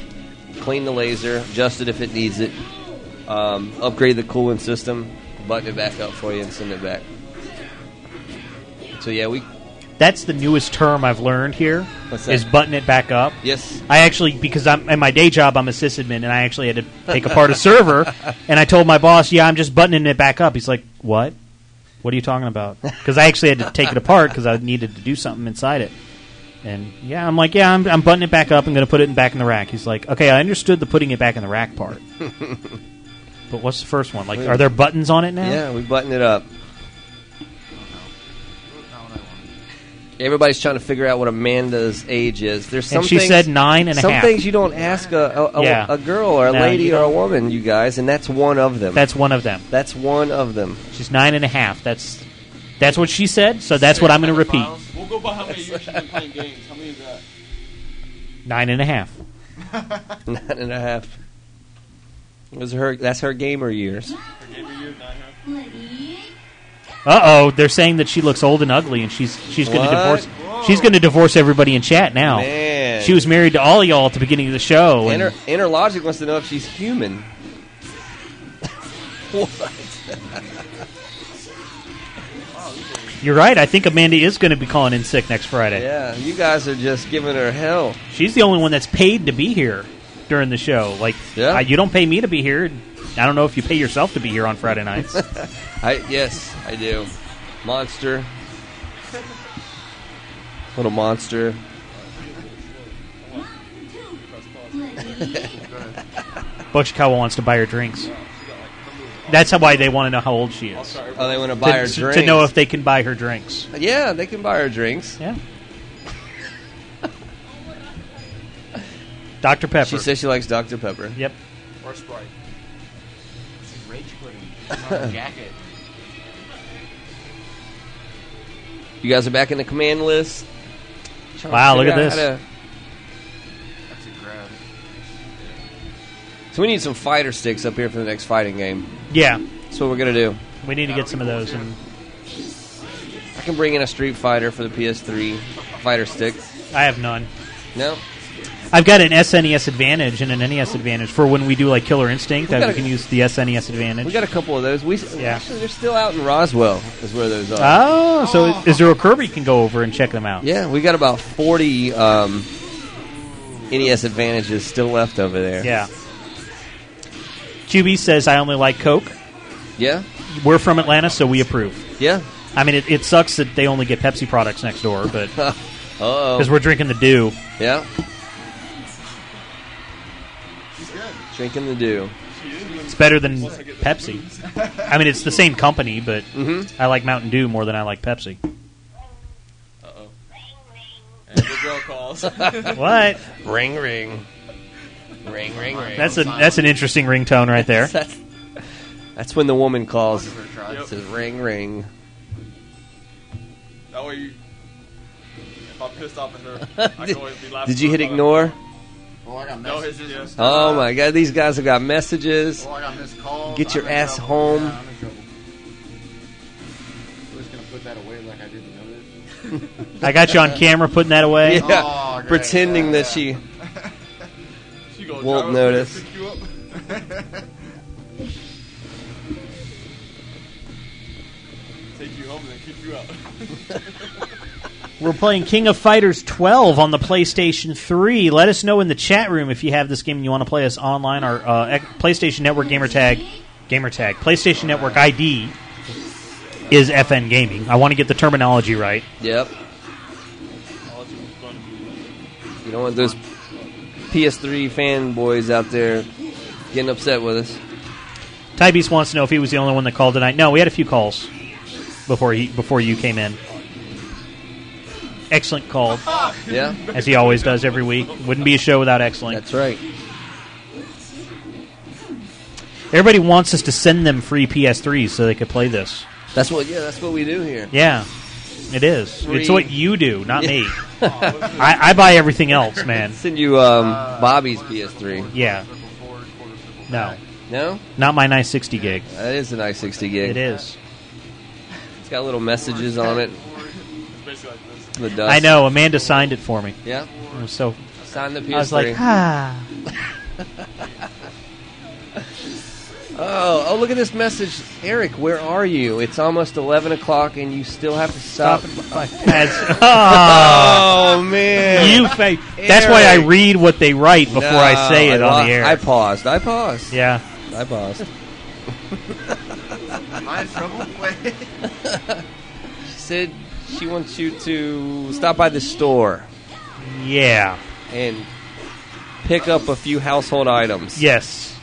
[SPEAKER 3] Clean the laser. Adjust it if it needs it. Um, upgrade the coolant system. Button it back up for you and send it back. So yeah, we
[SPEAKER 1] That's the newest term I've learned here.
[SPEAKER 3] What's that?
[SPEAKER 1] Is button it back up.
[SPEAKER 3] yes
[SPEAKER 1] I actually, because I'm in my day job, I'm a sysadmin, and I actually had to take apart a
[SPEAKER 3] [LAUGHS]
[SPEAKER 1] server. And I told my boss, "Yeah, I'm just buttoning it back up." He's like, "What? What are you talking about?" Because I actually had to take it apart because I needed to do something inside it. And yeah, I'm like, "Yeah, I'm, I'm buttoning it back up. I'm going to put it in back in the rack." He's like, "Okay, I understood the putting it back in the rack
[SPEAKER 3] [LAUGHS]
[SPEAKER 1] part, but what's the first one? Like, are there buttons on it now?"
[SPEAKER 3] yeah we button it up. Everybody's trying to figure out what Amanda's age is. There's some
[SPEAKER 1] and she
[SPEAKER 3] things-
[SPEAKER 1] said nine and a
[SPEAKER 3] some
[SPEAKER 1] half.
[SPEAKER 3] things you don't ask a, a, a,
[SPEAKER 1] Yeah.
[SPEAKER 3] a girl or a
[SPEAKER 1] No,
[SPEAKER 3] lady
[SPEAKER 1] you
[SPEAKER 3] or a woman, you guys, and that's one of them.
[SPEAKER 1] That's one of them.
[SPEAKER 3] that's one of them. [LAUGHS]
[SPEAKER 1] She's nine and a half. That's that's what she said. So that's what I'm going to repeat.
[SPEAKER 15] We'll go by how many years you've been playing games. How many is that?
[SPEAKER 1] Nine and a half.
[SPEAKER 3] Nine and a half. It was her. That's her gamer years.
[SPEAKER 15] Every year, nine and a half.
[SPEAKER 9] Ready,
[SPEAKER 1] Uh oh, they're saying that she looks old and ugly, and she's she's going to
[SPEAKER 3] What?
[SPEAKER 1] divorce. She's going to divorce everybody in chat now.
[SPEAKER 3] Man,
[SPEAKER 1] Oh. She was married to all y'all at the beginning of the show, and
[SPEAKER 3] Inner, inner logic wants to know if she's human. what?
[SPEAKER 1] you're right. I think Amanda is going to be calling in sick next Friday.
[SPEAKER 3] Yeah, you guys are just giving her hell.
[SPEAKER 1] She's the only one that's paid to be here during the show. Like,
[SPEAKER 3] Yeah.
[SPEAKER 1] I- you don't pay me to be here. and I don't know if you pay yourself to be here on Friday
[SPEAKER 3] [LAUGHS]
[SPEAKER 1] nights.
[SPEAKER 3] I yes, I do. Monster, little monster.
[SPEAKER 1] Bochikawa wants to buy her drinks. That's how, why they want to know how old she is
[SPEAKER 3] Oh, they want to buy
[SPEAKER 1] to,
[SPEAKER 3] her
[SPEAKER 1] to-
[SPEAKER 3] drinks
[SPEAKER 1] to know if they can buy her drinks.
[SPEAKER 3] Yeah, they can buy her drinks.
[SPEAKER 1] Yeah. Dr. Pepper.
[SPEAKER 3] She says she likes Dr. Pepper.
[SPEAKER 1] Yep.
[SPEAKER 10] Or Sprite. This is rage quitting. It's on her jacket.
[SPEAKER 3] You guys are back in the command list. Trying to
[SPEAKER 1] Wow, look
[SPEAKER 3] figure
[SPEAKER 1] at
[SPEAKER 3] out
[SPEAKER 1] this.
[SPEAKER 10] That's a grab.
[SPEAKER 3] how So we need some fighter sticks up here for the next fighting game.
[SPEAKER 1] Yeah.
[SPEAKER 3] That's what we're gonna do.
[SPEAKER 1] We need to get some of those. And
[SPEAKER 3] I can bring in a Street Fighter for the PS3 fighter stick.
[SPEAKER 1] I have none.
[SPEAKER 3] No.
[SPEAKER 1] I've got an SNES Advantage and an NES Advantage for when we do like Killer Instinct.
[SPEAKER 3] We've
[SPEAKER 1] I
[SPEAKER 3] got
[SPEAKER 1] we
[SPEAKER 3] a-
[SPEAKER 1] can use the SNES Advantage.
[SPEAKER 3] We got a couple of those. We actually they're still out in Roswell. Is where those are.
[SPEAKER 1] Oh, so is there a Kirby can go over and check them out?
[SPEAKER 3] Yeah, we got about 40 um, NES advantages still left over there.
[SPEAKER 1] Yeah. QB says I only like Coke.
[SPEAKER 3] Yeah?
[SPEAKER 1] We're from Atlanta, so we approve.
[SPEAKER 3] Yeah.
[SPEAKER 1] I mean, it, it sucks that they only get Pepsi products next door, but
[SPEAKER 3] [LAUGHS] Uh-oh.
[SPEAKER 1] because we're drinking the Dew.
[SPEAKER 3] Yeah. Drinking the dew.
[SPEAKER 1] It's better than Pepsi. I mean, it's the same company, but I like Mountain Dew more than I like Pepsi.
[SPEAKER 10] Uh-oh. And the girl calls.
[SPEAKER 1] What?
[SPEAKER 3] Ring, ring. Ring, ring, ring.
[SPEAKER 1] That's a that's an interesting ringtone right there.
[SPEAKER 3] [LAUGHS] that's, that's when the woman calls.
[SPEAKER 10] try it.
[SPEAKER 3] Says ring, ring.
[SPEAKER 15] That way, you, if I'm pissed off at her, I can always
[SPEAKER 3] [LAUGHS]
[SPEAKER 15] be laughing.
[SPEAKER 3] Did you hit ignore?
[SPEAKER 12] Well, I got
[SPEAKER 15] No,
[SPEAKER 12] messages.
[SPEAKER 15] it's
[SPEAKER 12] and
[SPEAKER 15] just- uh,
[SPEAKER 12] stuff.
[SPEAKER 3] Oh my god, these guys have got messages.
[SPEAKER 12] Well, I got missed calls.
[SPEAKER 3] Get your
[SPEAKER 12] I'm in
[SPEAKER 3] ass
[SPEAKER 12] trouble.
[SPEAKER 3] home.
[SPEAKER 12] Yeah, I'm in trouble. I'm just gonna put that away like I didn't notice.
[SPEAKER 1] I got you on camera putting that away.
[SPEAKER 3] Yeah, pretending that she won't notice.
[SPEAKER 15] Take you home and then kick you out.
[SPEAKER 1] We're playing King of Fighters 12 on the PlayStation 3. Let us know in the chat room if you have this game and you want to play us online. Our uh, ec- PlayStation Network gamer tag, gamer tag, PlayStation Network ID is FN Gaming. I want to get the terminology right.
[SPEAKER 3] Yep. You don't want those PS3 fanboys out there getting upset with us.
[SPEAKER 1] Tybeast wants to know if he was the only one that called tonight. No, we had a few calls before he before you came in. Excellent call,
[SPEAKER 3] Yeah.
[SPEAKER 1] as he always does every week. Wouldn't be a show without Excellent.
[SPEAKER 3] That's right.
[SPEAKER 1] Everybody wants us to send them free PS3s so they could play this.
[SPEAKER 3] That's what. Yeah, that's what we do here.
[SPEAKER 1] Yeah, it is. It's
[SPEAKER 3] Free.
[SPEAKER 1] what you do, not
[SPEAKER 3] Yeah.
[SPEAKER 1] me. [LAUGHS] I, I buy everything else, man.
[SPEAKER 3] Send you um, Bobby's PS3.
[SPEAKER 1] Yeah. No,
[SPEAKER 3] No,
[SPEAKER 1] not my nice 60 gig.
[SPEAKER 3] that is an i60 gig.
[SPEAKER 1] It is.
[SPEAKER 3] It's got little messages on it. The dust.
[SPEAKER 1] I know. Amanda signed it for me.
[SPEAKER 3] Yeah.
[SPEAKER 1] I was So
[SPEAKER 3] Sign the PS3.
[SPEAKER 1] I was like, ah.
[SPEAKER 3] Oh, oh! Look at this message, Eric. Where are you? It's almost eleven o'clock, and you still have to stop. [LAUGHS]
[SPEAKER 1] As, Ah.
[SPEAKER 3] oh man!
[SPEAKER 1] You fa- That's why I
[SPEAKER 3] Eric.
[SPEAKER 1] read what they write before I
[SPEAKER 3] No,
[SPEAKER 1] say it
[SPEAKER 3] I
[SPEAKER 1] on
[SPEAKER 3] wa-
[SPEAKER 1] the air.
[SPEAKER 3] I paused. I paused.
[SPEAKER 1] yeah. [LAUGHS]
[SPEAKER 3] I paused.
[SPEAKER 12] Am I in
[SPEAKER 3] [LAUGHS]
[SPEAKER 12] trouble? Wait.
[SPEAKER 3] She said she wants you to stop by the store
[SPEAKER 1] Yeah.
[SPEAKER 3] and pick up a few household items
[SPEAKER 1] Yes.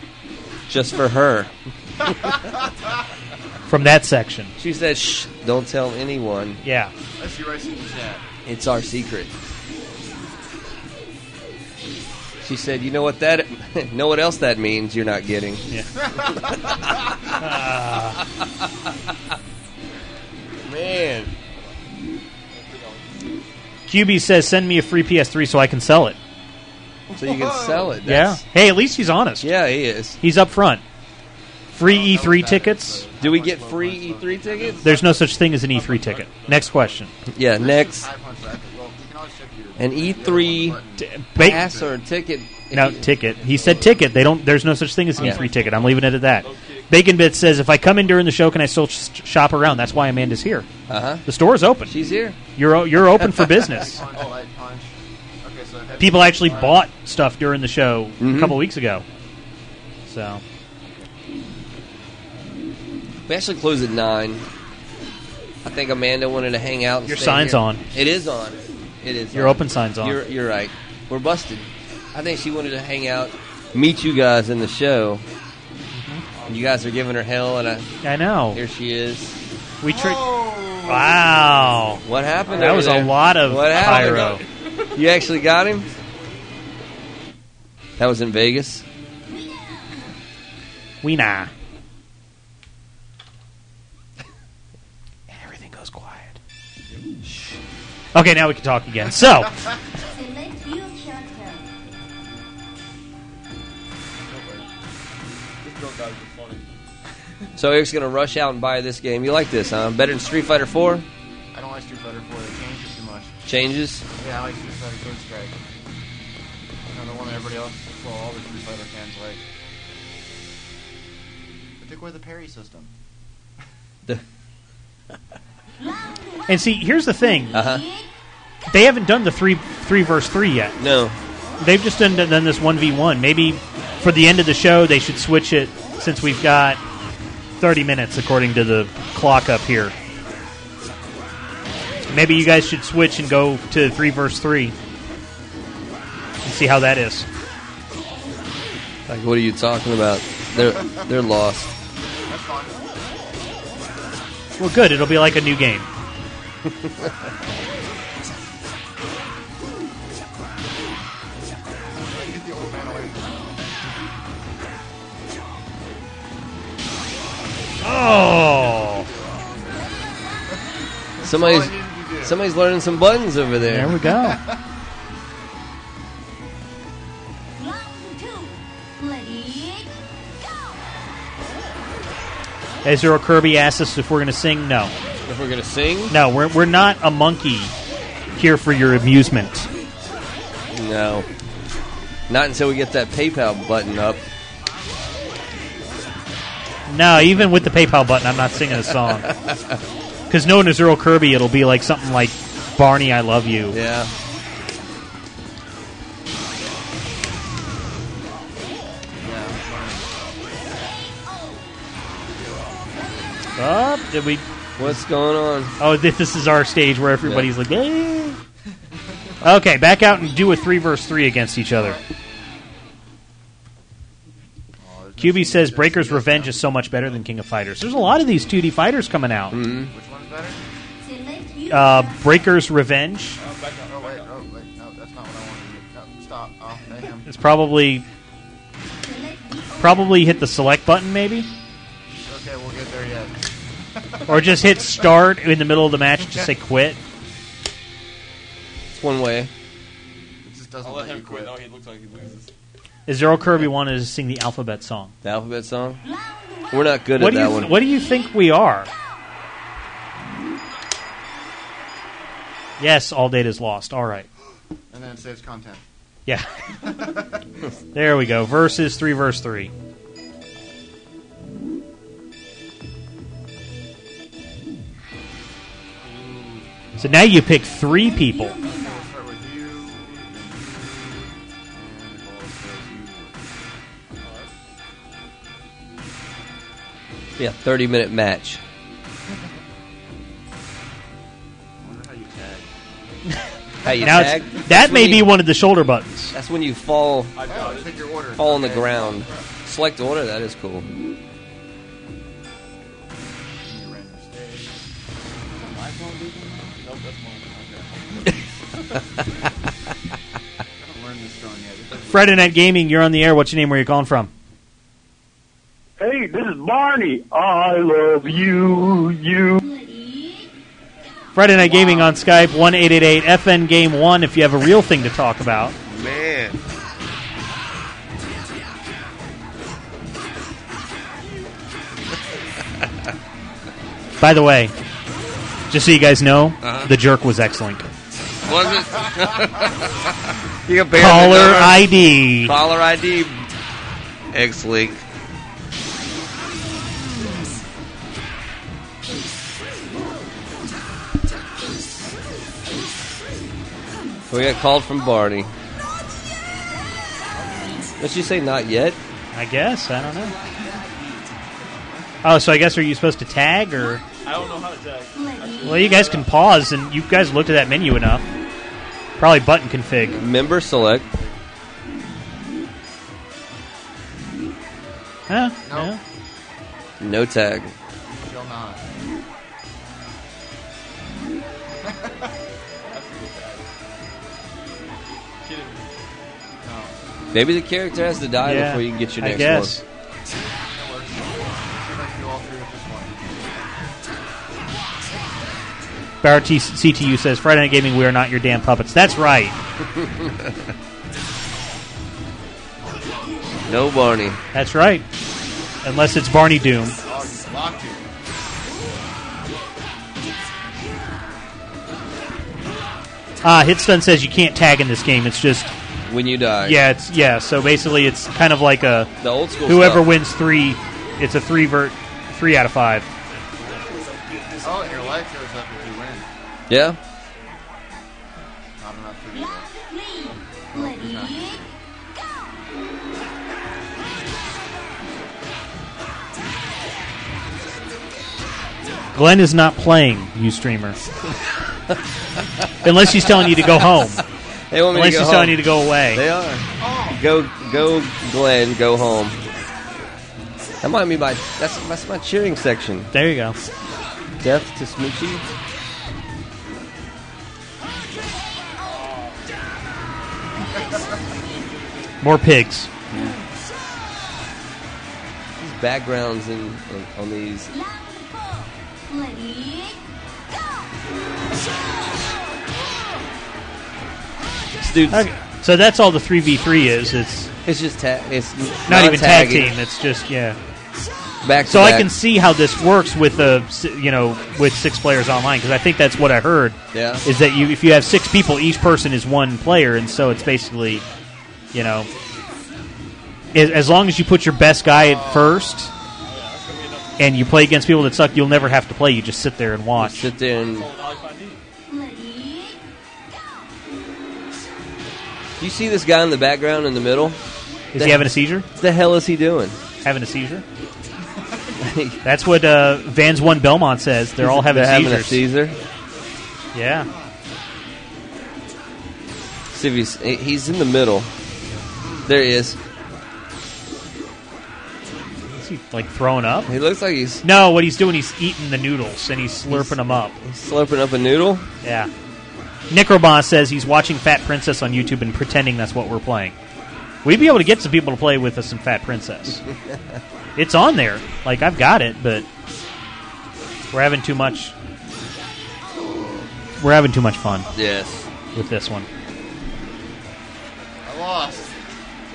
[SPEAKER 3] just for her.
[SPEAKER 1] From that section.
[SPEAKER 3] She said, "Shh, don't tell anyone.
[SPEAKER 1] Yeah.
[SPEAKER 12] Unless you write in the chat.
[SPEAKER 3] It's our secret." She said, "You know what that? [LAUGHS] know what else that means? You're not getting."
[SPEAKER 1] Yeah.
[SPEAKER 3] Man.
[SPEAKER 1] QB says, send me a free PS3 so I can sell it.
[SPEAKER 3] So you can sell it.
[SPEAKER 1] Yeah.
[SPEAKER 3] That's,
[SPEAKER 1] Hey, at least he's honest.
[SPEAKER 3] yeah. Oh, he is.
[SPEAKER 1] He's up front. Free E3 tickets.
[SPEAKER 3] Do we get free E3 tickets?
[SPEAKER 1] There's no such thing as an E3 ticket. Next question.
[SPEAKER 3] Yeah, next.
[SPEAKER 12] High punch rapid. Well, you can always check your.
[SPEAKER 3] An E3
[SPEAKER 1] Ba-
[SPEAKER 3] pass or a ticket. if
[SPEAKER 1] no
[SPEAKER 3] you-
[SPEAKER 1] ticket. He said ticket. They don't. There's no such thing as an
[SPEAKER 3] Yeah.
[SPEAKER 1] E3 ticket. I'm leaving it at that. Bacon Bit says, if I come in during the show, can I still sh- shop around? That's why Amanda's here.
[SPEAKER 3] Uh-huh.
[SPEAKER 1] The store's open.
[SPEAKER 3] She's here.
[SPEAKER 1] You're o- you're open
[SPEAKER 12] [LAUGHS]
[SPEAKER 1] for business.
[SPEAKER 12] Punch, light Oh, punch. Okay, so if-
[SPEAKER 1] People actually bought stuff during the show a
[SPEAKER 3] Mhm.
[SPEAKER 1] couple weeks ago. So
[SPEAKER 3] We actually close at 9. I think Amanda wanted to hang out. and
[SPEAKER 1] Your
[SPEAKER 3] stay
[SPEAKER 1] sign's
[SPEAKER 3] here.
[SPEAKER 1] on.
[SPEAKER 3] It is on. It is
[SPEAKER 1] Your
[SPEAKER 3] on.
[SPEAKER 1] open sign's on.
[SPEAKER 3] You're, you're right. We're busted. I think she wanted to hang out, meet you guys in the show.
[SPEAKER 1] Mm-hmm.
[SPEAKER 3] You guys are giving her hell, and I,
[SPEAKER 1] I know
[SPEAKER 3] here she is.
[SPEAKER 1] we tricked. Wow,
[SPEAKER 3] What happened?
[SPEAKER 1] that
[SPEAKER 3] over
[SPEAKER 1] was a
[SPEAKER 3] there?
[SPEAKER 1] lot of
[SPEAKER 3] What happened?
[SPEAKER 1] pyro.
[SPEAKER 3] You actually got him? That was in Vegas.
[SPEAKER 1] We nah. And everything goes quiet. Okay, now we can talk again. So,
[SPEAKER 9] Select your character.
[SPEAKER 3] So Eric's gonna rush out and buy this game. You like this, huh? Better than Street Fighter Four?
[SPEAKER 10] I don't like Street Fighter 4. They changed it too much.
[SPEAKER 3] Changes?
[SPEAKER 10] Yeah, I like Street Fighter Third Strike. Another one that everybody else, well, all the Street Fighter fans like. They took away the parry system.
[SPEAKER 1] And see, here's the
[SPEAKER 3] Uh,
[SPEAKER 1] thing.
[SPEAKER 3] Uh-huh.
[SPEAKER 1] They haven't done the three three verse three yet.
[SPEAKER 3] No.
[SPEAKER 1] They've just done done this one v one. Maybe for the end of the show they should switch it since we've got thirty minutes according to the clock up here. Maybe you guys should switch and go to three verse three and see how that is.
[SPEAKER 3] Like, what are you talking about? They're they're lost.
[SPEAKER 1] Well, good. It'll be like a new game. [LAUGHS] Oh.
[SPEAKER 3] Somebody's somebody's learning some buttons over there.
[SPEAKER 1] There we go. As Zero Kirby asked us if we're going to sing, no.
[SPEAKER 3] If we're gonna sing,
[SPEAKER 1] No, we're, we're not a monkey here for your amusement.
[SPEAKER 3] no, not until we get that PayPal button up.
[SPEAKER 1] No, even with the PayPal button, I'm not singing a [LAUGHS] song. Because knowing Zero Kirby, it'll be like something like Barney, I Love You.
[SPEAKER 3] Yeah.
[SPEAKER 1] Up, Oh, did we?
[SPEAKER 3] What's going on?
[SPEAKER 1] Oh, this, this is our stage where everybody's like, "Eh." okay, back out and do a three verse three against each other. QB says Breaker's Revenge is so much better than King of Fighters. There's a lot of these 2D fighters coming out.
[SPEAKER 10] Which one's better?
[SPEAKER 1] Uh, Breaker's Revenge.
[SPEAKER 10] Oh, back up, oh, wait, oh, wait, no, that's not what I wanted to do. No, stop. Oh, damn.
[SPEAKER 1] It's probably probably hit the select button maybe,
[SPEAKER 10] Okay, we'll get there yet.
[SPEAKER 1] or just hit start in the middle of the match. Just say quit.
[SPEAKER 3] It's one way.
[SPEAKER 10] It just doesn't
[SPEAKER 15] I'll
[SPEAKER 10] let,
[SPEAKER 15] let
[SPEAKER 10] you
[SPEAKER 15] him
[SPEAKER 10] quit.
[SPEAKER 15] quit. Oh, he looks like he loses.
[SPEAKER 1] Is Zero Kirby wanted to sing the alphabet song?
[SPEAKER 3] The alphabet song. We're not good
[SPEAKER 1] what
[SPEAKER 3] at
[SPEAKER 1] do
[SPEAKER 3] that
[SPEAKER 1] you
[SPEAKER 3] one.
[SPEAKER 1] What do you think we are? Yes, all data's lost. All right.
[SPEAKER 10] And then it saves content.
[SPEAKER 1] Yeah.
[SPEAKER 10] [LAUGHS]
[SPEAKER 1] there we go. Verses three, verse three. So now you pick three people.
[SPEAKER 10] We'll start with you. And we'll start with you.
[SPEAKER 3] Yeah, thirty minute match.
[SPEAKER 5] I wonder how you tag.
[SPEAKER 3] How you
[SPEAKER 1] Now
[SPEAKER 3] tag?
[SPEAKER 1] it's, that may
[SPEAKER 3] when
[SPEAKER 1] be
[SPEAKER 3] you-
[SPEAKER 1] one of the shoulder buttons.
[SPEAKER 3] That's when you fall
[SPEAKER 5] I
[SPEAKER 10] Oh,
[SPEAKER 5] got it.
[SPEAKER 10] pick your order.
[SPEAKER 3] fall on the
[SPEAKER 10] Okay.
[SPEAKER 3] ground. Select order. That is cool.
[SPEAKER 10] Your random stage.
[SPEAKER 5] My phone do that? Nope, that's mine. Okay. I haven't learned this song yet. It doesn't-
[SPEAKER 1] Friday Night Gaming, you're on the air. What's your name? Where are you calling from?
[SPEAKER 7] Hey, this is Barney. I love you, you.
[SPEAKER 1] Friday Night Gaming on Skype, one eight eight eight FN Game 1 if you have a real thing to talk about.
[SPEAKER 12] Man.
[SPEAKER 1] [LAUGHS] By the way, just so you guys know, the jerk was X Link.
[SPEAKER 3] Was it? you can
[SPEAKER 1] Caller
[SPEAKER 3] [LAUGHS]
[SPEAKER 1] ID.
[SPEAKER 3] Caller ID.
[SPEAKER 12] X Link.
[SPEAKER 3] We got called from Barney. Did you say not yet?
[SPEAKER 1] I guess. I don't know. Oh, so I guess are you supposed to tag or?
[SPEAKER 15] I don't know how to tag.
[SPEAKER 1] Well, you guys can pause and you guys looked at that menu enough. Probably button config.
[SPEAKER 3] Member select.
[SPEAKER 1] Huh?
[SPEAKER 10] No.
[SPEAKER 1] Yeah.
[SPEAKER 3] No tag.
[SPEAKER 1] [LAUGHS]
[SPEAKER 10] Shall not.
[SPEAKER 15] Kidding.
[SPEAKER 3] Maybe the character has to die
[SPEAKER 1] Yeah,
[SPEAKER 3] before you can get your
[SPEAKER 1] I
[SPEAKER 3] next
[SPEAKER 1] guess.
[SPEAKER 3] one.
[SPEAKER 10] I'd like to do all three with this one.
[SPEAKER 1] Barrett T- CTU says Friday Night Gaming, we are not your damn puppets. That's right.
[SPEAKER 3] No Barney.
[SPEAKER 1] That's right. unless it's Barney Doom.
[SPEAKER 12] Oh, you locked it.
[SPEAKER 1] Uh, Hitstun says you can't tag in this game. It's just
[SPEAKER 3] when you die.
[SPEAKER 1] yeah, it's yeah. So basically, it's kind of like a
[SPEAKER 3] The old school
[SPEAKER 1] Whoever
[SPEAKER 3] stuff.
[SPEAKER 1] wins three, it's a three vert, three out of five.
[SPEAKER 12] Oh, and your life goes up if you win.
[SPEAKER 3] Yeah.
[SPEAKER 12] Not enough for me.
[SPEAKER 1] Glenn is not playing, you
[SPEAKER 3] [LAUGHS]
[SPEAKER 1] streamer. Unless she's telling you to go
[SPEAKER 3] [LAUGHS]
[SPEAKER 1] home.
[SPEAKER 3] They want me
[SPEAKER 1] Unless she's
[SPEAKER 3] to go home.
[SPEAKER 1] telling you to go away.
[SPEAKER 3] They are. Go, go, Glenn. Go home. That might be my. That's that's my cheering section.
[SPEAKER 1] There you go.
[SPEAKER 3] Death to Smoochie.
[SPEAKER 1] More pigs.
[SPEAKER 3] These backgrounds in, in on these. Dude,
[SPEAKER 1] Okay. So that's all the three v three is. It's
[SPEAKER 3] it's just ta- it's
[SPEAKER 1] not even tag
[SPEAKER 3] non-tagging.
[SPEAKER 1] team. It's just yeah.
[SPEAKER 3] Back to
[SPEAKER 1] So I
[SPEAKER 3] back.
[SPEAKER 1] can see how this works with the s- you know with six players online because I think that's what I heard.
[SPEAKER 3] Yeah.
[SPEAKER 1] Is that you? If you have six people, each person is one player, and so it's basically, you know, as as long as you put your best guy at first, and you play against people that suck, you'll never have to play. You just sit there and watch.
[SPEAKER 3] sit there and you see this guy in the background in the middle.
[SPEAKER 1] Is he having a seizure?
[SPEAKER 3] What the hell is he doing?
[SPEAKER 1] Having a seizure?
[SPEAKER 3] [LAUGHS]
[SPEAKER 1] That's what uh, Vans One Belmont says. They're all having
[SPEAKER 3] They're having a
[SPEAKER 1] seizures.
[SPEAKER 3] Caesar.
[SPEAKER 1] yeah.
[SPEAKER 3] See if he's eh, he's in the middle. There he is.
[SPEAKER 1] Is he like throwing up?
[SPEAKER 3] He looks like he's
[SPEAKER 1] No, what he's doing, he's eating the noodles and he's slurping them up.
[SPEAKER 3] slurping up a noodle.
[SPEAKER 1] Yeah. Necrobot says he's watching Fat Princess on YouTube and pretending that's what we're playing. We'd be able to get some people to play with us in Fat Princess. it's on there. Like, I've got it, but we're having too much. We're having too much fun
[SPEAKER 3] Yes.
[SPEAKER 1] with this one.
[SPEAKER 12] I lost.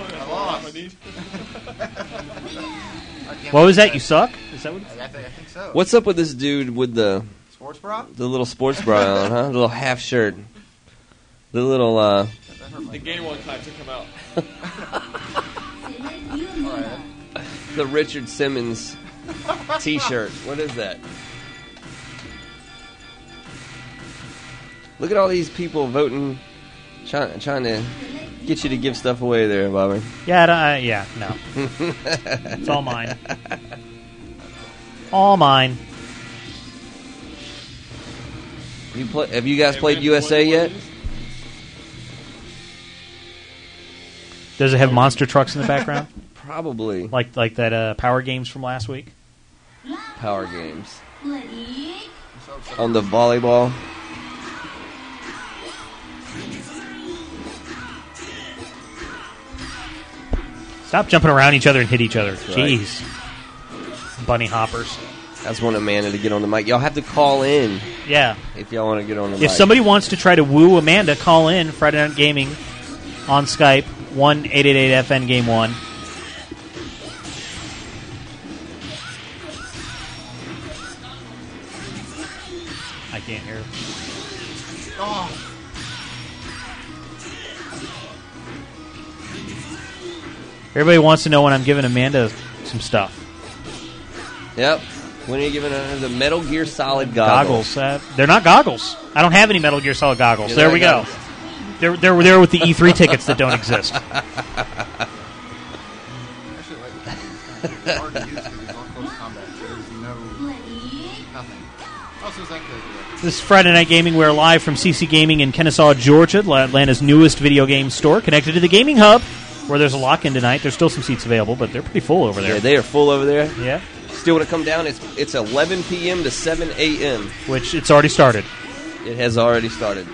[SPEAKER 12] I lost. I can't
[SPEAKER 1] What
[SPEAKER 12] believe
[SPEAKER 1] was that? You suck? Is that what?
[SPEAKER 12] I think, I think so.
[SPEAKER 3] What's up with this dude with the
[SPEAKER 12] Sports bra?
[SPEAKER 3] the little sports bra on, huh? The little half shirt. The little uh
[SPEAKER 15] The game one time took him out.
[SPEAKER 3] [LAUGHS] the Richard Simmons t-shirt. What is that? Look at all these people voting trying trying to get you to give stuff away there, Bobby.
[SPEAKER 1] Yeah, I don't- I- yeah, no. it's all mine. All mine.
[SPEAKER 3] You play, have you guys played
[SPEAKER 15] Vans
[SPEAKER 3] USA
[SPEAKER 15] One
[SPEAKER 3] yet?
[SPEAKER 15] plays.
[SPEAKER 1] Does it have monster trucks in the background,
[SPEAKER 3] Probably
[SPEAKER 1] like like that uh, Power Games from last week?
[SPEAKER 3] power games on the volleyball.
[SPEAKER 1] Stop jumping around each other and hit each other.
[SPEAKER 3] right.
[SPEAKER 1] Jeez, bunny hoppers.
[SPEAKER 3] I just want Amanda to get on the mic. Y'all have to call in
[SPEAKER 1] Yeah.
[SPEAKER 3] if y'all want to get on the mic.
[SPEAKER 1] If somebody wants to try to woo Amanda, call in Friday Night Gaming on Skype one eight eight eight FN Game One. I can't hear.
[SPEAKER 12] Oh,
[SPEAKER 1] Everybody wants to know when I'm giving Amanda some stuff.
[SPEAKER 3] Yep. When are you giving her the Metal Gear Solid goggles?
[SPEAKER 1] Goggles. Uh, they're not goggles. I don't have any Metal Gear Solid goggles.
[SPEAKER 3] Yeah,
[SPEAKER 1] there
[SPEAKER 3] they're
[SPEAKER 1] we
[SPEAKER 3] not
[SPEAKER 1] go. They're, they're, they're with the
[SPEAKER 3] [LAUGHS]
[SPEAKER 1] E3 tickets that don't exist.
[SPEAKER 12] actually, like, it's hard to use because it's all close combat. So there's no nothing. Also, is that good?
[SPEAKER 1] This is Friday Night Gaming. We're live from CC Gaming in Kennesaw, Georgia, Atlanta's newest video game store, connected to the Gaming Hub, where there's a lock in tonight. There's still some seats available, but they're pretty full over
[SPEAKER 3] Yeah,
[SPEAKER 1] there.
[SPEAKER 3] they are full over there.
[SPEAKER 1] Yeah,
[SPEAKER 3] Still want to come down? It's it's 11 p.m. to 7 a.m.
[SPEAKER 1] which it's already started.
[SPEAKER 3] It has already started.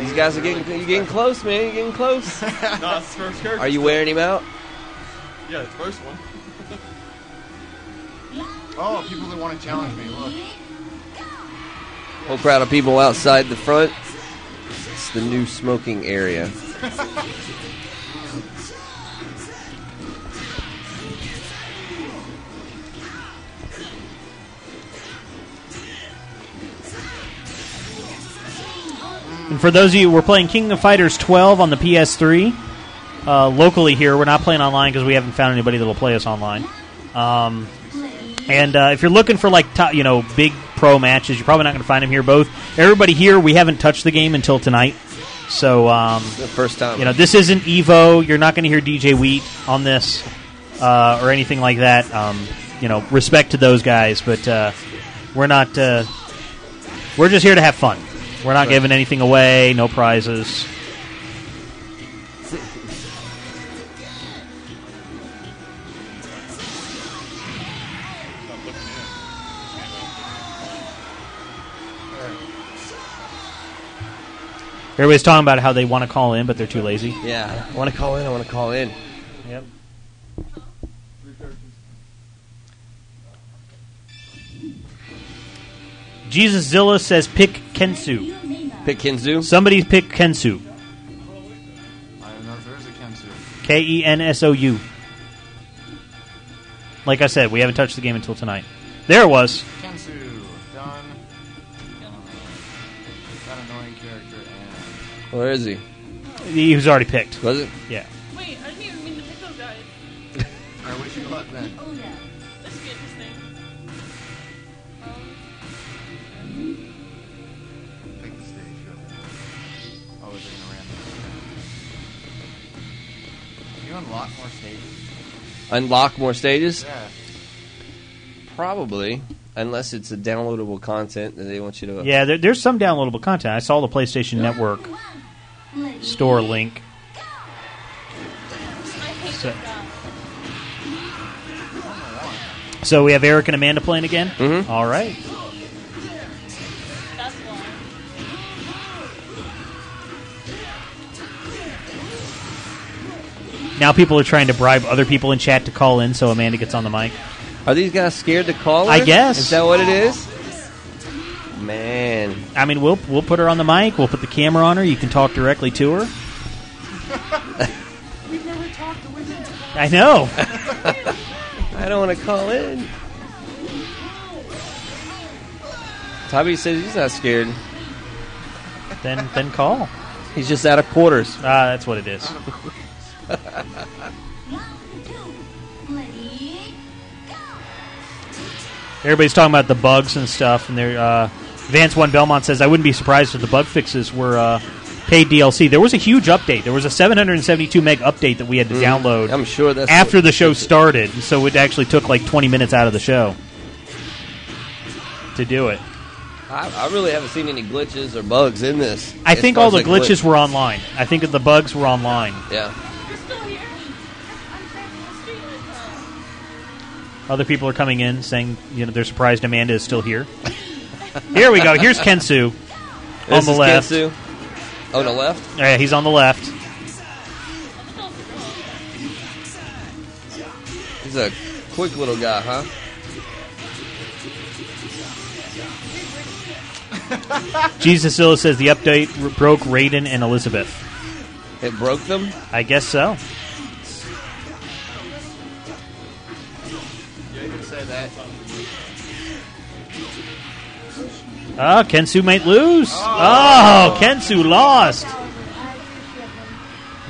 [SPEAKER 3] These guys are getting you getting close, man. You're
[SPEAKER 15] [LAUGHS]
[SPEAKER 3] getting close.
[SPEAKER 15] No, it's the first character.
[SPEAKER 3] Are you wearing him out?
[SPEAKER 15] Yeah, the first one.
[SPEAKER 12] Oh, people that want to challenge me. Look.
[SPEAKER 3] Whole crowd of people outside the front. It's the new smoking area.
[SPEAKER 1] And for those of you, we're playing King of Fighters 12 on the PS3. Uh, locally here, we're not playing online because we haven't found anybody that'll play us online. Um, and uh, if you're looking for like top, you know big pro matches, you're probably not going to find them here. Both everybody here, we haven't touched the game until tonight, so um,
[SPEAKER 3] first time.
[SPEAKER 1] you know this isn't Evo. You're not going to hear DJ Wheat on this uh, or anything like that. Um, you know, respect to those guys, but uh, we're not. Uh, we're just here to have fun. We're not giving anything away. No prizes. Everybody's talking about how they want to call in, but they're too lazy.
[SPEAKER 3] Yeah, I want to call in. I want to call in.
[SPEAKER 1] Yep. Jesus Zilla says pick Kensu.
[SPEAKER 3] Pick Kensu?
[SPEAKER 1] Somebody pick Kensu.
[SPEAKER 12] I don't know if there is a Kensu.
[SPEAKER 1] K E N S O U. Like I said, we haven't touched the game until tonight. There it was.
[SPEAKER 12] Kensu, done. Uh, That annoying character and
[SPEAKER 3] Where is he?
[SPEAKER 1] He was already picked.
[SPEAKER 3] Was it?
[SPEAKER 1] Yeah.
[SPEAKER 11] Wait, I didn't even mean to pick those guys.
[SPEAKER 12] [LAUGHS]
[SPEAKER 11] Oh,
[SPEAKER 12] I wish you luck then.
[SPEAKER 11] This is interesting.
[SPEAKER 12] Um, Pick the stage. up. Oh, is it gonna random? You unlock more stages.
[SPEAKER 3] Unlock more stages?
[SPEAKER 12] Yeah.
[SPEAKER 3] Probably, unless it's a downloadable content that they want you to.
[SPEAKER 1] Yeah, there, there's some downloadable content. I saw the PlayStation Network store link. So, so we have Eric and Amanda playing again?
[SPEAKER 3] Mhm.
[SPEAKER 1] All right.
[SPEAKER 11] That's why.
[SPEAKER 1] Now people are trying to bribe other people in chat to call in so Amanda gets on the mic.
[SPEAKER 3] Are these guys scared to call? her?
[SPEAKER 1] I guess.
[SPEAKER 3] Is that what it is? Man,
[SPEAKER 1] I mean, we'll we'll put her on the mic. We'll put the camera on her. You can talk directly to her.
[SPEAKER 11] We've never talked to women.
[SPEAKER 1] I know.
[SPEAKER 3] I don't want to call in. Tommy says he's not scared.
[SPEAKER 1] then then call.
[SPEAKER 3] He's just out of quarters.
[SPEAKER 1] Ah, that's what it is. Everybody's talking about the bugs and stuff, and they're, uh, Vance One Belmont says I wouldn't be surprised if the bug fixes were uh, paid DLC. There was a huge update. There was a 772 meg update that we had to download.
[SPEAKER 3] Mm-hmm. I'm sure that's
[SPEAKER 1] after the show started, so it actually took like 20 minutes out of the show to do it.
[SPEAKER 3] I, I really haven't seen any glitches or bugs in this.
[SPEAKER 1] I
[SPEAKER 3] As
[SPEAKER 1] think
[SPEAKER 3] far
[SPEAKER 1] all
[SPEAKER 3] as,
[SPEAKER 1] the
[SPEAKER 3] like,
[SPEAKER 1] glitches were online. I think the bugs were online.
[SPEAKER 3] glitch- Yeah.
[SPEAKER 1] Other people are coming in saying, you know, they're surprised Amanda is still here. [LAUGHS] here we go. Here's Kensu on
[SPEAKER 3] This
[SPEAKER 1] the
[SPEAKER 3] is
[SPEAKER 1] left.
[SPEAKER 3] Kensu. On the left.
[SPEAKER 1] Yeah, he's on the left.
[SPEAKER 3] He's a quick little guy, huh?
[SPEAKER 1] Jesus Zilla says the update r- broke Raiden and Elizabeth.
[SPEAKER 3] It broke them.
[SPEAKER 1] I guess so.
[SPEAKER 12] You can say that.
[SPEAKER 1] Ah, Kensu might lose. Oh, Kensu lost.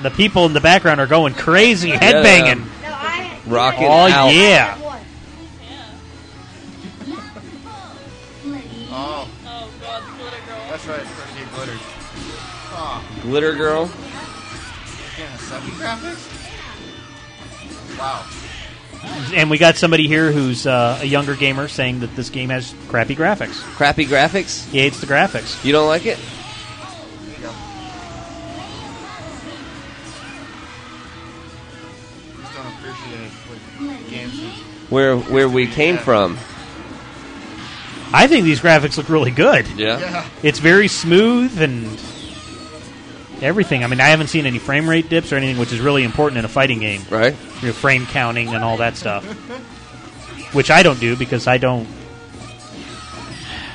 [SPEAKER 1] The people in the background are going crazy, headbanging.
[SPEAKER 3] Rocking
[SPEAKER 1] Oh,
[SPEAKER 3] out.
[SPEAKER 1] yeah.
[SPEAKER 12] Oh,
[SPEAKER 11] Oh god, the glitter girl.
[SPEAKER 12] that's right. Pretty good glitter. Oh,
[SPEAKER 3] Glitter girl.
[SPEAKER 12] yeah, sucky graphics. Wow.
[SPEAKER 1] And we got somebody here who's uh, a younger gamer saying that this game has crappy graphics.
[SPEAKER 3] Crappy graphics.
[SPEAKER 1] He hates the graphics.
[SPEAKER 3] You don't like it?
[SPEAKER 12] Just don't appreciate what games. is-
[SPEAKER 3] Where where we came from?
[SPEAKER 1] I think these graphics look really good.
[SPEAKER 3] Yeah.
[SPEAKER 12] Yeah.
[SPEAKER 1] It's very smooth and everything. I mean, I haven't seen any frame rate dips or anything, which is really important in a fighting game.
[SPEAKER 3] Right.
[SPEAKER 1] You know, frame counting and all that stuff, which I don't do because I don't.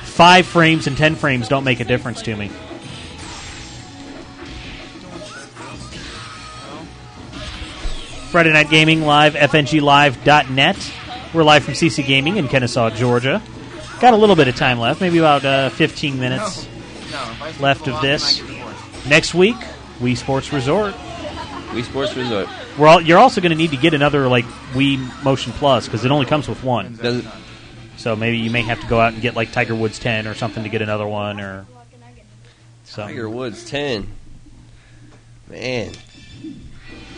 [SPEAKER 1] Five frames and ten frames don't make a difference to me. Friday Night Gaming Live, FNGLive.net. We're live from CC Gaming in Kennesaw, Georgia. Got a little bit of time left, maybe about uh, 15 minutes
[SPEAKER 10] No, if I sleep
[SPEAKER 1] left
[SPEAKER 10] a
[SPEAKER 1] of
[SPEAKER 10] lot,
[SPEAKER 1] this.
[SPEAKER 10] then I get bored.
[SPEAKER 1] Next week, Wii Sports Resort.
[SPEAKER 3] Wii Sports Resort.
[SPEAKER 1] We're all, you're also going to need to get another like Wii Motion Plus because it only comes with one.
[SPEAKER 3] Does it-
[SPEAKER 1] So maybe you may have to go out and get like Tiger Woods 10 or something to get another one or. So.
[SPEAKER 3] Tiger Woods ten. Man,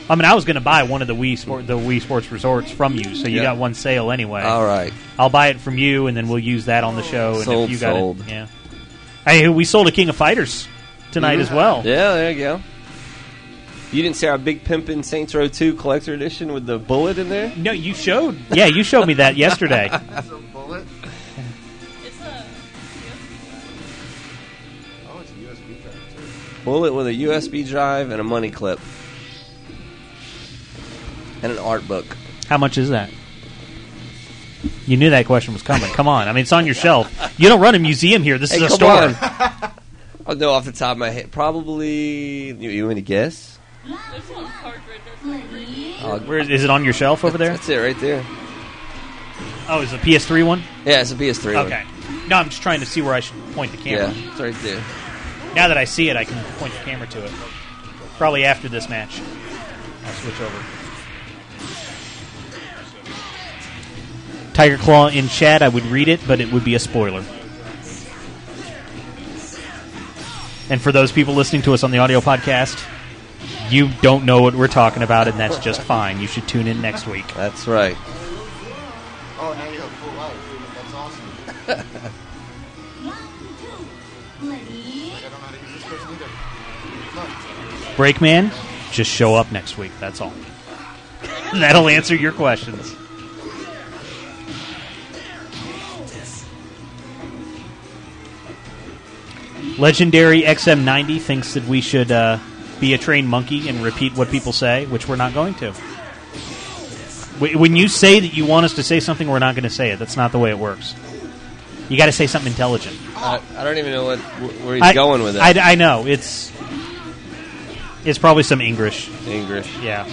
[SPEAKER 1] I mean, I was going to buy one of the Wii Sport, the Wii Sports Resorts from you, so you
[SPEAKER 3] Yeah.
[SPEAKER 1] got one sale anyway.
[SPEAKER 3] All right.
[SPEAKER 1] I'll buy it from you, and then we'll use that on the show. And
[SPEAKER 3] Sold,
[SPEAKER 1] if you got
[SPEAKER 3] sold.
[SPEAKER 1] it, yeah. Hey, we sold a King of Fighters tonight
[SPEAKER 3] Mhm.
[SPEAKER 1] as well.
[SPEAKER 3] Yeah, there you go. You didn't see our big pimpin' Saints Row Two collector edition with the bullet in there?
[SPEAKER 1] No, you showed. Yeah, you showed me that yesterday.
[SPEAKER 10] That's a bullet.
[SPEAKER 11] It's a.
[SPEAKER 12] Oh, it's a USB drive too.
[SPEAKER 3] bullet with a USB drive and a money clip and an art book.
[SPEAKER 1] How much is that? You knew that question was coming. Come on, I mean, it's on your shelf. You don't run a museum here. This
[SPEAKER 3] Hey,
[SPEAKER 1] is a
[SPEAKER 3] come
[SPEAKER 1] store.
[SPEAKER 3] on. I know Oh, off the top of my head, probably. You, you want to guess?
[SPEAKER 11] There's one card right
[SPEAKER 3] Oh,
[SPEAKER 1] Where is, is it on your shelf over
[SPEAKER 3] [LAUGHS]
[SPEAKER 1] there?
[SPEAKER 3] That's it right there.
[SPEAKER 1] Oh, is it a PS3 one?
[SPEAKER 3] Yeah, it's a PS3. one.
[SPEAKER 1] Okay. No, I'm just trying to see where I should point the camera.
[SPEAKER 3] Yeah, it's right there.
[SPEAKER 1] Now that I see it, I can point the camera to it. Probably after this match. I'll switch over. Tiger Claw in chat, I would read it, but it would be a spoiler. And for those people listening to us on the audio podcast, you don't know what we're talking about, and that's just fine. You should tune in next week.
[SPEAKER 3] That's right.
[SPEAKER 12] Oh, now you have full life. That's awesome. Like, I don't know how to use this person either. Look.
[SPEAKER 1] Breakman, just show up next week. That's all. [LAUGHS] That'll answer your questions. Legendary XM90 thinks that we should uh, be a trained monkey and repeat what people say, which we're not going to. Wh- When you say that you want us to say something, we're not going to say it. That's not the way it works. You got to say something intelligent.
[SPEAKER 3] I, I don't even know what wh- where he's
[SPEAKER 1] I-
[SPEAKER 3] going with it.
[SPEAKER 1] I, I know it's it's probably some English.
[SPEAKER 3] English.
[SPEAKER 1] Yeah,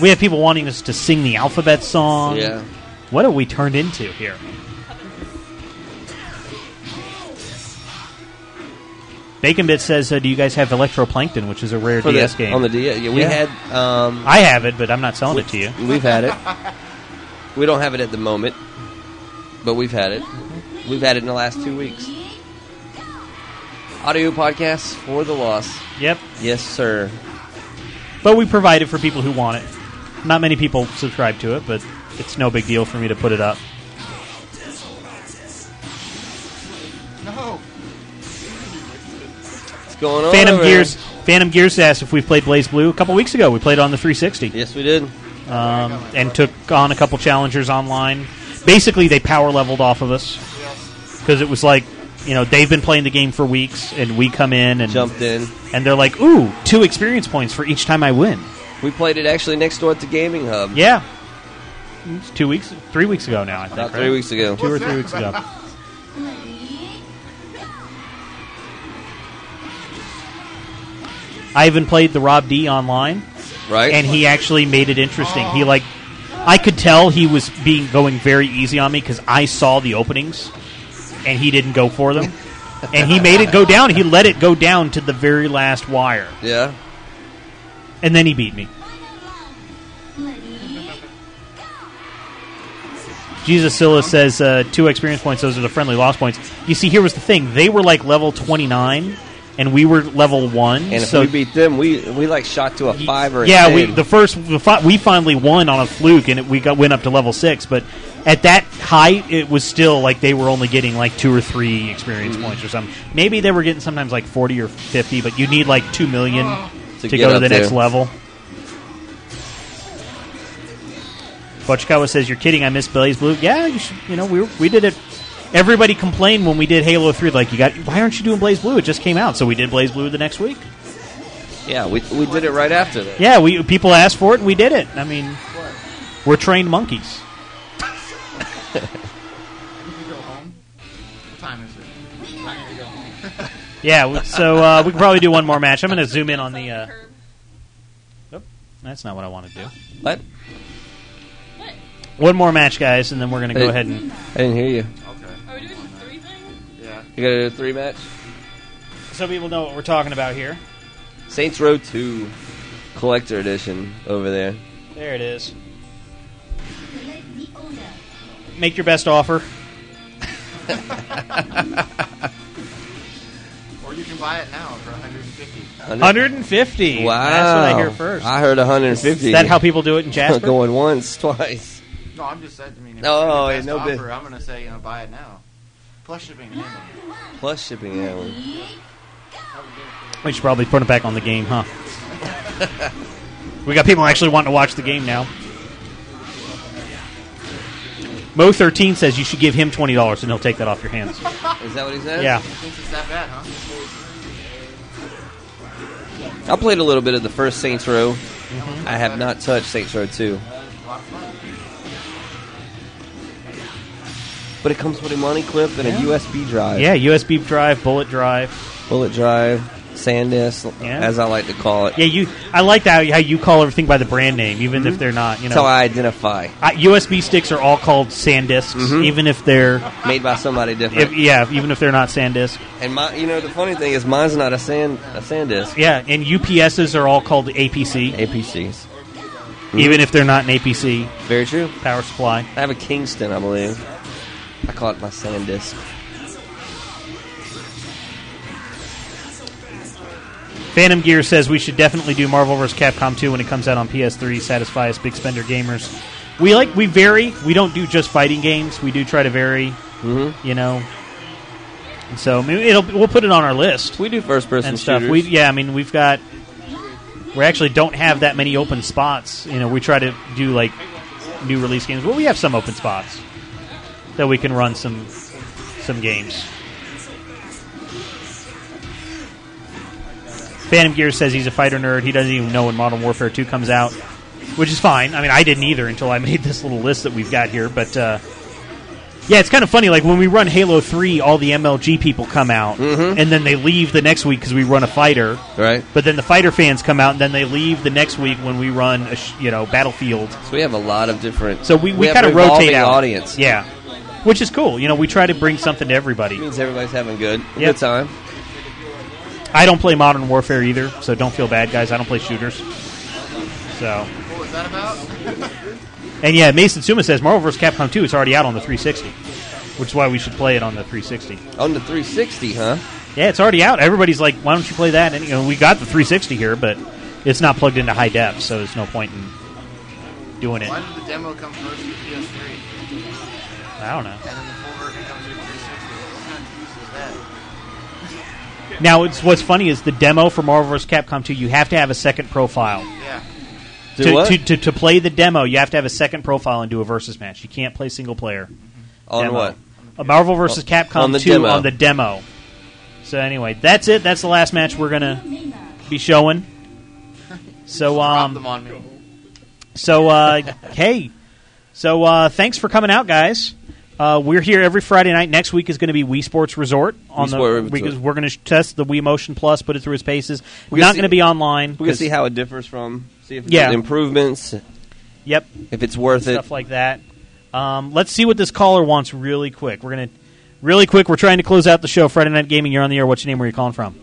[SPEAKER 1] we have people wanting us to sing the alphabet song.
[SPEAKER 3] Yeah.
[SPEAKER 1] what have we turned into here? Bacon Bit says, uh, "Do you guys have Electroplankton, which is a rare
[SPEAKER 3] For the-
[SPEAKER 1] DS game
[SPEAKER 3] on the DS. Yeah, we had. Um,
[SPEAKER 1] I have it, but I'm not selling it to you.
[SPEAKER 3] We've had it. We don't have it at the moment, but we've had it. We've had it in the last two weeks. Audio podcasts for the loss.
[SPEAKER 1] Yep.
[SPEAKER 3] Yes, sir.
[SPEAKER 1] But we provide it for people who want it. Not many people subscribe to it, but it's no big deal for me to put it up.
[SPEAKER 12] No.
[SPEAKER 3] What's going on?
[SPEAKER 1] Phantom
[SPEAKER 3] over
[SPEAKER 1] Gears.
[SPEAKER 3] there?
[SPEAKER 1] Phantom Gears asked if we've played Blaze Blue a couple weeks ago. We played it on the 360.
[SPEAKER 3] Yes, we did.
[SPEAKER 1] Um, and took on a couple challengers online. Basically, they power leveled off of us because it was like, you know, they've been playing the game for weeks, and we come in and
[SPEAKER 3] Jumped in.
[SPEAKER 1] and they're like, "Ooh, two experience points for each time I win."
[SPEAKER 3] We played it actually next door at the gaming hub.
[SPEAKER 1] Yeah, it's two weeks, three weeks ago now. I think
[SPEAKER 3] About
[SPEAKER 1] right?
[SPEAKER 3] three weeks ago.
[SPEAKER 1] two or three weeks ago. I even played the Rob D online,
[SPEAKER 3] Right.
[SPEAKER 1] And he actually made it interesting. He like, I could tell he was being going very easy on me because I saw the openings, and he didn't go for
[SPEAKER 3] [LAUGHS]
[SPEAKER 1] them, and he made it go down. He let it go down to the very last wire,
[SPEAKER 3] Yeah.
[SPEAKER 1] and then he beat me. Jesus Silla says uh, two experience points. Those are the friendly loss points. You see, here was the thing: they were like level twenty nine, and we were level one.
[SPEAKER 3] And if
[SPEAKER 1] so
[SPEAKER 3] we beat them, we we like shot to a five or a
[SPEAKER 1] yeah, we
[SPEAKER 3] 10.
[SPEAKER 1] the first the fi- we finally won on a fluke, and it, we got went up to level six. But at that height, it was still like they were only getting like two or three experience
[SPEAKER 3] Mhm.
[SPEAKER 1] points or something. Maybe they were getting sometimes like forty or fifty, but you need like two
[SPEAKER 3] [GASPS]
[SPEAKER 1] million to,
[SPEAKER 3] get
[SPEAKER 1] go to
[SPEAKER 3] up
[SPEAKER 1] the next
[SPEAKER 3] there.
[SPEAKER 1] level. Bochikawa says, "You're kidding! I miss Blaze Blue. Yeah, you should. You know, we were, we did it. Everybody complained when we did Halo Three. Like, you got why aren't you doing Blaze Blue? It just came out, so we did Blaze Blue the next week.
[SPEAKER 3] yeah, we we did it right after that.
[SPEAKER 1] Yeah, we people asked for it, and we did it. I mean, we're trained monkeys.
[SPEAKER 12] I need to go home. What time is it? I need to go home.
[SPEAKER 1] Yeah, we- so uh, we can probably do one more match. I'm going to zoom in on the. Uh, That's not what I want to do.
[SPEAKER 3] What?
[SPEAKER 1] One more match, guys, and then we're gonna
[SPEAKER 3] I
[SPEAKER 1] go
[SPEAKER 3] didn't-
[SPEAKER 1] ahead and.
[SPEAKER 3] I didn't hear you.
[SPEAKER 11] Are we doing the three thing?
[SPEAKER 12] Yeah.
[SPEAKER 3] You got to do a three match?
[SPEAKER 1] So people know what we're talking about here.
[SPEAKER 3] Saints Row 2 Collector Edition over there.
[SPEAKER 1] There it is. Make your best offer.
[SPEAKER 12] Or you can buy it now for 150.
[SPEAKER 1] 150.
[SPEAKER 3] Wow.
[SPEAKER 1] That's what I hear first.
[SPEAKER 3] I heard 150.
[SPEAKER 1] Is that
[SPEAKER 3] [LAUGHS]
[SPEAKER 1] how people do it in Jasper?
[SPEAKER 3] Going once, twice.
[SPEAKER 12] No, I'm just saying. I mean, if
[SPEAKER 3] No,
[SPEAKER 12] it's
[SPEAKER 3] no,
[SPEAKER 12] your best
[SPEAKER 3] ain't no bid.
[SPEAKER 12] offer, I'm gonna say you know buy it now. Plus shipping and handling.
[SPEAKER 3] Plus shipping that one.
[SPEAKER 1] We should probably put it back on the game, huh? we got people actually wanting to watch the game now. Mo13 says you should give him $20 and he'll take that off your
[SPEAKER 3] [LAUGHS]
[SPEAKER 1] hands.
[SPEAKER 3] Is that what he said?
[SPEAKER 1] Yeah.
[SPEAKER 12] He thinks it's that bad, huh?
[SPEAKER 3] I played a little bit of the first Saints Row.
[SPEAKER 1] Mm-hmm.
[SPEAKER 3] I have not touched Saints Row 2.
[SPEAKER 12] A lot of fun.
[SPEAKER 3] But it comes with a money clip and
[SPEAKER 1] Yeah.
[SPEAKER 3] a USB drive.
[SPEAKER 1] Yeah, USB drive, bullet drive.
[SPEAKER 3] Bullet drive, SanDisk,
[SPEAKER 1] Yeah.
[SPEAKER 3] as I like to call it.
[SPEAKER 1] Yeah, you. I like that how you call everything by the brand name, even if they're not. You
[SPEAKER 3] Mhm. That's how
[SPEAKER 1] know,
[SPEAKER 3] I identify.
[SPEAKER 1] I, USB sticks are all called SanDisks,
[SPEAKER 3] Mhm.
[SPEAKER 1] even if they're.
[SPEAKER 3] Made by somebody different.
[SPEAKER 1] If, yeah, even if they're not SanDisk.
[SPEAKER 3] And my, you know, the funny thing is, mine's not a sand a SanDisk.
[SPEAKER 1] Yeah, and UPSs are all called APC,
[SPEAKER 3] APCs. Mhm.
[SPEAKER 1] even if they're not an APC
[SPEAKER 3] Very true.
[SPEAKER 1] power supply.
[SPEAKER 3] I have a Kingston, I believe. I call it my SanDisk.
[SPEAKER 1] Phantom Gear says we should definitely do Marvel vs. Capcom 2 when it comes out on PS3. Satisfy us, big spender gamers. We like we vary. We don't do just fighting games. We do try to vary. Mm-hmm. You know. And so I mean, it'll we'll put it on our list.
[SPEAKER 3] We do first person
[SPEAKER 1] and stuff.
[SPEAKER 3] shooters.
[SPEAKER 1] We yeah, I mean we've got we actually don't have that many open spots. You know, we try to do like new release games. Well, we have some open spots that we can run some some games. Phantom Gear says he's a fighter nerd. He doesn't even know when Modern Warfare 2 comes out, which is fine. I mean, I didn't either until I [LAUGHS] made this little list that we've got here. But uh, yeah, it's kind of funny. Like when we run Halo 3, all the MLG people come out,
[SPEAKER 3] Mm-hmm.
[SPEAKER 1] and then they leave the next week because we run a fighter.
[SPEAKER 3] right?
[SPEAKER 1] But then the fighter fans come out, and then they leave the next week when we run, a sh- you know, Battlefield.
[SPEAKER 3] So we have a lot of different.
[SPEAKER 1] So we, we,
[SPEAKER 3] have
[SPEAKER 1] kind of rotate
[SPEAKER 3] revolving
[SPEAKER 1] out.
[SPEAKER 3] audience.
[SPEAKER 1] Yeah, which is cool. You know, we try to bring something to everybody.
[SPEAKER 3] means everybody's having good a
[SPEAKER 1] Yep.
[SPEAKER 3] good time.
[SPEAKER 1] I don't play Modern Warfare either, so don't feel bad, guys. I don't play shooters. So,
[SPEAKER 12] What was that about?
[SPEAKER 1] [LAUGHS] and yeah, Mason Suma says Marvel vs. Capcom 2 is already out on the 360, which is why we should play it on the 360.
[SPEAKER 3] On the 360, huh?
[SPEAKER 1] Yeah, it's already out. Everybody's like, why don't you play that? And you know, we got the 360 here, but it's not plugged into high def, so there's no point in doing it.
[SPEAKER 12] Why did the demo come first with PS3
[SPEAKER 1] I don't know.
[SPEAKER 12] and then the full version comes with 360? What kind of use is that?
[SPEAKER 1] Now, it's what's funny is the demo for Marvel vs. Capcom 2. You have to have a second profile.
[SPEAKER 12] Yeah.
[SPEAKER 3] Do
[SPEAKER 1] to,
[SPEAKER 3] what?
[SPEAKER 1] To, to, to play the demo, you have to have a second profile and do a versus match. You can't play single player.
[SPEAKER 3] On
[SPEAKER 1] demo.
[SPEAKER 3] what?
[SPEAKER 1] A Marvel vs. Capcom
[SPEAKER 3] On the
[SPEAKER 1] 2
[SPEAKER 3] demo.
[SPEAKER 1] on the demo. So anyway, that's it. That's the last match we're gonna be showing. So
[SPEAKER 12] Drop them
[SPEAKER 1] um,
[SPEAKER 12] on me.
[SPEAKER 1] so uh, hey, so uh, thanks for coming out, guys. Uh, we're here every Friday night. Next week is going to be Wii Sports Resort on
[SPEAKER 3] Wii
[SPEAKER 1] the
[SPEAKER 3] Sport Resort.
[SPEAKER 1] because we're going to test the Wii Motion Plus, put it through its paces.
[SPEAKER 3] We're gonna
[SPEAKER 1] Not
[SPEAKER 3] see-
[SPEAKER 1] going to be online.
[SPEAKER 3] We're gonna
[SPEAKER 1] 'cause-
[SPEAKER 3] see how it differs from. See if
[SPEAKER 1] Yeah.
[SPEAKER 3] there's improvements,
[SPEAKER 1] Yep.
[SPEAKER 3] if it's worth it.
[SPEAKER 1] stuff like that. Um, let's see what this caller wants really quick. We're gonna really quick. We're trying to close out the show. Friday Night Gaming. You're on the air. What's your name? Where are you calling from?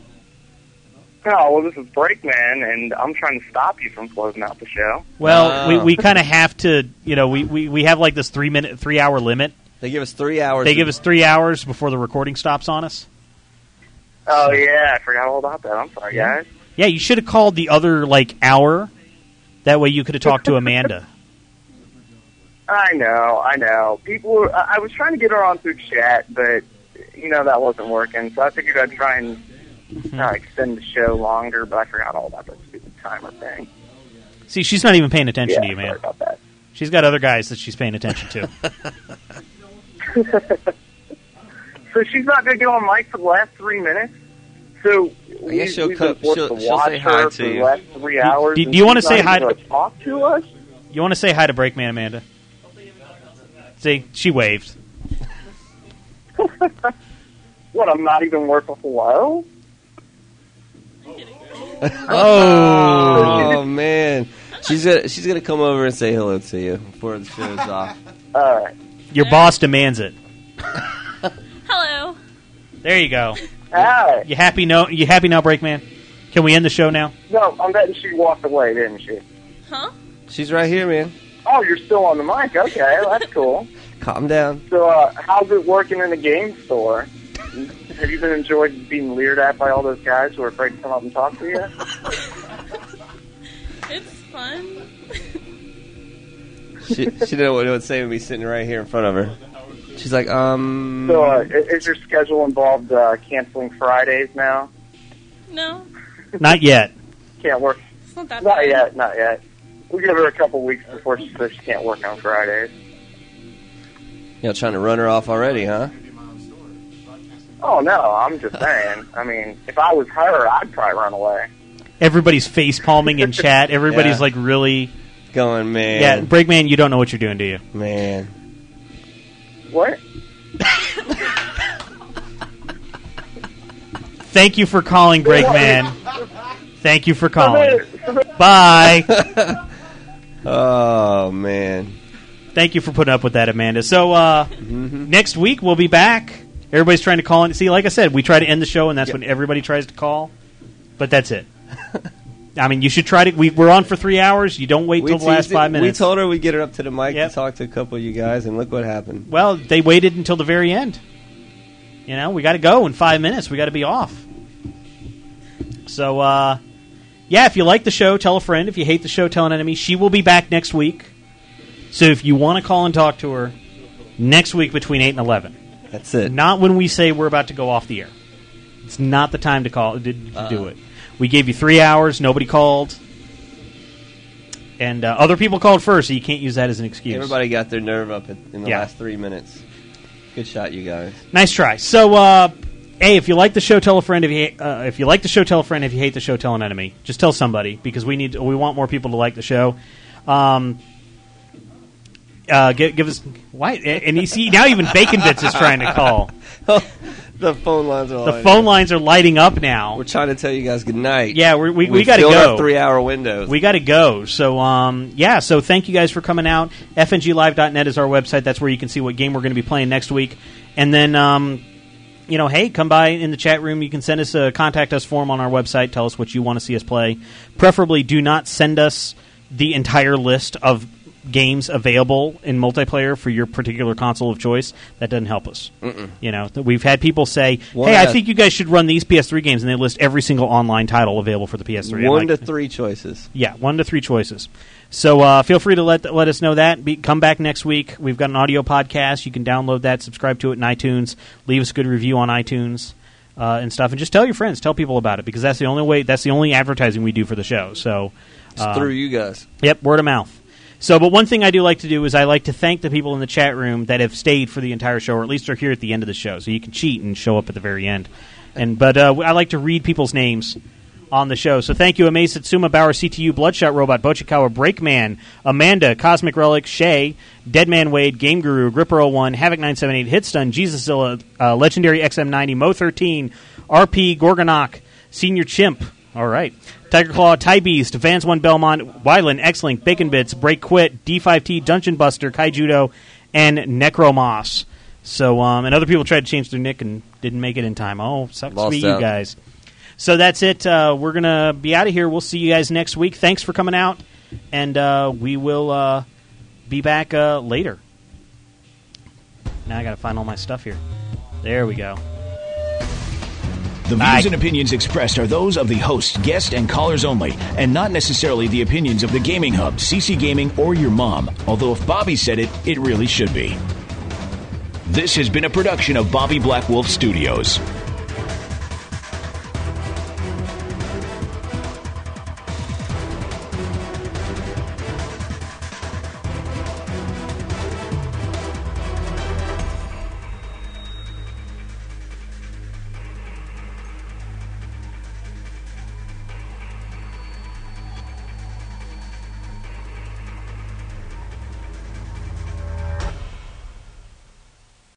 [SPEAKER 8] No, well, this is Breakman, and I'm trying to stop you from closing out the show.
[SPEAKER 1] Well, we,
[SPEAKER 3] Ah.
[SPEAKER 1] we kind of have to. You know, we, we, we have like this three minute, three hour limit.
[SPEAKER 3] They give us three hours.
[SPEAKER 1] They give
[SPEAKER 3] [LAUGHS]
[SPEAKER 1] us three hours before the recording stops on us.
[SPEAKER 8] Oh yeah, I forgot all about that. I'm sorry, guys.
[SPEAKER 1] Yeah, you should have called the other like hour. That way, you could have talked to Amanda.
[SPEAKER 8] I know, I know. People, were, I I was trying to get her on through chat, but you know that wasn't working. So I figured I'd try and
[SPEAKER 1] Mm-hmm.
[SPEAKER 8] uh, extend the show longer, but I forgot all about that stupid timer thing.
[SPEAKER 1] see, she's not even paying attention
[SPEAKER 8] yeah,
[SPEAKER 1] to you, man.
[SPEAKER 8] sorry about that.
[SPEAKER 1] She's got other guys that she's paying attention to.
[SPEAKER 8] So she's not going to get on mic for the last three minutes. So
[SPEAKER 3] I guess
[SPEAKER 8] we,
[SPEAKER 3] she'll
[SPEAKER 8] we've
[SPEAKER 3] come-
[SPEAKER 8] been forced
[SPEAKER 3] she'll-
[SPEAKER 8] to
[SPEAKER 3] she'll
[SPEAKER 8] watch
[SPEAKER 3] say hi
[SPEAKER 8] her
[SPEAKER 3] to
[SPEAKER 8] for the
[SPEAKER 3] you.
[SPEAKER 8] last three
[SPEAKER 1] Do-
[SPEAKER 8] hours.
[SPEAKER 1] do-
[SPEAKER 8] and
[SPEAKER 1] do you wanna
[SPEAKER 8] she's
[SPEAKER 1] say
[SPEAKER 8] not
[SPEAKER 1] hi
[SPEAKER 8] even
[SPEAKER 1] to-
[SPEAKER 8] gonna Talk to us.
[SPEAKER 1] you want to say hi to Breakman Amanda? See, she waved.
[SPEAKER 8] What? I'm not even worth a hello.
[SPEAKER 3] Oh, man, she's gonna she's gonna come over and say hello to you before the show's off.
[SPEAKER 7] All right.
[SPEAKER 1] Your boss demands it.
[SPEAKER 11] Hello.
[SPEAKER 1] There you go.
[SPEAKER 7] Alright.
[SPEAKER 1] You happy no? You happy now, Breakman? Can we end the show now?
[SPEAKER 7] No, I'm betting she walked away, didn't she?
[SPEAKER 11] Huh?
[SPEAKER 3] She's right here, man.
[SPEAKER 7] Oh, you're still on the mic. Okay, that's cool.
[SPEAKER 3] Calm down.
[SPEAKER 7] So, uh, how's it working in the game store? Have you been enjoying being leered at by all those guys who are afraid to come up and talk to you?
[SPEAKER 11] It's fun.
[SPEAKER 3] She she didn't know what to say with me sitting right here in front of her. She's like, um.
[SPEAKER 7] So, uh, i-
[SPEAKER 1] Mm-hmm.
[SPEAKER 7] is your schedule involved uh, canceling Fridays now?
[SPEAKER 11] No,
[SPEAKER 1] Not yet.
[SPEAKER 7] Can't work.
[SPEAKER 11] it's not that
[SPEAKER 7] Not
[SPEAKER 11] bad.
[SPEAKER 7] yet. Not yet. We'll give her a couple weeks before she says she can't work on Fridays.
[SPEAKER 3] you know, trying to run her off already, huh?
[SPEAKER 7] Oh no, I'm just saying. I mean, if I was her, I'd probably run away.
[SPEAKER 1] Everybody's face palming in chat. Everybody's
[SPEAKER 3] Yeah.
[SPEAKER 1] like really
[SPEAKER 3] going, man.
[SPEAKER 1] Yeah, Breakman, you don't know what you're doing, do you?
[SPEAKER 3] Man.
[SPEAKER 7] What?
[SPEAKER 1] Thank you for calling, Breakman. Thank you for calling. Bye.
[SPEAKER 3] oh man.
[SPEAKER 1] Thank you for putting up with that, Amanda. So uh,
[SPEAKER 3] Mm-hmm.
[SPEAKER 1] next week we'll be back. Everybody's trying to call in. See, like I said, we try to end the show, and that's when everybody tries to call. But that's it. [LAUGHS] I mean, you should try to. We, we're on for three hours. You don't wait till the last
[SPEAKER 3] teased it.
[SPEAKER 1] five minutes.
[SPEAKER 3] We told her we'd get her up to the mic to talk to a couple of you guys, and look what happened.
[SPEAKER 1] Well, they waited until the very end. You know, we got to go in five minutes. We got to be off. So, uh, yeah, if you like the show, tell a friend. If you hate the show, tell an enemy. She will be back next week. So if you want to call and talk to her next week between 8 and 11.
[SPEAKER 3] That's it.
[SPEAKER 1] Not when we say we're about to go off the air. It's not the time to call to, to do it. We gave you three hours. Nobody called. And uh, other people called first, so you can't use that as an excuse.
[SPEAKER 3] Everybody got their nerve up at, in the
[SPEAKER 1] Yeah.
[SPEAKER 3] last three minutes. Good shot, you guys. [LAUGHS]
[SPEAKER 1] Nice try. So, uh, hey, if you like the show, tell a friend. If you uh, if you like the show, tell a friend. If you hate the show, tell an enemy. Just tell somebody because we need we want more people to like the show. Um, uh, give, give us why and you see now even Bacon Bits is trying to call.
[SPEAKER 3] the phone lines are all
[SPEAKER 1] The phone lines are lighting up now.
[SPEAKER 3] Oh, We're trying to tell you guys good night.
[SPEAKER 1] Yeah, we're, we we,
[SPEAKER 3] We've
[SPEAKER 1] got to
[SPEAKER 3] filled
[SPEAKER 1] go.
[SPEAKER 3] our three-hour windows.
[SPEAKER 1] We got to go. So um, yeah. So thank you guys for coming out. FNGLive.net is our website. That's where you can see what game we're going to be playing next week. And then um, you know, hey, come by in the chat room. You can send us a contact us form on our website. Tell us what you want to see us play. Preferably, do not send us the entire list of games available in multiplayer for your particular console of choice. That doesn't help us.
[SPEAKER 3] Mm-mm.
[SPEAKER 1] You know, th- we've had people say,
[SPEAKER 3] One
[SPEAKER 1] "Hey, I
[SPEAKER 3] out-
[SPEAKER 1] think you guys should run these PS3 games," and they list every single online title available for the PS3. I'm
[SPEAKER 3] One
[SPEAKER 1] like,
[SPEAKER 3] to three choices.
[SPEAKER 1] yeah, one to three choices. So uh, feel free to let let us know that. Be, come back next week. We've got an audio podcast. You can download that, subscribe to it in iTunes, leave us a good review on iTunes uh, and stuff, and just tell your friends, tell people about it because that's the only way. That's the only advertising we do for the show. So
[SPEAKER 3] It's
[SPEAKER 1] uh,
[SPEAKER 3] through you guys.
[SPEAKER 1] Yep, word of mouth. So, but one thing I do like to do is I like to thank the people in the chat room that have stayed for the entire show, or at least are here at the end of the show. So you can cheat and show up at the very end. And but uh, I like to read people's names on the show. So thank you, Amaze Satsuma, Bauer, CTU, Bloodshot Robot, Bochikawa, Breakman, Amanda, Cosmic Relic, Shay, Deadman Wade, Game Guru, Gripper01, Havoc978, Hitstun, Jesuszilla, uh, Legendary XM90, Mo13, RP, Gorgonok, Senior Chimp. All right. Tiger Claw, Ty Beast, Vans One Belmont, Wyland, X Link, Bacon Bits, Break Quit, D5T, Dungeon Buster, Kaijudo, and Necromoss. So, um, and other people tried to change their nick and didn't make it in time. Oh, sucks to
[SPEAKER 3] Lost
[SPEAKER 1] be you
[SPEAKER 3] out.
[SPEAKER 1] guys. So that's it. Uh, we're going to be out of here. We'll see you guys next week. Thanks for coming out, and uh, we will uh, be back uh, later. Now I got to find all my stuff here. There we go.
[SPEAKER 2] The
[SPEAKER 1] Bye.
[SPEAKER 2] views and opinions expressed are those of the host, guest, and callers only, and not necessarily the opinions of the Gaming Hub, CC Gaming, or your mom. Although if Bobby said it, it really should be. This has been a production of Bobby Black Wolf Studios.